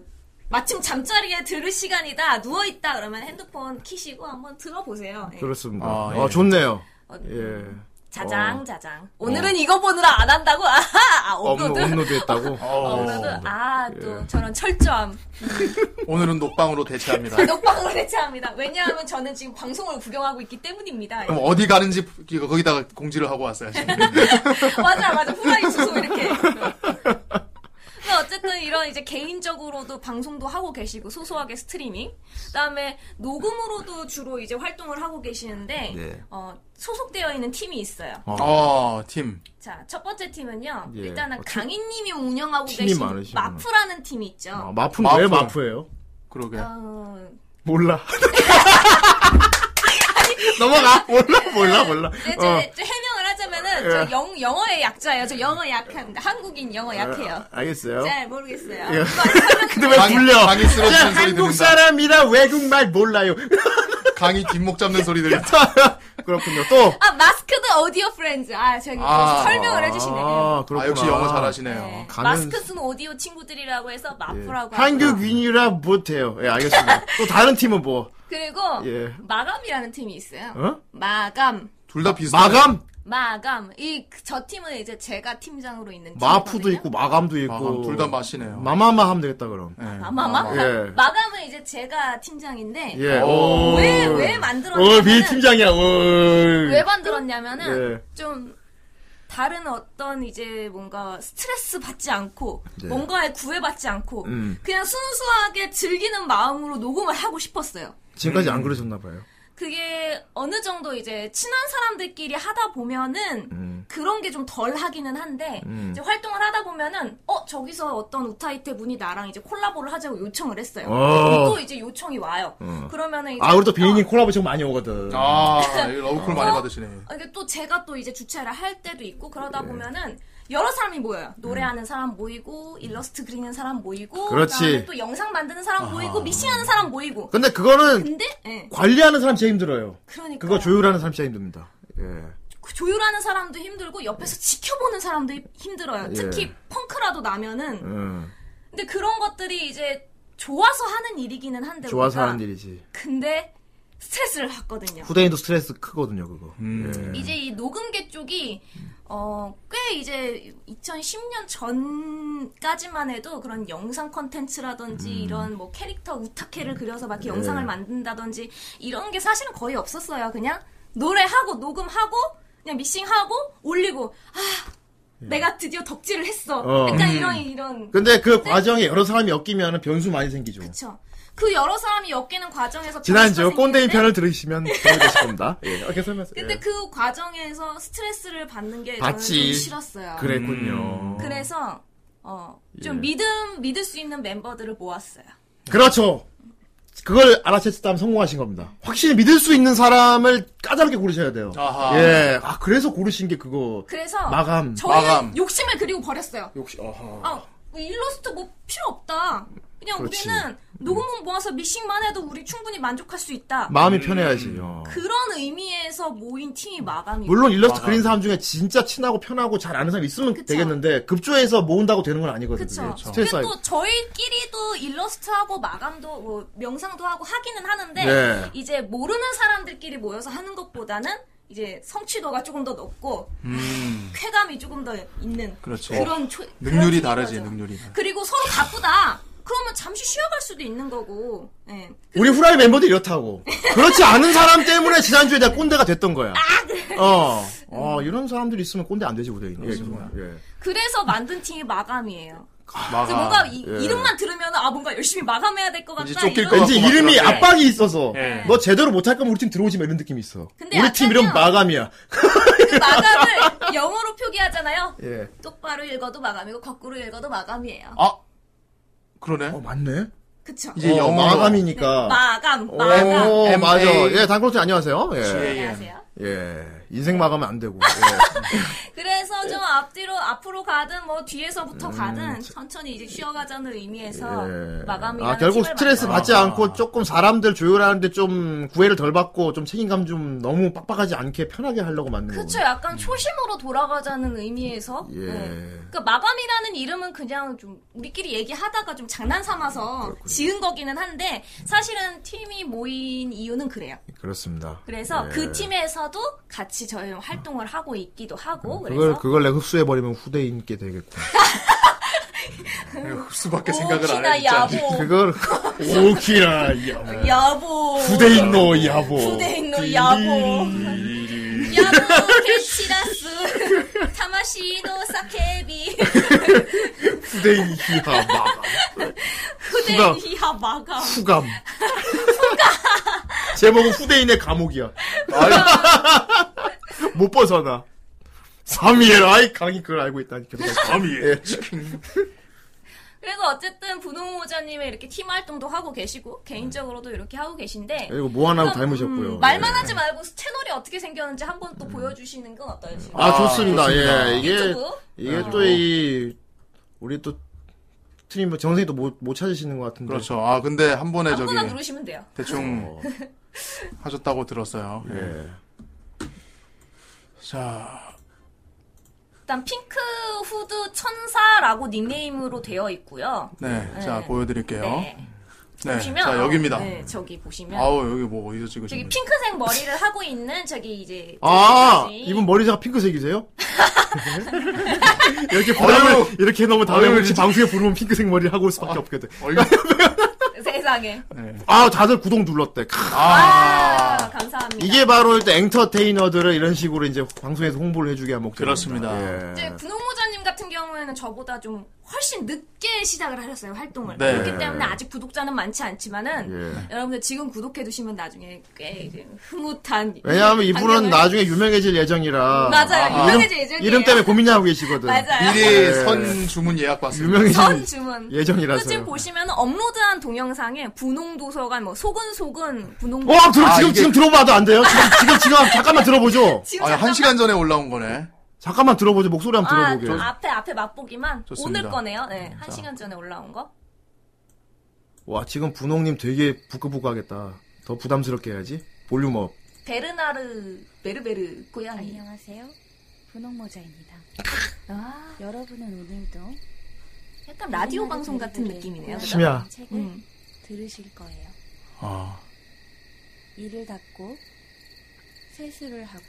Speaker 4: 마침 잠자리에 들을 시간이다 누워 있다 그러면 핸드폰 키시고 한번 들어보세요. 예.
Speaker 1: 그렇습니다.
Speaker 2: 아,
Speaker 1: 아,
Speaker 2: 예.
Speaker 1: 좋네요.
Speaker 4: 어,
Speaker 1: 예. 어.
Speaker 4: 자장 자장. 오늘은 이거 보느라 안 한다고 아하 아,
Speaker 1: 업로,
Speaker 4: 업로드
Speaker 1: 업로드했다고.
Speaker 2: 어.
Speaker 4: 업로드 아 또
Speaker 1: 예.
Speaker 4: 저런 철저함
Speaker 2: 오늘은 녹방으로 대체합니다.
Speaker 4: 녹방으로 대체합니다. 왜냐하면 저는 지금 방송을 구경하고 있기 때문입니다. 예.
Speaker 2: 그럼 어디 가는지 거기다가 공지를 하고 왔어요. 지금.
Speaker 1: 음.
Speaker 4: 맞아 맞아 후라이 주소 이렇게 근데 어쨌든 이런 이제 개인적으로도 방송도 하고 계시고 소소하게 스트리밍 그다음에 녹음으로도 주로 이제 활동을 하고 계시는데
Speaker 1: 네.
Speaker 4: 어, 소속되어 있는 팀이 있어요.
Speaker 2: 어, 팀.
Speaker 4: 자 첫 번째 팀은요
Speaker 1: 예.
Speaker 4: 일단은
Speaker 1: 어, 팀-
Speaker 4: 강인님이 운영하고
Speaker 1: 팀이
Speaker 4: 계신
Speaker 1: 많으시구나.
Speaker 4: 마프라는 팀이 있죠.
Speaker 1: 아, 마프는
Speaker 2: 마프.
Speaker 1: 왜 마프예요?
Speaker 2: 그러게.
Speaker 4: 어,
Speaker 1: 몰라. 넘어가. 몰라, 몰라, 몰라.
Speaker 4: 네, 저,
Speaker 1: 어, 예.
Speaker 4: 저 해명을 하자면은 저 영, 영어의 약자예요. 저 영어 약합니다. 한국인 영어 약해요.
Speaker 1: 예. 알겠어요.
Speaker 4: 잘 모르겠어요.
Speaker 1: 예.
Speaker 4: 이거 설명-
Speaker 1: 근데 왜
Speaker 2: 강-
Speaker 1: 불려?
Speaker 2: 강이 쓰러지는
Speaker 1: 저
Speaker 2: 소리
Speaker 1: 한국
Speaker 2: 들린다.
Speaker 1: 사람이라 외국말 몰라요.
Speaker 2: 강이 뒷목 잡는 소리 들려.
Speaker 1: 그렇군요. 또.
Speaker 4: 아 마스크드 오디오 프렌즈 아 저기
Speaker 2: 아.
Speaker 4: 설명을 해주시네 요
Speaker 1: 아, 그렇구나.
Speaker 2: 아, 역시 영어 잘하시네요.
Speaker 4: 네.
Speaker 1: 가는-
Speaker 4: 마스크 쓴 오디오 친구들이라고 해서 마프라고 하고
Speaker 1: 예. 한국인이라 못해요. 예, 알겠습니다. 또 다른 팀은 뭐?
Speaker 4: 그리고
Speaker 1: 예.
Speaker 4: 마감이라는 팀이 있어요
Speaker 1: 어?
Speaker 4: 마감
Speaker 2: 둘 다 비슷해.
Speaker 1: 마감?
Speaker 4: 마감 이 저 팀은 이제 제가 팀장으로 있는
Speaker 1: 마프도
Speaker 4: 팀이거든요.
Speaker 1: 있고, 마감도 있고.
Speaker 2: 둘다 마시네요.
Speaker 1: 그 마마마 하면 되겠다, 그럼.
Speaker 2: 네.
Speaker 4: 아, 마마마
Speaker 1: 예.
Speaker 4: 마감은 이제 제가 팀장인데
Speaker 1: 예.
Speaker 2: 오.
Speaker 4: 왜 왜
Speaker 1: 어,
Speaker 4: 만들었냐면
Speaker 1: 비 팀장이야, 오.
Speaker 4: 왜 만들었냐면은
Speaker 1: 예.
Speaker 4: 좀 다른 어떤 이제 뭔가 스트레스 받지 않고
Speaker 1: 네.
Speaker 4: 뭔가에 구애받지 않고
Speaker 1: 음.
Speaker 4: 그냥 순수하게 즐기는 마음으로 녹음을 하고 싶었어요.
Speaker 1: 지금까지 안 그러셨나봐요.
Speaker 4: 그게 어느 정도 이제 친한 사람들끼리 하다 보면은
Speaker 1: 음.
Speaker 4: 그런 게 좀 덜 하기는 한데 이제 활동을 하다 보면은 어 저기서 어떤 우타이테 분이 나랑 이제 콜라보를 하자고 요청을 했어요.
Speaker 1: 어.
Speaker 4: 또 이제 요청이 와요. 그러면은 이제
Speaker 1: 아, 우리 또
Speaker 4: 어,
Speaker 1: 비니님 콜라보 지금 많이 오거든.
Speaker 2: 아, 이 러브콜 많이 받으시네.
Speaker 4: 아, 이게 또 제가 또 이제 주최를 할 때도 있고 그러다
Speaker 1: 네.
Speaker 4: 보면은 여러 사람이 모여요. 노래하는 사람 모이고 일러스트 그리는 사람 모이고
Speaker 1: 음. 그렇지.
Speaker 4: 그다음에 또 영상 만드는 사람 모이고 미싱하는 사람 모이고.
Speaker 1: 근데 그거는
Speaker 4: 근데 예.
Speaker 1: 관리하는 사람 제일 힘들어요.
Speaker 4: 그러니까
Speaker 1: 그거 조율하는 사람 진짜 힘듭니다. 예.
Speaker 4: 그 조율하는 사람도 힘들고
Speaker 1: 네.
Speaker 4: 옆에서 지켜보는 사람도 힘- 힘들어요. 특히 펑크라도 나면은
Speaker 1: 예. 음,
Speaker 4: 근데 그런 것들이 이제 좋아서 하는 일이기는 한데
Speaker 1: 좋아서
Speaker 4: 우리가
Speaker 1: 하는 일이지.
Speaker 4: 근데 스트레스를 받거든요.
Speaker 1: 후대인도 스트레스 크거든요, 그거. 예.
Speaker 4: 이제 이 녹음계 쪽이 어, 꽤 이제 2010년 전까지만 해도 그런 영상 컨텐츠라든지
Speaker 1: 음.
Speaker 4: 이런 뭐 캐릭터 우타케를 그려서 막 이렇게 영상을
Speaker 1: 네.
Speaker 4: 만든다든지 이런 게 사실은 거의 없었어요. 그냥 노래하고 녹음하고 그냥 미싱하고 올리고 아 내가 드디어 덕질을 했어.
Speaker 1: 예. 어.
Speaker 4: 약간 이런 이런
Speaker 1: 근데 그 과정에 여러 사람이 엮이면 변수 많이 생기죠.
Speaker 4: 그렇죠. 그 여러 사람이 엮이는 과정에서
Speaker 1: 지난주
Speaker 4: 변수가
Speaker 1: 꼰대인
Speaker 4: 생기는데
Speaker 1: 편을 들으시면 도움이 되실 겁니다. 예. 이렇게 설명했어요.
Speaker 4: 근데
Speaker 1: 예.
Speaker 4: 그 과정에서 스트레스를 받는 게 저는
Speaker 1: 받지. 그
Speaker 4: 좀 싫었어요.
Speaker 1: 그랬군요.
Speaker 4: 그래서 어, 좀
Speaker 1: 예.
Speaker 4: 믿음 믿을 수 있는 멤버들을 모았어요.
Speaker 1: 그렇죠. 그걸 알아챘다면 성공하신 겁니다. 확실히 믿을 수 있는 사람을 까다롭게 고르셔야 돼요.
Speaker 2: 아하.
Speaker 1: 예. 아, 그래서 고르신 게 그거.
Speaker 4: 그래서
Speaker 1: 마감.
Speaker 4: 저희는
Speaker 2: 마감.
Speaker 4: 욕심을 그리고 버렸어요.
Speaker 1: 역시, 아하.
Speaker 4: 아, 뭐 일러스트 뭐 필요 없다. 그냥
Speaker 1: 그렇지.
Speaker 4: 우리는 녹음본 모아서 믹싱만 해도 우리 충분히 만족할 수 있다.
Speaker 1: 마음이 편해야지. 요
Speaker 4: 그런 의미에서 모인 팀이 마감이.
Speaker 1: 물론 일러스트
Speaker 2: 아,
Speaker 1: 그린 사람 중에 진짜 친하고 편하고 잘 아는 사람 있으면
Speaker 4: 그쵸.
Speaker 1: 되겠는데 급조해서 모은다고 되는 건 아니거든요.
Speaker 4: 그쵸.
Speaker 1: 그게.
Speaker 4: 근데
Speaker 1: 스트레스
Speaker 4: 또 저희끼리도 일러스트하고 마감도 뭐 명상도 하고 하기는 하는데
Speaker 1: 네.
Speaker 4: 이제 모르는 사람들끼리 모여서 하는 것보다는 이제 성취도가 조금 더 높고 쾌감이 조금 더 있는
Speaker 2: 음. 그렇죠.
Speaker 4: 런 초, 그런
Speaker 2: 능률이
Speaker 4: 팀인
Speaker 2: 다르지,
Speaker 4: 거죠.
Speaker 2: 능률이. 다르지.
Speaker 4: 그리고 서로 바쁘다. 그러면 잠시 쉬어갈 수도 있는 거고. 예.
Speaker 1: 우리 후라이 멤버들 이렇다고. 그렇지 않은 사람 때문에 지난주에 내가 꼰대가 됐던 거야.
Speaker 4: 아, 네.
Speaker 1: 어. 어, 이런 사람들이 있으면 꼰대 안 되지, 우리. 예, 정말. 예.
Speaker 4: 그래서 만든 팀이 마감이에요.
Speaker 2: 마감.
Speaker 4: 아, 그래서 뭔가 이,
Speaker 1: 예.
Speaker 4: 름만 들으면 아 뭔가 열심히 마감해야 될 것 같다.
Speaker 2: 왠지 쫓길
Speaker 4: 이런-
Speaker 2: 것 같아.
Speaker 1: 왠지 이름이
Speaker 2: 그렇구나.
Speaker 1: 압박이 있어서
Speaker 2: 예.
Speaker 1: 너 제대로 못할 거면 우리 팀 들어오지 마 이런 느낌이 있어.
Speaker 4: 근데
Speaker 1: 우리 팀
Speaker 4: 약간요.
Speaker 1: 이름 마감이야.
Speaker 4: 그 마감을 영어로 표기하잖아요.
Speaker 1: 예.
Speaker 4: 똑바로 읽어도 마감이고 거꾸로 읽어도 마감이에요.
Speaker 2: 아! 그러네.
Speaker 1: 어 맞네.
Speaker 4: 그쵸?
Speaker 2: 이제
Speaker 1: 어,
Speaker 2: 영어.
Speaker 1: 마감이니까.
Speaker 4: 네, 마감,
Speaker 1: 그러니까. 오
Speaker 4: 마감.
Speaker 2: M-
Speaker 1: 맞아.
Speaker 2: M-
Speaker 1: 예, 단골팀 안녕하세요. 예.
Speaker 4: 안녕하세요.
Speaker 1: 예. 인생 마감은 안 되고. 예.
Speaker 4: 그래서 좀 앞뒤로 앞으로 가든 뭐 뒤에서부터 가든 천천히 이제 쉬어가자는 의미에서
Speaker 1: 음, 예.
Speaker 4: 마감이라는
Speaker 1: 아, 결국
Speaker 4: 팀을
Speaker 1: 스트레스
Speaker 4: 만들어요.
Speaker 1: 받지 않고 조금 사람들 조율하는데 좀 구애를 덜 받고 좀 책임감 좀 너무 빡빡하지 않게 편하게 하려고 만든 거고.
Speaker 4: 그쵸, 약간 초심으로 돌아가자는 의미에서.
Speaker 1: 음. 예.
Speaker 4: 네. 그러니까 마감이라는 이름은 그냥 좀 우리끼리 얘기하다가 좀 장난 삼아서 지은 거기는 한데 사실은 팀이 모인 이유는 그래요.
Speaker 1: 그렇습니다.
Speaker 4: 그래서
Speaker 1: 예.
Speaker 4: 그 팀에서도 같이 저희 활동을 하고 있기도 하고
Speaker 1: 음, 그걸
Speaker 4: 그래서
Speaker 1: 그걸 내가 흡수해 버리면 후대인께 되겠고.
Speaker 2: 흡수밖에 생각을 안 해.
Speaker 4: 오키나
Speaker 2: 진짜.
Speaker 4: 야보
Speaker 1: 그걸 오키라 야.
Speaker 4: 야보
Speaker 1: 후대인노 야보.
Speaker 4: 후대인노 야보 야보 캐치라스 타마시노 사케비
Speaker 1: 후대인 히하 마감.
Speaker 4: 후대인 히하 마감
Speaker 1: 후감. 제목은 후대인의 감옥이야. 못 벗어나. 사미엘 아이 강이 그걸 알고 있다니. 사미엘.
Speaker 4: 그래서 어쨌든 분홍모자님의 이렇게 팀 활동도 하고 계시고 개인적으로도 이렇게 하고 계신데
Speaker 1: 그리고 모아나고
Speaker 4: 그럼,
Speaker 1: 네, 뭐 닮으셨고요.
Speaker 4: 음, 말만
Speaker 1: 예.
Speaker 4: 하지 말고 채널이 어떻게 생겼는지 한 번 또 보여주시는 건 어떨지
Speaker 1: 아, 좋습니다. 예. 이게
Speaker 4: 유튜브
Speaker 2: 아,
Speaker 1: 이게
Speaker 2: 뭐-
Speaker 1: 또 이 우리 또 트림 정생이 또 못 못 찾으시는 것 같은데.
Speaker 2: 그렇죠. 아, 근데 한 번에 저기
Speaker 4: 아무거나 누르시면 돼요
Speaker 2: 대충 하셨다고 들었어요. 예.
Speaker 1: 예.
Speaker 2: 자,
Speaker 4: 일단 핑크 후드 천사라고 닉네임으로 되어 있고요
Speaker 2: 네. 자,
Speaker 4: 네.
Speaker 2: 보여드릴게요.
Speaker 4: 네.
Speaker 2: 네,
Speaker 4: 보시면
Speaker 2: 자,
Speaker 4: 어,
Speaker 2: 여기입니다.
Speaker 4: 네, 저기 보시면
Speaker 2: 아우, 여기 뭐 어디서
Speaker 4: 저기
Speaker 2: 찍으신 거예요?
Speaker 4: 핑크색 머리를 하고 있는 저기 이제
Speaker 1: 아,
Speaker 4: 저기
Speaker 1: 이분 머리가 핑크색이세요? 이렇게 부담을 이렇게 해놓으면 다음에
Speaker 2: 어휴,
Speaker 1: 혹시
Speaker 2: 진짜. 아.
Speaker 1: 방송에 부르면 핑크색 머리를 하고 올 수밖에 없겠대.
Speaker 2: 얼굴-
Speaker 4: 세상에
Speaker 2: 네.
Speaker 1: 아, 다들 구독 눌렀대. 캬.
Speaker 4: 아,
Speaker 2: 아,
Speaker 4: 감사합니다
Speaker 1: 이게 바로 일단 엔터테이너들을 이런 식으로 이제 방송에서 홍보를 해주게 한 목적입니다.
Speaker 2: 그렇습니다.
Speaker 1: 예.
Speaker 4: 이제 분홍모자님 같은 경우에는 저보다 좀 훨씬 늦게 시작을 하셨어요 활동을
Speaker 2: 네.
Speaker 4: 그렇기 때문에 아직 구독자는 많지 않지만은
Speaker 1: 예.
Speaker 4: 여러분들 지금 구독해 두시면 나중에 꽤 이제 흐뭇한
Speaker 1: 왜냐하면 이분은
Speaker 4: 환경을-
Speaker 1: 나중에 유명해질 예정이라.
Speaker 4: 맞아요
Speaker 2: 아,
Speaker 4: 유명해질 예정이에요
Speaker 1: 이름 때문에 고민하고 계시거든.
Speaker 4: 맞아요
Speaker 2: 미리
Speaker 1: 네.
Speaker 2: 선 주문 예약 받습니다.
Speaker 1: 유명해질
Speaker 4: 선 주문
Speaker 1: 예정이라서요.
Speaker 4: 지금 보시면 업로드한 동영상에 분홍 도서관 뭐 소근소근 분홍
Speaker 1: 어, 들어,
Speaker 2: 아,
Speaker 1: 지금,
Speaker 2: 이게-
Speaker 1: 지금 들어봐도 안 돼요? 지금, 지금, 지금, 잠깐만 들어보죠.
Speaker 4: 지금
Speaker 2: 아, 한 시간 전에 올라온 거네.
Speaker 1: 잠깐만 들어보죠. 목소리 한번
Speaker 4: 아,
Speaker 1: 들어보게.
Speaker 4: 앞에 앞에 맛보기만
Speaker 2: 좋습니다.
Speaker 4: 오늘 거네요. 네, 한 시간 전에 올라온 거.
Speaker 1: 와, 지금 분홍님 되게 부끄부끄하겠다. 더 부담스럽게 해야지. 볼륨업.
Speaker 4: 베르나르 베르베르 고양이.
Speaker 10: 안녕하세요. 분홍모자입니다. 여러분은 오늘도
Speaker 4: 아, 약간 라디오 방송 같은 느낌이네요. 그죠?
Speaker 1: 심야.
Speaker 10: 책을
Speaker 4: 음.
Speaker 10: 들으실 거예요.
Speaker 2: 아,
Speaker 10: 이를 닫고 세수를 하고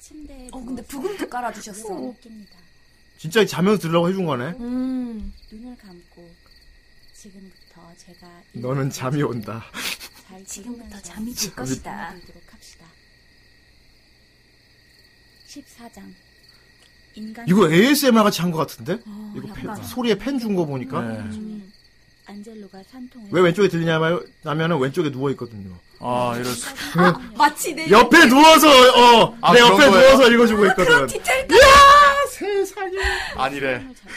Speaker 10: 침대에
Speaker 4: 어, 근데 부금도 깔아주셨어.
Speaker 10: 웃깁니다.
Speaker 1: 진짜 자면서 들으려고 해준 거네.
Speaker 4: 음.
Speaker 10: 눈을 감고 지금부터 제가 이
Speaker 1: 너는 잠이 온다.
Speaker 10: 잘
Speaker 4: 지금부터
Speaker 10: 들으면서
Speaker 4: 잠이 들 것이다.
Speaker 10: 만들도록 합시다. 14장 인간
Speaker 1: 이거 ASMR 같이 한 것 같은데? 이거
Speaker 4: 어, 약간.
Speaker 1: 펜- 소리에 펜 준 거 보니까.
Speaker 2: 네.
Speaker 4: 음.
Speaker 10: 안젤로가
Speaker 4: 네.
Speaker 10: 산통을
Speaker 1: 왜 왼쪽에 들리냐면은 왼쪽에 누워있거든요.
Speaker 2: 아, 이럴 수.
Speaker 4: 마치 내 네.
Speaker 1: 옆에 누워서, 어,
Speaker 2: 아,
Speaker 1: 내
Speaker 2: 그런
Speaker 1: 옆에
Speaker 2: 거예요?
Speaker 1: 누워서 읽어주고 있거든.
Speaker 4: 디테일
Speaker 1: 이야! 세상에.
Speaker 2: 아니래.
Speaker 10: 손을 잡고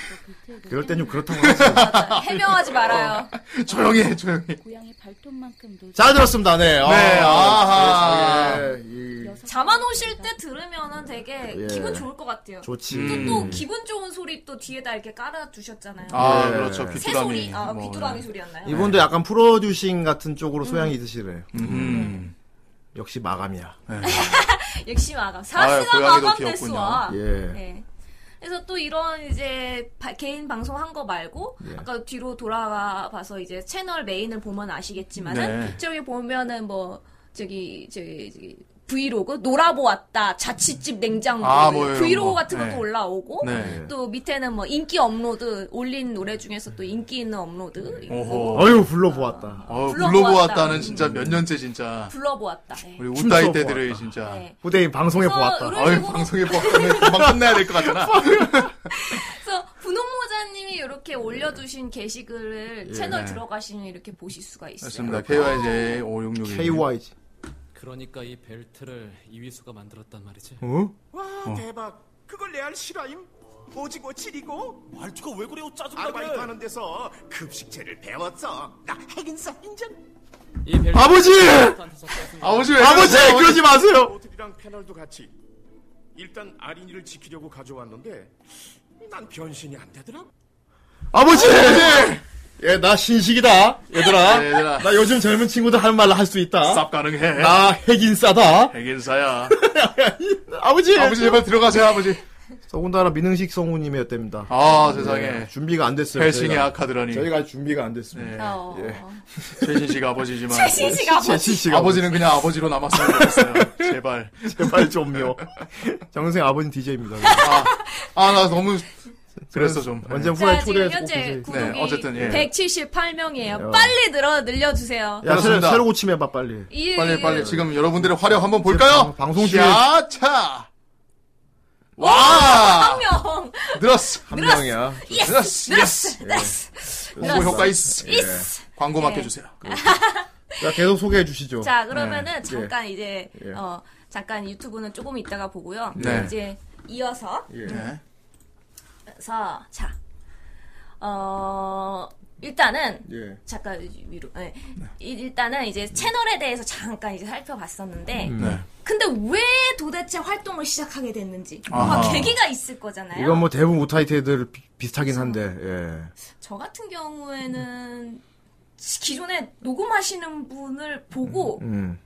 Speaker 10: 비틀고
Speaker 1: 그럴 땐 좀 그렇다고 하지.
Speaker 4: 해명하지 말아요.
Speaker 2: 그 조용히 해, 조용히.
Speaker 10: 고양이 발톱만큼 노
Speaker 1: 잘 들었습니다. 네. 예,
Speaker 2: 네, 아하.
Speaker 1: 세상에. 이-
Speaker 4: 자만 오실 때 들으면은 되게
Speaker 1: 예.
Speaker 4: 기분 좋을 것 같아요.
Speaker 1: 좋지.
Speaker 2: 음.
Speaker 4: 또 기분 좋은 소리 또 뒤에다 이렇게 깔아 두셨잖아요.
Speaker 2: 아,
Speaker 1: 예.
Speaker 2: 그렇죠.
Speaker 4: 새
Speaker 2: 귀뚜라미.
Speaker 4: 소리, 아
Speaker 2: 뭐,
Speaker 4: 귀뚜라미
Speaker 2: 네.
Speaker 4: 소리였나요?
Speaker 1: 이분도 약간 프로듀싱 같은 쪽으로 소양이 있으시래.
Speaker 2: 음.
Speaker 1: 역시 마감이야.
Speaker 4: 역시 마감.
Speaker 2: 아유,
Speaker 4: 사스가
Speaker 2: 고양이도
Speaker 4: 마감
Speaker 2: 귀엽군요.
Speaker 4: 대수와.
Speaker 1: 예.
Speaker 4: 네. 그래서 또 이런 이제 바- 개인 방송 한 거 말고
Speaker 2: 예.
Speaker 4: 아까 뒤로 돌아가봐서 이제 채널 메인을 보면 아시겠지만은
Speaker 2: 네.
Speaker 4: 저기 보면은 뭐 저기 저기, 저기 브이로그 놀아보았다 자취집 냉장고
Speaker 2: 아, 뭐 이런
Speaker 4: 브이로그
Speaker 2: 거.
Speaker 4: 같은 것도
Speaker 2: 네.
Speaker 4: 올라오고
Speaker 2: 네.
Speaker 4: 또 밑에는 뭐 인기 업로드 올린 노래 중에서 또 인기 있는 업로드
Speaker 2: 오호.
Speaker 1: 어휴, 불러보았다.
Speaker 2: 어,
Speaker 4: 불러보았다. 음.
Speaker 2: 불러보았다는 진짜 몇 년째 진짜.
Speaker 4: 불러보았다. 네.
Speaker 2: 우리
Speaker 1: 춤
Speaker 2: 우따이
Speaker 1: 춰보았다.
Speaker 2: 때들의 진짜.
Speaker 4: 네.
Speaker 1: 후대인 방송에
Speaker 4: 그래서
Speaker 1: 보았다.
Speaker 4: 이런
Speaker 2: 아유,
Speaker 4: 식으로-
Speaker 2: 방송에 보면 금방 끝내야 될 것 같잖아.
Speaker 4: 그래서 분홍모자님이 이렇게 올려두신 게시글을 채널 들어가시면 이렇게 보실 수가 있어요.
Speaker 2: 예. 맞습니다. KYJ 566.
Speaker 1: KYG.
Speaker 11: 그러니까 이 벨트를 이위수가 만들었단 말이지.
Speaker 1: 어?
Speaker 12: 와 대박 그걸 레알 실화임? 오지고 지리고
Speaker 11: 말투가 왜 그래요?
Speaker 12: 아바이트 하는 데서 급식체를 배웠어 나 핵인싸 인정
Speaker 11: 이 벨트
Speaker 1: 아버지!
Speaker 2: 네, 아버지 왜
Speaker 1: 아버지!
Speaker 2: 그러세요?
Speaker 1: 그러지 마세요!
Speaker 12: 오틀이랑 페널도 같이 일단 아린이를 지키려고 가져왔는데 난 변신이 안 되더라
Speaker 1: 아버지! 예, 나 신식이다. 얘들아.
Speaker 2: 네, 얘들아.
Speaker 1: 나 요즘 젊은 친구들 하는 말로 할 수 있다.
Speaker 2: 쌉 가능해.
Speaker 1: 나 핵인싸다.
Speaker 2: 백인사야.
Speaker 1: 아버지!
Speaker 2: 아버지 제발 들어가세요, 아버지.
Speaker 1: 더군다나 민흥식 성우님이었답니다.
Speaker 2: 아,
Speaker 1: 예,
Speaker 2: 세상에.
Speaker 1: 준비가 안 됐어요.
Speaker 2: 헬싱의
Speaker 1: 저희가.
Speaker 2: 악하드라니.
Speaker 1: 저희가 아직 준비가 안 됐습니다.
Speaker 4: 어.
Speaker 2: 예. 최신 씨가 아버지지만.
Speaker 4: 최신 씨가 아버지.
Speaker 1: 최신 씨가
Speaker 2: 아버지는 그냥 아버지로 남았으면 좋겠어요. 제발.
Speaker 1: 제발 좀요. 정생 아버님 DJ입니다.
Speaker 2: 아, 아, 나 너무 그랬어 좀.
Speaker 1: 완전 후라이
Speaker 4: 자,
Speaker 1: 초대해서 꼭
Speaker 4: 지금
Speaker 1: 보세요.
Speaker 4: 현재 구독이
Speaker 2: 네, 어쨌든, 예.
Speaker 4: 178명이에요.
Speaker 1: 야.
Speaker 4: 빨리 늘어 늘려주세요.
Speaker 1: 야, 새로,
Speaker 2: 그렇습니다.
Speaker 1: 새로 고침해봐, 빨리.
Speaker 4: 이-
Speaker 2: 빨리 빨리 지금 여러분들의 화력 한번 볼까요?
Speaker 1: 방- 방송 중에-
Speaker 2: 야차. 와
Speaker 4: 명.
Speaker 2: 늘었어.
Speaker 1: 한 명이야.
Speaker 2: 늘었어. 늘었어. 홍보 효과 있어.
Speaker 4: 네.
Speaker 2: 광고 맡겨주세요.
Speaker 1: 자, 계속 소개해 주시죠.
Speaker 2: 예.
Speaker 1: 네.
Speaker 4: 자 그러면은 잠깐 이제 어 잠깐 유튜브는 조금 이따가 보고요.
Speaker 2: 네.
Speaker 4: 이제 이어서
Speaker 2: 네.
Speaker 4: 그래서 자 어. 일단은
Speaker 1: 예.
Speaker 4: 잠깐 위로
Speaker 1: 네.
Speaker 4: 예. 이- 일단은 이제 채널에 대해서 잠깐 이제 살펴봤었는데
Speaker 1: 음,
Speaker 2: 네.
Speaker 4: 근데 왜 도대체 활동을 시작하게 됐는지
Speaker 2: 아하.
Speaker 4: 뭔가 계기가 있을 거잖아요.
Speaker 1: 이건 뭐 대부분 오타이테들 비슷하긴 한데, 예.
Speaker 4: 저 같은 경우에는 기존에 녹음하시는 분을 보고
Speaker 1: 음.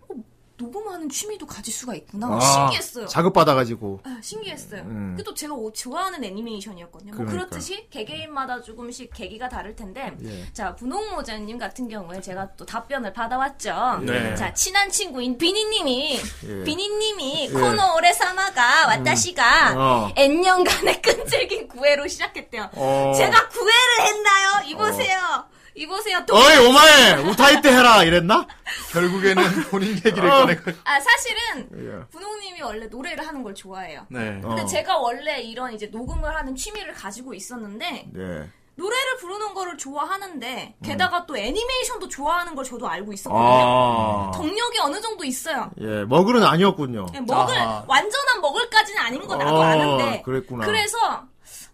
Speaker 4: 녹음하는 취미도 가질 수가 있구나
Speaker 1: 아,
Speaker 4: 신기했어요.
Speaker 1: 자극받아가지고.
Speaker 4: 아, 신기했어요.
Speaker 1: 음.
Speaker 4: 그또 제가 오- 좋아하는 애니메이션이었거든요. 뭐
Speaker 1: 그러니까.
Speaker 4: 그렇듯이 개개인마다 조금씩 계기가 다를 텐데,
Speaker 1: 예.
Speaker 4: 자 분홍모자님 같은 경우에 제가 또 답변을 받아왔죠.
Speaker 1: 예.
Speaker 2: 네.
Speaker 4: 자 친한 친구인 비니님이 비니님이
Speaker 1: 예.
Speaker 4: 코노 오레 사마가
Speaker 1: 어.
Speaker 4: 와타시가 N 년간의 끈질긴 구애로 시작했대요.
Speaker 1: 어.
Speaker 4: 제가 구애를 했나요? 이보세요. 이보세요. 또-
Speaker 1: 어이, 오마에! 오타이테 해라! 이랬나?
Speaker 2: 결국에는 본인 얘기를
Speaker 1: 어.
Speaker 2: 꺼내고.
Speaker 4: 아 사실은
Speaker 1: 예.
Speaker 4: 분홍님이 원래 노래를 하는 걸 좋아해요.
Speaker 2: 네.
Speaker 1: 어.
Speaker 4: 근데 제가 원래 이런 이제 녹음을 하는 취미를 가지고 있었는데
Speaker 1: 예.
Speaker 4: 노래를 부르는 거를 좋아하는데 게다가 또 애니메이션도 좋아하는 걸 저도 알고 있었거든요.
Speaker 1: 음. 아.
Speaker 4: 동력이 어느 정도 있어요.
Speaker 1: 예, 머글은 아니었군요.
Speaker 4: 예, 먹을
Speaker 2: 아하.
Speaker 4: 완전한 먹을까지는 아닌 거 나도
Speaker 1: 어,
Speaker 4: 아는데
Speaker 1: 그랬구나.
Speaker 4: 그래서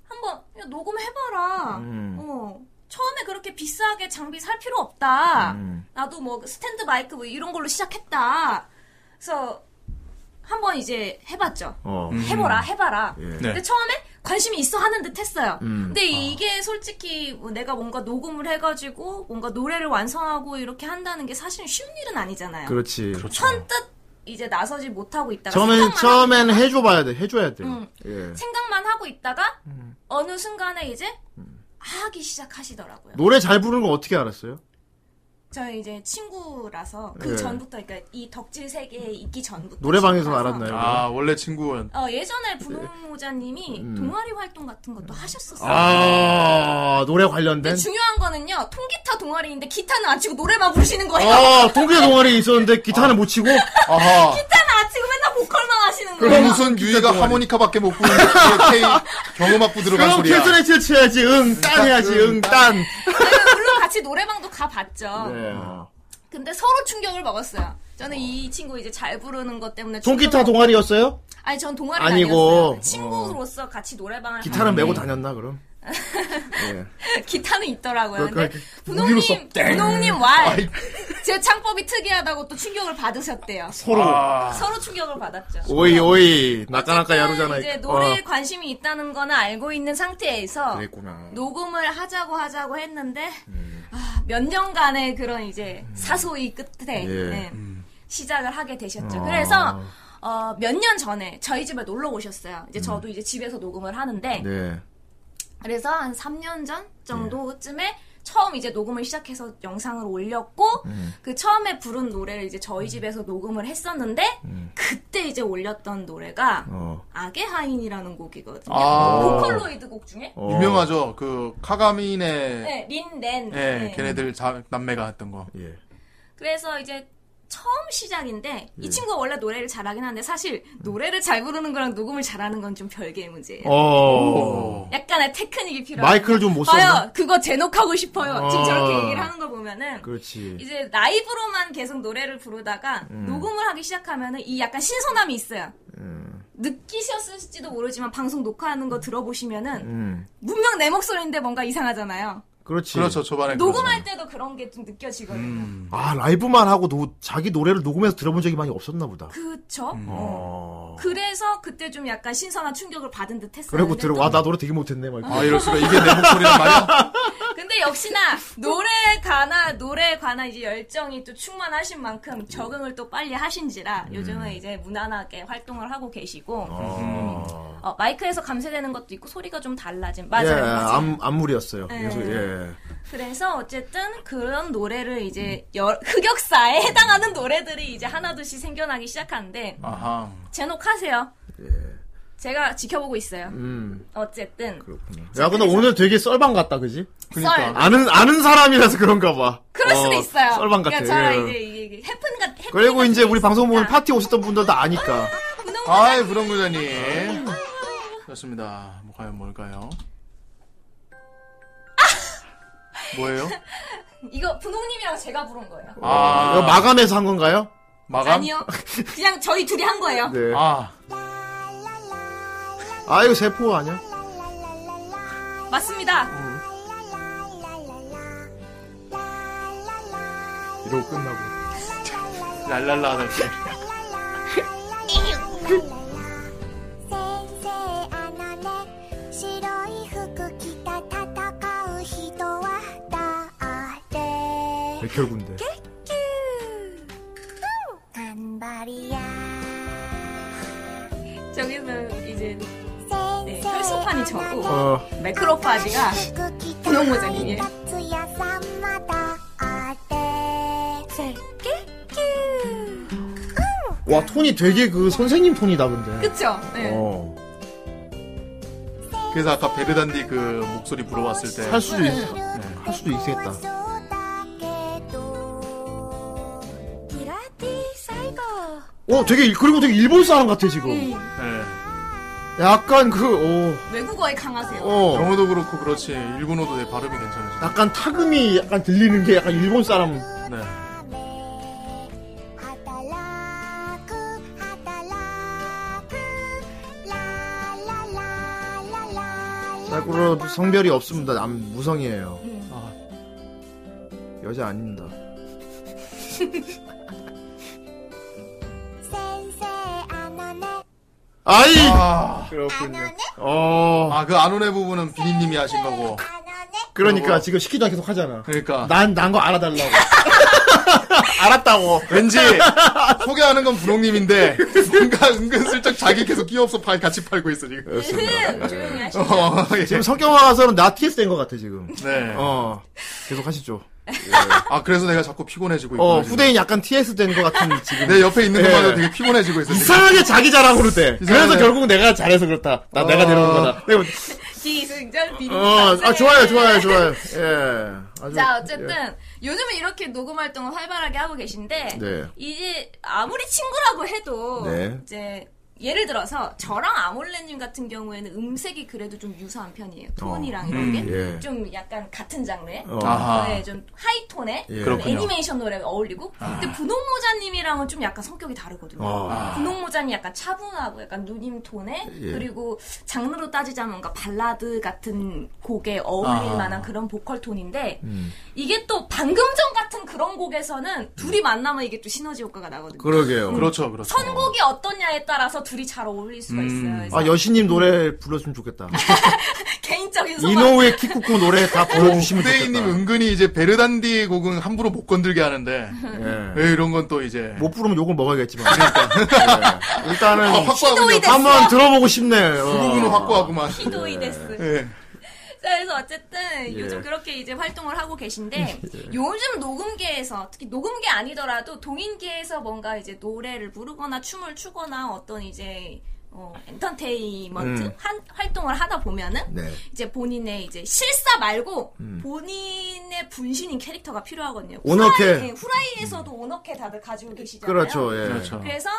Speaker 4: 한번 야, 녹음해봐라.
Speaker 1: 음.
Speaker 4: 어, 처음에 그렇게 비싸게 장비 살 필요 없다.
Speaker 1: 음.
Speaker 4: 나도 뭐 스탠드 마이크 뭐 이런 걸로 시작했다. 그래서 한번 이제 해봤죠.
Speaker 1: 어.
Speaker 4: 뭐 해보라, 해봐라.
Speaker 1: 예.
Speaker 4: 근데 처음에 관심이 있어 하는 듯 했어요.
Speaker 1: 음.
Speaker 4: 근데 이게 솔직히 뭐 내가 뭔가 녹음을 해가지고 뭔가 노래를 완성하고 이렇게 한다는 게 사실 쉬운 일은 아니잖아요.
Speaker 1: 그렇지.
Speaker 4: 선뜻 이제 나서지 못하고 있다가
Speaker 1: 처음엔,
Speaker 4: 생각만
Speaker 1: 처음엔 해줘봐야 돼. 해줘야 돼. 요
Speaker 4: 음.
Speaker 1: 예.
Speaker 4: 하- 생각만 하고 있다가
Speaker 1: 음.
Speaker 4: 어느 순간에 이제 하기 시작하시더라고요.
Speaker 1: 노래 잘 부르는 거 어떻게 알았어요?
Speaker 4: 저희 이제 친구라서 그
Speaker 1: 예.
Speaker 4: 전부터 그러니까 이 덕질 세계에 있기 전부터
Speaker 1: 노래방에서
Speaker 4: 친구라서
Speaker 1: 알았나요? 네.
Speaker 2: 아 원래 친구원.
Speaker 4: 어, 예전에 분홍모자님이
Speaker 1: 음.
Speaker 4: 동아리 활동 같은 것도 하셨었어요.
Speaker 1: 아, 노래
Speaker 4: 근데
Speaker 1: 관련된?
Speaker 4: 중요한 거는요, 통기타 동아리인데 기타는 안 치고 노래만 부르시는 거예요.
Speaker 1: 아, 동계 동아리 있었는데 기타는 못 치고?
Speaker 2: 아하.
Speaker 4: 기타는 안 치고 맨날 보컬만 하시는
Speaker 2: 그럼
Speaker 4: 거예요.
Speaker 2: 무슨 유이가 하모니카밖에 못 부르는 K 경음악부 들어간
Speaker 1: 그럼
Speaker 2: 소리야.
Speaker 1: 캐스레이트를 쳐야지, 응, 딴 해야지, 응, 딴.
Speaker 4: 아니, 물론 같이 노래방도 가봤죠.
Speaker 1: 네.
Speaker 4: 근데 서로 충격을 먹었어요. 저는 이 친구 이제 잘 부르는 것 때문에
Speaker 1: 동기타
Speaker 4: 주변에-
Speaker 1: 동아리였어요?
Speaker 4: 아니 전 동아리가 아니
Speaker 1: 아니고,
Speaker 4: 었어요 친구로서 같이 노래방을
Speaker 1: 기타는
Speaker 4: 갔는데
Speaker 1: 메고 다녔나 그럼? 예.
Speaker 4: 기타는 있더라고요.
Speaker 1: 그-
Speaker 4: 근데
Speaker 1: 그- 무기로 써.
Speaker 4: 분홍님 분홍님 왈. 제 창법이 특이하다고 또 충격을 받으셨대요.
Speaker 1: 서로. 아.
Speaker 4: 서로 충격을 받았죠.
Speaker 1: 음. 오이 오이 나까나까 야루잖아.
Speaker 4: 음.
Speaker 1: 어.
Speaker 4: 이제
Speaker 1: 이거.
Speaker 4: 노래에 관심이 있다는 거는 알고 있는 상태에서
Speaker 1: 그러니까. 그랬구나.
Speaker 4: 녹음을 하자고 하자고 했는데 아, 몇 년간의 그런 이제 사소이 끝에
Speaker 1: 예.
Speaker 4: 네, 시작을 하게 되셨죠.
Speaker 1: 아.
Speaker 4: 그래서 어, 몇 년 전에 저희 집에 놀러 오셨어요. 이제 저도 이제 집에서 녹음을 하는데
Speaker 1: 네.
Speaker 4: 그래서 한 3년 전 정도쯤에 처음 이제 녹음을 시작해서 영상을 올렸고 그 처음에 부른 노래를 이제 저희 집에서 녹음을 했었는데 그때 이제 올렸던 노래가
Speaker 1: 어.
Speaker 4: 악의 하인이라는 곡이거든요.
Speaker 2: 아.
Speaker 4: 보컬로이드 곡 중에
Speaker 2: 어. 유명하죠. 그 카가민의
Speaker 4: 네, 린넨.
Speaker 2: 예, 걔네들 자, 남매가 했던 거.
Speaker 1: 예.
Speaker 4: 그래서 이제 처음 시작인데
Speaker 1: 예.
Speaker 4: 이 친구가 원래 노래를 잘하긴 하는데 사실
Speaker 1: 음.
Speaker 4: 노래를 잘 부르는 거랑 녹음을 잘하는 건 좀 별개의 문제예요.
Speaker 1: 어.
Speaker 4: 약간의 테크닉이 필요해요.
Speaker 1: 마이크를 좀못 썼나?
Speaker 4: 봐요, 그거 제녹하고 싶어요.
Speaker 1: 어.
Speaker 4: 지금 저렇게 얘기를 하는 걸 보면은
Speaker 1: 그렇지.
Speaker 4: 이제 라이브로만 계속 노래를 부르다가 녹음을 하기 시작하면은 이 약간 신선함이 있어요.
Speaker 1: 음.
Speaker 4: 느끼셨을지도 모르지만 방송 녹화하는 거 들어보시면은
Speaker 1: 음.
Speaker 4: 분명 내 목소리인데 뭔가 이상하잖아요.
Speaker 1: 그렇지.
Speaker 2: 그렇죠.
Speaker 1: 네,
Speaker 2: 초반에
Speaker 4: 녹음할 때도 그런 게 좀 느껴지거든요.
Speaker 1: 아 라이브만 하고 노, 자기 노래를 녹음해서 들어본 적이 많이 없었나 보다.
Speaker 4: 그쵸?
Speaker 1: 어.
Speaker 4: 그래서 그때 좀 약간 신선한 충격을 받은 듯 했어요.
Speaker 1: 그리고 들어
Speaker 4: 그러니까.
Speaker 1: 와나 노래 되게 못했네 막. 이렇게.
Speaker 2: 아, 이럴 수가 이게 내 목소리란 말이야?
Speaker 4: 근데 역시나 노래에 관한 노래에 관한 이제 열정이 또 충만하신 만큼 적응을 또 빨리 하신지라
Speaker 1: 음.
Speaker 4: 요즘은 이제 무난하게 활동을 하고 계시고
Speaker 1: 아.
Speaker 4: 어, 마이크에서 감쇄되는 것도 있고 소리가 좀 달라진
Speaker 1: 예,
Speaker 4: 맞아요. 맞아요.
Speaker 1: 안, 안물이었어요.
Speaker 4: 네.
Speaker 1: 계속 예.
Speaker 4: 그래서 어쨌든 그런 노래를 이제 여- 흑역사에 해당하는 노래들이 이제 하나둘씩 생겨나기 시작하는데
Speaker 2: 아하.
Speaker 4: 제녹하세요. 제가 지켜보고 있어요.
Speaker 1: 예. 음.
Speaker 4: 어쨌든
Speaker 1: 그렇구나. 야 근데 오늘 되게 썰방 같다 그지?
Speaker 4: 썰.
Speaker 2: 그러니까
Speaker 1: 아는 아는 사람이라서 그런가 봐.
Speaker 4: 그럴 수도
Speaker 1: 어,
Speaker 4: 있어요.
Speaker 1: 썰방 같아.
Speaker 4: 제가
Speaker 1: 예.
Speaker 4: 이제 이게, 이게 해픈 같 해픈
Speaker 1: 그리고
Speaker 4: 같은
Speaker 1: 이제
Speaker 4: 게
Speaker 1: 우리 방송 보면
Speaker 4: 있으니까.
Speaker 1: 파티 오셨던 분들 다 아니까.
Speaker 2: 아이 불원구자님. 그렇습니다. 뭐 과연 뭘까요? 아! 뭐예요?
Speaker 4: 이거 분홍님이랑 제가 부른 거예요.
Speaker 2: 아.
Speaker 1: 어, 이거 마감해서 한 건가요?
Speaker 2: 마감?
Speaker 4: 아니요. 그냥 저희 둘이 한 거예요.
Speaker 1: 네.
Speaker 2: 아,
Speaker 1: 아 이거 세포 아니야?
Speaker 4: 맞습니다.
Speaker 1: 이러고
Speaker 4: 아,
Speaker 1: 끝나고.
Speaker 2: 랄랄라 할 때.
Speaker 1: 백혈군데.
Speaker 7: 頑張りや
Speaker 4: 저기는 이제
Speaker 7: 先
Speaker 4: 네,
Speaker 7: 生
Speaker 4: 혈소판이 저고
Speaker 1: 어.
Speaker 4: 매크로파지가
Speaker 7: 服着た
Speaker 4: 분홍모자님이에요.
Speaker 7: つやさまだあれせっけきゅう
Speaker 1: 와 톤이 되게 그 선생님 톤이다 근데.
Speaker 4: 그쵸? 네.
Speaker 1: 어.
Speaker 2: 그래서 아까 베르단디 그 목소리 불어왔을 때.
Speaker 1: 할 수도 있,
Speaker 7: 네.
Speaker 1: 네, 할 수도 있겠다.
Speaker 7: そうだけどピラティ最後
Speaker 1: 어 되게 그리고 되게 일본 사람 같아 지금.
Speaker 2: 네.
Speaker 1: 약간 그 어.
Speaker 4: 외국어에 강하세요.
Speaker 1: 어.
Speaker 2: 영어도 그렇고 그렇지 일본어도 내 발음이 괜찮으시네.
Speaker 1: 약간 타금이 약간 들리는 게 약간 일본 사람.
Speaker 2: 네.
Speaker 7: 働く働くララララララ
Speaker 1: 자꾸로 성별이 없습니다. 남 무성이에요. 아. 여자 아닙니다.
Speaker 7: 先生あのね
Speaker 1: 아이.
Speaker 2: 아,
Speaker 1: 그렇군요. 어.
Speaker 2: 아그 안오네 부분은 비니님이 하신 거고.
Speaker 7: あのね
Speaker 1: 그러니까 지금 시키도 않고 계속 하잖아.
Speaker 2: 그러니까
Speaker 1: 난 난 거 알아달라고. 알았다고.
Speaker 2: 왠지 소개하는 건 분홍님인데 뭔가 은근슬쩍 자기 계속 끼어없어 팔 같이 팔고 있어 지금.
Speaker 4: 조용히 하시고.
Speaker 2: 어, 예.
Speaker 1: 지금 성격화 가서는 나 TS 된 것 같아 지금.
Speaker 2: 네.
Speaker 1: 어. 계속 하시죠.
Speaker 2: 아 그래서 내가 자꾸 피곤해지고 있고.
Speaker 1: 어 후대인 약간 TS 된 것 같은 지금.
Speaker 2: 내 옆에 있는
Speaker 1: 예.
Speaker 2: 것마다 되게 피곤해지고 있어. 지금.
Speaker 1: 이상하게 자기 자랑으로 돼. 그래서
Speaker 2: 이상하네.
Speaker 1: 결국 내가 잘해서 그렇다. 나 내가
Speaker 2: 어.
Speaker 1: 내려온 거다. 내가 뭐-
Speaker 4: 기승전 비리.
Speaker 1: 어, 아 좋아요, 좋아요, 좋아요. 예. 아주-
Speaker 4: 자, 어쨌든 요즘은 이렇게 녹음 활동을 활발하게 하고 계신데
Speaker 1: 예. 네.
Speaker 4: 이제 아무리 친구라고 해도
Speaker 1: 네.
Speaker 4: 이제 예를 들어서 저랑 아몰레님 같은 경우에는 음색이 그래도 좀 유사한 편이에요. 톤이랑 이런
Speaker 1: 음,
Speaker 4: 게 좀
Speaker 1: 예.
Speaker 4: 약간 같은 장르에
Speaker 1: 어. 아하.
Speaker 4: 네, 좀 하이톤에
Speaker 1: 예.
Speaker 4: 좀
Speaker 1: 그렇군요.
Speaker 4: 애니메이션 노래 어울리고 근데 분홍모자님이랑은 좀 약간 성격이 다르거든요.
Speaker 1: 아.
Speaker 4: 분홍모자님 약간 차분하고 약간 누님 톤에
Speaker 1: 예.
Speaker 4: 그리고 장르로 따지자면 뭔가 발라드 같은 곡에 어울릴
Speaker 1: 아.
Speaker 4: 만한 그런 보컬 톤인데
Speaker 1: 음.
Speaker 4: 이게 또 방금 전 같은 그런 곡에서는 둘이 만나면 이게 또 시너지 효과가 나거든요.
Speaker 1: 그러게요.
Speaker 2: 그렇죠, 그렇죠.
Speaker 4: 선곡이 어떠냐에 따라서 둘이 잘 어울릴 수가 있어요. 그래서
Speaker 1: 아 여신님 노래 불렀으면 좋겠다.
Speaker 4: 개인적인 소망.
Speaker 1: 이노우의 키쿠쿠 노래 다 불러주시면
Speaker 2: 홍대인님
Speaker 1: 좋겠다.
Speaker 2: 은근히 이제 베르단디 곡은 함부로 못 건들게 하는데
Speaker 1: 예.
Speaker 2: 왜 그러니까. 이런 건 또 이제
Speaker 1: 못 부르면 욕을 먹어야겠지만. 예. 일단은
Speaker 2: 아, 확고하군요.
Speaker 4: 시도이데스.
Speaker 1: 한번 들어보고 싶네.
Speaker 2: 그 부분은 확고하구만.
Speaker 4: 키도이 데스.
Speaker 2: 예.
Speaker 4: 자, 그래서 어쨌든
Speaker 1: 예.
Speaker 4: 요즘 그렇게 이제 활동을 하고 계신데 요즘 녹음계에서 특히 녹음계 아니더라도 동인계에서 뭔가 이제 노래를 부르거나 춤을 추거나 어떤 이제 어, 엔터테인먼트
Speaker 1: 음.
Speaker 4: 한- 활동을 하다 보면은
Speaker 1: 네.
Speaker 4: 이제 본인의 이제 실사 말고
Speaker 1: 음.
Speaker 4: 본인의 분신인 캐릭터가 필요하거든요.
Speaker 1: 오너케. 음.
Speaker 4: 후라이, 예, 후라이에서도 오너케 다들 가지고 계시잖아요.
Speaker 1: 그렇죠. 예.
Speaker 2: 그렇죠.
Speaker 4: 그래서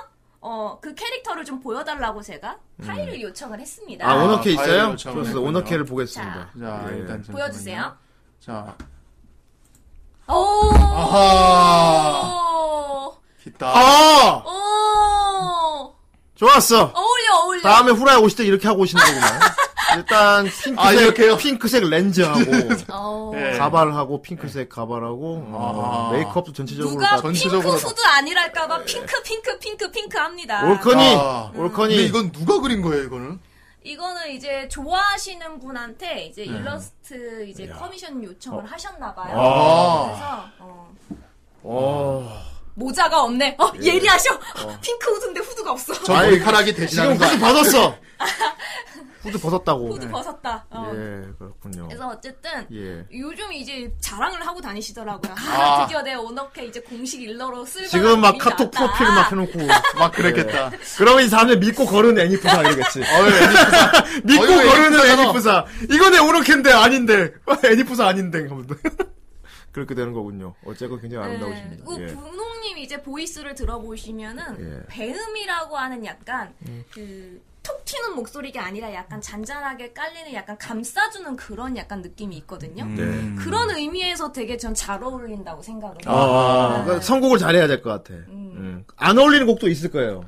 Speaker 4: 어, 그 캐릭터를 좀 보여달라고 제가 파일을 요청을 했습니다.
Speaker 1: 음. 아 오너케
Speaker 2: 아,
Speaker 1: 있어요?
Speaker 2: 파일을
Speaker 1: 좋습니다.
Speaker 2: 요청했군요.
Speaker 1: 오너케를 보겠습니다.
Speaker 2: 그렇죠. 자
Speaker 1: 예.
Speaker 2: 일단 잠깐만요.
Speaker 4: 보여주세요.
Speaker 2: 자
Speaker 4: 오.
Speaker 2: 아하
Speaker 4: 오.
Speaker 2: 있다.
Speaker 1: 아
Speaker 4: 오.
Speaker 1: 좋았어.
Speaker 4: 어울려 어울려.
Speaker 1: 다음에 후라이 오실 때 이렇게 하고 오시는 거구나. 일단 핑크색
Speaker 2: 아, 이렇게요?
Speaker 1: 핑크색 렌즈하고
Speaker 4: 어.
Speaker 1: 네,
Speaker 2: 예.
Speaker 1: 가발하고 핑크색 가발하고 어,
Speaker 2: 네. 아하.
Speaker 1: 메이크업도 전체적으로
Speaker 4: 누가
Speaker 1: 다
Speaker 2: 전체적으로
Speaker 4: 핑크 후드 아니랄까봐 핑크 핑크 핑크 핑크 합니다.
Speaker 1: 올커니 그-
Speaker 2: 아.
Speaker 1: 올커니
Speaker 2: 근데 이건 누가 그린 거예요 이거는?
Speaker 4: 이거는 이제 좋아하시는 분한테
Speaker 1: 네.
Speaker 4: 이제 일러스트 이제 커미션 요청을 하셨나봐요.
Speaker 2: 아.
Speaker 4: 그래서 어,
Speaker 1: 어.
Speaker 4: 모자가 없네. 어 예리하셔. 핑크 후드인데 후드가 없어.
Speaker 2: 저
Speaker 1: 아이,
Speaker 2: 머리카락이
Speaker 1: 지금
Speaker 2: 대신하는 거
Speaker 1: 후드 벗었어. 후드 벗었다고. 네.
Speaker 4: 후드 벗었다. 어.
Speaker 1: 예 그렇군요.
Speaker 4: 그래서 어쨌든
Speaker 1: 예.
Speaker 4: 요즘 이제 자랑을 하고 다니시더라고요. 아,
Speaker 2: 아.
Speaker 4: 드디어 내 오너케 이제 공식 일러로 쓸
Speaker 1: 지금 막
Speaker 4: 만한
Speaker 1: 카톡
Speaker 4: 일이 나왔다.
Speaker 1: 프로필 막 해놓고
Speaker 2: 막
Speaker 1: 예.
Speaker 2: 그랬겠다.
Speaker 1: 그러면 이 사람들 믿고 거르는 애니프사 이러겠지.
Speaker 2: 어이,
Speaker 1: 믿고
Speaker 2: 어이구,
Speaker 1: 거르는
Speaker 2: 애니프사잖아.
Speaker 1: 애니프사. 이건 내 오르캔데 아닌데. 어, 애니프사 아닌데. 하면서. 그렇게 되는 거군요. 어쨌건 굉장히
Speaker 4: 네.
Speaker 1: 아름다우십니다.
Speaker 4: 그
Speaker 1: 예.
Speaker 4: 분홍님 이제 보이스를 들어보시면은
Speaker 1: 예.
Speaker 4: 배음이라고 하는 약간 그. 톡 튀는 목소리가 아니라 약간 잔잔하게 깔리는 약간 감싸주는 그런 약간 느낌이 있거든요.
Speaker 2: 음.
Speaker 1: 네.
Speaker 4: 그런 의미에서 되게 전 잘 어울린다고 생각을 해요.
Speaker 1: 아, 그러니까 선곡을 잘해야 될 것 같아. 음. 안 어울리는 곡도 있을 거예요.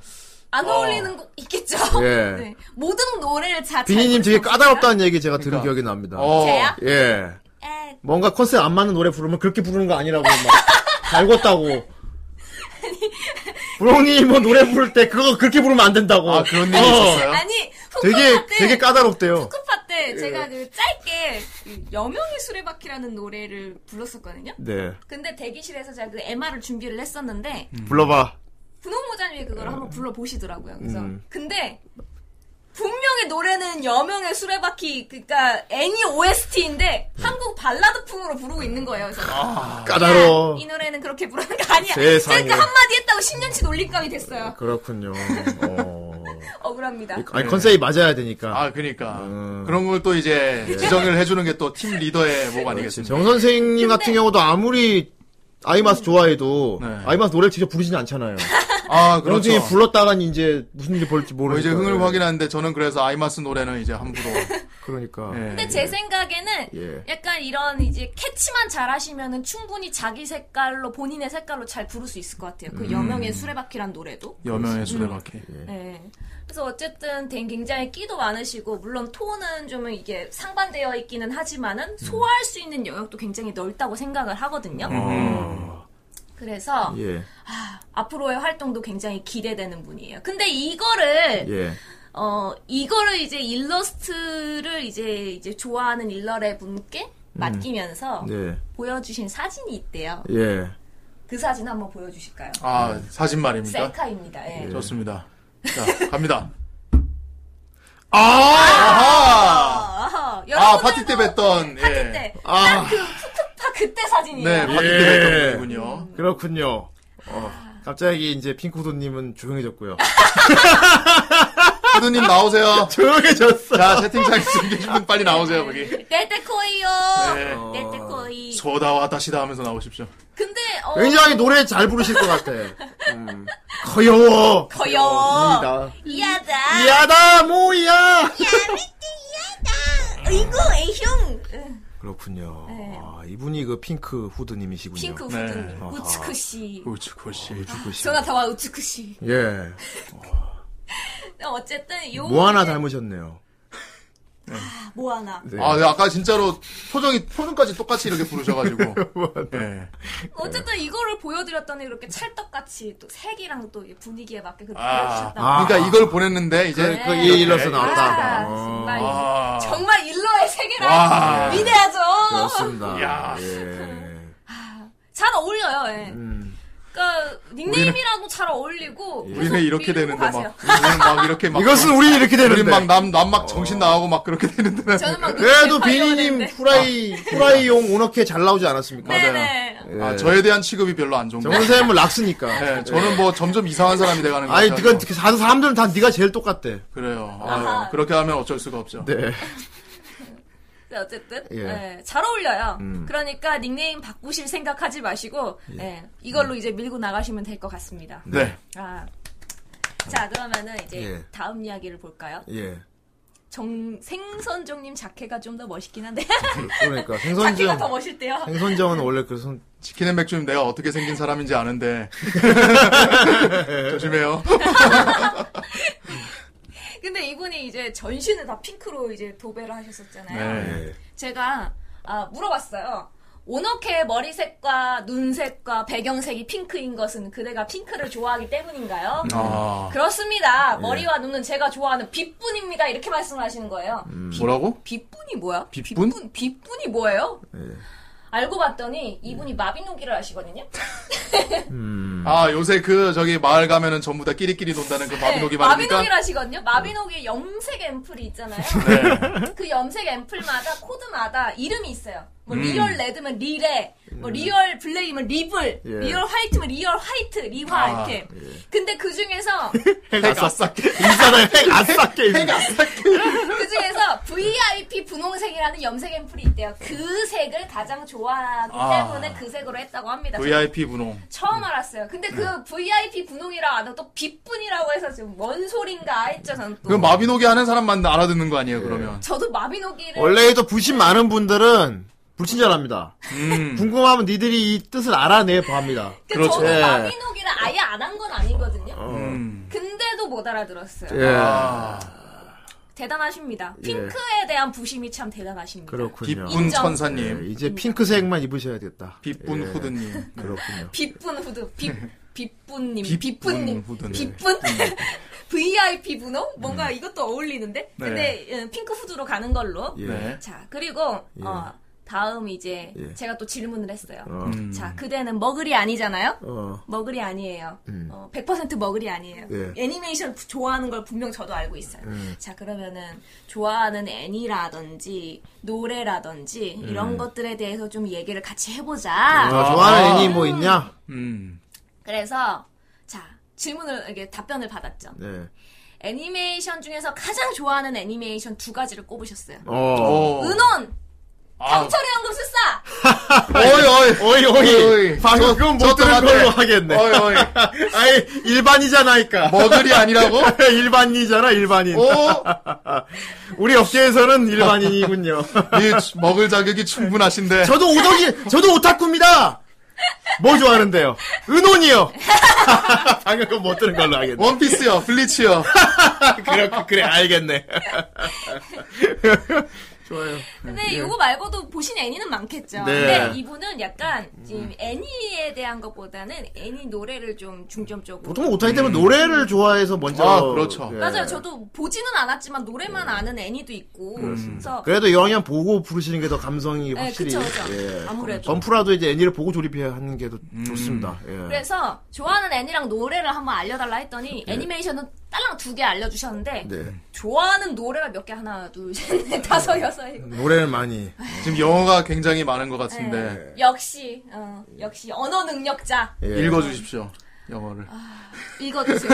Speaker 4: 안 어울리는 거 있겠죠?
Speaker 1: 예.
Speaker 4: 네. 모든 노래를 다. 잘
Speaker 1: 비니님
Speaker 4: 부를
Speaker 1: 되게
Speaker 4: 수 없으니까.
Speaker 1: 까다롭다는 얘기 제가 들은
Speaker 2: 그러니까.
Speaker 1: 기억이 납니다.
Speaker 2: 어.
Speaker 4: 제야?
Speaker 1: 예.
Speaker 4: 에,
Speaker 1: 뭔가 컨셉 안 맞는 노래 부르면 그렇게 부르는 거 아니라고 막 달궜다고. 브로니 뭐 노래 부를 때 그거 그렇게 부르면 안 된다고.
Speaker 2: 아 그런 일이
Speaker 1: 어.
Speaker 2: 있었어요?
Speaker 4: 아니,
Speaker 1: 되게
Speaker 4: 후쿠파 때
Speaker 1: 되게 까다롭대요.
Speaker 4: 후쿠파 때
Speaker 1: 예.
Speaker 4: 제가 그 짧게 그 여명의 수레바퀴라는 노래를 불렀었거든요.
Speaker 1: 네.
Speaker 4: 근데 대기실에서 제가 그 MR을 준비를 했었는데
Speaker 1: 음. 불러봐.
Speaker 4: 분홍 모자님이 그걸 한번 불러 보시더라고요. 그래서
Speaker 1: 음.
Speaker 4: 근데 분명히 노래는 여명의 수레바퀴 그러니까 애니 OST인데 한국 발라드풍으로 부르고 있는 거예요. 그래서
Speaker 1: 까다로워.
Speaker 4: 아. 야, 이 노래는 그렇게 부르는 거 아니야.
Speaker 1: 아. 세상에. 아,
Speaker 4: 제가 그 한마디 했다고 10년치 놀림감이 됐어요.
Speaker 1: 그렇군요. 어.
Speaker 4: 억울합니다.
Speaker 1: 아니 컨셉이 맞아야 되니까.
Speaker 2: 아 그러니까
Speaker 1: 음.
Speaker 2: 그런 걸 또 이제 지정을 해주는 게 또 팀 리더의 목 아니겠습니까?
Speaker 1: 정 선생님 같은 경우도 아무리
Speaker 4: 음.
Speaker 1: 아이마스 좋아해도
Speaker 2: 네.
Speaker 1: 아이마스 노래를 직접 부르지는 않잖아요.
Speaker 2: 아 그렇죠.
Speaker 1: 나중에 불렀다간 네. 이제 무슨 일이 벌일지
Speaker 2: 뭐
Speaker 1: 모르니까.
Speaker 2: 이제 흥을 확인하는데 저는 그래서 아이마스 노래는 이제 함부로.
Speaker 1: 그러니까.
Speaker 2: 예.
Speaker 4: 근데 제 생각에는
Speaker 1: 예.
Speaker 4: 약간 이런 이제 캐치만 잘하시면은 충분히 자기 색깔로 본인의 색깔로 잘 부를 수 있을 것 같아요. 그
Speaker 1: 음.
Speaker 4: 여명의 수레바퀴란 노래도.
Speaker 2: 여명의 수레바퀴.
Speaker 4: 네. 그래서 어쨌든 댕 굉장히 끼도 많으시고 물론 톤은 좀 이게 상반되어 있기는
Speaker 1: 음.
Speaker 4: 하지만은 소화할 수 있는 영역도 굉장히 넓다고 생각을 하거든요.
Speaker 1: 어.
Speaker 4: 그래서
Speaker 1: 예.
Speaker 4: 앞으로의 활동도 굉장히 기대되는 분이에요. 근데 이거를
Speaker 1: 예.
Speaker 4: 어, 이거를 이제 일러스트를 이제, 이제 좋아하는 일러레 분께
Speaker 2: 음.
Speaker 4: 맡기면서
Speaker 1: 네.
Speaker 4: 보여주신 사진이 있대요.
Speaker 1: 예.
Speaker 4: 그 사진 한번 보여주실까요?
Speaker 2: 아 사진 말입니다.
Speaker 4: 셀카입니다.
Speaker 1: 네.
Speaker 4: 예.
Speaker 2: 네. 좋습니다. 자 갑니다. 아하!
Speaker 4: 아, 아하.
Speaker 2: 아
Speaker 4: 여러분들도
Speaker 2: 파티 때 뵀던
Speaker 4: 파티
Speaker 2: 예.
Speaker 4: 때.
Speaker 1: 아.
Speaker 4: 딱그 후크파 그때 사진이에요.
Speaker 2: 네 파티
Speaker 1: 예.
Speaker 2: 때 뵀던 분이군요.
Speaker 1: 그렇군요. 어, 갑자기 이제 핑크도님은 조용해졌고요.
Speaker 2: 하두님 나오세요.
Speaker 1: 조용해졌어.
Speaker 2: 자 채팅창에 지금 계신 분 빨리 나오세요 거기.
Speaker 4: 때때코이요.
Speaker 2: 네.
Speaker 4: 때때코이.
Speaker 2: 소다와 다시다 하면서 나오십시오.
Speaker 4: 근데 어,
Speaker 1: 굉장히 노래 잘 부르실 것 같아. 음. 커여워.
Speaker 4: 거여워.
Speaker 1: 이다.
Speaker 2: 예.
Speaker 4: 이하다.
Speaker 1: 이하다 모이야.
Speaker 4: 이하다. 이거 애형.
Speaker 1: 그렇군요.
Speaker 4: 네.
Speaker 1: 아, 이분이 그 핑크 후드님이시군요.
Speaker 4: 핑크 아,
Speaker 2: 네. 어.
Speaker 4: 후드님.
Speaker 1: 아하.
Speaker 4: 우츠쿠시.
Speaker 2: 우츠코시.
Speaker 1: 후드씨.
Speaker 4: 소나타와 우츠쿠시.
Speaker 1: 예.
Speaker 4: 어쨌든 요
Speaker 1: 뭐 하나 닮으셨네요.
Speaker 4: 모아나.
Speaker 1: 네.
Speaker 2: 아, 네, 아까 진짜로 표정이, 표정까지 똑같이 이렇게 부르셔가지고. 네.
Speaker 4: 어쨌든 이거를 보여드렸더니 이렇게 찰떡같이 또 색이랑 또 이 분위기에 맞게 그렇게
Speaker 2: 아,
Speaker 4: 보여주셨다.
Speaker 1: 아.
Speaker 2: 그러니까 이걸 보냈는데, 이제. 예.
Speaker 1: 그, 이 일러서
Speaker 4: 아,
Speaker 1: 나왔다.
Speaker 4: 정말
Speaker 1: 어.
Speaker 2: 아,
Speaker 4: 정말 일러의
Speaker 2: 와.
Speaker 4: 세계라 위대하죠.
Speaker 1: 그렇습니다.
Speaker 2: 이야.
Speaker 1: 예.
Speaker 4: 잘 어울려요. 예.
Speaker 1: 음. 예.
Speaker 4: 그러니까 닉네임이랑도 잘 어울리고. 계속
Speaker 2: 우리는 이렇게
Speaker 4: 밀고
Speaker 2: 되는데,
Speaker 4: 가세요.
Speaker 2: 막. 우리는 막 이렇게 막.
Speaker 1: 이것은 우리 이렇게
Speaker 2: 우린
Speaker 1: 되는데. 어.
Speaker 2: 막 남, 남 막 정신 나가고 막 그렇게 되는데.
Speaker 4: 저는 막
Speaker 1: 그래도
Speaker 4: 눈빛
Speaker 1: 비니님
Speaker 4: 파이어냈는데.
Speaker 1: 후라이 후라이용 오너케 잘 나오지 않았습니까?
Speaker 4: 네네.
Speaker 1: 예.
Speaker 2: 아, 저에 대한 취급이 별로 안 좋은 거
Speaker 1: 정원 쌤은 락스니까.
Speaker 2: 네, 저는 뭐 점점 이상한 사람이 돼가는 거
Speaker 1: 아니,
Speaker 2: 같아요.
Speaker 1: 네가 사는 사람들은 다 네가 제일 똑같대.
Speaker 2: 그래요.
Speaker 4: 아하.
Speaker 2: 아유, 그렇게 하면 어쩔 수가 없죠.
Speaker 1: 네.
Speaker 4: 네, 어쨌든
Speaker 1: 예.
Speaker 4: 예, 잘 어울려요.
Speaker 1: 음.
Speaker 4: 그러니까 닉네임 바꾸실 생각하지 마시고 예, 이걸로 이제 밀고 나가시면 될 것 같습니다.
Speaker 2: 네.
Speaker 4: 아. 자 그러면은 이제
Speaker 1: 예.
Speaker 4: 다음 이야기를 볼까요?
Speaker 1: 예.
Speaker 4: 정 생선정님 자켓가 좀 더 멋있긴 한데
Speaker 1: 그러니까
Speaker 4: 자켓가 더
Speaker 1: 생선정
Speaker 4: 멋있대요.
Speaker 1: 생선정은 원래 그 손.
Speaker 2: 치킨앤 맥주님 내가 어떻게 생긴 사람인지 아는데. 조심해요.
Speaker 1: 예.
Speaker 4: 근데 이분이 이제 전신을 다 핑크로 이제 도배를 하셨었잖아요.
Speaker 2: 네.
Speaker 1: 예.
Speaker 4: 제가 아, 물어봤어요. 오너케 머리색과 눈색과 배경색이 핑크인 것은 그대가 핑크를 좋아하기 때문인가요?
Speaker 2: 아,
Speaker 1: 예.
Speaker 4: 그렇습니다. 머리와 눈은 제가 좋아하는 빛뿐입니다. 이렇게 말씀하시는 거예요.
Speaker 1: 음.
Speaker 2: 뭐라고?
Speaker 4: 빛뿐이 뭐야?
Speaker 2: 빛뿐?
Speaker 4: 빛뿐? 이 뭐예요?
Speaker 1: 예.
Speaker 4: 알고 봤더니 이분이 마비노기를 하시거든요.
Speaker 1: 음.
Speaker 2: 아, 요새 그, 저기, 마을 가면은 전부 다 끼리끼리 논다는 그 마비노기
Speaker 4: 네,
Speaker 2: 말입니까?
Speaker 4: 마비노기를 하시거든요. 마비노기의 염색 앰플이 있잖아요.
Speaker 2: 네.
Speaker 4: 그 염색 앰플마다 코드마다 이름이 있어요. 뭐
Speaker 2: 음.
Speaker 4: 리얼 레드면 리레, 뭐 리얼 블랙이면 리블,
Speaker 1: 예.
Speaker 4: 리얼 화이트면 리얼 화이트, 리화
Speaker 2: 아,
Speaker 4: 이렇게. 근데 그 중에서
Speaker 2: 핵 아싸 깨.
Speaker 1: 인사는 핵 아싸 게임.
Speaker 4: 그 중에서 VIP 분홍색이라는 염색 앰플이 있대요. 그 색을 가장 좋아하기
Speaker 2: 아.
Speaker 4: 때문에 그 색으로 했다고 합니다.
Speaker 2: VIP 분홍.
Speaker 4: 처음 알았어요. 근데 그 VIP 분홍이라 안 하고 또 빛분이라고 해서 지금 뭔 소린가 했죠, 저는 또.
Speaker 2: 그 마비노기 하는 사람만 알아듣는 거 아니에요, 그러면?
Speaker 4: 저도 마비노기를
Speaker 1: 원래도 불신 많은 분들은 불친절합니다.
Speaker 2: 음.
Speaker 1: 궁금하면 니들이 이 뜻을 알아내 봅니다.
Speaker 4: 그
Speaker 2: 그렇죠.
Speaker 4: 저도
Speaker 1: 예.
Speaker 4: 마비노기를 아예 안 한 건 아니거든요.
Speaker 2: 음.
Speaker 4: 근데도 못 알아들었어요.
Speaker 1: 예.
Speaker 2: 아,
Speaker 4: 대단하십니다.
Speaker 1: 예.
Speaker 4: 핑크에 대한 부심이 참 대단하십니다.
Speaker 1: 그렇군요.
Speaker 2: 빛분
Speaker 4: 인정.
Speaker 1: 예,
Speaker 2: 천사님.
Speaker 1: 이제 핑크색만 입으셔야겠다.
Speaker 2: 빛분
Speaker 1: 예,
Speaker 2: 후드님.
Speaker 1: 그렇군요.
Speaker 4: 빛분 후드 빛 빛분님
Speaker 2: 빛분
Speaker 4: 빛분님
Speaker 2: 후드네.
Speaker 4: 빛분 VIP 분홍 뭔가 이것도 어울리는데 근데 예, 핑크 후드로 가는 걸로
Speaker 1: 예.
Speaker 2: 네.
Speaker 4: 자 그리고 어, 다음 이제
Speaker 1: 예.
Speaker 4: 제가 또 질문을 했어요.
Speaker 1: 어.
Speaker 2: 음.
Speaker 4: 자 그대는 머글이 아니잖아요.
Speaker 1: 어. 음.
Speaker 4: 머글이 아니에요. 어, 100% 머글이 아니에요.
Speaker 1: 예. 음.
Speaker 4: 애니메이션 부- 좋아하는 걸 분명 저도 알고 있어요. 자, 그러면은 좋아하는 애니라든지 노래라든지 이런 것들에 대해서 좀 얘기를 같이 해보자.
Speaker 1: 음. 어, 좋아하는 애니 뭐 있냐?
Speaker 2: 음.
Speaker 4: 그래서 자, 질문을 이게 답변을 받았죠.
Speaker 1: 네.
Speaker 4: 애니메이션 중에서 가장 좋아하는 애니메이션 두 가지를 꼽으셨어요.
Speaker 1: 어.
Speaker 2: 어.
Speaker 4: 은혼,
Speaker 2: 아,
Speaker 4: 강철의 연금 술사.
Speaker 2: 어이, 어이.
Speaker 1: 어이, 어이.
Speaker 2: 어이.
Speaker 1: 방금
Speaker 2: 저-
Speaker 1: 그건 못
Speaker 2: 저도
Speaker 1: 들은
Speaker 2: 맞네.
Speaker 1: 걸로 하겠네.
Speaker 2: 어이, 어이.
Speaker 1: 아니, 일반이잖아니까.
Speaker 2: 머글이 아니라고? 어?
Speaker 1: 일반이잖아, 일반인.
Speaker 2: 오!
Speaker 1: 우리 업계에서는 일반인이군요.
Speaker 2: 이 주- 먹을 자격이 충분하신데.
Speaker 1: 저도 오덕이, 저도 오타쿠입니다! 뭐 좋아하는데요? 은혼이요! 방금 그건 못 들은 걸로 하겠네.
Speaker 2: 원피스요, 블리치요.
Speaker 1: 뭐, 그래, 그래, 알겠네.
Speaker 2: 좋아요.
Speaker 4: 근데 이거 네, 말고도 보신 애니는 많겠죠.
Speaker 1: 예. 네. 음.
Speaker 4: 근데 이분은 약간 지금 애니에 대한 것보다는 애니 노래를 좀 중점적으로
Speaker 1: 보통 오타이 때문에 노래를 좋아해서 먼저.
Speaker 2: 아, 그렇죠.
Speaker 1: 예.
Speaker 4: 맞아요. 저도 보지는 않았지만 노래만 아는 애니도 있고. 그래서
Speaker 1: 네. 그래도 영양 보고 부르시는 게 더 감성이
Speaker 4: 네,
Speaker 1: 확실히.
Speaker 4: 그쵸, 그쵸.
Speaker 1: 예.
Speaker 4: 아무래도.
Speaker 1: 점프라도 이제 애니를 보고 조립해야 하는 게 더 좋습니다. 예.
Speaker 4: 그래서 좋아하는 애니랑 노래를 한번 알려달라 했더니 애니메이션은 딸랑 두 개 알려주셨는데
Speaker 1: 네.
Speaker 4: 좋아하는 노래가 몇 개 하나 둘셋넷 다섯 여섯 일곱.
Speaker 1: 노래를 많이.
Speaker 2: 지금 영어가 굉장히 많은 것 같은데.
Speaker 4: 네. 역시 어, 역시 언어 능력자
Speaker 1: 예.
Speaker 2: 읽어주십시오. 영어를.
Speaker 4: 읽어주세요.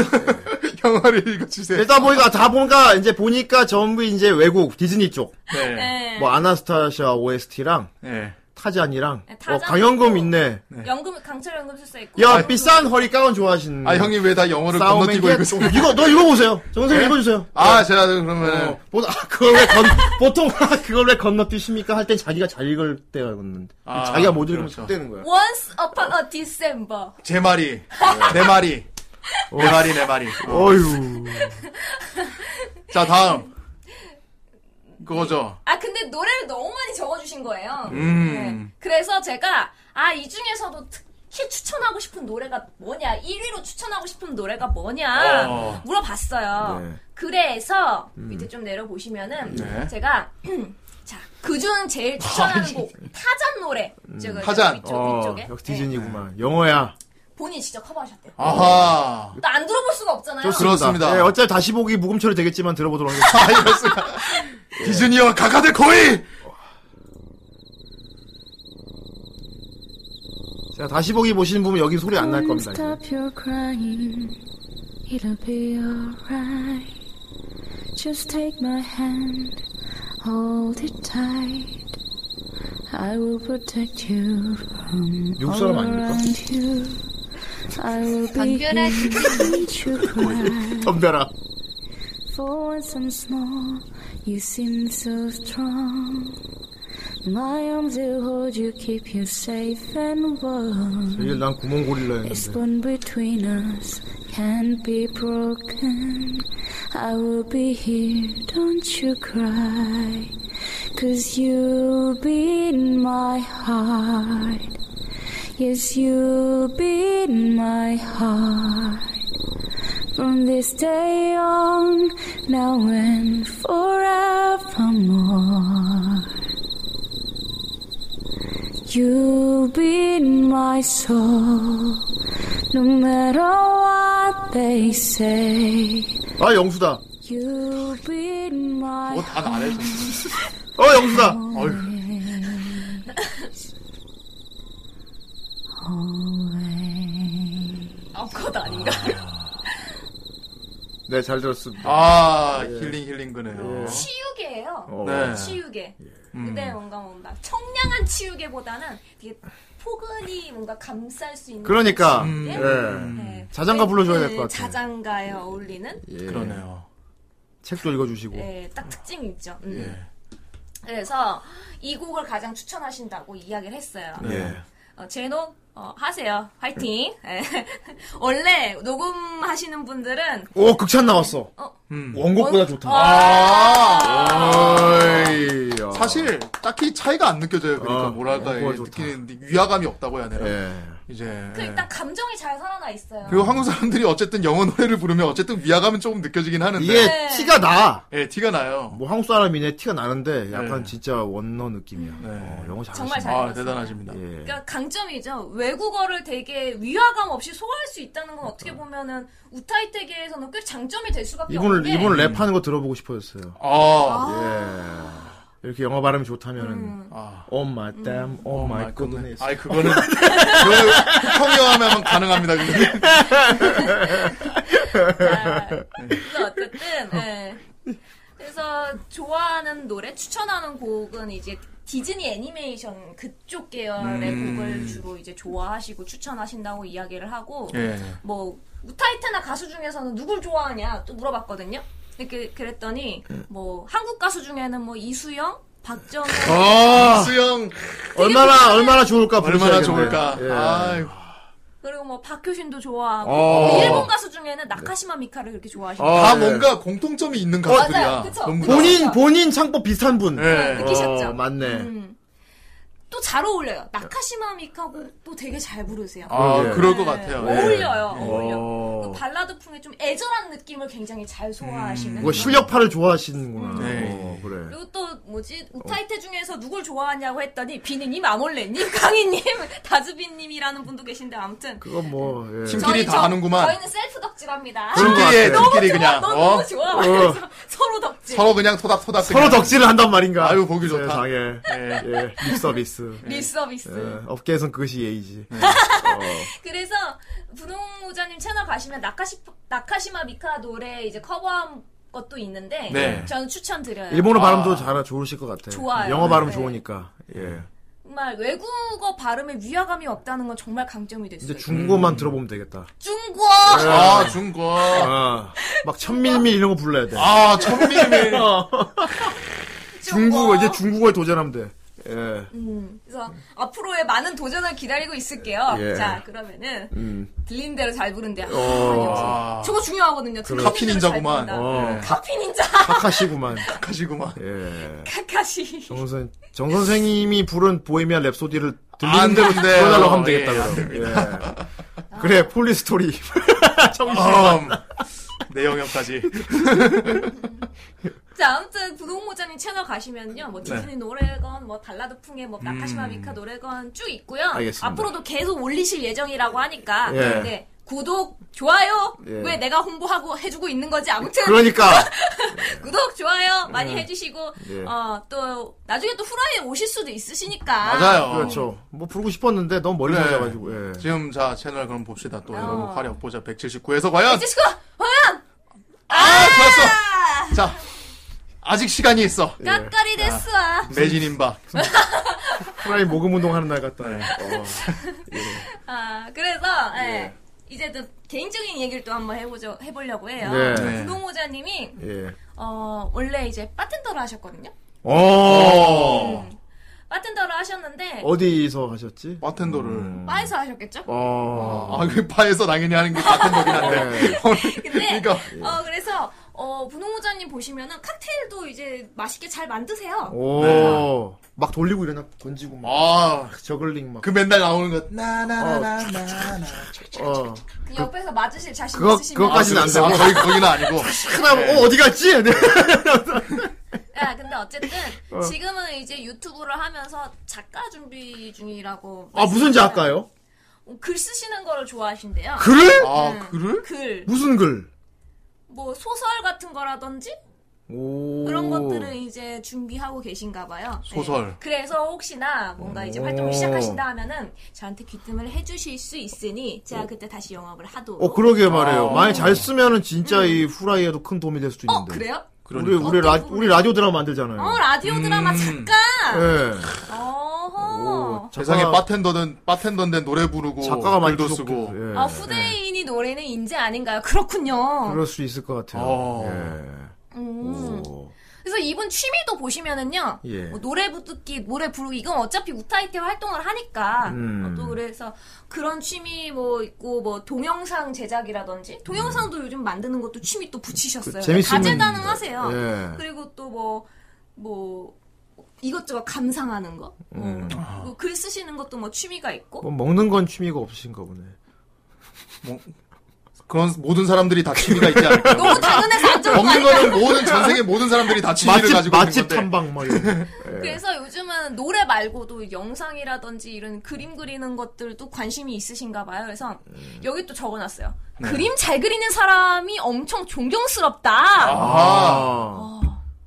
Speaker 2: 영어를 읽어주세요.
Speaker 1: 일단 보니까 다 보니까 이제 보니까 전부 이제 외국 디즈니 쪽 뭐
Speaker 2: 네.
Speaker 4: 네.
Speaker 1: 아나스타샤 OST랑
Speaker 2: 네.
Speaker 1: 타잔이랑
Speaker 4: 네,
Speaker 1: 어,
Speaker 4: 타잔
Speaker 1: 강연금
Speaker 4: 있고.
Speaker 1: 있네.
Speaker 4: 연금 강철 연금 실사 있고
Speaker 1: 야 비싼 허리 가운 좋아하시는.
Speaker 2: 아 형님 왜 다
Speaker 1: 음.
Speaker 2: 영어를
Speaker 1: 싸움의
Speaker 2: 건너뛰고
Speaker 1: 게-
Speaker 2: 읽으세요?
Speaker 1: 이거 너 읽어 보세요. 정선생
Speaker 2: 네?
Speaker 1: 읽어주세요.
Speaker 2: 아 제가 그러면
Speaker 1: 어, 보, 아, 그걸 왜 건, 보통 그걸 왜 건너뛰십니까? 할 땐 자기가 잘 읽을 때가 있는데
Speaker 2: 아,
Speaker 1: 자기가 못 읽으면
Speaker 2: 그렇죠.
Speaker 1: 그 되는 거야.
Speaker 4: Once upon a December
Speaker 2: 제 말이 내 말이 내 말이 내 말이. 어.
Speaker 1: 어휴.
Speaker 2: 자 다음 그거죠.
Speaker 4: 아 근데 노래를 너무 많이 적어주신 거예요
Speaker 2: 음.
Speaker 4: 네. 그래서 제가 아 이 중에서도 특히 추천하고 싶은 노래가 뭐냐 1위로 추천하고 싶은 노래가 뭐냐
Speaker 2: 어.
Speaker 4: 물어봤어요
Speaker 1: 네.
Speaker 4: 그래서 밑에 좀 내려보시면은
Speaker 2: 네.
Speaker 4: 제가 자 그중 제일 추천하는 곡 타잔 노래 제가
Speaker 2: 타잔.
Speaker 4: 이쪽,
Speaker 1: 어,
Speaker 4: 이쪽에
Speaker 1: 역시
Speaker 4: 네.
Speaker 1: 디즈니구만. 영어야.
Speaker 4: 본인이 직접 커버하셨대요
Speaker 2: 아하.
Speaker 4: 또 안 들어볼 수가 없잖아요
Speaker 2: 그렇습니다.
Speaker 1: 네, 어차피 다시 보기 무금 처리 되겠지만 들어보도록 하겠습니다.
Speaker 2: 아 이럴수가. 디즈니와 가가들 거의
Speaker 1: 자, 다시 보기 보시는 분은 여기 소리 안 날 겁니다. 이제.
Speaker 10: Stop your crying. It'll be alright. Just take my hand, hold it tight. I will protect you from
Speaker 1: 미국
Speaker 10: all
Speaker 1: 사람 아닙니까?
Speaker 10: around you. I will be here
Speaker 6: 변별하지
Speaker 10: to make you cry.
Speaker 1: 덤벼라.
Speaker 10: For once I'm small, you seem so strong. My arms will hold you, keep you safe and warm.
Speaker 1: 이난
Speaker 10: This
Speaker 1: 구멍고릴라였는데.
Speaker 10: bond between us can't be broken. I will be here, don't you cry. Cause you'll be in my heart. Yes, you'll be in my heart. From this day on, now and forevermore. You'll be in my soul, no matter what they say.
Speaker 1: 아, 영수다. 어,
Speaker 10: You'll be in my
Speaker 2: 뭐 다 나래. 정말.
Speaker 1: 영수다.
Speaker 2: 어휴.
Speaker 4: 어, 아무것 아닌가
Speaker 1: 네, 잘 들었습니다.
Speaker 2: 아 힐링 힐링 그네요.
Speaker 4: 치유계예요
Speaker 1: 어.
Speaker 2: 네.
Speaker 4: 치유계. 근데 뭔가 뭔가 청량한 치유계보다는 되게 포근히 뭔가 감쌀 수 있는.
Speaker 1: 그러니까,
Speaker 4: 예?
Speaker 1: 예.
Speaker 4: 네.
Speaker 1: 자장가 불러줘야 될
Speaker 4: 그
Speaker 1: 것 같아요.
Speaker 4: 자장가에 어울리는
Speaker 1: 예.
Speaker 2: 그러네요.
Speaker 1: 책도 읽어주시고.
Speaker 4: 예, 딱 특징이 있죠. 음.
Speaker 2: 예.
Speaker 4: 그래서 이 곡을 가장 추천하신다고 이야기를 했어요.
Speaker 1: 예.
Speaker 4: 어, 제노 어, 하세요. 화이팅. 예. 원래 녹음하시는 분들은 그
Speaker 1: 오, 극찬 나왔어.
Speaker 4: 어.
Speaker 2: 음.
Speaker 1: 원곡보다 아. 좋다. 어이, 야.
Speaker 2: 아. 사실 딱히 차이가 안 느껴져요. 그러니까
Speaker 1: 어,
Speaker 2: 뭐랄까
Speaker 1: 그거
Speaker 2: 이게
Speaker 1: 좋다.
Speaker 2: 느끼는 위화감이 없다고 해야 되나.
Speaker 1: 예.
Speaker 2: 이제
Speaker 4: 그 일단 감정이 잘 살아나 있어요.
Speaker 2: 그리고 한국 사람들이 어쨌든 영어 노래를 부르면 어쨌든 위화감은 조금 느껴지긴 하는데
Speaker 1: 이게
Speaker 4: 네.
Speaker 1: 티가 나.
Speaker 2: 예, 티가 나요.
Speaker 1: 뭐 한국 사람이네 티가 나는데 약간
Speaker 2: 네.
Speaker 1: 진짜 원너 느낌이야.
Speaker 2: 네.
Speaker 1: 어, 영어
Speaker 4: 정말
Speaker 1: 잘하시네.
Speaker 4: 잘
Speaker 2: 아
Speaker 4: 들었어요.
Speaker 2: 대단하십니다.
Speaker 1: 예.
Speaker 4: 그러니까 강점이죠. 외국어를 되게 위화감 없이 소화할 수 있다는 건 어떻게 보면은 우타이테계에서는 꽤 장점이 될 수밖에
Speaker 1: 그렇죠. 이분을
Speaker 4: 없는데
Speaker 1: 이분을 랩하는 거 들어보고 싶어졌어요.
Speaker 2: 아,
Speaker 1: 예. 이렇게 영어 발음이 좋다면은
Speaker 2: 아.
Speaker 1: Oh my damn,
Speaker 2: 음.
Speaker 1: oh,
Speaker 2: 어,
Speaker 1: my goodness.
Speaker 2: 아이 그거는 그거는 평영하면 가능합니다. 그거는.
Speaker 4: 네. 그래서 어쨌든 예. 그래서 좋아하는 노래 추천하는 곡은 이제 디즈니 애니메이션 그쪽 계열의
Speaker 1: 음.
Speaker 4: 곡을 주로 이제 좋아하시고 추천하신다고 이야기를 하고
Speaker 2: 예.
Speaker 4: 뭐 우타이테나 가수 중에서는 누굴 좋아하냐 또 물어봤거든요. 이렇게 그랬더니
Speaker 1: 예.
Speaker 4: 뭐 한국 가수 중에는 뭐 이수영, 박정현
Speaker 1: 아,
Speaker 2: 수영
Speaker 1: 얼마나 얼마나 좋을까
Speaker 2: 얼마나
Speaker 1: 부르셔야겠네.
Speaker 2: 좋을까.
Speaker 1: 예.
Speaker 2: 아이고.
Speaker 4: 그리고 뭐 박효신도 좋아하고 뭐
Speaker 1: 어.
Speaker 4: 일본 가수
Speaker 2: 네.
Speaker 4: 중에는 나카시마 미카를 그렇게 좋아하시고
Speaker 1: 어,
Speaker 2: 다
Speaker 1: 예.
Speaker 2: 뭔가 공통점이 있는 가수들이야.
Speaker 4: 맞아요. 그쵸?
Speaker 2: 전부 다.
Speaker 1: 본인 본인 창법 비슷한 분.
Speaker 2: 예.
Speaker 4: 느끼셨죠? 음,
Speaker 1: 어, 맞네.
Speaker 4: 또 잘 어울려요. 나카시마 미카곡도 되게 잘 부르세요.
Speaker 2: 네. 아
Speaker 1: 예.
Speaker 2: 그럴 것
Speaker 4: 네,
Speaker 2: 같아요. 예.
Speaker 4: 어울려요.
Speaker 1: 어.
Speaker 4: 어울려. 그 발라드풍의 좀 애절한 느낌을 굉장히 잘
Speaker 2: 음.
Speaker 4: 소화하시는.
Speaker 1: 뭐 실력파를 좋아하시는구나.
Speaker 2: 네.
Speaker 1: 어, 그래.
Speaker 4: 그리고 또 뭐지
Speaker 2: 어.
Speaker 4: 우타이테 중에서 누굴 좋아하냐고 했더니 비니님, 아몰레님, 강희님, 다즈비님이라는 분도 계신데 아무튼
Speaker 1: 그건 뭐 예.
Speaker 2: 팀끼리 다 하는구만.
Speaker 4: 저희는 셀프 덕질합니다.
Speaker 1: 것
Speaker 2: 팀끼리
Speaker 1: 같아.
Speaker 2: 팀끼리
Speaker 4: 좋아,
Speaker 2: 그냥
Speaker 4: 너
Speaker 2: 어?
Speaker 4: 너무 좋아. 그래서 서로 덕질.
Speaker 2: 서로 그냥 토닥토닥
Speaker 1: 서로
Speaker 2: 그냥.
Speaker 1: 덕질을 한단 말인가.
Speaker 2: 아유, 보기 좋다.
Speaker 1: 세상에.
Speaker 2: 예.
Speaker 1: 예. 립서비스.
Speaker 4: 립서비스.
Speaker 2: 네.
Speaker 1: 예. 업계에선 그것이 예의지.
Speaker 4: 네. 그래서 분홍모자님 채널 가시면 나카시, 나카시마 미카 노래 이제 커버한 것도 있는데
Speaker 2: 네.
Speaker 4: 저는 추천드려요.
Speaker 1: 일본어 발음도
Speaker 2: 아.
Speaker 1: 잘 좋으실 것 같아요.
Speaker 4: 좋아요.
Speaker 1: 영어 발음
Speaker 4: 네.
Speaker 1: 좋으니까. 예.
Speaker 4: 막 정말 외국어 발음에 위화감이 없다는 건 정말 강점이 됐어요.
Speaker 1: 이제
Speaker 2: 음.
Speaker 1: 중고만 네. 들어보면 되겠다.
Speaker 4: 중고.
Speaker 2: 아, 중고.
Speaker 1: 어. 막
Speaker 4: 음.
Speaker 1: 천밀밀 이런 거 불러야 돼.
Speaker 2: 아, 천밀밀.
Speaker 1: 어. 중국어 이제 중국어에 도전하면 돼. 예.
Speaker 4: 음, 그래서 앞으로의 많은 도전을 기다리고 있을게요.
Speaker 1: 예.
Speaker 4: 자, 그러면은
Speaker 1: 음.
Speaker 4: 들리는 대로 잘 부른대요. 아,
Speaker 1: 어.
Speaker 4: 역시. 저거 중요하거든요. 들리는
Speaker 2: 카피
Speaker 4: 대로 잘
Speaker 2: 닌자구만.
Speaker 4: 부른다.
Speaker 1: 어.
Speaker 4: 카피 닌자.
Speaker 1: 카카시구만.
Speaker 2: 가시구만.
Speaker 1: 예.
Speaker 4: 카카시.
Speaker 1: 정선 정 선생님이 부른 보헤미안 랩소디를 들리는
Speaker 2: 안
Speaker 1: 대로
Speaker 2: 돼요.
Speaker 1: 불러달라고 하면
Speaker 2: 예,
Speaker 1: 되겠다
Speaker 2: 안
Speaker 1: 그럼. 예. 그래 폴리 스토리.
Speaker 2: 음, 내 영역까지.
Speaker 4: 자, 아무튼 부동모자님 채널 가시면요.
Speaker 1: 네.
Speaker 4: 뭐 디즈니 노래건 뭐 발라드 풍의 뭐 나카시마 미카 노래건 쭉 있고요.
Speaker 1: 음. 알겠습니다.
Speaker 4: 앞으로도 계속 올리실 예정이라고 하니까.
Speaker 1: 예.
Speaker 4: 네. 구독, 좋아요.
Speaker 1: 예.
Speaker 4: 왜 내가 홍보하고 해주고 있는 거지? 아무튼
Speaker 1: 그러니까
Speaker 4: 구독, 좋아요 많이 해주시고
Speaker 1: 예.
Speaker 4: 어, 또 나중에 또 후라이에 오실 수도 있으시니까
Speaker 2: 맞아요.
Speaker 1: 그렇죠. 뭐 부르고 싶었는데 너무 멀리
Speaker 2: 그래.
Speaker 1: 찾아가지고. 예.
Speaker 2: 지금 자 채널 그럼 봅시다. 또 여러분
Speaker 4: 어.
Speaker 2: 화력 보자. 179에서 과연.
Speaker 4: 이제 시간 화면
Speaker 2: 아, 좋았어. 자, 아직 시간이 있어.
Speaker 1: 예.
Speaker 4: 까까리 됐어.
Speaker 2: 매진인바.
Speaker 1: 프라이 모금 운동하는 날 같다.
Speaker 2: 네.
Speaker 1: 어.
Speaker 4: 아, 그래서 예. 이제 또 개인적인 얘기를 또 한번 해보죠 해보려고 해요.
Speaker 1: 네.
Speaker 2: 네.
Speaker 4: 구동호자님이
Speaker 1: 예.
Speaker 4: 어, 원래 이제 바텐더를 하셨거든요. 음.
Speaker 1: 어.
Speaker 4: 바텐더를 하셨는데
Speaker 1: 어디서 하셨지?
Speaker 2: 바텐더를.
Speaker 1: 음.
Speaker 4: 바에서 하셨겠죠?
Speaker 1: 어.
Speaker 2: 아, 그 바에서 당연히 하는 게 바텐더긴
Speaker 1: 네.
Speaker 2: 한데.
Speaker 4: 근데
Speaker 2: 그러니까
Speaker 4: 어 그래서 어 분홍호자님 보시면은 칵테일도 이제 맛있게 잘 만드세요.
Speaker 1: 오. 막 돌리고 일어나 던지고 막
Speaker 2: 아,
Speaker 1: 저글링 막.
Speaker 2: 네. 그 맨날 나오는 거
Speaker 1: 네,
Speaker 2: 나나나나나나.
Speaker 1: 어.
Speaker 4: 그 옆에서 맞으실 자신
Speaker 1: 그거-
Speaker 4: 있으시면
Speaker 1: 그거- 그것까지는 안 되고.
Speaker 2: 아, 거기 거기는 아니고.
Speaker 1: 하나 어 어디 갔지? 네.
Speaker 4: 야, 예, 근데 어쨌든 지금은 이제 유튜브를 하면서 작가 준비 중이라고
Speaker 1: 아 무슨 작가요?
Speaker 4: 글 쓰시는 거를 좋아하신대요. 음,
Speaker 1: 글을?
Speaker 2: 아, 글을?
Speaker 4: 글,
Speaker 1: 무슨 글?
Speaker 4: 뭐 소설 같은 거라든지
Speaker 1: 오.
Speaker 4: 그런 것들은 이제 준비하고 계신가 봐요. 네.
Speaker 2: 소설.
Speaker 4: 그래서 혹시나 뭔가 이제
Speaker 1: 오.
Speaker 4: 활동을 시작하신다 하면은 저한테 귀뜸을 해주실 수 있으니 제가 그때 다시 영업을 하도록.
Speaker 1: 어 그러게 말해요.
Speaker 2: 아.
Speaker 1: 만약 잘 쓰면은 진짜 이 후라이에도 큰 도움이 될 수도
Speaker 4: 어,
Speaker 1: 있는데.
Speaker 4: 그래요?
Speaker 1: 우리 우리 라 우리 라디오 드라마 만들잖아요.
Speaker 4: 어 라디오 드라마
Speaker 2: 음.
Speaker 4: 작가.
Speaker 1: 예.
Speaker 4: 어허.
Speaker 1: 오,
Speaker 2: 세상에
Speaker 1: 작가-
Speaker 2: 바텐더는 바텐더인데 노래 부르고
Speaker 1: 작가가 많이
Speaker 2: 글도
Speaker 1: 구속돼.
Speaker 2: 쓰고.
Speaker 1: 예.
Speaker 4: 아 후대인이 노래는 인재 아닌가요? 그렇군요.
Speaker 1: 그럴 수 있을 것 같아요.
Speaker 2: 어.
Speaker 1: 예.
Speaker 4: 음.
Speaker 1: 오.
Speaker 4: 그래서 이분 취미도 보시면은요.
Speaker 1: 예.
Speaker 4: 뭐 노래 부르기, 노래 부르기 이건 어차피 우타이테 활동을 하니까
Speaker 1: 음.
Speaker 4: 어, 또 그래서 그런 취미 뭐 있고 뭐 동영상 제작이라든지 동영상도 요즘 만드는 것도 취미 또 붙이셨어요.
Speaker 1: 음. 그 재밌으면-
Speaker 4: 다재다능하세요.
Speaker 1: 예.
Speaker 4: 그리고 또 뭐 뭐 이것저것 감상하는 거,
Speaker 1: 음.
Speaker 4: 그리고 글 쓰시는 것도 뭐 취미가 있고
Speaker 1: 뭐 먹는 건 취미가 없으신가 보네.
Speaker 2: 그런 모든 사람들이 다 취미가 있지 않을까.
Speaker 1: 뭐
Speaker 4: 너무 당연해서 안 좋은 거
Speaker 2: 먹는
Speaker 4: 아니야?
Speaker 2: 거는 모든 전 세계 모든 사람들이 다 취미를
Speaker 1: 맛집
Speaker 2: 가지고
Speaker 1: 맛집
Speaker 2: 있는 건데.
Speaker 1: 탐방 막 이런. 거.
Speaker 4: 그래서 요즘은 노래 말고도 영상이라든지 이런 그림 그리는 것들도 관심이 있으신가 봐요. 그래서
Speaker 1: 음.
Speaker 4: 여기 또 적어놨어요.
Speaker 1: 네.
Speaker 4: 그림 잘 그리는 사람이 엄청 존경스럽다.
Speaker 1: 아.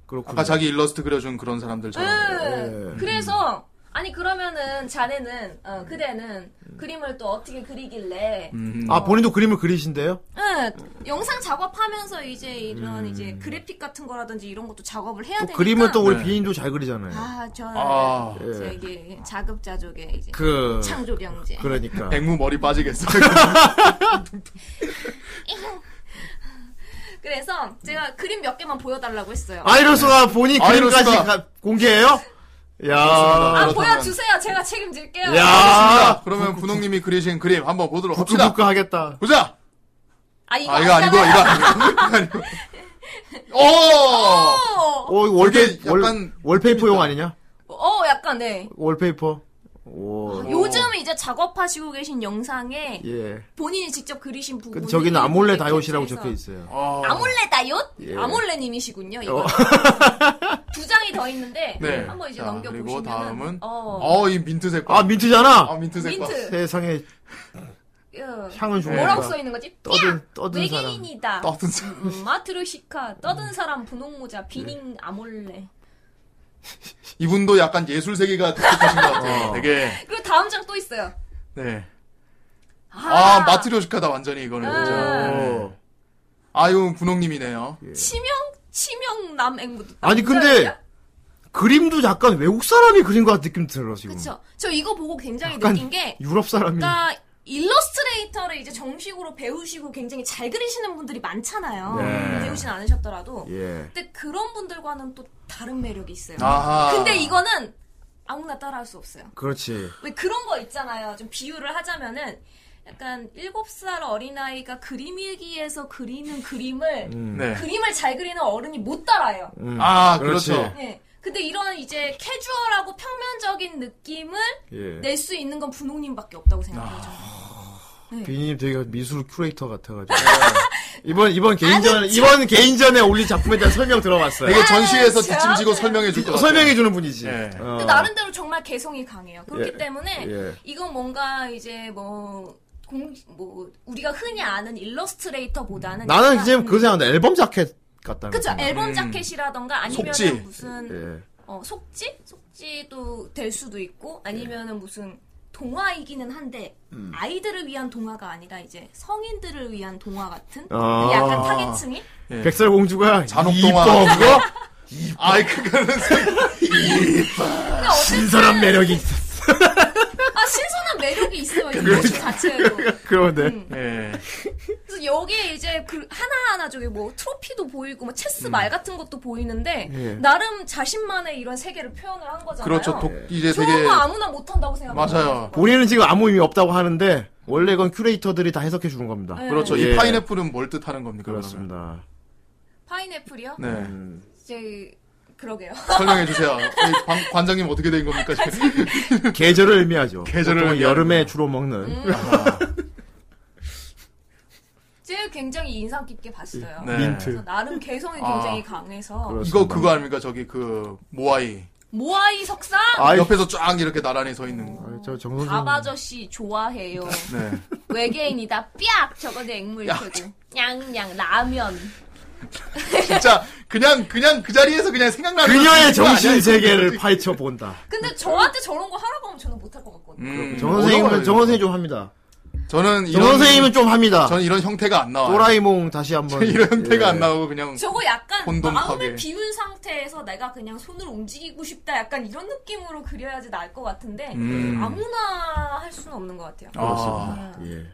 Speaker 1: 그렇군.
Speaker 2: 아. 아까 자기 일러스트 그려준 그런 사람들처럼.
Speaker 1: 네.
Speaker 4: 응. 음.
Speaker 1: 음.
Speaker 4: 그래서 아니 그러면은 자네는 어, 그대는
Speaker 1: 음.
Speaker 4: 그림을 또 어떻게 그리길래
Speaker 2: 음.
Speaker 1: 아 본인도 그림을 그리신대요?
Speaker 4: 응, 영상 작업하면서 이제 이런 이제 그래픽 같은 거라든지 이런 것도 작업을 해야
Speaker 1: 음. 또
Speaker 4: 되니까
Speaker 1: 그림을 또 우리
Speaker 2: 네.
Speaker 1: 비인도 잘 그리잖아요.
Speaker 4: 아,
Speaker 1: 예.
Speaker 4: 아저
Speaker 2: 아.
Speaker 4: 저기 자급자족의 이제
Speaker 1: 그
Speaker 4: 창조 경제
Speaker 1: 그러니까.
Speaker 2: 백무 머리 빠지겠어.
Speaker 4: 그래서 제가 그림 몇 개만 보여달라고 했어요. 아,
Speaker 1: 아이로스가 본인
Speaker 2: 아이로스가-
Speaker 1: 그림까지 가- 공개해요? 야.
Speaker 2: 그렇습니다. 그렇다면-
Speaker 4: 아, 보여주세요. 제가 책임질게요.
Speaker 1: 야.
Speaker 2: 그러면 분홍님이 그리신 그림 한번 보도록 합시다.
Speaker 1: 부끄부끄 하겠다.
Speaker 2: 보자.
Speaker 4: 아 이거
Speaker 2: 아 이거 아니고
Speaker 4: 아니잖아요.
Speaker 2: 이거 아니고. 이거 아니고. 오.
Speaker 4: 어, 그러니까.
Speaker 1: 어, 이거 월페,
Speaker 2: 이게
Speaker 1: 월,
Speaker 2: 약간
Speaker 1: 월페이퍼용 아니냐?
Speaker 4: 어 약간 네.
Speaker 1: 월페이퍼. 오.
Speaker 4: 요즘 이제 작업하시고 계신 영상에
Speaker 1: 예.
Speaker 4: 본인이 직접 그리신 부분.
Speaker 1: 근데 저기는 아몰레 다이옷이라고 적혀 있어요.
Speaker 2: 아.
Speaker 4: 아몰레 다이옷?
Speaker 1: 예. 어.
Speaker 4: 아몰레님이시군요. 이거 두 장이 더 있는데
Speaker 2: 네.
Speaker 4: 한번 이제
Speaker 2: 자,
Speaker 4: 넘겨
Speaker 2: 그리고
Speaker 4: 보시면.
Speaker 2: 다음은
Speaker 4: 어.
Speaker 2: 어, 이 민트색 봐.
Speaker 1: 아, 민트잖아.
Speaker 2: 아, 민트색 봐.
Speaker 4: 민트.
Speaker 1: 세상에
Speaker 4: 예.
Speaker 1: 향을 주고.
Speaker 4: 뭐라고 써 있는 거지?
Speaker 1: 떠든 네. 떠든 음. 사람.
Speaker 4: 외계인이다.
Speaker 2: 떠든 사람.
Speaker 4: 음, 마트루시카 떠든 사람 분홍 모자
Speaker 1: 네.
Speaker 4: 비닝 아몰레.
Speaker 2: 이분도 약간 예술 세계가 독특하신 것 같아요. 되게.
Speaker 4: 그리고 다음 장 또 있어요.
Speaker 2: 네. 아, 마트리오시카다 완전히 이거는 진짜.
Speaker 4: 아.
Speaker 2: 아,
Speaker 1: 오.
Speaker 2: 아유, 분홍님이네요.
Speaker 4: 치명 치명 남앵무도. 음.
Speaker 1: 아니 근데 그림도 약간 외국 사람이 그린 것 같은 느낌 들어 지금.
Speaker 4: 그쵸. 저 이거 보고 굉장히
Speaker 1: 약간
Speaker 4: 느낀 게
Speaker 1: 유럽 사람이.
Speaker 4: 그러니까 일러스트레이터를 이제 정식으로 배우시고 굉장히 잘 그리시는 분들이 많잖아요. 음,
Speaker 1: 네.
Speaker 4: 배우진 않으셨더라도.
Speaker 1: 예.
Speaker 4: 근데 그런 분들과는 또 다른 매력이 있어요.
Speaker 1: 아하.
Speaker 4: 근데 이거는 아무나 따라할 수 없어요.
Speaker 1: 그렇지.
Speaker 4: 왜 그런 거 있잖아요. 좀 비유를 하자면은 약간 7살 어린아이가 그림 일기에서 그리는 그림을
Speaker 1: 음.
Speaker 2: 네.
Speaker 4: 그림을 잘 그리는 어른이 못 따라요.
Speaker 1: 음,
Speaker 2: 아, 그렇죠.
Speaker 4: 예. 근데 이런 이제 캐주얼하고 평면적인 느낌을
Speaker 1: 예.
Speaker 4: 낼 수 있는 건 분홍님밖에 없다고 생각해요. 저는.
Speaker 1: 비님 되게 미술 큐레이터 같아가지고 이번 이번 개인전 이번 개인전에 올린 작품에 대한 설명 들어봤어요.
Speaker 4: 아,
Speaker 2: 되게 전시에서
Speaker 4: 진짜?
Speaker 2: 뒷짐지고 설명해 줄 것 같아요.
Speaker 1: 설명해 주는 분이지.
Speaker 2: 예.
Speaker 1: 어.
Speaker 4: 근데 나름대로 정말 개성이 강해요. 그렇기
Speaker 1: 예.
Speaker 4: 때문에
Speaker 1: 예.
Speaker 4: 이건 뭔가 이제 뭐. 공, 뭐 우리가 흔히 아는 일러스트레이터보다는
Speaker 1: 나는
Speaker 4: 약간
Speaker 1: 이제 그 생각나 앨범 자켓 같다는.
Speaker 4: 그쵸
Speaker 1: 생각.
Speaker 4: 앨범
Speaker 2: 음.
Speaker 4: 자켓이라던가 아니면
Speaker 2: 속지.
Speaker 4: 무슨
Speaker 1: 예.
Speaker 4: 어, 속지? 속지도 될 수도 있고 아니면은 무슨 동화이기는 한데
Speaker 2: 음.
Speaker 4: 아이들을 위한 동화가 아니라 이제 성인들을 위한 동화 같은 그
Speaker 1: 아.
Speaker 4: 약간 타겟층이
Speaker 2: 예.
Speaker 1: 백설공주가
Speaker 2: 잔혹동화.
Speaker 1: 이뻐 그거
Speaker 4: 네.
Speaker 2: 아이, 그거는
Speaker 4: 근데 어쨌든
Speaker 1: 신선한 매력이 있었어.
Speaker 4: 아 신선한 매력이 있어요 이
Speaker 2: 그렇죠.
Speaker 4: 모습 자체에도
Speaker 1: 그러네.
Speaker 4: 음.
Speaker 2: 예.
Speaker 4: 그래서 여기에 이제 그 하나하나 저기 뭐 트로피도 보이고 뭐 체스
Speaker 2: 음.
Speaker 4: 말 같은 것도 보이는데
Speaker 1: 예.
Speaker 4: 나름 자신만의 이런 세계를 표현을 한 거잖아요
Speaker 2: 그렇죠. 독 이제
Speaker 4: 좋은
Speaker 2: 되게
Speaker 4: 거 아무나 못한다고 생각해요
Speaker 2: 맞아요.
Speaker 1: 우리는 지금 아무 의미 없다고 하는데 원래 이건 큐레이터들이 다 해석해 주는 겁니다.
Speaker 4: 네.
Speaker 2: 그렇죠.
Speaker 1: 예.
Speaker 2: 이 파인애플은 뭘 뜻하는 겁니까? 그러면?
Speaker 1: 그렇습니다.
Speaker 4: 파인애플이요?
Speaker 2: 네.
Speaker 4: 이제 그러게요
Speaker 2: 설명해 주세요. 이 관- 관장님 어떻게 된 겁니까? 지금?
Speaker 1: 계절을 의미하죠.
Speaker 2: 계절을
Speaker 1: 보통은
Speaker 2: 의미하는
Speaker 1: 여름에 주로 먹는
Speaker 4: 음. 제일 굉장히 인상 깊게 봤어요
Speaker 2: 네.
Speaker 1: 민트.
Speaker 4: 그래서 나름 개성이
Speaker 2: 아.
Speaker 4: 굉장히 강해서
Speaker 2: 이거 그거 아닙니까? 저기 그 모아이
Speaker 4: 모아이 석상
Speaker 1: 아이.
Speaker 2: 옆에서 쫙 이렇게 나란히 서 있는. 거.
Speaker 1: 아, 저 정선생.
Speaker 4: 밥아저씨 좋아해요
Speaker 2: 네.
Speaker 4: 외계인이다 삐약 저거 내 앵물표도 냥냥 라면
Speaker 2: 진짜 그냥 그냥 그 자리에서 그냥 생각나는
Speaker 1: 그녀의
Speaker 2: 거 아니야,
Speaker 1: 정신
Speaker 2: 이거?
Speaker 1: 세계를 파헤쳐 본다.
Speaker 4: 근데 저한테 저런 거 하라고 하면 저는 못할 것 같거든요
Speaker 2: 음,
Speaker 1: 정선생님은
Speaker 2: 어려워요,
Speaker 1: 정선생님 좀 합니다.
Speaker 2: 이거. 저는 이런
Speaker 1: 정선생님은 좀 합니다.
Speaker 2: 저는 이런 형태가 안 나와요.
Speaker 1: 아. 또라이몽 다시 한번
Speaker 2: 이런 형태가
Speaker 1: 예.
Speaker 2: 안 나오고 그냥
Speaker 4: 저거 약간
Speaker 2: 혼돈하게.
Speaker 4: 마음을 비운 상태에서 내가 그냥 손을 움직이고 싶다 약간 이런 느낌으로 그려야지 나을 것 같은데
Speaker 2: 음.
Speaker 4: 아무나 할 수는 없는 것 같아요
Speaker 2: 아,
Speaker 1: 예.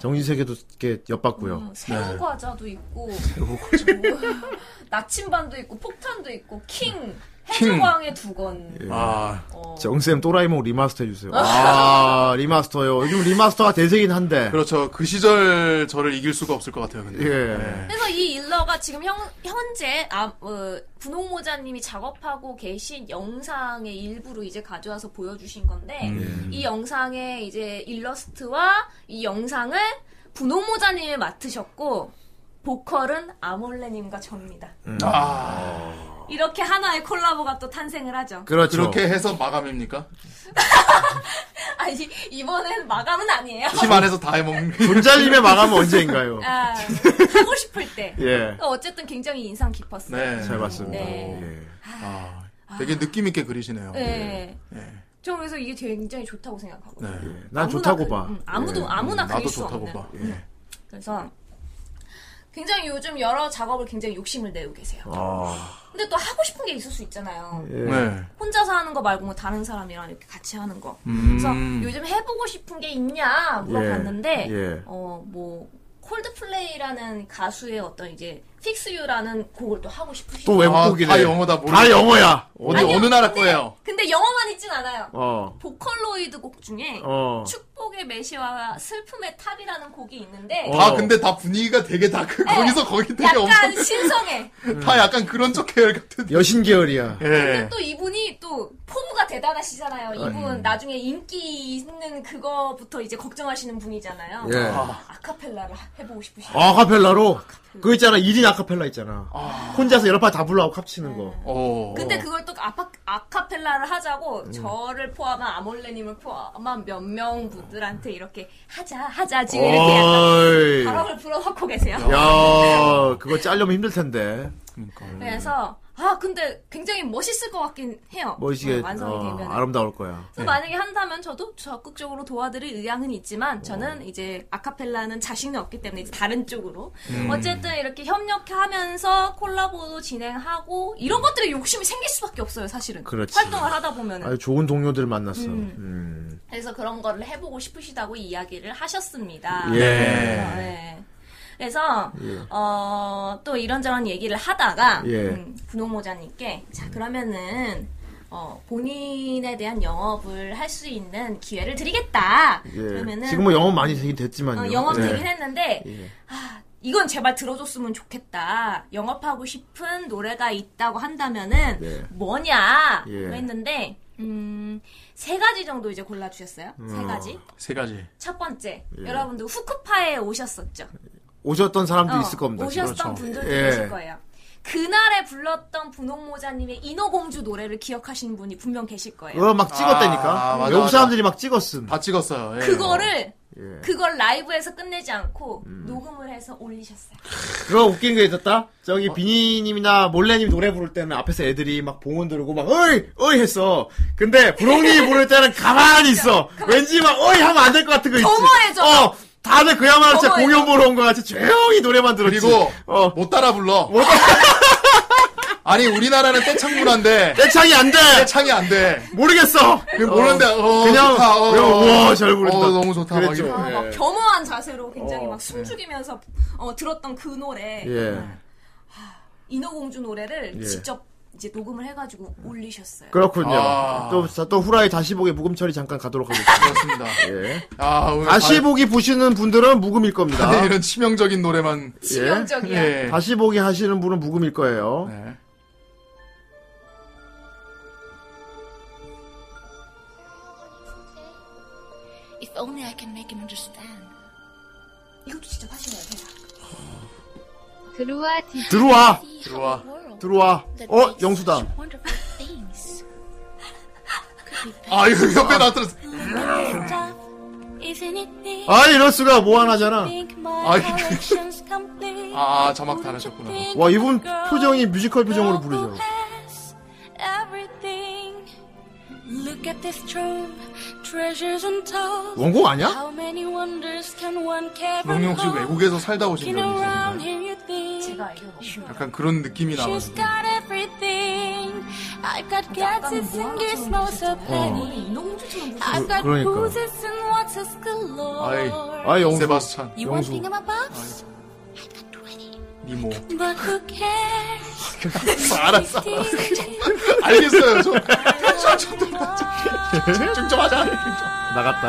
Speaker 1: 정신 세계도 이렇게 엿봤고요.
Speaker 4: 어, 새우
Speaker 2: 네.
Speaker 4: 과자도 있고 뭐, 나침반도 있고 폭탄도 있고 킹
Speaker 2: 킹.
Speaker 4: 해적왕의 두건
Speaker 2: 아,
Speaker 4: 어.
Speaker 1: 정쌤 또라이몽 리마스터 해주세요. 아 리마스터요. 요즘 리마스터가 대세긴 한데.
Speaker 2: 그렇죠. 그 시절 저를 이길 수가 없을 것 같아요. 근데.
Speaker 1: 예.
Speaker 4: 그래서 이 일러가 지금 형, 현재 아, 어, 분홍모자님이 작업하고 계신 영상의 일부로 이제 가져와서 보여주신 건데
Speaker 1: 예.
Speaker 4: 이 영상의 이제 일러스트와 이 영상을 분홍모자님이 맡으셨고 보컬은 아몰레님과 접니다.
Speaker 2: 아,
Speaker 4: 이렇게 하나의 콜라보가 또 탄생을 하죠.
Speaker 1: 그렇죠.
Speaker 2: 그렇게 해서 마감입니까?
Speaker 4: 아니 이번엔 마감은 아니에요.
Speaker 2: 팀 안에서 다 해먹는. 게.
Speaker 1: 분잘림의 마감은 언제인가요?
Speaker 4: 아, 하고 싶을 때.
Speaker 1: 예.
Speaker 4: 그러니까 어쨌든 굉장히 인상 깊었어요.
Speaker 2: 네.
Speaker 1: 잘 봤습니다. 예.
Speaker 4: 네.
Speaker 2: 아, 되게 느낌 있게 그리시네요.
Speaker 4: 네. 저 그래서 이게 굉장히 좋다고 생각하고.
Speaker 2: 네.
Speaker 1: 예. 난
Speaker 4: 아무나
Speaker 1: 좋다고
Speaker 4: 그-
Speaker 1: 봐. 예. 네.
Speaker 4: 음, 아무도 아무나 그릴 네.
Speaker 2: 나도
Speaker 4: 수
Speaker 2: 좋다고
Speaker 4: 없는.
Speaker 2: 봐.
Speaker 4: 그래서 굉장히 요즘 여러 작업을 굉장히 욕심을 내고 계세요.
Speaker 1: 아,
Speaker 4: 근데 또 하고 싶은 게 있을 수 있잖아요.
Speaker 1: 예.
Speaker 2: 네.
Speaker 4: 혼자서 하는 거 말고 뭐 다른 사람이랑 이렇게 같이 하는 거.
Speaker 2: 음.
Speaker 4: 그래서 요즘 해보고 싶은 게 있냐 물어봤는데
Speaker 1: 예, 예.
Speaker 4: 어뭐 콜드플레이라는 가수의 어떤 이제 픽스유라는 곡을 또 하고 싶으시고
Speaker 1: 또 외국곡이네.
Speaker 2: 아, 다 영어다, 모르-
Speaker 1: 다 영어야.
Speaker 2: 어디 어느 나라 거예요?
Speaker 4: 근데 영어만 있진 않아요.
Speaker 1: 어.
Speaker 4: 보컬로이드 곡 중에
Speaker 1: 어.
Speaker 4: 축복의 메시와 슬픔의 탑이라는 곡이 있는데
Speaker 1: 어.
Speaker 2: 다 근데 다 분위기가 되게 다 그, 거기서 거기 되게
Speaker 4: 네. 약간
Speaker 2: 엄청
Speaker 4: 신성해.
Speaker 2: 다 약간 그런 쪽 계열 같은.
Speaker 1: 여신 계열이야.
Speaker 2: 예.
Speaker 4: 근데 또 이분이 또 포부가 대단하시잖아요. 이분
Speaker 1: 음.
Speaker 4: 나중에 인기 있는 그거부터 이제 걱정하시는 분이잖아요.
Speaker 1: 예.
Speaker 4: 아카펠라를 해보고 싶으시죠.
Speaker 1: 아카펠라로. 그거 있잖아. 1인 아카펠라 있잖아. 혼자서 여러 파 다 불러하고
Speaker 4: 네.
Speaker 1: 합치는 거.
Speaker 2: 어.
Speaker 4: 근데 그걸 또 아파, 아카펠라를 하자고
Speaker 1: 음.
Speaker 4: 저를 포함한 아몰레님을 포함한 몇 명 분들한테 이렇게 하자 하자
Speaker 2: 어.
Speaker 4: 지금 이렇게
Speaker 2: 예.
Speaker 4: 약간
Speaker 1: 어이.
Speaker 4: 바람을 불어넣고 계세요.
Speaker 1: 야, 그거 짜려면 힘들 텐데.
Speaker 2: 그러니까.
Speaker 4: 그래서 아 근데 굉장히 멋있을 것 같긴 해요.
Speaker 1: 멋있게
Speaker 4: 어, 완성이
Speaker 1: 어,
Speaker 4: 되면.
Speaker 1: 아름다울 거야.
Speaker 4: 그래서 만약에 한다면 저도 적극적으로 도와드릴 의향은 있지만 저는 이제 아카펠라는 자신이 없기 때문에 이제 다른 쪽으로
Speaker 1: 음.
Speaker 4: 어쨌든 이렇게 협력하면서 콜라보도 진행하고 이런 것들에 욕심이 생길 수밖에 없어요 사실은
Speaker 1: 그렇지.
Speaker 4: 활동을 하다 보면은
Speaker 1: 아주 좋은 동료들 만났어.
Speaker 4: 음.
Speaker 1: 음.
Speaker 4: 그래서 그런 거를 해보고 싶으시다고 이야기를 하셨습니다.
Speaker 1: 예.
Speaker 4: 그래서, 네. 그래서
Speaker 1: 예.
Speaker 4: 어, 또 이런저런 얘기를 하다가
Speaker 1: 예.
Speaker 4: 음, 분홍모자님께 자 그러면은 어, 본인에 대한 영업을 할 수 있는 기회를 드리겠다.
Speaker 1: 예.
Speaker 4: 그러면은
Speaker 1: 지금은 영업 많이 되긴 됐지만요.
Speaker 4: 어, 영업
Speaker 1: 예.
Speaker 4: 되긴 했는데 아,
Speaker 1: 예.
Speaker 4: 이건 제발 들어줬으면 좋겠다. 영업하고 싶은 노래가 있다고 한다면은
Speaker 1: 예.
Speaker 4: 뭐냐
Speaker 2: 예.
Speaker 4: 했는데 음, 세 가지 정도 이제 골라 주셨어요. 세
Speaker 1: 어.
Speaker 4: 가지.
Speaker 2: 세 가지.
Speaker 4: 첫 번째,
Speaker 1: 예.
Speaker 4: 여러분들 후크파에 오셨었죠.
Speaker 1: 오셨던 사람도
Speaker 4: 어,
Speaker 1: 있을 겁니다.
Speaker 4: 오셨던
Speaker 1: 그렇죠.
Speaker 4: 분들도
Speaker 1: 예.
Speaker 4: 계실 거예요. 그날에 불렀던 분홍모자님의 인어공주 노래를 기억하시는 분이 분명 계실 거예요.
Speaker 1: 어, 막
Speaker 2: 아, 아,
Speaker 1: 찍었다니까.
Speaker 2: 맞아,
Speaker 1: 외국
Speaker 2: 맞아.
Speaker 1: 사람들이 막 찍었음.
Speaker 2: 다 찍었어요. 예.
Speaker 4: 그거를
Speaker 1: 그렇죠. 예.
Speaker 4: 그걸 라이브에서 끝내지 않고 녹음을 해서 올리셨어요.
Speaker 1: 그거 웃긴 게 있었다? 저기
Speaker 4: 어.
Speaker 1: 비니님이나 몰래님 노래 부를 때는 앞에서 애들이 막 봉은 들고 막 어이! 어이! 했어. 근데 부롱님이 부를 때는 가만히 있어. 왠지 막 어이! 하면 안 될 것 같은 거 있지.
Speaker 4: 겸허해져.
Speaker 1: 어! 다들 그야말로 진짜
Speaker 4: 겸허해져.
Speaker 1: 공연 보러 온 것 같이 조용히 노래만 들었지.
Speaker 2: 그리고
Speaker 1: 어.
Speaker 2: 못 따라 불러. 아니 우리나라는 떼창 문화인데
Speaker 1: 내 창이 안 돼!
Speaker 2: 떼창이 안 돼.
Speaker 1: 모르겠어!
Speaker 2: 그냥 모르는데 어,
Speaker 1: 그냥,
Speaker 2: 좋다, 어,
Speaker 1: 그냥
Speaker 2: 어.
Speaker 1: 우와, 잘 부른다.
Speaker 2: 어, 너무 좋다. 막
Speaker 1: 그랬죠.
Speaker 2: 이러고.
Speaker 1: 예.
Speaker 4: 아, 막 겸허한 자세로 굉장히
Speaker 1: 어,
Speaker 4: 막 숨죽이면서 어, 들었던 그 노래
Speaker 1: 예.
Speaker 4: 인어공주 노래를
Speaker 1: 예.
Speaker 4: 직접 이제 녹음을 해가지고 올리셨어요.
Speaker 1: 그렇군요.
Speaker 2: 아.
Speaker 1: 또, 자, 또 후라이 다시 보기 묵음 처리 잠깐 가도록 하겠습니다.
Speaker 2: 그렇습니다.
Speaker 1: 예.
Speaker 2: 아 네. 오늘
Speaker 1: 다시
Speaker 2: 다-
Speaker 1: 보기 보시는 분들은 묵음일 겁니다.
Speaker 2: 다들 이런 치명적인 노래만.
Speaker 4: 아, 치명적이야.
Speaker 2: 예.
Speaker 1: 다시 보기 하시는 분은 묵음일 거예요.
Speaker 2: 네.
Speaker 10: If only I can make him understand.
Speaker 4: 이것도 진짜 하시면 돼요.
Speaker 6: 들어와 디
Speaker 1: 들어와!
Speaker 10: See
Speaker 2: 들어와.
Speaker 10: how a world
Speaker 1: 들어와.
Speaker 4: 네,
Speaker 10: that
Speaker 1: 어,
Speaker 10: makes
Speaker 1: 영수다.
Speaker 10: such wonderful things could be
Speaker 2: 아 이거 옆에 나타났어.
Speaker 10: best of, isn't it neat?
Speaker 1: 아, 이럴 수가 뭐 하나잖아.
Speaker 10: Think
Speaker 2: 아,
Speaker 10: my
Speaker 2: 이거-
Speaker 10: collection's complete.
Speaker 2: 아 자막 다 하셨구나.
Speaker 1: 와, 이분 표정이 뮤지컬 표정으로 부르죠.
Speaker 10: Everything. Look at this trove, treasures untold.
Speaker 1: 원곡 아니야?
Speaker 10: How many wonders can one carry?
Speaker 2: 영님 혹시 외국에서 살다 오신
Speaker 10: Looking
Speaker 2: 적이 있으신가요?
Speaker 10: around here, you think
Speaker 4: 제가 알기로 는
Speaker 2: 약간 그런 느낌이
Speaker 10: she's
Speaker 2: 나가지고.
Speaker 10: got everything. I've got
Speaker 4: 약간 뭐
Speaker 10: gadgets and gears,
Speaker 4: 모아처럼
Speaker 10: no so
Speaker 4: 어.
Speaker 10: penny.
Speaker 4: 인어공주처럼 부르
Speaker 10: I've got
Speaker 1: 그러니까.
Speaker 10: bruises and what's a galore.
Speaker 2: 아이,
Speaker 1: 아이, 영수.
Speaker 2: 세바스찬,
Speaker 10: You want
Speaker 1: 영수.
Speaker 10: thing in my box? I've got 20.
Speaker 2: 니모.
Speaker 10: But who cares?
Speaker 2: 알았어. 알겠어요. 저, 저, 저, 좀 하- 집중 좀 하자. 집중 좀.
Speaker 1: 나갔다.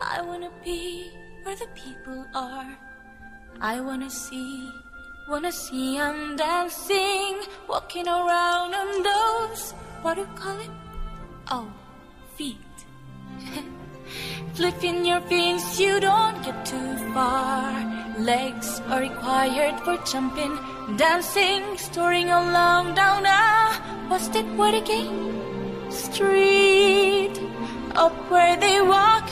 Speaker 10: I wanna be where the people are. I wanna see, wanna see I'm dancing, walking around on those, what do you call it? Oh, feet. Flipping your fins, you don't get too far. Legs are required for jumping, dancing, storing along down a, what's that word again? street. Up where they walk,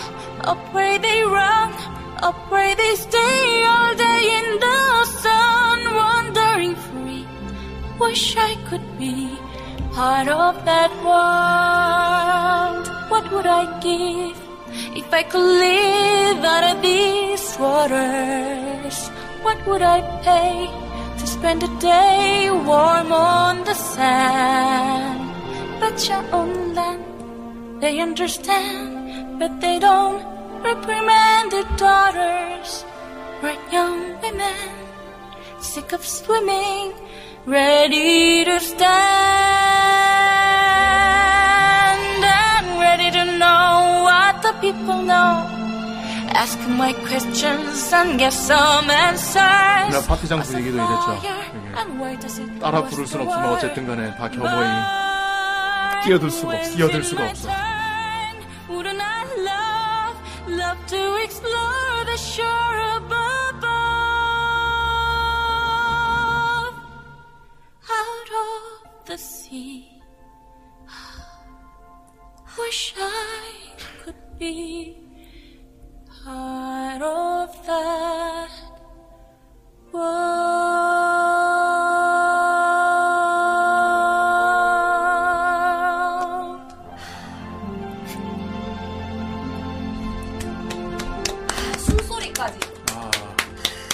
Speaker 10: up where they run, up where they stay all day in the sun, wandering free. Wish I could be part of that world. What would I give if I could live out of these waters? What would I pay to spend a day warm on the sand? But your own land, they understand, but they don't reprimand their daughters or young women sick of swimming, ready to stand and ready to know what the people know. Ask my questions and get some answers.
Speaker 2: 그냥 파티장 분위기도 이랬죠.
Speaker 10: And where does it
Speaker 2: 따라 부를 순 없으면 어쨌든 간에 다 겸허히.
Speaker 1: 뛰어들 수가 없어.
Speaker 2: 뛰어들 수가 없어.
Speaker 10: Wouldn't I love, love to explore the shore above? Out of the sea. Wish I could be part of that world.
Speaker 4: 끝까지.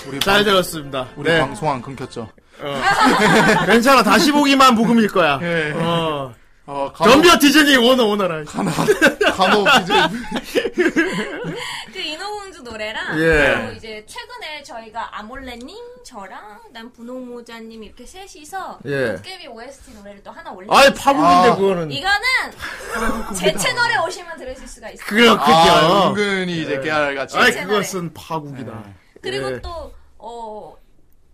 Speaker 2: 우리
Speaker 1: 잘
Speaker 2: 방-
Speaker 1: 들었습니다.
Speaker 2: 우리
Speaker 1: 네.
Speaker 2: 방송 안 끊겼죠.
Speaker 1: 어. 괜찮아. 다시 보기만 복음일 거야.
Speaker 2: 예.
Speaker 1: 어.
Speaker 2: 어, 간혹-
Speaker 1: 덤벼 디즈니 오너 오너라.
Speaker 2: 간혹 이제
Speaker 4: 그 인어공주 노래랑
Speaker 1: 예.
Speaker 4: 그리고 이제 최근에 저희가 아몰레님 저랑 난 분홍모자님 이렇게 셋이서
Speaker 1: 예.
Speaker 4: 도깨비 OST 노래를 또 하나 올렸어요.
Speaker 1: 아이 파국인데
Speaker 2: 아.
Speaker 1: 그거는.
Speaker 4: 이거는 제 채널에 오시면 들으실 수가 있어요.
Speaker 2: 아,
Speaker 1: 그렇군요.
Speaker 2: 은근히 네. 이제 깨알같이.
Speaker 1: 아이
Speaker 4: 제
Speaker 1: 그것은 파국이다.
Speaker 4: 그리고
Speaker 1: 예.
Speaker 4: 또 어,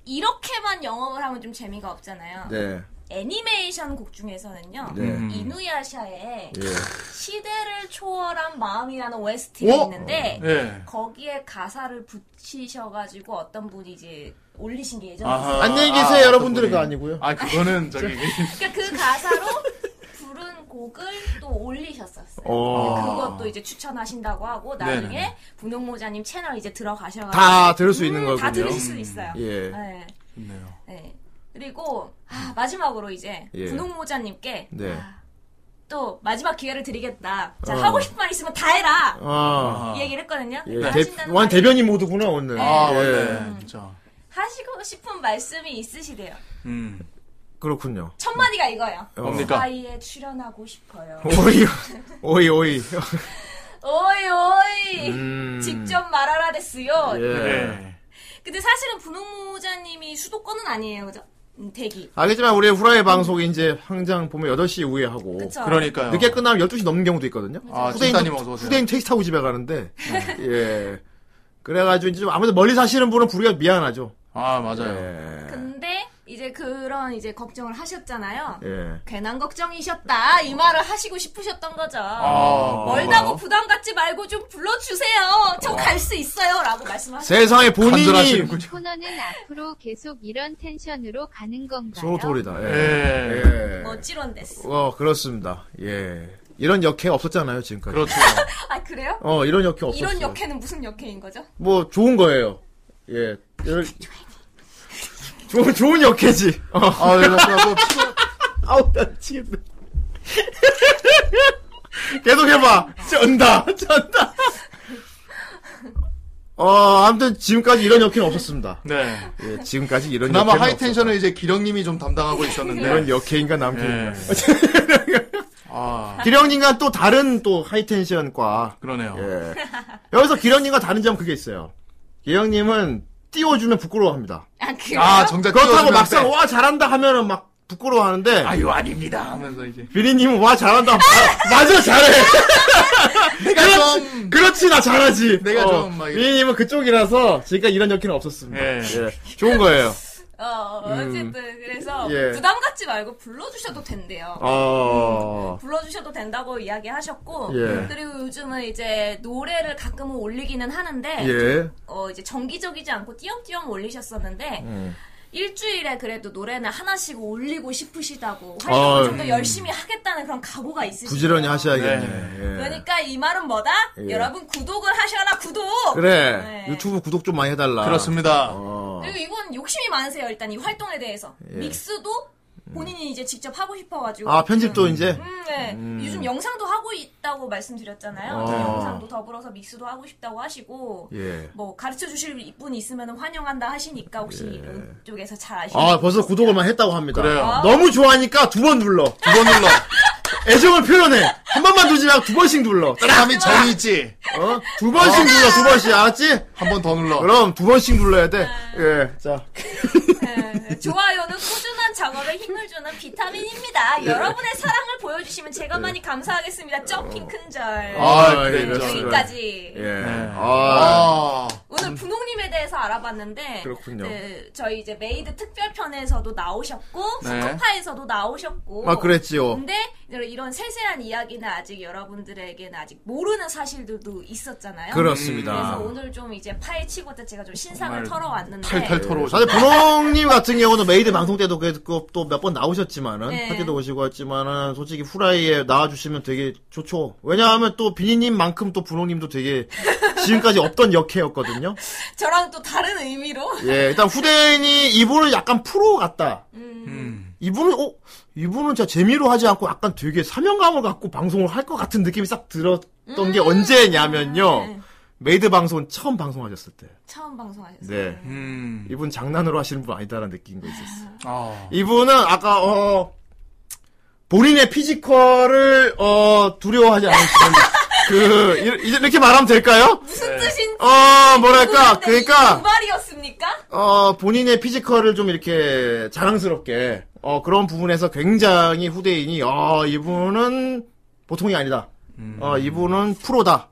Speaker 4: 이렇게만 영업을 하면 좀 재미가 없잖아요.
Speaker 1: 네.
Speaker 4: 애니메이션 곡 중에서는요.
Speaker 1: 네. 음.
Speaker 4: 이누야샤의
Speaker 2: 네.
Speaker 1: 예.
Speaker 4: 시대를 초월한 마음이라는 OST가
Speaker 2: 어?
Speaker 4: 있는데
Speaker 2: 예.
Speaker 4: 거기에 가사를 붙이셔가지고 어떤 분이 이제 올리신 게 예전에 있어요.
Speaker 2: 아하,
Speaker 1: 안녕히 계세요, 여러분들이.
Speaker 2: 그분이.
Speaker 1: 아니고요.
Speaker 2: 아, 그거는 저기.
Speaker 4: 그러니까 그 가사로 부른 곡을 또 올리셨었어요.
Speaker 1: 어.
Speaker 4: 근데 그것도 이제 추천하신다고 하고 나중에
Speaker 2: 아. 네네.
Speaker 4: 분홍모자님 채널 이제 들어가셔가지고
Speaker 1: 다 들을 수 있는
Speaker 4: 음, 다
Speaker 1: 거군요.
Speaker 4: 들으실 수 있어요.
Speaker 1: 예.
Speaker 4: 네.
Speaker 2: 좋네요.
Speaker 4: 네. 그리고 아, 마지막으로 이제
Speaker 1: 예.
Speaker 4: 분홍모자님께
Speaker 1: 네.
Speaker 4: 아, 또 마지막 기회를 드리겠다. 자
Speaker 1: 어.
Speaker 4: 하고 싶은 말 있으면 다 해라.
Speaker 1: 아.
Speaker 4: 이 얘기를 했거든요.
Speaker 1: 예. 대,
Speaker 4: 하신다는
Speaker 1: 완
Speaker 4: 말이-
Speaker 1: 대변인 모드구나 오늘.
Speaker 2: 아,
Speaker 1: 예.
Speaker 2: 맞네. 진짜.
Speaker 4: 하시고 싶은 말씀이 있으시대요.
Speaker 2: 음.
Speaker 1: 그렇군요.
Speaker 4: 첫 마디가 이거예요.
Speaker 1: 어.
Speaker 2: 뭡니까?
Speaker 4: 사이에 출연하고 싶어요.
Speaker 1: 오이 오이 오이.
Speaker 4: 오이 오이
Speaker 1: 음.
Speaker 4: 직접 네. 말하라 됐어요.
Speaker 1: 예.
Speaker 2: 예.
Speaker 4: 근데 사실은 분홍모자님이 수도권은 아니에요, 그죠? 음, 대기.
Speaker 1: 알겠지만 우리 후라이 방송이 이제 항상 보면 8시 이후에 하고
Speaker 4: 그쵸?
Speaker 2: 그러니까요.
Speaker 1: 늦게 끝나면 12시 넘는 경우도 있거든요.
Speaker 2: 아,
Speaker 1: 후대인
Speaker 2: 진따님 어서 오세요.
Speaker 1: 후대인 택시 타고 집에 가는데
Speaker 4: 네.
Speaker 1: 예. 그래가지고 이제 좀 아무래도 멀리 사시는 분은 부르기가 미안하죠.
Speaker 2: 아, 맞아요.
Speaker 1: 예.
Speaker 4: 네. 근데 이제 그런 이제 걱정을 하셨잖아요.
Speaker 1: 예.
Speaker 4: 괜한 걱정이셨다 이 말을 하시고 싶으셨던 거죠.
Speaker 2: 아,
Speaker 4: 멀다고
Speaker 2: 뭔가요?
Speaker 4: 부담 갖지 말고 좀 불러주세요.
Speaker 1: 아.
Speaker 4: 저 갈 수 있어요라고 말씀하셨어요.
Speaker 1: 세상에 본인이
Speaker 2: 간절하시는군요.
Speaker 6: 코너는 앞으로 계속 이런 텐션으로 가는 건가요?
Speaker 1: 소돌이다. 예.
Speaker 4: 네.
Speaker 2: 예.
Speaker 1: 예.
Speaker 4: 어찌론 됐어.
Speaker 1: 어 그렇습니다. 예. 이런 역해 없었잖아요 지금까지.
Speaker 2: 그렇죠.
Speaker 4: 아 그래요?
Speaker 1: 어 이런 역해 없었어요.
Speaker 4: 이런 역해는 무슨 역해인 거죠?
Speaker 1: 뭐 좋은 거예요. 예. 여- 좋은 좋은 역해지. 어.
Speaker 2: 아, 네, 그래서
Speaker 1: 아우 나 미치겠네. 계속 해봐. 쩐다, 쩐다. 어 아무튼 지금까지 이런 역해는 없었습니다.
Speaker 2: 네.
Speaker 1: 예, 지금까지 이런
Speaker 2: 그나마
Speaker 1: 역해는
Speaker 2: 하이텐션을 이제 기령님이 좀 담당하고 있었는데.
Speaker 1: 없었다. 이런 역해인가 남캐인가.
Speaker 12: 네.
Speaker 2: 예. 아,
Speaker 1: 기령님과 또 다른 또 하이텐션과
Speaker 2: 그러네요.
Speaker 1: 예. 여기서 기령님과 다른 점 그게 있어요. 기령님은 띄워주면 부끄러워합니다.
Speaker 4: 아 그래요?
Speaker 2: 아, 정작
Speaker 1: 그렇다고
Speaker 2: 띄워주면
Speaker 1: 막상
Speaker 2: 빼.
Speaker 1: 와 잘한다 하면은 막 부끄러워하는데
Speaker 2: 아유, 아닙니다. 하면서 이제.
Speaker 1: 비리님은 와 잘한다. 마- 맞아 잘해.
Speaker 2: 내가
Speaker 1: 그렇지,
Speaker 2: 좀.
Speaker 1: 그렇지, 나 잘하지. 어,
Speaker 2: 내가 좀 막-
Speaker 1: 비리님은 그쪽이라서 지금까지 이런 역기는 없었습니다.
Speaker 2: 예.
Speaker 1: 예. 좋은 거예요.
Speaker 4: 어, 어쨌든 그래서
Speaker 1: 음. 예. 아.
Speaker 4: 부담 갖지 말고 불러주셔도 된대요.
Speaker 1: 어.
Speaker 4: 불러주셔도 된다고 이야기하셨고
Speaker 1: 예.
Speaker 4: 그리고 요즘은 이제 노래를 가끔은 올리기는 하는데
Speaker 1: 예.
Speaker 4: 어 이제 정기적이지 않고 띄엄띄엄 올리셨었는데
Speaker 1: 음.
Speaker 4: 일주일에 그래도 노래는 하나씩 올리고 싶으시다고 활동을
Speaker 1: 아,
Speaker 4: 좀 더 열심히 하겠다는 그런 각오가 있으시죠.
Speaker 1: 부지런히 하셔야겠네. 예.
Speaker 4: 그러니까 이 말은 뭐다?
Speaker 1: 예.
Speaker 4: 여러분 구독을 하셔라 구독.
Speaker 1: 그래.
Speaker 4: 네.
Speaker 1: 유튜브 구독 좀 많이 해달라.
Speaker 2: 그렇습니다.
Speaker 1: 어.
Speaker 4: 그리고 이건 욕심이 많으세요 일단 이 활동에 대해서 믹스도 본인이 이제 직접 하고 싶어가지고
Speaker 1: 예. 음. 아, 편집도
Speaker 4: 지금
Speaker 1: 이제?
Speaker 4: 음, 네. 요즘 영상도 하고 있다고 말씀드렸잖아요.
Speaker 1: 어.
Speaker 4: 그래서 영상도 더불어서 믹스도 하고 싶다고 하시고
Speaker 1: 예.
Speaker 4: 뭐 가르쳐 주실 분이 있으면 환영한다 하시니까 혹시 이런 쪽에서 잘 아시는
Speaker 1: 예. 아, 벌써 구독을 많이 했다고 합니다.
Speaker 2: 그래요.
Speaker 4: 아.
Speaker 1: 너무 좋아하니까 두 번 눌러.
Speaker 2: 두 번 눌러.
Speaker 1: 애정을 표현해. 한 번만 두지 말고 두 번씩 눌러.
Speaker 2: 사람이 정이 있지.
Speaker 1: 어? 두 번씩 눌러, 두 번씩. 알았지?
Speaker 2: 한 번 더 눌러.
Speaker 1: 그럼 두 번씩 눌러야 돼. 예. 자.
Speaker 4: 네, 네. 좋아요는 꾸준한 작업에 힘을 주는 비타민입니다.
Speaker 1: 예.
Speaker 4: 여러분의 사랑을 보여주시면 제가 많이 감사하겠습니다. 점핑 큰절 네,
Speaker 2: 아,
Speaker 1: 예,
Speaker 2: 그래,
Speaker 1: 어. 그렇습니다.
Speaker 4: 여기까지.
Speaker 1: 예. 아.
Speaker 2: 아.
Speaker 4: 오늘 분홍님에 대해서 알아봤는데
Speaker 1: 그렇군요.
Speaker 4: 네, 저희 이제 메이드 특별편에서도 나오셨고
Speaker 2: 네.
Speaker 4: 쿠파에서도 나오셨고
Speaker 1: 아, 그랬지요.
Speaker 4: 근데 이런 세세한 이야기는 아직 여러분들에게는 아직 모르는 사실들도
Speaker 1: 그렇죠.
Speaker 4: 있었잖아요.
Speaker 1: 그렇습니다.
Speaker 4: 그래서 오늘 좀 이제 파헤치고 때 제가 좀 신상을
Speaker 2: 정말
Speaker 4: 털어왔는데
Speaker 2: 탈탈 털어오셨다.
Speaker 1: 사실 분홍님 같은 경우는 메이드 방송 때도 그랬고 또 몇 번 나오셨지만은
Speaker 4: 네.
Speaker 1: 학교도 오시고 했지만은 솔직히 후라이에 나와주시면 되게 좋죠. 왜냐하면 또 비니님만큼 또 분홍님도 되게 지금까지 없던 역해였거든요.
Speaker 4: 저랑 또 다른 의미로
Speaker 1: 예, 일단 후대인이 이분은 약간 프로 같다.
Speaker 2: 음.
Speaker 1: 이분은 어 이분은 진짜 재미로 하지 않고 약간 되게 사명감을 갖고 방송을 할 것 같은 느낌이 싹 들었던 게 언제냐면요. 메이드 방송 처음 방송하셨을 때.
Speaker 4: 네. 처음 방송하셨어요.
Speaker 1: 네.
Speaker 12: 음,
Speaker 1: 이분 장난으로 하시는 분 아니다라는 느낌인 거 있었어. 요
Speaker 2: 아.
Speaker 1: 이분은 아까 어 본인의 피지컬을 어 두려워하지 않으시는 그 이- 이렇게 말하면 될까요?
Speaker 4: 무슨 뜻인지
Speaker 1: 네. 어 뭐랄까 그러니까
Speaker 4: 말이었습니까?
Speaker 1: 어 본인의 피지컬을 좀 이렇게 자랑스럽게 어 그런 부분에서 굉장히 후대인이 어 이분은 보통이 아니다. 어
Speaker 2: 음.
Speaker 1: 이분은 프로다.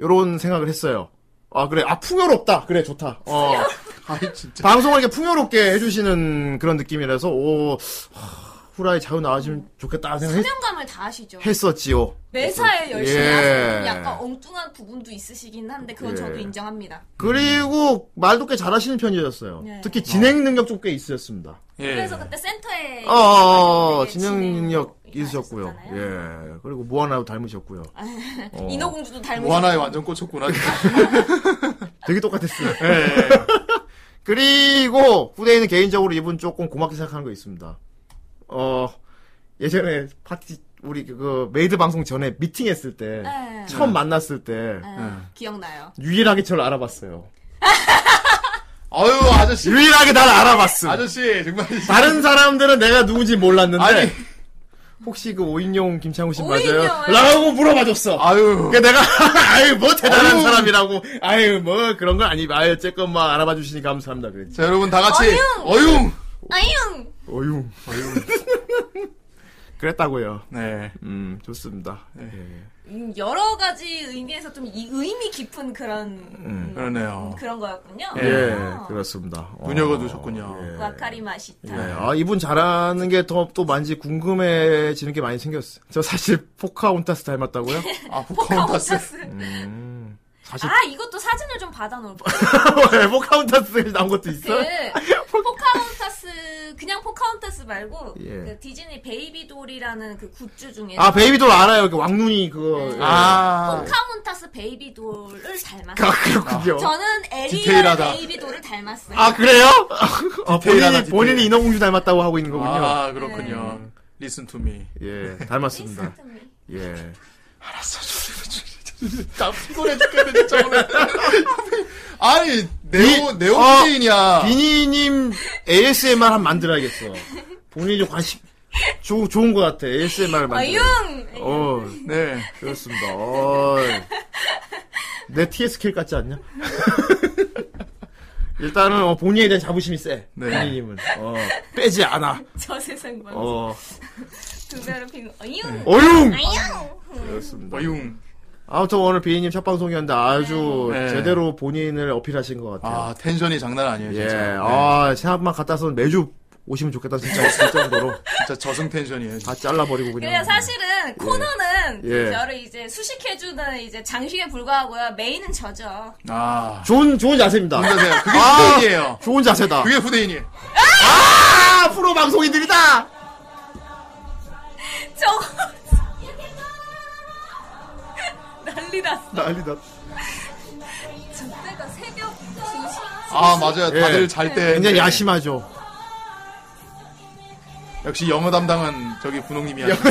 Speaker 1: 요런 생각을 했어요. 아 그래 아 풍요롭다. 그래 좋다. 어
Speaker 2: 아니 진짜.
Speaker 1: 방송을 이렇게 풍요롭게 해주시는 그런 느낌이라서 오 하, 후라이 자유 나와주면 좋겠다 생각했
Speaker 4: 사명감을 다 아시죠.
Speaker 1: 했었지요.
Speaker 4: 매사에 열심히
Speaker 1: 예.
Speaker 4: 하시는 약간 엉뚱한 부분도 있으시긴 한데 그건
Speaker 1: 예.
Speaker 4: 저도 인정합니다.
Speaker 1: 그리고 말도 꽤 잘하시는 편이셨어요.
Speaker 4: 네.
Speaker 1: 특히 진행 능력 좀 꽤 있으셨습니다.
Speaker 2: 예.
Speaker 4: 그래서 그때 센터에
Speaker 1: 어, 어, 어,
Speaker 4: 되게
Speaker 1: 진행 능력
Speaker 4: 아, 네, 진행을
Speaker 1: 있으셨고요.
Speaker 4: 하셨잖아요.
Speaker 1: 예. 그리고 무하나도 닮으셨고요. 어,
Speaker 4: 인어공주도 닮으셨고
Speaker 2: 뭐 하나에 완전 꽂혔구나.
Speaker 1: 되게 똑같았어요.
Speaker 4: 예,
Speaker 1: 그리고 후대인은 개인적으로 이분 조금 고맙게 생각하는 거 있습니다. 어 예전에 파티 우리 그 메이드 방송 전에 미팅했을 때
Speaker 4: 네.
Speaker 2: 예.
Speaker 1: 처음 만났을 때
Speaker 4: 아, 기억나요.
Speaker 1: 유일하게 저를 알아봤어요.
Speaker 2: 아유 아저씨.
Speaker 1: 유일하게 날 알아봤음.
Speaker 2: 아저씨 정말.
Speaker 1: 다른 사람들은 내가 누군지 몰랐는데
Speaker 2: 아니.
Speaker 1: 혹시 그 오인용 김창우 씨
Speaker 4: 오인용을-
Speaker 1: 맞아요? 라고 물어봐줬어.
Speaker 2: 아유.
Speaker 1: 그 내가 아유 뭐 대단한
Speaker 2: 아유.
Speaker 1: 사람이라고 아유 뭐 그런 건 아니 아유 어쨌건 뭐 알아봐 주시니 감사합니다 그랬지.
Speaker 2: 자 여러분 다 같이 어융.
Speaker 4: 아잉!
Speaker 1: 어유
Speaker 2: 어융.
Speaker 1: 그랬다고요.
Speaker 2: 네.
Speaker 1: 음 좋습니다. 예.
Speaker 4: 음, 여러 가지 의미에서 좀 이- 의미 깊은 그런 음,
Speaker 2: 그러네요.
Speaker 4: 그런 거였군요.
Speaker 1: 어. 예,
Speaker 4: 아.
Speaker 1: 그렇습니다. 어,
Speaker 2: 눈여겨 두셨군요.
Speaker 1: 예. 예.
Speaker 4: 와카리마시타.
Speaker 1: 아, 이분 잘하는 게 더 또 많이 궁금해지는 게 많이 생겼어요. 저 사실 포카온타스 닮았다고요?
Speaker 2: 아 포카운타스.
Speaker 4: 포카운타스.
Speaker 1: 음, 사실
Speaker 4: 아 이것도 사진을 좀 받아놓을 거예요.
Speaker 1: 왜 포카온타스 나온 것도
Speaker 4: 그
Speaker 1: 있어?
Speaker 4: 포카운타스 그냥 포카운타스 말고
Speaker 1: 예.
Speaker 4: 그 디즈니 베이비돌이라는 그 굿즈 중에
Speaker 1: 아, 베이비돌 알아요. 그 왕눈이 그거. 예.
Speaker 2: 아.
Speaker 4: 포카운타스 베이비돌을 닮았어요.
Speaker 1: 아, 그렇군요.
Speaker 4: 저는 에리얼
Speaker 2: 디테일하다.
Speaker 4: 베이비돌을 닮았어요.
Speaker 1: 아, 그래요? 어,
Speaker 2: 디테일하다,
Speaker 1: 본인이,
Speaker 2: 디테일.
Speaker 1: 본인이 인어공주 닮았다고 하고 있는 거군요.
Speaker 2: 아 그렇군요. 리슨 투 미.
Speaker 1: 예, 닮았습니다.
Speaker 4: 비슷합니다.
Speaker 1: 예.
Speaker 2: 나 피곤해 죽겠네 진짜 오늘. 아니 네오
Speaker 1: 이-
Speaker 2: 네오
Speaker 1: 어,
Speaker 2: 디인이야.
Speaker 1: 비니님 ASMR 한 만들어야겠어. 본인이 좀 관심, 좋 좋은 것 같아. ASMR을 만들어.
Speaker 4: 아융.
Speaker 1: 어,
Speaker 2: 네.
Speaker 1: 그렇습니다. 어이. 내 TSK 같지 않냐? 일단은 어, 본인에 대한 자부심이 세.
Speaker 2: 네.
Speaker 1: 본인님은 어, 빼지 않아.
Speaker 4: 저 세상 방송
Speaker 1: 어, 네.
Speaker 4: 두 사람 핑 아융.
Speaker 1: 어융.
Speaker 4: 아융.
Speaker 1: 그렇습니다.
Speaker 2: 어융.
Speaker 1: 아무튼 오늘 비니님 첫 방송이었는데 아주
Speaker 2: 네.
Speaker 1: 제대로 본인을 어필하신 것 같아요.
Speaker 2: 아 텐션이 장난 아니에요
Speaker 1: 예,
Speaker 2: 진짜. 네.
Speaker 1: 아 생각만 갖다서는 매주 오시면 좋겠다 진짜 있을 정도로
Speaker 2: 네, 진짜 저승 텐션이에요.
Speaker 1: 다 잘라버리고 그냥.
Speaker 4: 그래서 사실은 코너는
Speaker 1: 예.
Speaker 4: 저를 이제 수식해주는 이제 장식에 불과하고요. 메인은 저죠.
Speaker 2: 아.
Speaker 1: 좋은 좋은 자세입니다.
Speaker 2: 자세요. 그게
Speaker 1: 아.
Speaker 2: 후대인이에요.
Speaker 1: 좋은 자세다.
Speaker 2: 그게 후대인이에요.
Speaker 1: 아 프로 방송인들이다.
Speaker 4: 저거 난리 났어.
Speaker 1: 난리다.
Speaker 4: 그때가 그러니까 새벽 2시.
Speaker 2: 아 맞아요. 다들
Speaker 1: 예.
Speaker 2: 잘 때.
Speaker 1: 굉장히 야심하죠.
Speaker 2: 역시 영어 담당은 저기 분홍님이 하죠.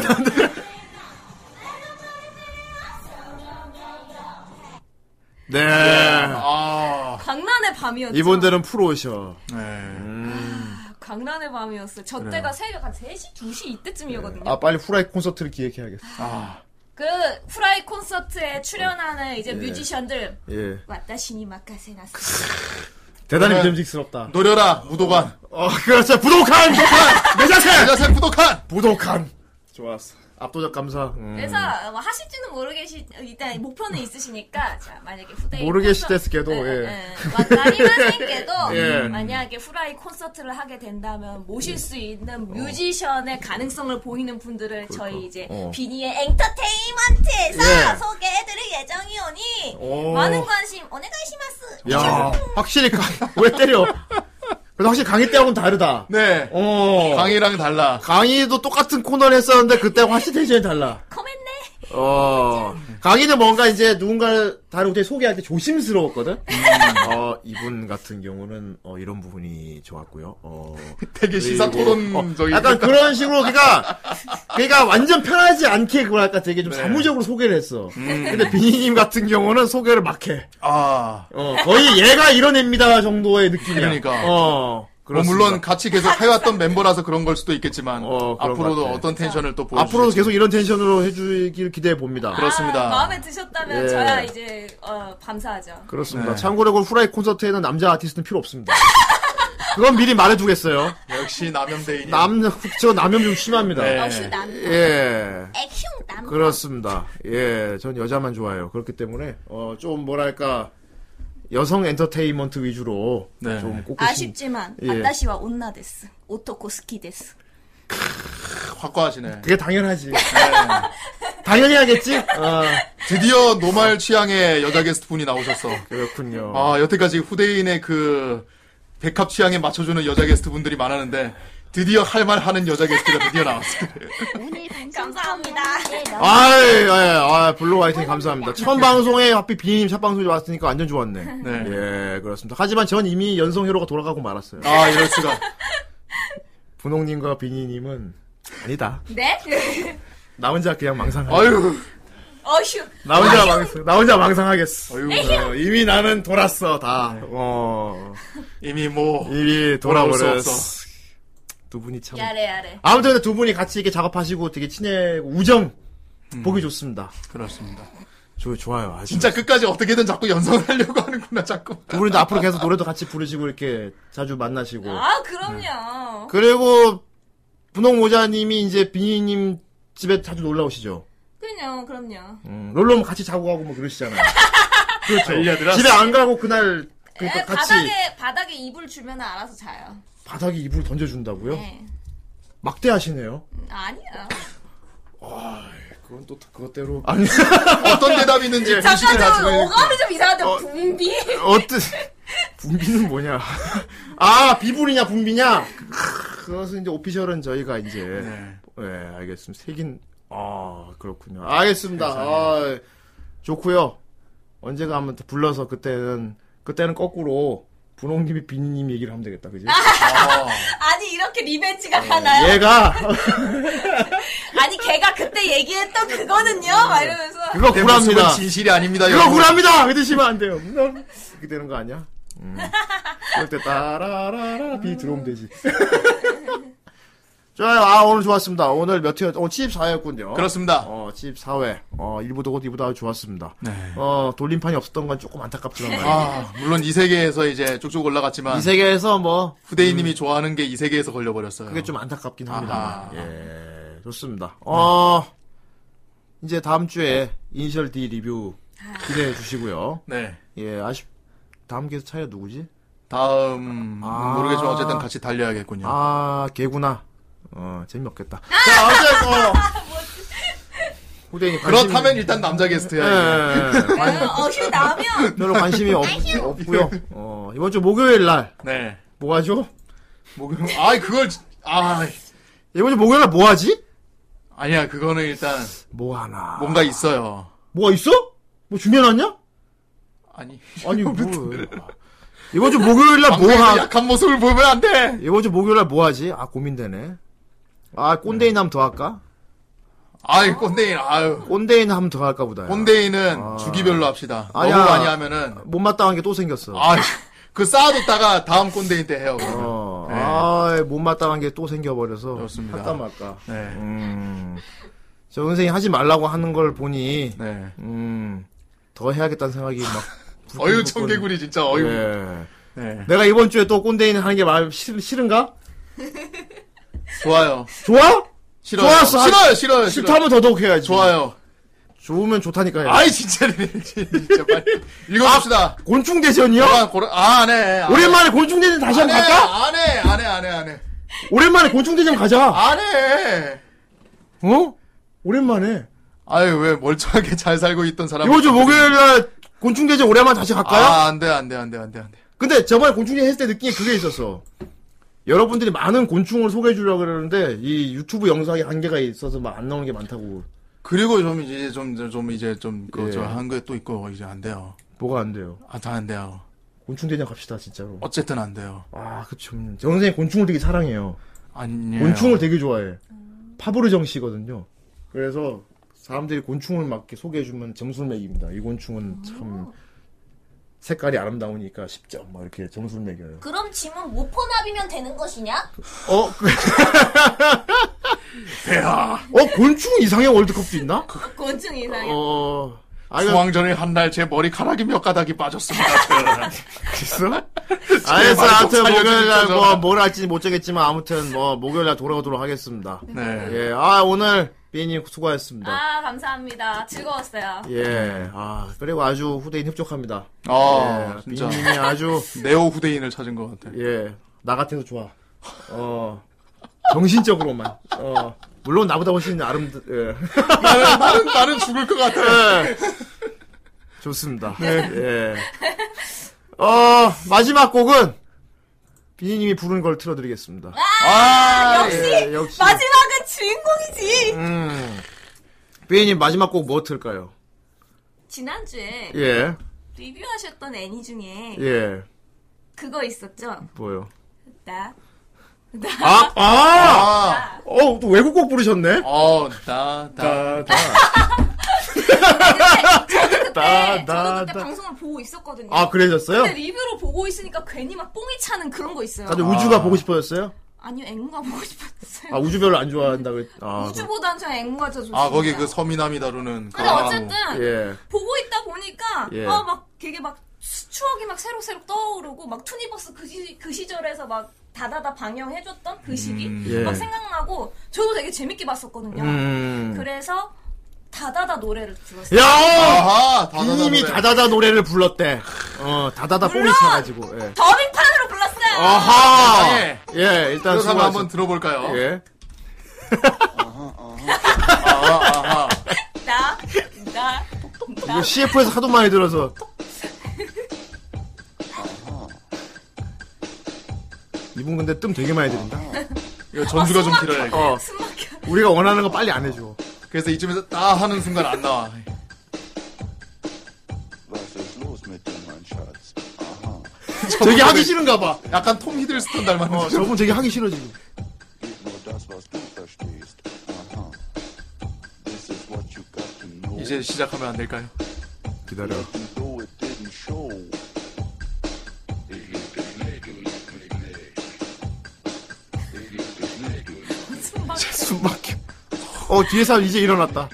Speaker 1: 네.
Speaker 2: 아.
Speaker 4: 광란의 밤이었죠.
Speaker 1: 이분들은 프로셔.
Speaker 2: 네.
Speaker 4: 광란의 밤이었어요. 저 때가 새벽 한 3시, 2시 이때쯤이었거든요.
Speaker 1: 아 빨리 후라이 콘서트를 기획해야겠어.
Speaker 2: 아.
Speaker 4: 그 후라이 콘서트에 출연하는 이제 뮤지션들
Speaker 1: 예.
Speaker 4: 왔다시니 마카세나스.
Speaker 1: 대단히
Speaker 2: 그래.
Speaker 1: 믿음직스럽다.
Speaker 2: 노려라 무도관.
Speaker 1: 어 그렇죠. 부독한 부독한 내 자세.
Speaker 2: 내 자세 부도칸.
Speaker 1: 부독한. 좋았어. 압도적 감사. 음.
Speaker 4: 그래서 뭐 하실지는 모르겠시 일단 목표는 있으시니까 자 만약에 후대인
Speaker 1: 모르겠을
Speaker 4: 콘서트-
Speaker 1: 때스께도,
Speaker 4: 예,
Speaker 1: 예.
Speaker 4: 예. 와카리마생께도
Speaker 1: 예.
Speaker 4: 만약에 후라이 콘서트를 하게 된다면 모실 수 있는 뮤지션의 가능성을 보이는 분들을 저희 이제
Speaker 1: 어.
Speaker 4: 비니의 엔터테인먼트에서
Speaker 1: 예.
Speaker 4: 소개해드릴 예정이오니
Speaker 1: 오. 예.
Speaker 4: 많은 관심 오네가이시마스
Speaker 1: 야 확실히 강... 왜 때려? 그래서 확실히 강의 때하고는 다르다.
Speaker 2: 네.
Speaker 1: 어.
Speaker 2: 강의랑 달라.
Speaker 1: 강의도 똑같은 코너를 했었는데 그때하고 확실히 텐션이 달라.
Speaker 4: 컴했네
Speaker 1: 어, 강의는 뭔가 이제 누군가를 다른 곳에 소개할 때 조심스러웠거든? 어, 이분 같은 경우는, 어, 이런 부분이 좋았고요. 어,
Speaker 2: 되게 시사
Speaker 1: 그리고,
Speaker 2: 토론적인.
Speaker 1: 어, 약간 그런 식으로, 그니까, 그니까 완전 편하지 않게 그걸 아까 되게 좀 사무적으로 소개를 했어. 근데 비니님 같은 경우는 소개를 막 해.
Speaker 2: 아.
Speaker 1: 어, 거의 얘가 이런 애입니다 정도의 느낌이야.
Speaker 2: 그러니까.
Speaker 1: 어.
Speaker 2: 뭐
Speaker 1: 그렇습니다.
Speaker 2: 물론 같이 계속 해왔던 멤버라서 그런 걸 수도 있겠지만
Speaker 1: 어, 그런 것
Speaker 2: 앞으로도
Speaker 1: 같아.
Speaker 2: 어떤 텐션을 또 보여.
Speaker 1: 앞으로도 계속 이런 텐션으로 해주길 기대해 봅니다.
Speaker 2: 그렇습니다.
Speaker 4: 아, 마음에 드셨다면
Speaker 1: 예.
Speaker 4: 저야 이제 어, 감사하죠.
Speaker 1: 그렇습니다.
Speaker 2: 네.
Speaker 1: 참고로 그 후라이 콘서트에는 남자 아티스트는 필요 없습니다. 그건 미리 말해주겠어요.
Speaker 2: 역시 남염대인.
Speaker 1: 남, 저 남염 좀 심합니다.
Speaker 2: 네.
Speaker 4: 역시 남.
Speaker 1: 예.
Speaker 4: 액흉 남.
Speaker 1: 그렇습니다. 예. 전 여자만 좋아해요. 그렇기 때문에, 어, 좀 뭐랄까, 여성 엔터테인먼트 위주로
Speaker 2: 네.
Speaker 1: 좀 꼽고 싶
Speaker 4: 아쉽지만
Speaker 1: 예.
Speaker 4: 아따시와 온나 데스. 오토코 스키 데스.
Speaker 2: 확고하시네.
Speaker 1: 그게 당연하지. 네. 당연히 하겠지? 어,
Speaker 2: 드디어 노말 취향의 여자 게스트 분이 나오셨어.
Speaker 1: 그렇군요.
Speaker 2: 아 여태까지 후대인의 그 백합 취향에 맞춰주는 여자 게스트 분들이 많았는데 드디어 할 말 하는 여자 게스트가 드디어 나왔어요.
Speaker 4: 음, 감사합니다.
Speaker 1: 아이, 아 아, 블루 화이팅 감사합니다. 첫 방송에 하필 비님 첫 방송이 왔으니까 완전 좋았네.
Speaker 2: 네.
Speaker 1: 예, 그렇습니다. 하지만 전 이미 연성회로가 돌아가고 말았어요.
Speaker 2: 아 이럴 수가.
Speaker 1: 분홍님과 비니님은 아니다.
Speaker 4: 네?
Speaker 1: 나 혼자 그냥 망상하겠어.
Speaker 2: 아유.
Speaker 4: 어휴.
Speaker 1: 나 혼자 망상, 나 혼자 망상하겠어.
Speaker 2: 아유. 네.
Speaker 1: 어, 이미 나는 돌았어, 다. 어,
Speaker 2: 이미 뭐
Speaker 1: 이미
Speaker 2: 돌아올 수
Speaker 1: 돌아버렸어.
Speaker 2: 없어.
Speaker 1: 두 분이 참.
Speaker 4: 야래 야래.
Speaker 1: 아무튼 근데 두 분이 같이 이렇게 작업하시고 되게 친해고 우정. 보기 좋습니다.
Speaker 2: 그렇습니다.
Speaker 1: 음. 좋, 좋아요. 아주.
Speaker 2: 진짜 끝까지 어떻게든 자꾸 연상을 하려고 하는구나 자꾸.
Speaker 1: 두 분이 또 앞으로 계속 노래도 같이 부르시고 이렇게 자주 만나시고.
Speaker 4: 아 그럼요.
Speaker 1: 그리고 분홍 모자님이 이제 비니님 집에 자주 놀러 오시죠.
Speaker 4: 그럼요 그럼요.
Speaker 1: 음, 놀러 오면 같이 자고 가고 뭐 그러시잖아요. 그렇죠.
Speaker 2: 알려드렸어.
Speaker 1: 집에 안 가고 그날 그러니까
Speaker 4: 에,
Speaker 1: 같이
Speaker 4: 네, 바닥에 바닥에 이불 주면 알아서 자요.
Speaker 1: 바닥에 이불 던져준다고요?
Speaker 4: 네.
Speaker 1: 막대하시네요.
Speaker 4: 음, 아니야.
Speaker 1: 그건 또 그것대로
Speaker 2: 아니 어떤 대답이 있는지 공식을
Speaker 4: 네, 잠깐
Speaker 2: 가지고
Speaker 4: 좀
Speaker 2: 있는-
Speaker 4: 오감이 좀 이상한데
Speaker 1: 어.
Speaker 4: 분비.
Speaker 1: 어떤 분비는 뭐냐? 아 비불이냐 분비냐? 그것은 이제 오피셜은 저희가 이제
Speaker 2: 네.
Speaker 1: 예 알겠습니다. 색인 아 그렇군요.
Speaker 2: 네.
Speaker 1: 알겠습니다. 아, 좋고요. 언제가 한번 또 불러서 그때는 그때는 거꾸로 분홍님이 비니님 얘기를 하면 되겠다, 그지?
Speaker 4: 아니 이렇게 리벤지가
Speaker 1: 어,
Speaker 4: 가나요?
Speaker 1: 얘가
Speaker 4: 아니 걔가 그때 얘기했던 그거는요?
Speaker 1: 어, 예.
Speaker 4: 막 이러면서
Speaker 1: 그거
Speaker 2: 내
Speaker 1: 구랍니다.
Speaker 2: 모습은 어, 진실이 아닙니다.
Speaker 1: 그거
Speaker 2: 여러분.
Speaker 1: 구랍니다. 믿으시면 안 돼요. 그렇게 되는 거 아니야? 음. 그럴 때 따라라라 비 들어오면 되지. 좋아요. 아 오늘 좋았습니다. 오늘 몇 회였? 어 74회였군요.
Speaker 2: 그렇습니다.
Speaker 1: 어 74회. 어 1부도 곧 2부도 아주 좋았습니다.
Speaker 2: 네.
Speaker 1: 어 돌림판이 없었던 건 조금 안타깝지만 말이에요.
Speaker 2: 아 물론 이 세계에서 이제 쭉쭉 올라갔지만
Speaker 1: 이 세계에서 뭐
Speaker 2: 후대인님이 좋아하는 게 이 세계에서 걸려버렸어요.
Speaker 1: 그게 좀 안타깝긴
Speaker 2: 아하.
Speaker 1: 합니다. 예, 좋습니다. 어 이제 다음 주에 이니셜 D 리뷰 기대해 주시고요.
Speaker 2: 네.
Speaker 1: 예, 아쉽. 다음 게스트 차이가 누구지?
Speaker 2: 다음
Speaker 1: 아.
Speaker 2: 모르겠지만 어쨌든 같이 달려야겠군요.
Speaker 1: 아, 개구나. 어, 재미없겠다. 자, 어쨌든. 어. 후대인이 관심이-
Speaker 2: 뭐 그렇다면 일단 남자 게스트야.
Speaker 1: 예, 관-
Speaker 4: 어휴 나면
Speaker 1: 별로 관심이 없, 없고요. 어, 이번 주 목요일 날
Speaker 2: 네.
Speaker 1: 뭐 하죠?
Speaker 2: 목요일. 아 그걸 지- 아
Speaker 1: 이번 주 목요일 날 뭐 하지?
Speaker 2: 아니야 그거는 일단
Speaker 1: 뭐 하나.
Speaker 2: 뭔가 있어요.
Speaker 1: 뭐가 있어? 뭐 준비해놨냐?
Speaker 2: 아니.
Speaker 1: 아니, 뭐. 이번 주 목요일 날 뭐
Speaker 2: 방송에서
Speaker 1: 하,
Speaker 2: 약한 모습을 보면 안 돼.
Speaker 1: 이번 주 목요일 날 뭐 하지? 아, 고민되네. 아, 꼰대인 함더 할까?
Speaker 2: 아이 꼰대인 아유.
Speaker 1: 꼰대인 함더 할까 보다. 야.
Speaker 2: 꼰대인은 주기별로 합시다.
Speaker 1: 네. 아. 아니야.
Speaker 2: 너무 많이 하면은
Speaker 1: 못마땅한 게 또 생겼어.
Speaker 2: 아그 쌓아뒀다가 다음 꼰대인 때 해요. 그러면.
Speaker 1: 어,
Speaker 2: 네.
Speaker 1: 아, 못마땅한 게 또 생겨버려서.
Speaker 2: 그렇습니다.
Speaker 1: 할까 말까.
Speaker 2: 네.
Speaker 1: 음. 저 선생이 하지 말라고 하는 걸 보니,
Speaker 2: 네.
Speaker 1: 음, 더 해야겠다는 생각이 막.
Speaker 2: 어유 청개구리 진짜 어유.
Speaker 1: 예.
Speaker 2: 네.
Speaker 1: 내가 이번 주에 또 꼰대인 하는 게 말, 싫, 싫은가?
Speaker 2: 좋아요.
Speaker 1: 좋아?
Speaker 2: 싫어요.
Speaker 1: 좋았어. 아,
Speaker 2: 싫어요. 싫어요. 싫어요.
Speaker 1: 싫다면 더더욱 해야지.
Speaker 2: 좋아요.
Speaker 1: 좋으면 좋다니까요.
Speaker 2: 아이 진짜 진짜 빨리 읽어봅시다.
Speaker 1: 곤충 대전이요?
Speaker 2: 아, 고라, 아, 네. 아,
Speaker 1: 오랜만에 곤충 대전 다시 한번 갈까?
Speaker 2: 안 해, 안 해, 안 해, 안 해.
Speaker 1: 오랜만에 곤충 대전 가자.
Speaker 2: 안 해.
Speaker 1: 어? 오랜만에.
Speaker 2: 아유, 왜 멀쩡하게 잘 살고 있던 사람.
Speaker 1: 이번 주 목요일 날 곤충 대전 오랜만에 다시 갈까요?
Speaker 2: 아, 안 돼, 안 돼, 안 돼, 안 돼, 안 돼.
Speaker 1: 근데 저번에 곤충이 했을 때 느낀 게 그게 있었어. 여러분들이 많은 곤충을 소개해 주려고 그러는데 이 유튜브 영상에 한계가 있어서 막 안 나오는 게 많다고.
Speaker 2: 그리고 좀 이제 좀 좀 이제 좀그
Speaker 1: 예.
Speaker 2: 저 한국에 또 있고 이제 안 돼요.
Speaker 1: 뭐가 안 돼요?
Speaker 2: 아 다 안 돼요.
Speaker 1: 곤충대장 갑시다 진짜로.
Speaker 2: 어쨌든 안 돼요.
Speaker 1: 아 그쵸. 제 선생님 곤충을 되게 사랑해요.
Speaker 2: 아니에요.
Speaker 1: 곤충을 되게 좋아해. 파브르정 씨거든요. 그래서 사람들이 곤충을 막 이렇게 소개해주면 점수를 매깁니다. 이 곤충은 참 색깔이 아름다우니까 10점 막 이렇게 점수를 매겨요.
Speaker 4: 그럼 짐은 무포납이면 되는 것이냐?
Speaker 1: 어?
Speaker 2: 그 대야.
Speaker 1: 어 곤충 이상의 월드컵도 있나?
Speaker 2: 그,
Speaker 4: 곤충 이상해.
Speaker 1: 어. 아니,
Speaker 2: 수왕전에 한 날 제 머리카락이 몇 가닥이 빠졌습니다.
Speaker 1: 있어? 아예
Speaker 2: 제발
Speaker 1: 아무튼
Speaker 2: 좀
Speaker 1: 목요일날
Speaker 2: 살려주십시오.
Speaker 1: 뭐뭘 할지 못 정했지만 아무튼 뭐 목요일날 돌아오도록 하겠습니다.
Speaker 2: 네.
Speaker 1: 예, 아 오늘 비님 수고하셨습니다.
Speaker 4: 아 감사합니다. 즐거웠어요.
Speaker 1: 예, 아 그리고 아주 후대인 흡족합니다.
Speaker 2: 아,
Speaker 1: 예,
Speaker 2: 진짜.
Speaker 1: 비님이 아주
Speaker 2: 네오 후대인을 찾은 것 같아.
Speaker 1: 예, 나 같아서 좋아. 어, 정신적으로만. 어, 물론 나보다 훨씬 아름, 예.
Speaker 2: 나는, 나는, 나는 죽을 것 같아.
Speaker 1: 예. 좋습니다. 예. 어, 마지막 곡은 비니님이 부른 걸 틀어드리겠습니다.
Speaker 2: 아,
Speaker 1: 역시, 역시.
Speaker 4: 마지막은 주인공이지.
Speaker 1: 음. 비니님 마지막 곡 뭐 틀까요?
Speaker 4: 지난주에
Speaker 1: 예,
Speaker 4: 리뷰하셨던 애니 중에
Speaker 1: 예,
Speaker 4: 그거 있었죠.
Speaker 1: 뭐요?
Speaker 4: 나
Speaker 1: 아, 아,
Speaker 2: 아,
Speaker 1: 어, 또 외국 곡 부르셨네.
Speaker 2: 어, 나,
Speaker 1: 나,
Speaker 2: 나.
Speaker 4: 그때
Speaker 1: 나,
Speaker 4: 저도 그때
Speaker 1: 나.
Speaker 4: 방송을 보고 있었거든요.
Speaker 1: 아, 그러셨어요?
Speaker 4: 근데 리뷰로 보고 있으니까 괜히 막 뽕이 차는 그런 거 있어요.
Speaker 1: 다들 우주가 보고 싶어졌어요?
Speaker 4: 아니요, 앵무가 보고 싶었어요.
Speaker 1: 네. 아, 우주 별로 안 좋아한다 그랬. 아,
Speaker 4: 우주보단 저 앵무가 더 좋습니다.
Speaker 2: 아, 거기 그 아. 서미남이 다루는.
Speaker 4: 근데 어쨌든
Speaker 1: 예.
Speaker 4: 보고 있다 보니까
Speaker 1: 예.
Speaker 4: 아 막 되게 막 수- 추억이 막 새록새록 떠오르고 막 투니버스 그, 시, 그 시절에서 막 다다다 방영해줬던 그 시기
Speaker 1: 예.
Speaker 4: 막 생각나고 저도 되게 재밌게 봤었거든요.
Speaker 1: 음.
Speaker 4: 그래서 다다다 노래를 불렀어요.
Speaker 1: 야!
Speaker 2: 아하, 네,
Speaker 1: 비님이 다다다 노래를 불렀대. 어, 다다다 뽕이
Speaker 4: 물론!
Speaker 1: 차가지고. 예.
Speaker 4: 더빙판으로 불렀어요.
Speaker 1: 아하!
Speaker 2: 예.
Speaker 1: 예, 일단
Speaker 2: 그래서
Speaker 1: 수고하셨-
Speaker 2: 한번 들어볼까요?
Speaker 1: 예.
Speaker 2: 아하, 아하.
Speaker 4: 나, 나,
Speaker 1: 이거 CF에서 하도 많이 들어서. 이분 근데 뜸 되게 많이 들린다.
Speaker 2: 이거 전주가 좀 길어요. 이거.
Speaker 1: 어,
Speaker 4: 숨 막혀.
Speaker 1: 우리가 원하는 거 빨리 안 해줘.
Speaker 2: 그래서 이쯤에서 따 하는 순간 안 나와.
Speaker 1: 되게 하기 싫은가 봐.
Speaker 2: 약간 톰 히들스턴 닮았는
Speaker 1: 어, 저분 되게 하기 싫어 지금.
Speaker 2: 어, 이제 시작하면 안 될까요?
Speaker 1: 기다려. 숨 막혀. 어, 뒤에 사람 이제 일어났다.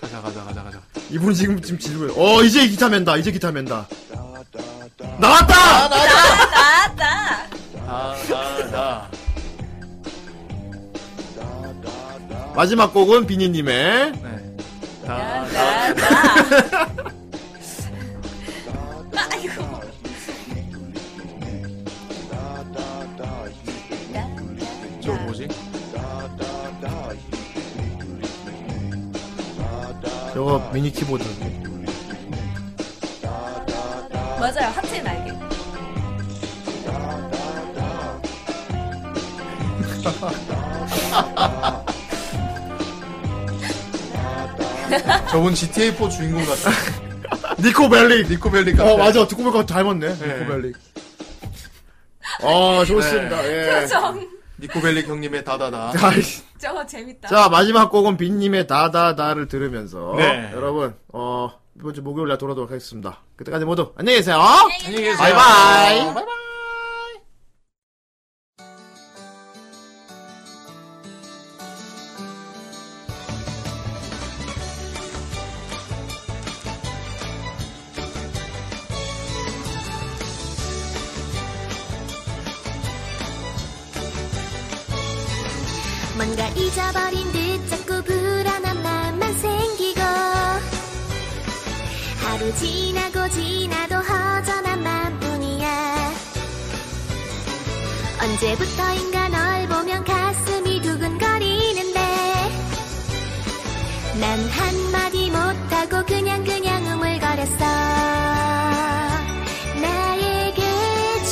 Speaker 2: 가자, 가자, 가자, 가자.
Speaker 1: 이분 지금 지금 지루해. 어, 이제 기타 맨다. 이제 기타 맨다. 나왔다!
Speaker 4: 나, 나, 나.
Speaker 2: 다, 다, 다.
Speaker 1: 마지막 곡은 비니님의
Speaker 2: 네.
Speaker 4: 나,
Speaker 2: 다,
Speaker 4: 나, 나. 아이고. 네.
Speaker 2: 저 뭐지?
Speaker 1: 저거 미니 키보드.
Speaker 4: 맞아요, 하트의 날개.
Speaker 2: 저분 GTA4 주인공 같아.
Speaker 1: 니코 벨릭.
Speaker 2: 니코 벨리 같아.
Speaker 4: 네.
Speaker 1: 어, 맞아. 듣고 보니까 닮았네. 니코 벨릭. 어, 좋습니다.
Speaker 4: 네.
Speaker 1: 예.
Speaker 4: 표정.
Speaker 2: 니코 벨리 형님의 다다다.
Speaker 1: 아이씨.
Speaker 4: 저거 재밌다.
Speaker 1: 자, 마지막 곡은 빈님의 다다다를 들으면서
Speaker 2: 네.
Speaker 1: 여러분, 어, 이번 주 목요일 날 돌아오도록 하겠습니다. 그때까지 모두 안녕히 계세요.
Speaker 4: 안녕히 계세요.
Speaker 1: 바이바이.
Speaker 7: 뭔가 잊어버린 듯 자꾸 불안한 맘만 생기고 하루 지나고 지나도 허전한 맘뿐이야 언제부터인가 널 보면 가슴이 두근거리는데 난 한마디 못하고 그냥 그냥 우물거렸어 나에게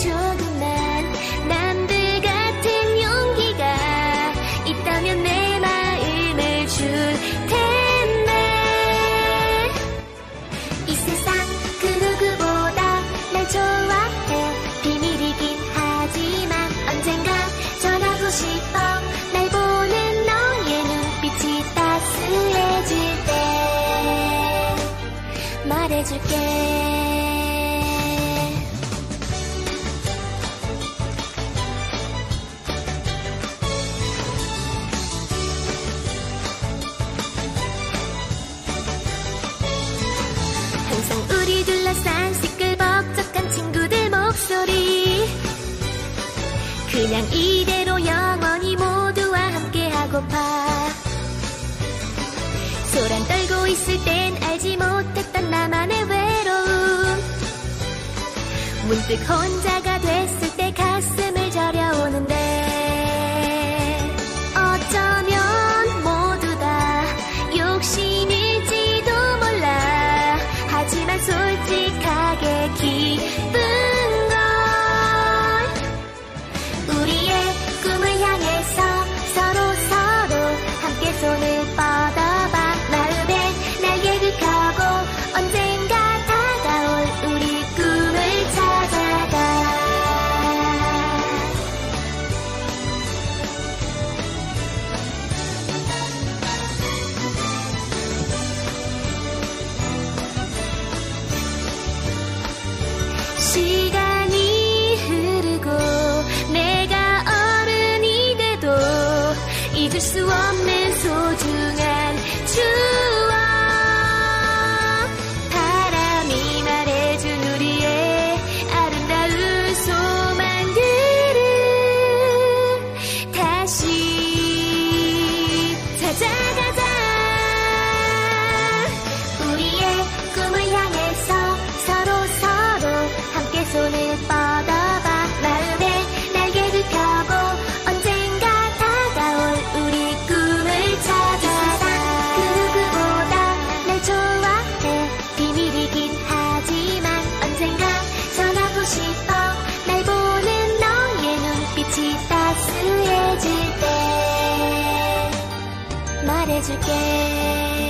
Speaker 7: 조금만 남들 같은 용기가 있다면 내 마음을 줄 테니 그 해줄게 항상 우리 둘러싼 시끌벅적한 친구들 목소리 그냥 이대로 영원히 모두와 함께하고파 소란 떨고 있을 땐 알지 못했던 나만의 외로움 문득 혼자가 됐을 때 가슴을 저려오는데 어쩌면 모두 다 욕심일지도 몰라 하지만 솔직하게 기쁜 걸 우리의 꿈을 향해서 서로 서로 함께 손을 뻗어봐 마음에 날개를 펴고 언젠가 다가올 우리 꿈을 찾아가 시간이 흐르고 내가 어른이 돼도 잊을 수 없는 소중한 추억 바람이 말해준 우리의 아름다운 소망들을 다시 찾아가자 우리의 꿈을 향해서 서로 서로 함께 손을 뻗어봐 마음에 날개를 펴고 언젠가 다가올 우리 꿈을 찾아가 그 누구보다 날 좋아해 비밀이긴 하지만 언젠가 전하고 싶어 날 보는 너의 눈빛이 따스해질 때 말해줄게